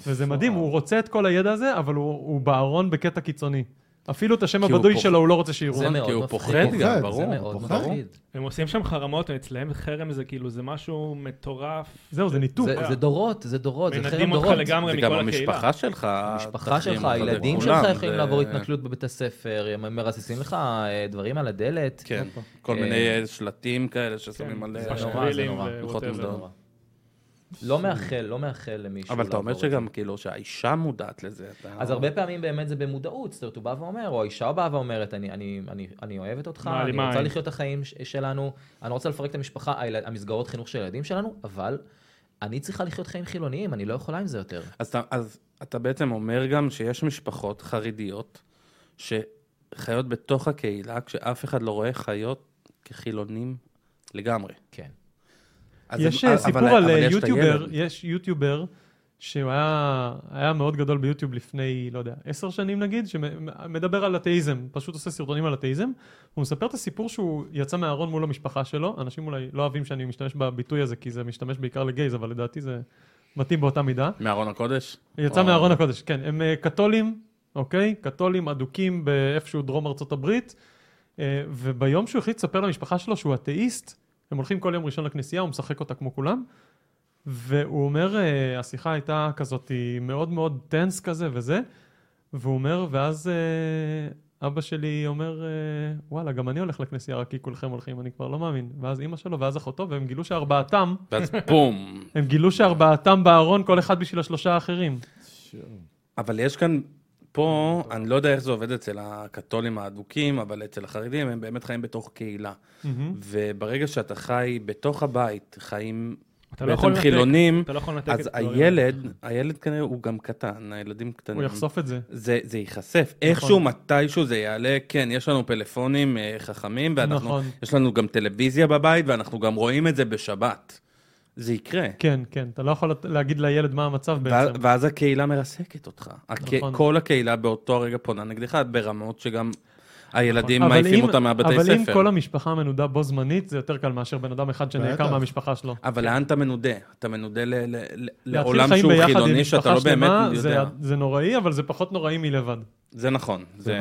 Speaker 5: וזה מדהים, הוא רוצה את כל הידע הזה, אבל הוא, הוא בארון בקטע קיצוני. אפילו את השם
Speaker 4: כי הוא
Speaker 5: הבדוי
Speaker 4: פוחד.
Speaker 5: שלו הוא לא רוצה שיראו.
Speaker 2: זה מאוד
Speaker 4: כי הוא
Speaker 2: מפחיד.
Speaker 4: פוחד
Speaker 1: פוחד,
Speaker 4: גם,
Speaker 1: זה
Speaker 4: ברור.
Speaker 2: זה מאוד
Speaker 1: פוחד.
Speaker 2: מפחיד.
Speaker 3: הם עושים שם חרמות, אצלהם חרם זה כאילו, זה משהו מטורף.
Speaker 5: זהו, זה ניתוק.
Speaker 2: זה- זה דורות, זה דורות, זה חרם
Speaker 3: מנדים אותך
Speaker 2: דורות.
Speaker 3: לגמרי
Speaker 4: זה
Speaker 3: מכל
Speaker 4: גם
Speaker 3: הקהילה.
Speaker 4: המשפחה שלך.
Speaker 2: המשפחה
Speaker 4: תחרים
Speaker 2: שלך,
Speaker 4: אותך, זה
Speaker 2: הילדים שלך
Speaker 4: כולם,
Speaker 2: יכולים
Speaker 4: זה-
Speaker 2: לעבור התנכלות בבית הספר, הם מרססים לך אה, דברים על הדלת.
Speaker 4: כן, כל
Speaker 2: אה,
Speaker 4: מיני שלטים כאלה ששמים על... אה,
Speaker 3: זה
Speaker 2: נורא,
Speaker 3: שבילים
Speaker 2: כן, זה נורא.
Speaker 3: כן, ו-
Speaker 4: לוחות
Speaker 3: whatever.
Speaker 4: מודעות.
Speaker 2: לא מאחל, לא מאחל למישהו.
Speaker 4: אבל אתה אומר
Speaker 2: לעבור את
Speaker 4: שגם כאילו שהאישה מודעת לזה. אתה-
Speaker 2: זה. אז הרבה פעמים באמת זה במודעות, זאת אומרת, הוא בא ואומר, או האישה באה ואומרת, אני, אני, אני, אני אוהבת אותך,
Speaker 3: מה,
Speaker 2: אני
Speaker 3: למה
Speaker 2: רוצה
Speaker 3: אין?
Speaker 2: לחיות את החיים ש- שלנו, אני רוצה לפרק את המשפחה, הילד, המסגרות חינוך של הילדים שלנו, אבל אני צריכה לחיות חיים חילוניים, אני לא יכולה עם זה יותר.
Speaker 4: אז אתה, אז אתה בעצם אומר גם שיש משפחות חרדיות שחיות בתוך הקהילה, כשאף אחד לא רואה חיות כחילונים לגמרי.
Speaker 2: כן.
Speaker 4: אז
Speaker 5: יש
Speaker 4: הם-
Speaker 5: אה,
Speaker 4: אבל-
Speaker 5: סיפור
Speaker 4: אבל
Speaker 5: על אה,
Speaker 4: יש את
Speaker 5: יוטיובר,
Speaker 4: הילד.
Speaker 5: יש יוטיובר שהוא היה, היה מאוד גדול ביוטיוב לפני, לא יודע, עשר שנים נגיד, שמדבר על אתאיזם, פשוט עושה סרטונים על אתאיזם. הוא מספר את הסיפור שהוא יצא מהארון מול המשפחה שלו, אנשים אולי לא אוהבים שאני משתמש בביטוי הזה, כי זה משתמש בעיקר לגייז, אבל לדעתי זה מתאים באותה מידה.
Speaker 4: מארון הקודש?
Speaker 5: יצא
Speaker 4: או-
Speaker 5: מארון הקודש, כן. הם אה, קתולים, אוקיי? קתולים אדוקים באיפשהו דרום ארצות הברית, אה, וביום שהוא החליט לספר למשפחה שלו שהוא אתאיסט, הם הולכים כל יום ראשון לכנסייה, הוא משחק אותה כמו כולם, והוא אומר, אה, השיחה הייתה כזאת היא מאוד מאוד טנס כזה וזה, והוא אומר, ואז אה, אבא שלי אומר, אה, וואלה, גם אני הולך לכנסייה, רק כי כולכם הולכים, אני כבר לא מאמין. ואז אימא שלו ואז אחותו, והם גילו שארבעתם,
Speaker 4: ואז בום.
Speaker 5: הם גילו שארבעתם בארון, כל אחד בשביל השלושה האחרים.
Speaker 4: אבל יש כאן, פה, אני לא יודע איך זה עובד אצל הקתולים האדוקים, אבל אצל החרדים הם באמת חיים בתוך קהילה.
Speaker 5: מהמם.
Speaker 4: וברגע שאתה חי בתוך הבית, חיים
Speaker 3: אתה לא יכול
Speaker 4: בעצם
Speaker 3: לנתק-
Speaker 4: חילונים,
Speaker 3: אתה לא יכול לנתק את
Speaker 4: אז
Speaker 3: זה.
Speaker 4: הילד, הילד כנראה הוא גם קטן, הילדים קטנים.
Speaker 5: הוא נכון. יחשוף את זה.
Speaker 4: זה, זה ייחשף. איכשהו, מתישהו זה יעלה, כן, יש לנו פלאפונים אה, חכמים, ואנחנו,
Speaker 5: נכון.
Speaker 4: יש לנו גם טלוויזיה בבית, ואנחנו גם רואים את זה בשבת. זה יקרה.
Speaker 5: כן, כן, אתה לא יכול להגיד לילד מה המצב בעצם.
Speaker 4: ואז- ואז הקהילה מרסקת אותך. הכ-
Speaker 5: נכון.
Speaker 4: כל הקהילה באותו הרגע פונה נגדך, ברמות שגם הילדים
Speaker 5: אבל
Speaker 4: מעיפים
Speaker 5: אם-
Speaker 4: אותם מהבתי
Speaker 5: אבל אם
Speaker 4: ספר.
Speaker 5: כל המשפחה מנודה בו זמנית, זה יותר קל מאשר בן אדם אחד שנעקר
Speaker 1: בטח.
Speaker 5: מהמשפחה שלו.
Speaker 4: אבל לאן אתה מנודה? אתה מנודה ל- ל- ל-
Speaker 5: להתחיל
Speaker 4: לעולם
Speaker 5: חיים
Speaker 4: שהוא
Speaker 5: ביחד עם
Speaker 4: חילוני,
Speaker 5: משפחה
Speaker 4: שאתה לא באמת
Speaker 5: שלמה, זה-
Speaker 4: יודע.
Speaker 5: זה נוראי, אבל זה פחות נוראי מלבד.
Speaker 4: זה נכון, זה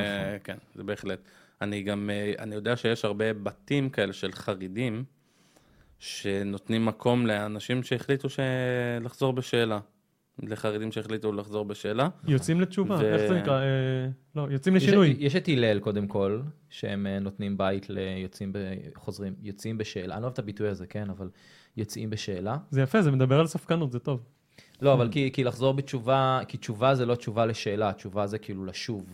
Speaker 4: כן, זה בהחלט. אני גם, אה, אני יודע שיש הרבה בתים כאלה של חרדים, שנותנים מקום לאנשים שהחליטו ש- לחזור בשאלה. לחרדים שהחליטו לחזור בשאלה.
Speaker 5: יוצאים לתשובה,
Speaker 4: ו-
Speaker 5: איך זה נקרא? אה, לא, יוצאים
Speaker 2: יש-
Speaker 5: לשינוי.
Speaker 2: יש את הלל קודם כל, שהם אה, נותנים בית ליוצאים, ב- חוזרים, יוצאים בשאלה, אני לא אוהב את הביטוי הזה, כן, אבל יוצאים בשאלה.
Speaker 5: זה יפה, זה מדבר על ספקנות, זה טוב.
Speaker 2: לא, אבל כי, כי לחזור בתשובה, כי תשובה זה לא תשובה לשאלה, תשובה זה כאילו לשוב,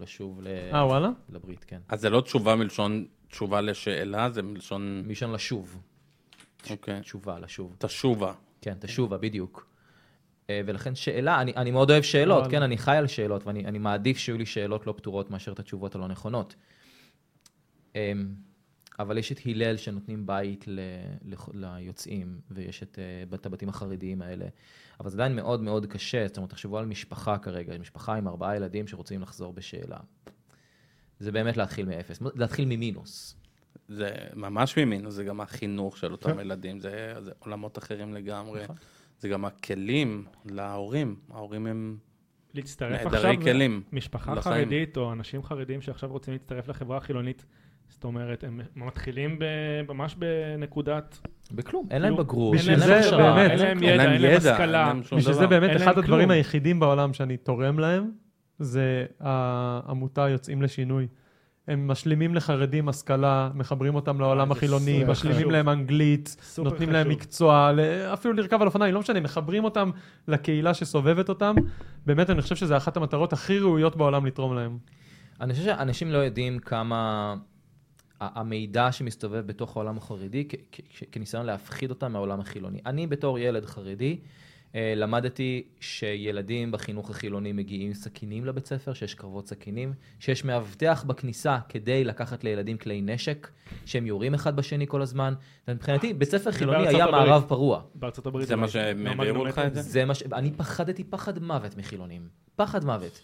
Speaker 2: לשוב ל...
Speaker 5: אה, וואלה?
Speaker 2: לברית, כן.
Speaker 4: אז זה לא תשובה מלשון תשובה לשאלה, זה מלשון...
Speaker 2: מלשון לשוב,
Speaker 4: אוקיי.
Speaker 2: תשובה, לשוב.
Speaker 4: תשובה.
Speaker 2: כן, תשובה, בדיוק. אה, ולכן שאלה, אני, אני מאוד אוהב שאלות,
Speaker 5: אבל-
Speaker 2: כן, אני חי על שאלות, ואני אני מעדיף שיהיו לי שאלות לא פתורות מאשר את התשובות הלא נכונות. אמ, אבל יש את הלל שנותנים בית ל, לח- ליוצאים, ויש את, אה, את הבתים החרדיים האלה. אבל זה עדיין מאוד מאוד קשה, זאת אומרת, תחשבו על משפחה כרגע, משפחה עם ארבעה ילדים שרוצים לחזור בשאלה. זה באמת להתחיל מאפס, להתחיל ממינוס.
Speaker 4: זה ממש ממין, זה גם החינוך של אותם ילדים, זה, זה עולמות אחרים לגמרי. זה גם הכלים להורים. ההורים הם
Speaker 3: להצטרף עכשיו,
Speaker 4: נעדרי כלים.
Speaker 3: משפחה
Speaker 4: לחיים.
Speaker 3: חרדית או אנשים חרדים שעכשיו רוצים להצטרף לחברה החילונית, זאת אומרת, הם מתחילים ב- ממש בנקודת...
Speaker 2: בכלום, אין להם
Speaker 3: כאילו,
Speaker 2: בגרות,
Speaker 5: בשביל
Speaker 2: אין להם
Speaker 5: זה,
Speaker 2: הכשרה,
Speaker 5: באמת,
Speaker 2: אין להם
Speaker 3: ידע,
Speaker 4: אין להם
Speaker 3: אין להם
Speaker 4: ידע,
Speaker 3: השכלה.
Speaker 4: אין להם שום
Speaker 5: בשביל
Speaker 4: דבר.
Speaker 5: זה באמת
Speaker 3: אין
Speaker 5: אחד
Speaker 3: להם
Speaker 5: הדברים
Speaker 3: כלום.
Speaker 5: היחידים בעולם שאני תורם להם, זה העמותה יוצאים לשינוי. הם משלימים לחרדים השכלה, מחברים אותם לעולם
Speaker 3: אה, זה
Speaker 5: החילוני,
Speaker 1: סופר
Speaker 5: משלימים
Speaker 3: חשוב.
Speaker 5: להם אנגלית,
Speaker 3: סופר
Speaker 5: נותנים להם
Speaker 3: חשוב.
Speaker 5: מקצוע, ל- אפילו לרכב על אופניים, לא משנה, מחברים אותם לקהילה שסובבת אותם. באמת, אני חושב שזו אחת המטרות הכי ראויות בעולם לתרום להם.
Speaker 2: אני חושב שאנשים לא יודעים כמה ה- המידע שמסתובב בתוך העולם החרדי כ- כ- כ- כניסיון להפחיד אותם מהעולם החילוני. אני בתור ילד חרדי אה, למדתי שילדים בחינוך החילוני מגיעים עם סכינים לבית ספר, שיש קרבות סכינים, שיש מאבטח בכניסה כדי לקחת לילדים כלי נשק, שהם יורים אחד בשני כל הזמן. מבחינתי, בית ספר חילוני
Speaker 3: בארצות
Speaker 2: היה
Speaker 3: הברית.
Speaker 2: מערב פרוע.
Speaker 3: בארצות הברית... לא-
Speaker 4: זה מה
Speaker 3: אבל-
Speaker 4: שהם
Speaker 3: מעמד
Speaker 4: העבירו לך את
Speaker 3: מנומטר.
Speaker 4: זה?
Speaker 2: זה מה ש... אני פחדתי פחד מוות מחילונים. פחד מוות.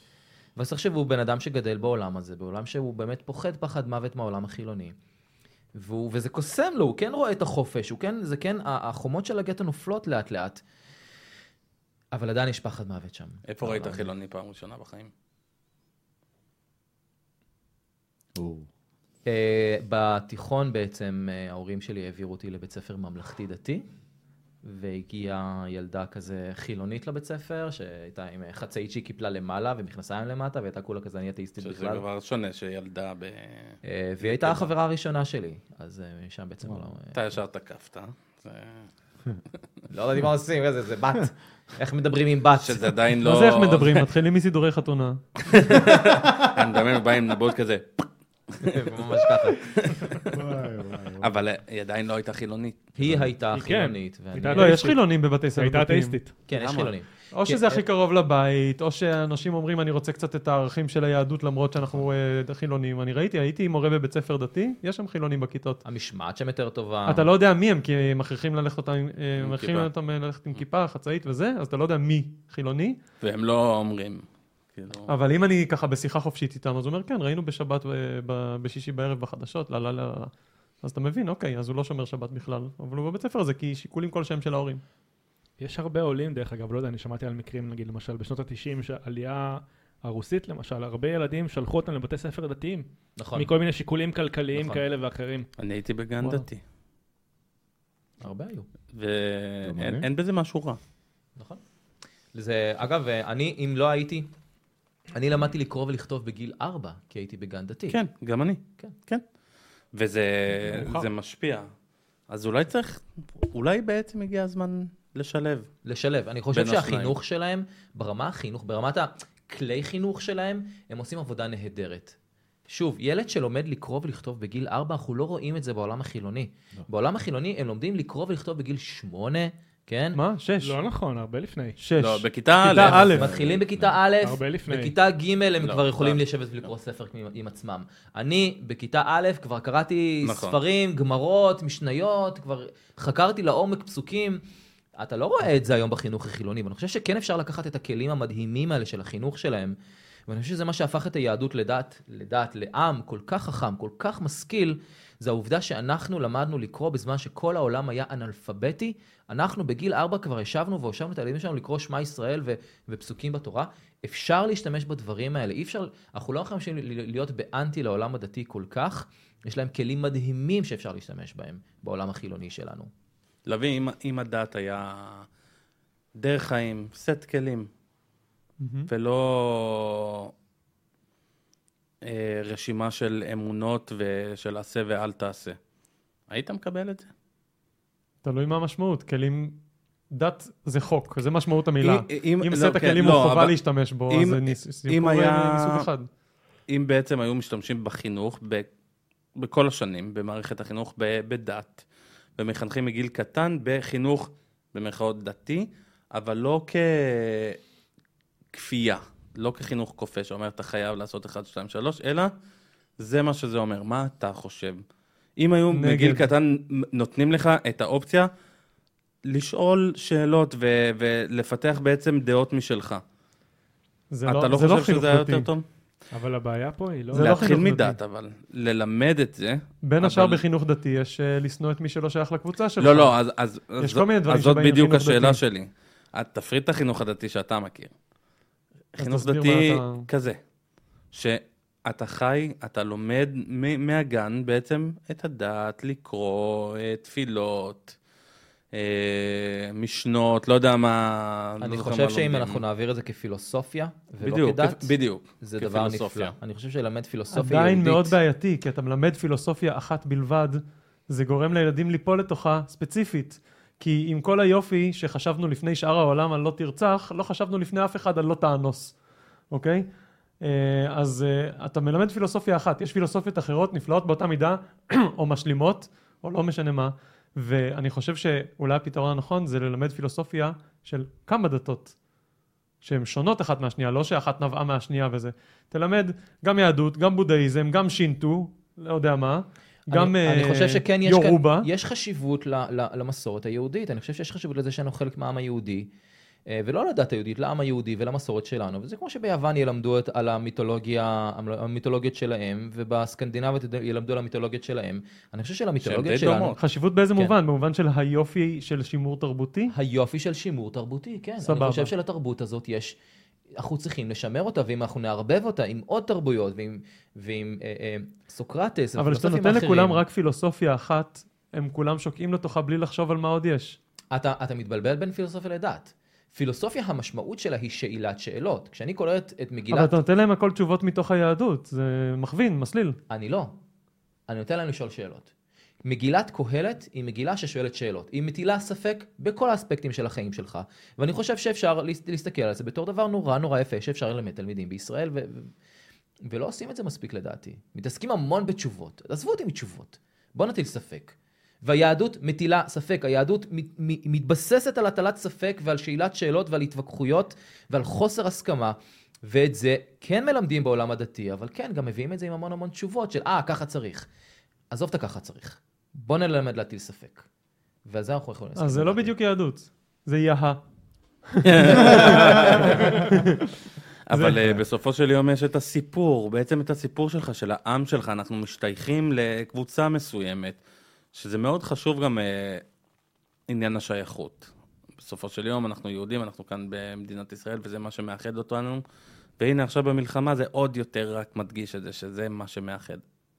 Speaker 2: ואז תחשבו, בן אדם שגדל בעולם הזה, בעולם שהוא באמת פוחד פחד מוות מהעולם החילוני. והוא, וזה קוסם לו, הוא כן רואה את החופש, הוא כן, זה כן, ה- החומות של הגטו נופלות לאט לאט. אבל עדיין יש פחד מוות שם.
Speaker 4: איפה
Speaker 2: אבל-
Speaker 4: ראית חילוני פעם ראשונה בחיים?
Speaker 1: או.
Speaker 2: אה, בתיכון בעצם אה, ההורים שלי העבירו אותי לבית ספר ממלכתי דתי, והגיעה ילדה כזה חילונית לבית ספר, שהייתה עם אה, חצאית שהיא קיפלה למעלה ומכנסיים למטה, והייתה כולה כזה אני אתאיסטית
Speaker 4: שזה
Speaker 2: בכלל.
Speaker 4: דבר שונה שילדה ב...
Speaker 2: אה, והיא הייתה החברה הראשונה שלי, אז אה, משם בעצם לא...
Speaker 4: אתה ישר תקפת. זה-
Speaker 2: לא יודעים מה עושים, איזה, זה בת. איך מדברים עם בת?
Speaker 4: שזה עדיין לא...
Speaker 5: לא זה איך מדברים, מתחילים
Speaker 3: [LAUGHS]
Speaker 5: מסידורי חתונה.
Speaker 4: אני מדמיין, בא עם נבוט כזה.
Speaker 2: [LAUGHS] ממש ככה.
Speaker 1: [LAUGHS] וואי, וואי, וואי.
Speaker 4: אבל היא עדיין לא הייתה חילונית.
Speaker 2: היא הייתה
Speaker 3: היא כן.
Speaker 2: חילונית, ואני...
Speaker 3: הייתה-
Speaker 5: לא, יש
Speaker 3: אתאיסטית.
Speaker 5: חילונים בבתי ספר.
Speaker 3: הייתה
Speaker 5: דתיים.
Speaker 3: אתאיסטית.
Speaker 2: כן, יש
Speaker 4: למה?
Speaker 2: חילונים.
Speaker 5: או
Speaker 2: כן,
Speaker 5: שזה הכי
Speaker 2: אה.
Speaker 5: קרוב לבית, או שאנשים אומרים, אני רוצה קצת את הערכים של היהדות, למרות שאנחנו אה, חילונים. אני ראיתי, הייתי מורה בבית ספר דתי, יש שם חילונים בכיתות.
Speaker 2: המשמעת שם יותר טובה.
Speaker 5: אתה לא יודע מי הם, כי הם מכריחים ללכת אותם, אה,
Speaker 4: עם
Speaker 5: מכריחים
Speaker 4: כיפה.
Speaker 5: אותם ללכת עם כיפה, חצאית וזה, אז אתה לא יודע מי חילוני.
Speaker 4: והם לא אומרים. כאילו...
Speaker 5: אבל אם אני ככה בשיחה חופשית איתם, אז הוא אומר, כן, ראינו בשבת, אה, ב- בשישי בערב בחדשות, לה לה לה לה. אז אתה מבין, אוקיי, אז הוא לא שומר שבת בכלל, אבל הוא בבית ספר הזה, כי שיקולים כלשהם של ההורים.
Speaker 3: יש הרבה עולים, דרך אגב, לא יודע, אני שמעתי על מקרים, נגיד, למשל, בשנות ה-90, שהעלייה הרוסית, למשל, הרבה ילדים שלחו אותם לבתי ספר דתיים,
Speaker 2: נכון.
Speaker 3: מכל מיני שיקולים כלכליים
Speaker 2: נכון.
Speaker 3: כאלה ואחרים.
Speaker 4: אני הייתי בגן
Speaker 5: וואלה.
Speaker 4: דתי.
Speaker 2: הרבה היו.
Speaker 1: גם אני.
Speaker 4: ואין אין בזה משהו רע.
Speaker 2: נכון. זה, אגב, אה, אני, אם לא הייתי, אני למדתי לקרוא ולכתוב בגיל ארבע, כי הייתי בגן דתי.
Speaker 4: כן, גם אני.
Speaker 2: כן.
Speaker 4: כן. וזה זה משפיע. אז אולי צריך, אולי בעצם הגיע הזמן לשלב.
Speaker 2: לשלב. אני חושב
Speaker 4: בין השניים.
Speaker 2: שהחינוך שלהם, ברמה החינוך, ברמת הכלי חינוך שלהם, הם עושים עבודה נהדרת. שוב, ילד שלומד לקרוא ולכתוב בגיל 4, אנחנו לא רואים את זה בעולם החילוני.
Speaker 1: לא.
Speaker 2: בעולם החילוני הם לומדים לקרוא ולכתוב בגיל 8, כן?
Speaker 5: מה? שש.
Speaker 3: לא נכון, הרבה לפני.
Speaker 5: שש.
Speaker 4: לא, בכיתה
Speaker 5: כיתה
Speaker 4: א'.
Speaker 5: א'.
Speaker 2: מתחילים בכיתה א',
Speaker 3: הרבה לפני.
Speaker 2: בכיתה ג' הם
Speaker 4: לא,
Speaker 2: כבר יכולים
Speaker 4: לא.
Speaker 2: לשבת ולקרוא ספר עם- עם עצמם. אני בכיתה א' כבר קראתי
Speaker 4: נכון.
Speaker 2: ספרים, גמרות, משניות, כבר חקרתי לעומק פסוקים. אתה לא רואה את זה היום בחינוך החילוני, ואני חושב שכן אפשר לקחת את הכלים המדהימים האלה של החינוך שלהם, ואני חושב שזה מה שהפך את היהדות לדת, לדת, לעם כל כך חכם, כל כך משכיל, זה העובדה שאנחנו למדנו לקרוא בזמן שכל העולם היה אנאלפביתי. אנחנו בגיל ארבע כבר ישבנו והושבנו את הילדים שלנו לקרוא שמע ישראל ו- ופסוקים בתורה. אפשר להשתמש בדברים האלה, אי אפשר, אנחנו לא חייבים להיות באנטי לעולם הדתי כל כך, יש להם כלים מדהימים שאפשר להשתמש בהם בעולם החילוני שלנו.
Speaker 4: לביא, אם- אם הדת היה דרך חיים, סט כלים,
Speaker 5: מהמם.
Speaker 4: ולא אה, רשימה של אמונות ושל עשה ואל תעשה. היית מקבל את זה?
Speaker 5: תלוי מה המשמעות, כלים... דת זה חוק, זה משמעות המילה. אם
Speaker 4: לא,
Speaker 5: סט
Speaker 4: כן,
Speaker 5: הכלים
Speaker 4: לא,
Speaker 5: הוא חובה
Speaker 4: אבל
Speaker 5: להשתמש בו,
Speaker 4: אם-
Speaker 5: אז זה ניס- סיפור
Speaker 4: היה-
Speaker 5: מסוג אחד.
Speaker 4: אם בעצם היו משתמשים בחינוך, ב, בכל השנים, במערכת החינוך, ב, בדת, ומחנכים מגיל קטן בחינוך, במרכאות דתי, אבל לא ככפייה, לא כחינוך כופה שאומר אתה חייב לעשות 1, 2, 3, אלא זה מה שזה אומר, מה אתה חושב. אם היו
Speaker 5: נגד.
Speaker 4: נגד. מגיל קטן נותנים לך את האופציה לשאול שאלות ו- ולפתח בעצם דעות משלך,
Speaker 5: זה
Speaker 4: אתה לא
Speaker 5: זה
Speaker 4: חושב שזה היה
Speaker 5: דתי.
Speaker 4: יותר טוב?
Speaker 3: אבל הבעיה פה היא לא...
Speaker 5: זה לא
Speaker 4: להתחיל
Speaker 5: חינוך דתי.
Speaker 4: מדת, אבל ללמד את זה.
Speaker 5: בין השאר
Speaker 4: אבל-
Speaker 5: בחינוך דתי יש אה, לשנוא את מי שלא שייך לקבוצה שלך.
Speaker 4: לא, לא, אז, אז,
Speaker 5: נכון. יש
Speaker 4: אז,
Speaker 5: כל מיני דברים
Speaker 4: אז זאת
Speaker 5: שבאים
Speaker 4: בדיוק
Speaker 5: לחינוך
Speaker 4: השאלה
Speaker 5: דתי.
Speaker 4: שלי. את תפריד את החינוך הדתי שאתה מכיר.
Speaker 5: אז
Speaker 4: חינוך
Speaker 5: תסביר
Speaker 4: דתי
Speaker 5: מה אתה-
Speaker 4: כזה, שאתה חי, אתה לומד מ- מהגן בעצם את הדת, לקרוא, אה, תפילות, אה, משנות, לא יודע מה... לא
Speaker 2: אני
Speaker 4: זוכר
Speaker 2: חושב
Speaker 4: מה
Speaker 2: שאם
Speaker 4: לומדים.
Speaker 2: אנחנו נעביר את זה כפילוסופיה, ולא
Speaker 4: בדיוק,
Speaker 2: כדת,
Speaker 4: כ- בדיוק,
Speaker 2: זה דבר נפלא.
Speaker 4: כפילוסופיה.
Speaker 2: אני חושב שללמד פילוסופיה יהודית...
Speaker 5: עדיין מאוד בעייתי, כי אתה מלמד פילוסופיה אחת בלבד, זה גורם לילדים ליפול לתוכה ספציפית. כי עם כל היופי שחשבנו לפני שאר העולם על לא תרצח, לא חשבנו לפני אף אחד על לא תאנוס, אוקיי? אה, אז אה, אתה מלמד פילוסופיה אחת, יש פילוסופיות אחרות נפלאות באותה מידה, [CLEARS THROAT] או משלימות, או לא משנה מה, ואני חושב שאולי הפתרון הנכון זה ללמד פילוסופיה של כמה דתות, שהן שונות אחת מהשנייה, לא שאחת נבעה מהשנייה וזה. תלמד גם יהדות, גם בודהיזם, גם שינטו, לא יודע מה, גם
Speaker 2: אני, אני
Speaker 5: אה,
Speaker 2: חושב שכן יש,
Speaker 5: יורובה.
Speaker 2: כאן, יש חשיבות ל, ל, למסורת היהודית, אני חושב שיש חשיבות לזה שאנו חלק מהעם היהודי, אה, ולא לדת היהודית, לעם היהודי ולמסורת שלנו, וזה כמו שביוון ילמדו את, על המיתולוגיה, המיתולוגיות שלהם, ובסקנדינביות ילמדו על המיתולוגיות שלהם. אני חושב
Speaker 4: שהן
Speaker 2: שלמיתולוגיות
Speaker 4: די
Speaker 2: שלנו,
Speaker 4: דומות.
Speaker 5: חשיבות באיזה
Speaker 2: כן.
Speaker 5: מובן? במובן של היופי של שימור תרבותי?
Speaker 2: היופי של שימור תרבותי, כן.
Speaker 5: סבבה.
Speaker 2: אני חושב שלתרבות הזאת יש, אנחנו צריכים לשמר אותה, ואם אנחנו נערבב אותה עם עוד תרבויות, ועם, ועם אה, אה, סוקרטס,
Speaker 5: אבל כשאתה
Speaker 2: ופילוסופים
Speaker 5: נותן
Speaker 2: אחרים,
Speaker 5: לכולם רק פילוסופיה אחת, הם כולם שוקעים לתוכה בלי לחשוב על מה עוד יש.
Speaker 2: אתה, אתה מתבלבל בין פילוסופיה לדת. פילוסופיה, המשמעות שלה היא שאילת שאלות. כשאני קורא את, את
Speaker 5: אבל
Speaker 2: מגילת...
Speaker 5: אתה נותן להם הכל תשובות מתוך היהדות, זה מכווין, מסליל.
Speaker 2: אני לא. אני נותן להם לשאול שאלות. מגילת קהלת היא מגילה ששואלת שאלות. היא מטילה ספק בכל האספקטים של החיים שלך. ואני חושב שאפשר להס- להסתכל על זה בתור דבר נורא נורא יפה שאפשר ללמד תלמידים בישראל, ו- ו- ולא עושים את זה מספיק לדעתי. מתעסקים המון בתשובות. עזבו אותי מתשובות. בוא נטיל ספק. והיהדות מטילה ספק. היהדות מת, מ- מתבססת על הטלת ספק ועל שאלת שאלות ועל התווכחויות ועל חוסר הסכמה. ואת זה כן מלמדים בעולם הדתי, אבל כן, גם מביאים את זה עם המון המון תשובות של, אה, ככה צריך. עזוב את הככה צריך. בוא נלמד להטיל ספק. ועל זה אנחנו יכולים להסכים.
Speaker 5: אז זה לא
Speaker 2: לדעתי.
Speaker 5: בדיוק יהדות, זה יהה.
Speaker 4: אבל אה, בסופו של יום יש את הסיפור, בעצם את הסיפור שלך, של העם שלך, אנחנו משתייכים לקבוצה מסוימת, שזה מאוד חשוב גם אה, עניין השייכות. בסופו של יום אנחנו יהודים, אנחנו כאן במדינת ישראל, וזה מה שמאחד אותנו, והנה עכשיו במלחמה זה עוד יותר רק מדגיש את זה, שזה מה שמאחד.
Speaker 5: אז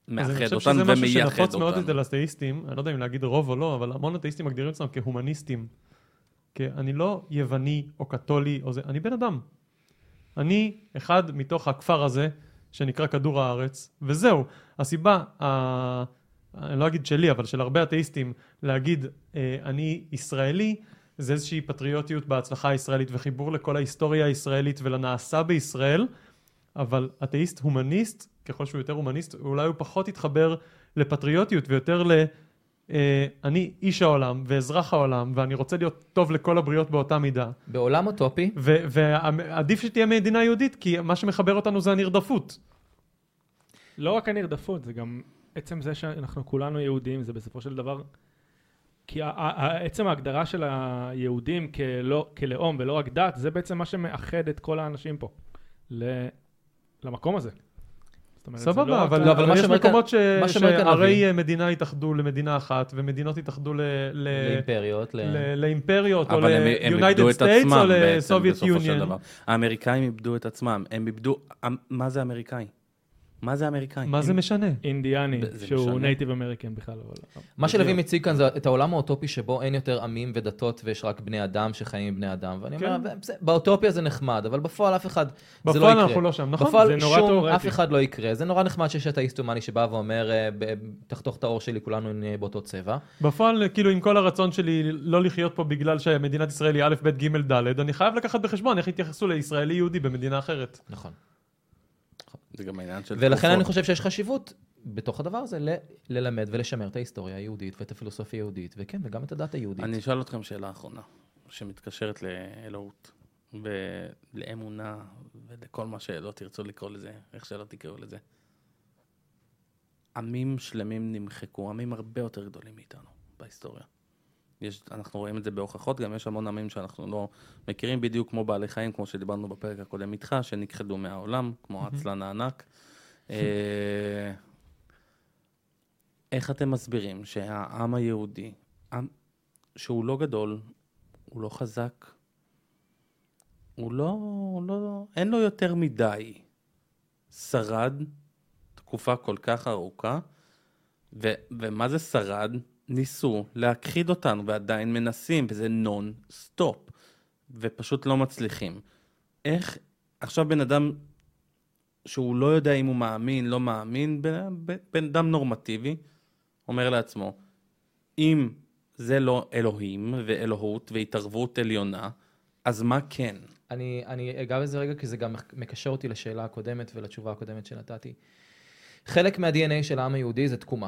Speaker 5: אני
Speaker 4: מאחד
Speaker 5: חושב
Speaker 4: אותנו
Speaker 5: שזה משהו
Speaker 4: ומייחד
Speaker 5: שנפוץ מאוד
Speaker 4: אותנו.
Speaker 5: אצל אתאיסטים, אני לא יודע אם להגיד רוב או לא, אבל המון אתאיסטים מגדירים עצמם כהומניסטים. כי אני לא יווני או קתולי או זה, אני בן אדם. אני אחד מתוך הכפר הזה, שנקרא כדור הארץ, וזהו. הסיבה, ה... אני לא אגיד שלי, אבל של הרבה אתאיסטים, להגיד אה, אני ישראלי, זה איזושהי פטריוטיות בהצלחה הישראלית וחיבור לכל ההיסטוריה הישראלית ולנעשה בישראל, אבל אתאיסט הומניסט, ככל שהוא יותר הומניסט, אולי הוא פחות יתחבר לפטריוטיות ויותר ל... אה, אני איש העולם ואזרח העולם ואני רוצה להיות טוב לכל הבריות באותה מידה
Speaker 2: בעולם אוטופי,
Speaker 5: ו- ועדיף שתהיה מדינה יהודית כי מה שמחבר אותנו זה הנרדפות.
Speaker 3: לא רק הנרדפות, זה גם עצם זה שאנחנו כולנו יהודים, זה בסופו של דבר... כי ה- ה- ה- עצם ההגדרה של היהודים כלא, כלאום ולא רק דת, זה בעצם מה שמאחד את כל האנשים פה. ל, למקום הזה. זאת אומרת, זה לא
Speaker 5: סבבה,
Speaker 3: רק
Speaker 5: אבל
Speaker 2: לא, אבל מה
Speaker 5: אבל יש
Speaker 2: שאומר כאן-
Speaker 5: מקומות ש-
Speaker 2: מה שאומר כאן
Speaker 5: שהרי אה,
Speaker 2: אבי-
Speaker 5: מדינה התאחדו למדינה אחת ומדינות התאחדו ל- ל-
Speaker 2: לאימפריות, ל...
Speaker 5: אה, ל- לאימפריות או
Speaker 4: אבל הם, הם איבדו
Speaker 5: ל-United
Speaker 4: את
Speaker 5: States או
Speaker 4: עצמם בעצם
Speaker 5: ל-Soviet
Speaker 4: בסופו של
Speaker 5: Union.
Speaker 4: דבר. האמריקאים איבדו את עצמם, הם איבדו, מה זה אמריקאי? מה זה אמריקאי?
Speaker 5: מה זה משנה?
Speaker 3: אינדיאני,
Speaker 4: זה- זה
Speaker 3: שהוא
Speaker 4: משנה.
Speaker 3: נייטיב אמריקן בכלל, אבל...
Speaker 2: מה שלוי מציג כאן זה את העולם האוטופי שבו אין יותר עמים ודתות ויש רק בני אדם שחיים עם בני אדם. ואני אומר,
Speaker 5: כן.
Speaker 2: "בסדר, באוטופיה זה נחמד, אבל בפועל אף אחד, זה לא
Speaker 5: בפועל
Speaker 2: יקרה.
Speaker 5: אנחנו לא שם, נכון?
Speaker 2: בפועל
Speaker 3: זה נורא
Speaker 2: שום,
Speaker 3: תיאורטי.
Speaker 2: אף אחד לא יקרה. זה נורא נחמד שיש את האיסט הומני שבא ואומר, אה, ב- תחתוך את האור שלי, כולנו נהיה באותו צבע.
Speaker 5: בפועל, כאילו, עם כל הרצון שלי לא לחיות פה בגלל שמדינת ישראל היא א', ב', ג', ד', אני חייב לקחת בחשבון איך יתייחסו לישראלי יהודי במדינה אחרת.
Speaker 2: נכון.
Speaker 4: זה גם העניין של
Speaker 2: ולכן
Speaker 4: תקופות.
Speaker 2: אני חושב שיש חשיבות בתוך הדבר הזה ל- ללמד ולשמר את ההיסטוריה היהודית ואת הפילוסופיה היהודית, וכן, וגם את הדת היהודית.
Speaker 4: אני אשאל אתכם שאלה אחרונה, שמתקשרת לאלוהות, ולאמונה, ולכל מה שלא תרצו לקרוא לזה, איך שלא תקראו לזה. עמים שלמים נמחקו, עמים הרבה יותר גדולים מאיתנו בהיסטוריה. יש, אנחנו רואים את זה בהוכחות, גם יש המון עמים שאנחנו לא מכירים, בדיוק כמו בעלי חיים, כמו שדיברנו בפרק הקודם איתך, שנכחדו מהעולם, כמו העצלן הענק. אה, איך אתם מסבירים שהעם היהודי, עם, שהוא לא גדול, הוא לא חזק, הוא לא, הוא לא, אין לו יותר מדי. שרד תקופה כל כך ארוכה, ו, ומה זה שרד? ניסו להכחיד אותנו ועדיין מנסים, וזה נון סטופ, ופשוט לא מצליחים. איך עכשיו בן אדם שהוא לא יודע אם הוא מאמין, לא מאמין, בן, בן אדם נורמטיבי אומר לעצמו, אם זה לא אלוהים ואלוהות והתערבות עליונה, אז מה כן?
Speaker 2: אני, אני אגע בזה רגע, כי זה גם מקשר אותי לשאלה הקודמת ולתשובה הקודמת שנתתי. חלק מה-DNA של העם היהודי זה תקומה.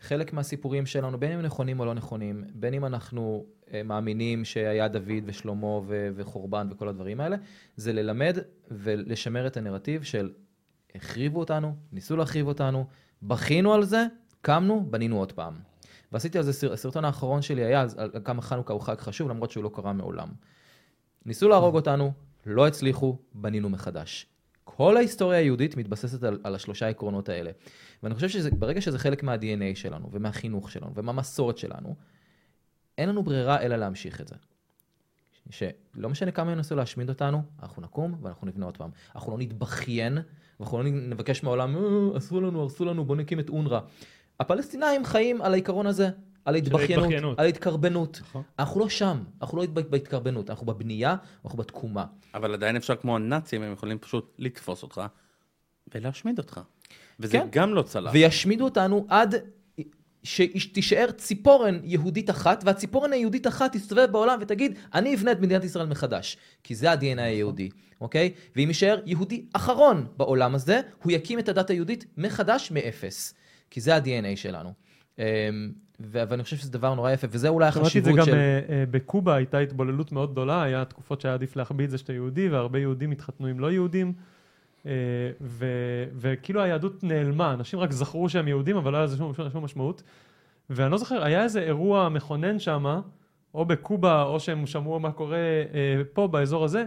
Speaker 2: חלק מהסיפורים שלנו, בין אם הם נכונים או לא נכונים, בין אם אנחנו אה, מאמינים שהיה דוד ושלמה ו- וחורבן וכל הדברים האלה, זה ללמד ולשמר את הנרטיב של החריבו אותנו, ניסו להחריב אותנו, בכינו על זה, קמנו, בנינו עוד פעם. ועשיתי על זה, סר- הסרטון האחרון שלי היה על על כמה חנוכה הוא חג חשוב, למרות שהוא לא קרה מעולם. ניסו להרוג אותנו, לא הצליחו, בנינו מחדש. כל ההיסטוריה היהודית מתבססת על, על השלושה העקרונות האלה. ואני חושב שברגע שזה חלק מה-DNA שלנו, ומהחינוך שלנו, ומהמסורת שלנו, אין לנו ברירה אלא להמשיך את זה. שלא משנה כמה ינסו להשמיד אותנו, אנחנו נקום ואנחנו נבנה עוד פעם. אנחנו לא נתבכיין, ואנחנו לא נבקש מהעולם, "אה, עשו לנו, הרסו לנו, בואו נקים את אונר"א. הפלסטינאים חיים על העיקרון הזה, על ההתבכיינות,
Speaker 3: ההתבכיינות.
Speaker 2: על ההתקרבנות.
Speaker 1: נכון.
Speaker 2: אנחנו לא שם, אנחנו לא בהת- בהתקרבנות, אנחנו בבנייה, אנחנו בתקומה.
Speaker 4: אבל עדיין אפשר כמו הנאצים, הם יכולים פשוט לתפוס אותך ולהשמיד אותך. וזה
Speaker 2: כן.
Speaker 4: גם לא צלח.
Speaker 2: וישמידו אותנו עד שתישאר ציפורן יהודית אחת, והציפורן היהודית אחת תסתובב בעולם ותגיד, אני אבנה את מדינת ישראל מחדש. כי זה
Speaker 5: נכון.
Speaker 2: ה-DNA היהודי, אוקיי? ואם יישאר יהודי אחרון בעולם הזה, הוא יקים את הדת היהודית מחדש מאפס. כי זה ה-DNA שלנו. אמ, ו- ואני חושב שזה דבר נורא יפה, וזה אולי
Speaker 5: שמעתי את זה
Speaker 2: החשיבות
Speaker 5: גם
Speaker 2: של...
Speaker 5: אה, אה, בקובה הייתה התבוללות מאוד גדולה, היה תקופות שהיה עדיף להחביא את זה שאתה יהודי, והרבה יהודים התחתנו עם לא יהודים, אה, ו- וכאילו היהדות נעלמה, אנשים רק זכרו שהם יהודים, אבל לא היה לזה שום, שום, שום משמעות. ואני לא זוכר, היה איזה אירוע מכונן שם, או בקובה, או שהם שמעו מה קורה אה, פה באזור הזה,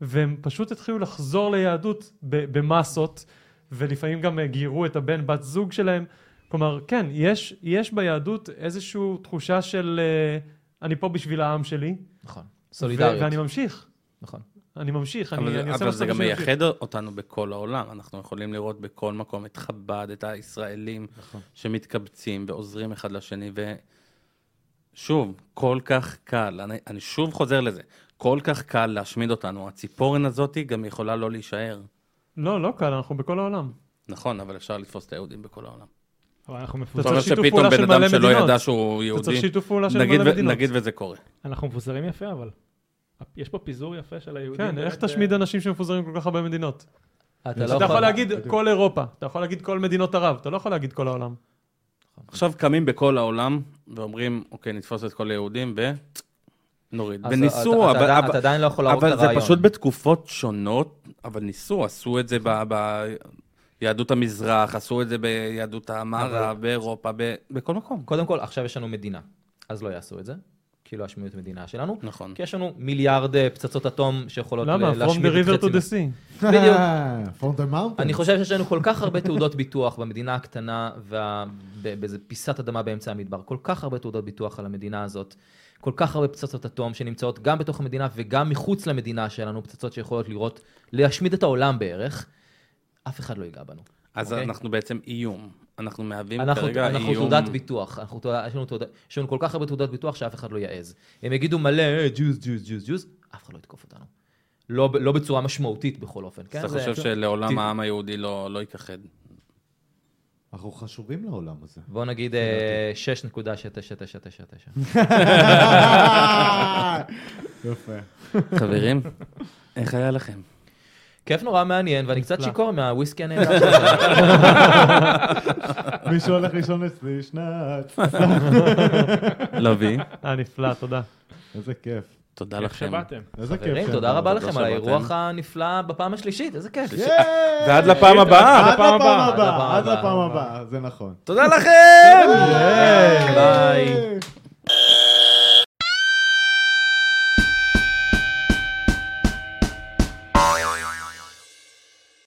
Speaker 5: והם פשוט התחילו לחזור ליהדות ב- במסות, ולפעמים גם אה, גיירו את הבן, בת זוג שלהם. כלומר, כן, יש, יש ביהדות איזושהי תחושה של אה, אני פה בשביל העם שלי,
Speaker 2: נכון.
Speaker 5: ו- ואני
Speaker 2: סולידריות. ממשיך.
Speaker 5: ממשיך,
Speaker 2: נכון.
Speaker 5: אני ממשיך, אני,
Speaker 4: אבל,
Speaker 5: אני
Speaker 4: זה-
Speaker 5: עושה
Speaker 4: אבל
Speaker 5: מה שצריך
Speaker 4: זה גם
Speaker 5: בשביל להמשיך.
Speaker 4: מייחד אותנו בכל העולם. אנחנו יכולים לראות בכל מקום את חב"ד, את הישראלים
Speaker 5: נכון.
Speaker 4: שמתקבצים ועוזרים אחד לשני, ושוב, כל כך קל, אני, אני שוב חוזר לזה, כל כך קל להשמיד אותנו. הציפורן הזאת גם יכולה לא להישאר.
Speaker 5: לא, לא קל, אנחנו בכל העולם.
Speaker 4: נכון, אבל אפשר לתפוס את היהודים בכל העולם.
Speaker 3: אבל אנחנו
Speaker 5: אתה
Speaker 4: אתה
Speaker 3: מפוזרים.
Speaker 5: צריך
Speaker 4: אומר
Speaker 5: שיתוף
Speaker 4: שפתאום
Speaker 5: פעולה של
Speaker 4: בן אדם
Speaker 5: מלא
Speaker 4: שלא
Speaker 5: מדינות.
Speaker 4: ידע שהוא
Speaker 5: אתה צריך
Speaker 4: יהודי,
Speaker 5: שיתוף פעולה של
Speaker 4: נגיד,
Speaker 5: מלא
Speaker 4: ו-
Speaker 5: מדינות.
Speaker 4: נגיד וזה קורה.
Speaker 3: אנחנו מפוזרים יפה, אבל... יש פה פיזור יפה של היהודים.
Speaker 5: כן, איך
Speaker 3: באמת, אה,
Speaker 5: תשמיד אנשים שמפוזרים כל כך הרבה מדינות?
Speaker 2: אתה לא
Speaker 4: לא
Speaker 5: אתה יכול להגיד כל אירופה, אתה יכול להגיד כל מדינות ערב, אתה לא יכול להגיד כל העולם.
Speaker 4: עכשיו קמים בכל העולם ואומרים, אוקיי, נתפוס את כל היהודים ונוריד.
Speaker 2: אז
Speaker 4: וניסו,
Speaker 2: אתה- אתה-
Speaker 4: אבל...
Speaker 2: אתה
Speaker 4: אבל-
Speaker 2: עדיין לא יכול להרוג את
Speaker 4: אבל
Speaker 2: הרעיון.
Speaker 4: זה פשוט בתקופות שונות, אבל ניסו, עשו את זה ב- ביהדות המזרח, עשו את זה ביהדות המערב, באירופה, ב- בכל מקום.
Speaker 2: קודם כל, עכשיו יש לנו מדינה, אז לא יעשו את זה, כי לא ישמיעו את המדינה שלנו.
Speaker 4: נכון.
Speaker 2: כי יש לנו מיליארד אה, פצצות אטום שיכולות ל-
Speaker 5: למה? From
Speaker 2: להשמיד
Speaker 5: the
Speaker 2: את
Speaker 5: river
Speaker 2: חצי
Speaker 5: to
Speaker 2: מה-
Speaker 5: the sea.
Speaker 2: בדיוק.
Speaker 1: From the mountain.
Speaker 2: אני חושב שיש לנו כל כך הרבה תעודות ביטוח במדינה הקטנה ובאיזה פיסת אדמה באמצע המדבר. כל כך הרבה תעודות ביטוח על המדינה הזאת. כל כך הרבה פצצות אטום שנמצאות גם בתוך המדינה וגם מחוץ למדינה שלנו, פצצות שיכולות לראות, להשמיד את העולם בערך. אף אחד לא ייגע בנו.
Speaker 4: אז
Speaker 2: אוקיי.
Speaker 4: אנחנו בעצם איום. אנחנו מהווים
Speaker 2: אנחנו,
Speaker 4: כרגע איום...
Speaker 2: אנחנו תעודת ביטוח, אנחנו, תעודה- יש, לנו תעודה, יש לנו כל כך הרבה תעודת ביטוח שאף אחד לא יעז. הם יגידו מלא, "אה, ג'וז, ג'וז, ג'וז, ג'וז, אף אחד לא יתקוף אותנו. לא, ב- לא בצורה משמעותית בכל אופן.
Speaker 4: אז
Speaker 2: כן?
Speaker 4: אתה
Speaker 2: זה-
Speaker 4: חושב
Speaker 2: ת-
Speaker 4: שלעולם העם היהודי לא לא ייכחד.
Speaker 1: אנחנו חשובים לעולם הזה. [LAUGHS]
Speaker 2: בוא נגיד אה, 6.9999.
Speaker 1: יפה.
Speaker 4: חברים, [LAUGHS] איך היה לכם?
Speaker 2: כיף נורא מעניין, ואני קצת שיכור מהוויסקי הנהדר.
Speaker 1: מישהו הולך לישון אצלי שנת.
Speaker 4: לביא,
Speaker 5: היה אה, נפלא, תודה.
Speaker 1: איזה כיף.
Speaker 4: לא, תודה
Speaker 3: איך
Speaker 4: לכם.
Speaker 3: שבאתם.
Speaker 1: איזה כיף.
Speaker 2: חברים,
Speaker 1: שאתה-
Speaker 2: תודה רבה לכם על
Speaker 4: שבאתם.
Speaker 2: האירוח הנפלא בפעם השלישית, איזה כיף.
Speaker 1: ייי!
Speaker 4: ועד לפעם הבאה.
Speaker 1: עד לפעם
Speaker 2: הבאה.
Speaker 1: הבאה. עד
Speaker 2: עד לפעם
Speaker 1: לפעם הבאה, זה נכון.
Speaker 4: תודה לכם!
Speaker 2: ביי.
Speaker 1: ייי!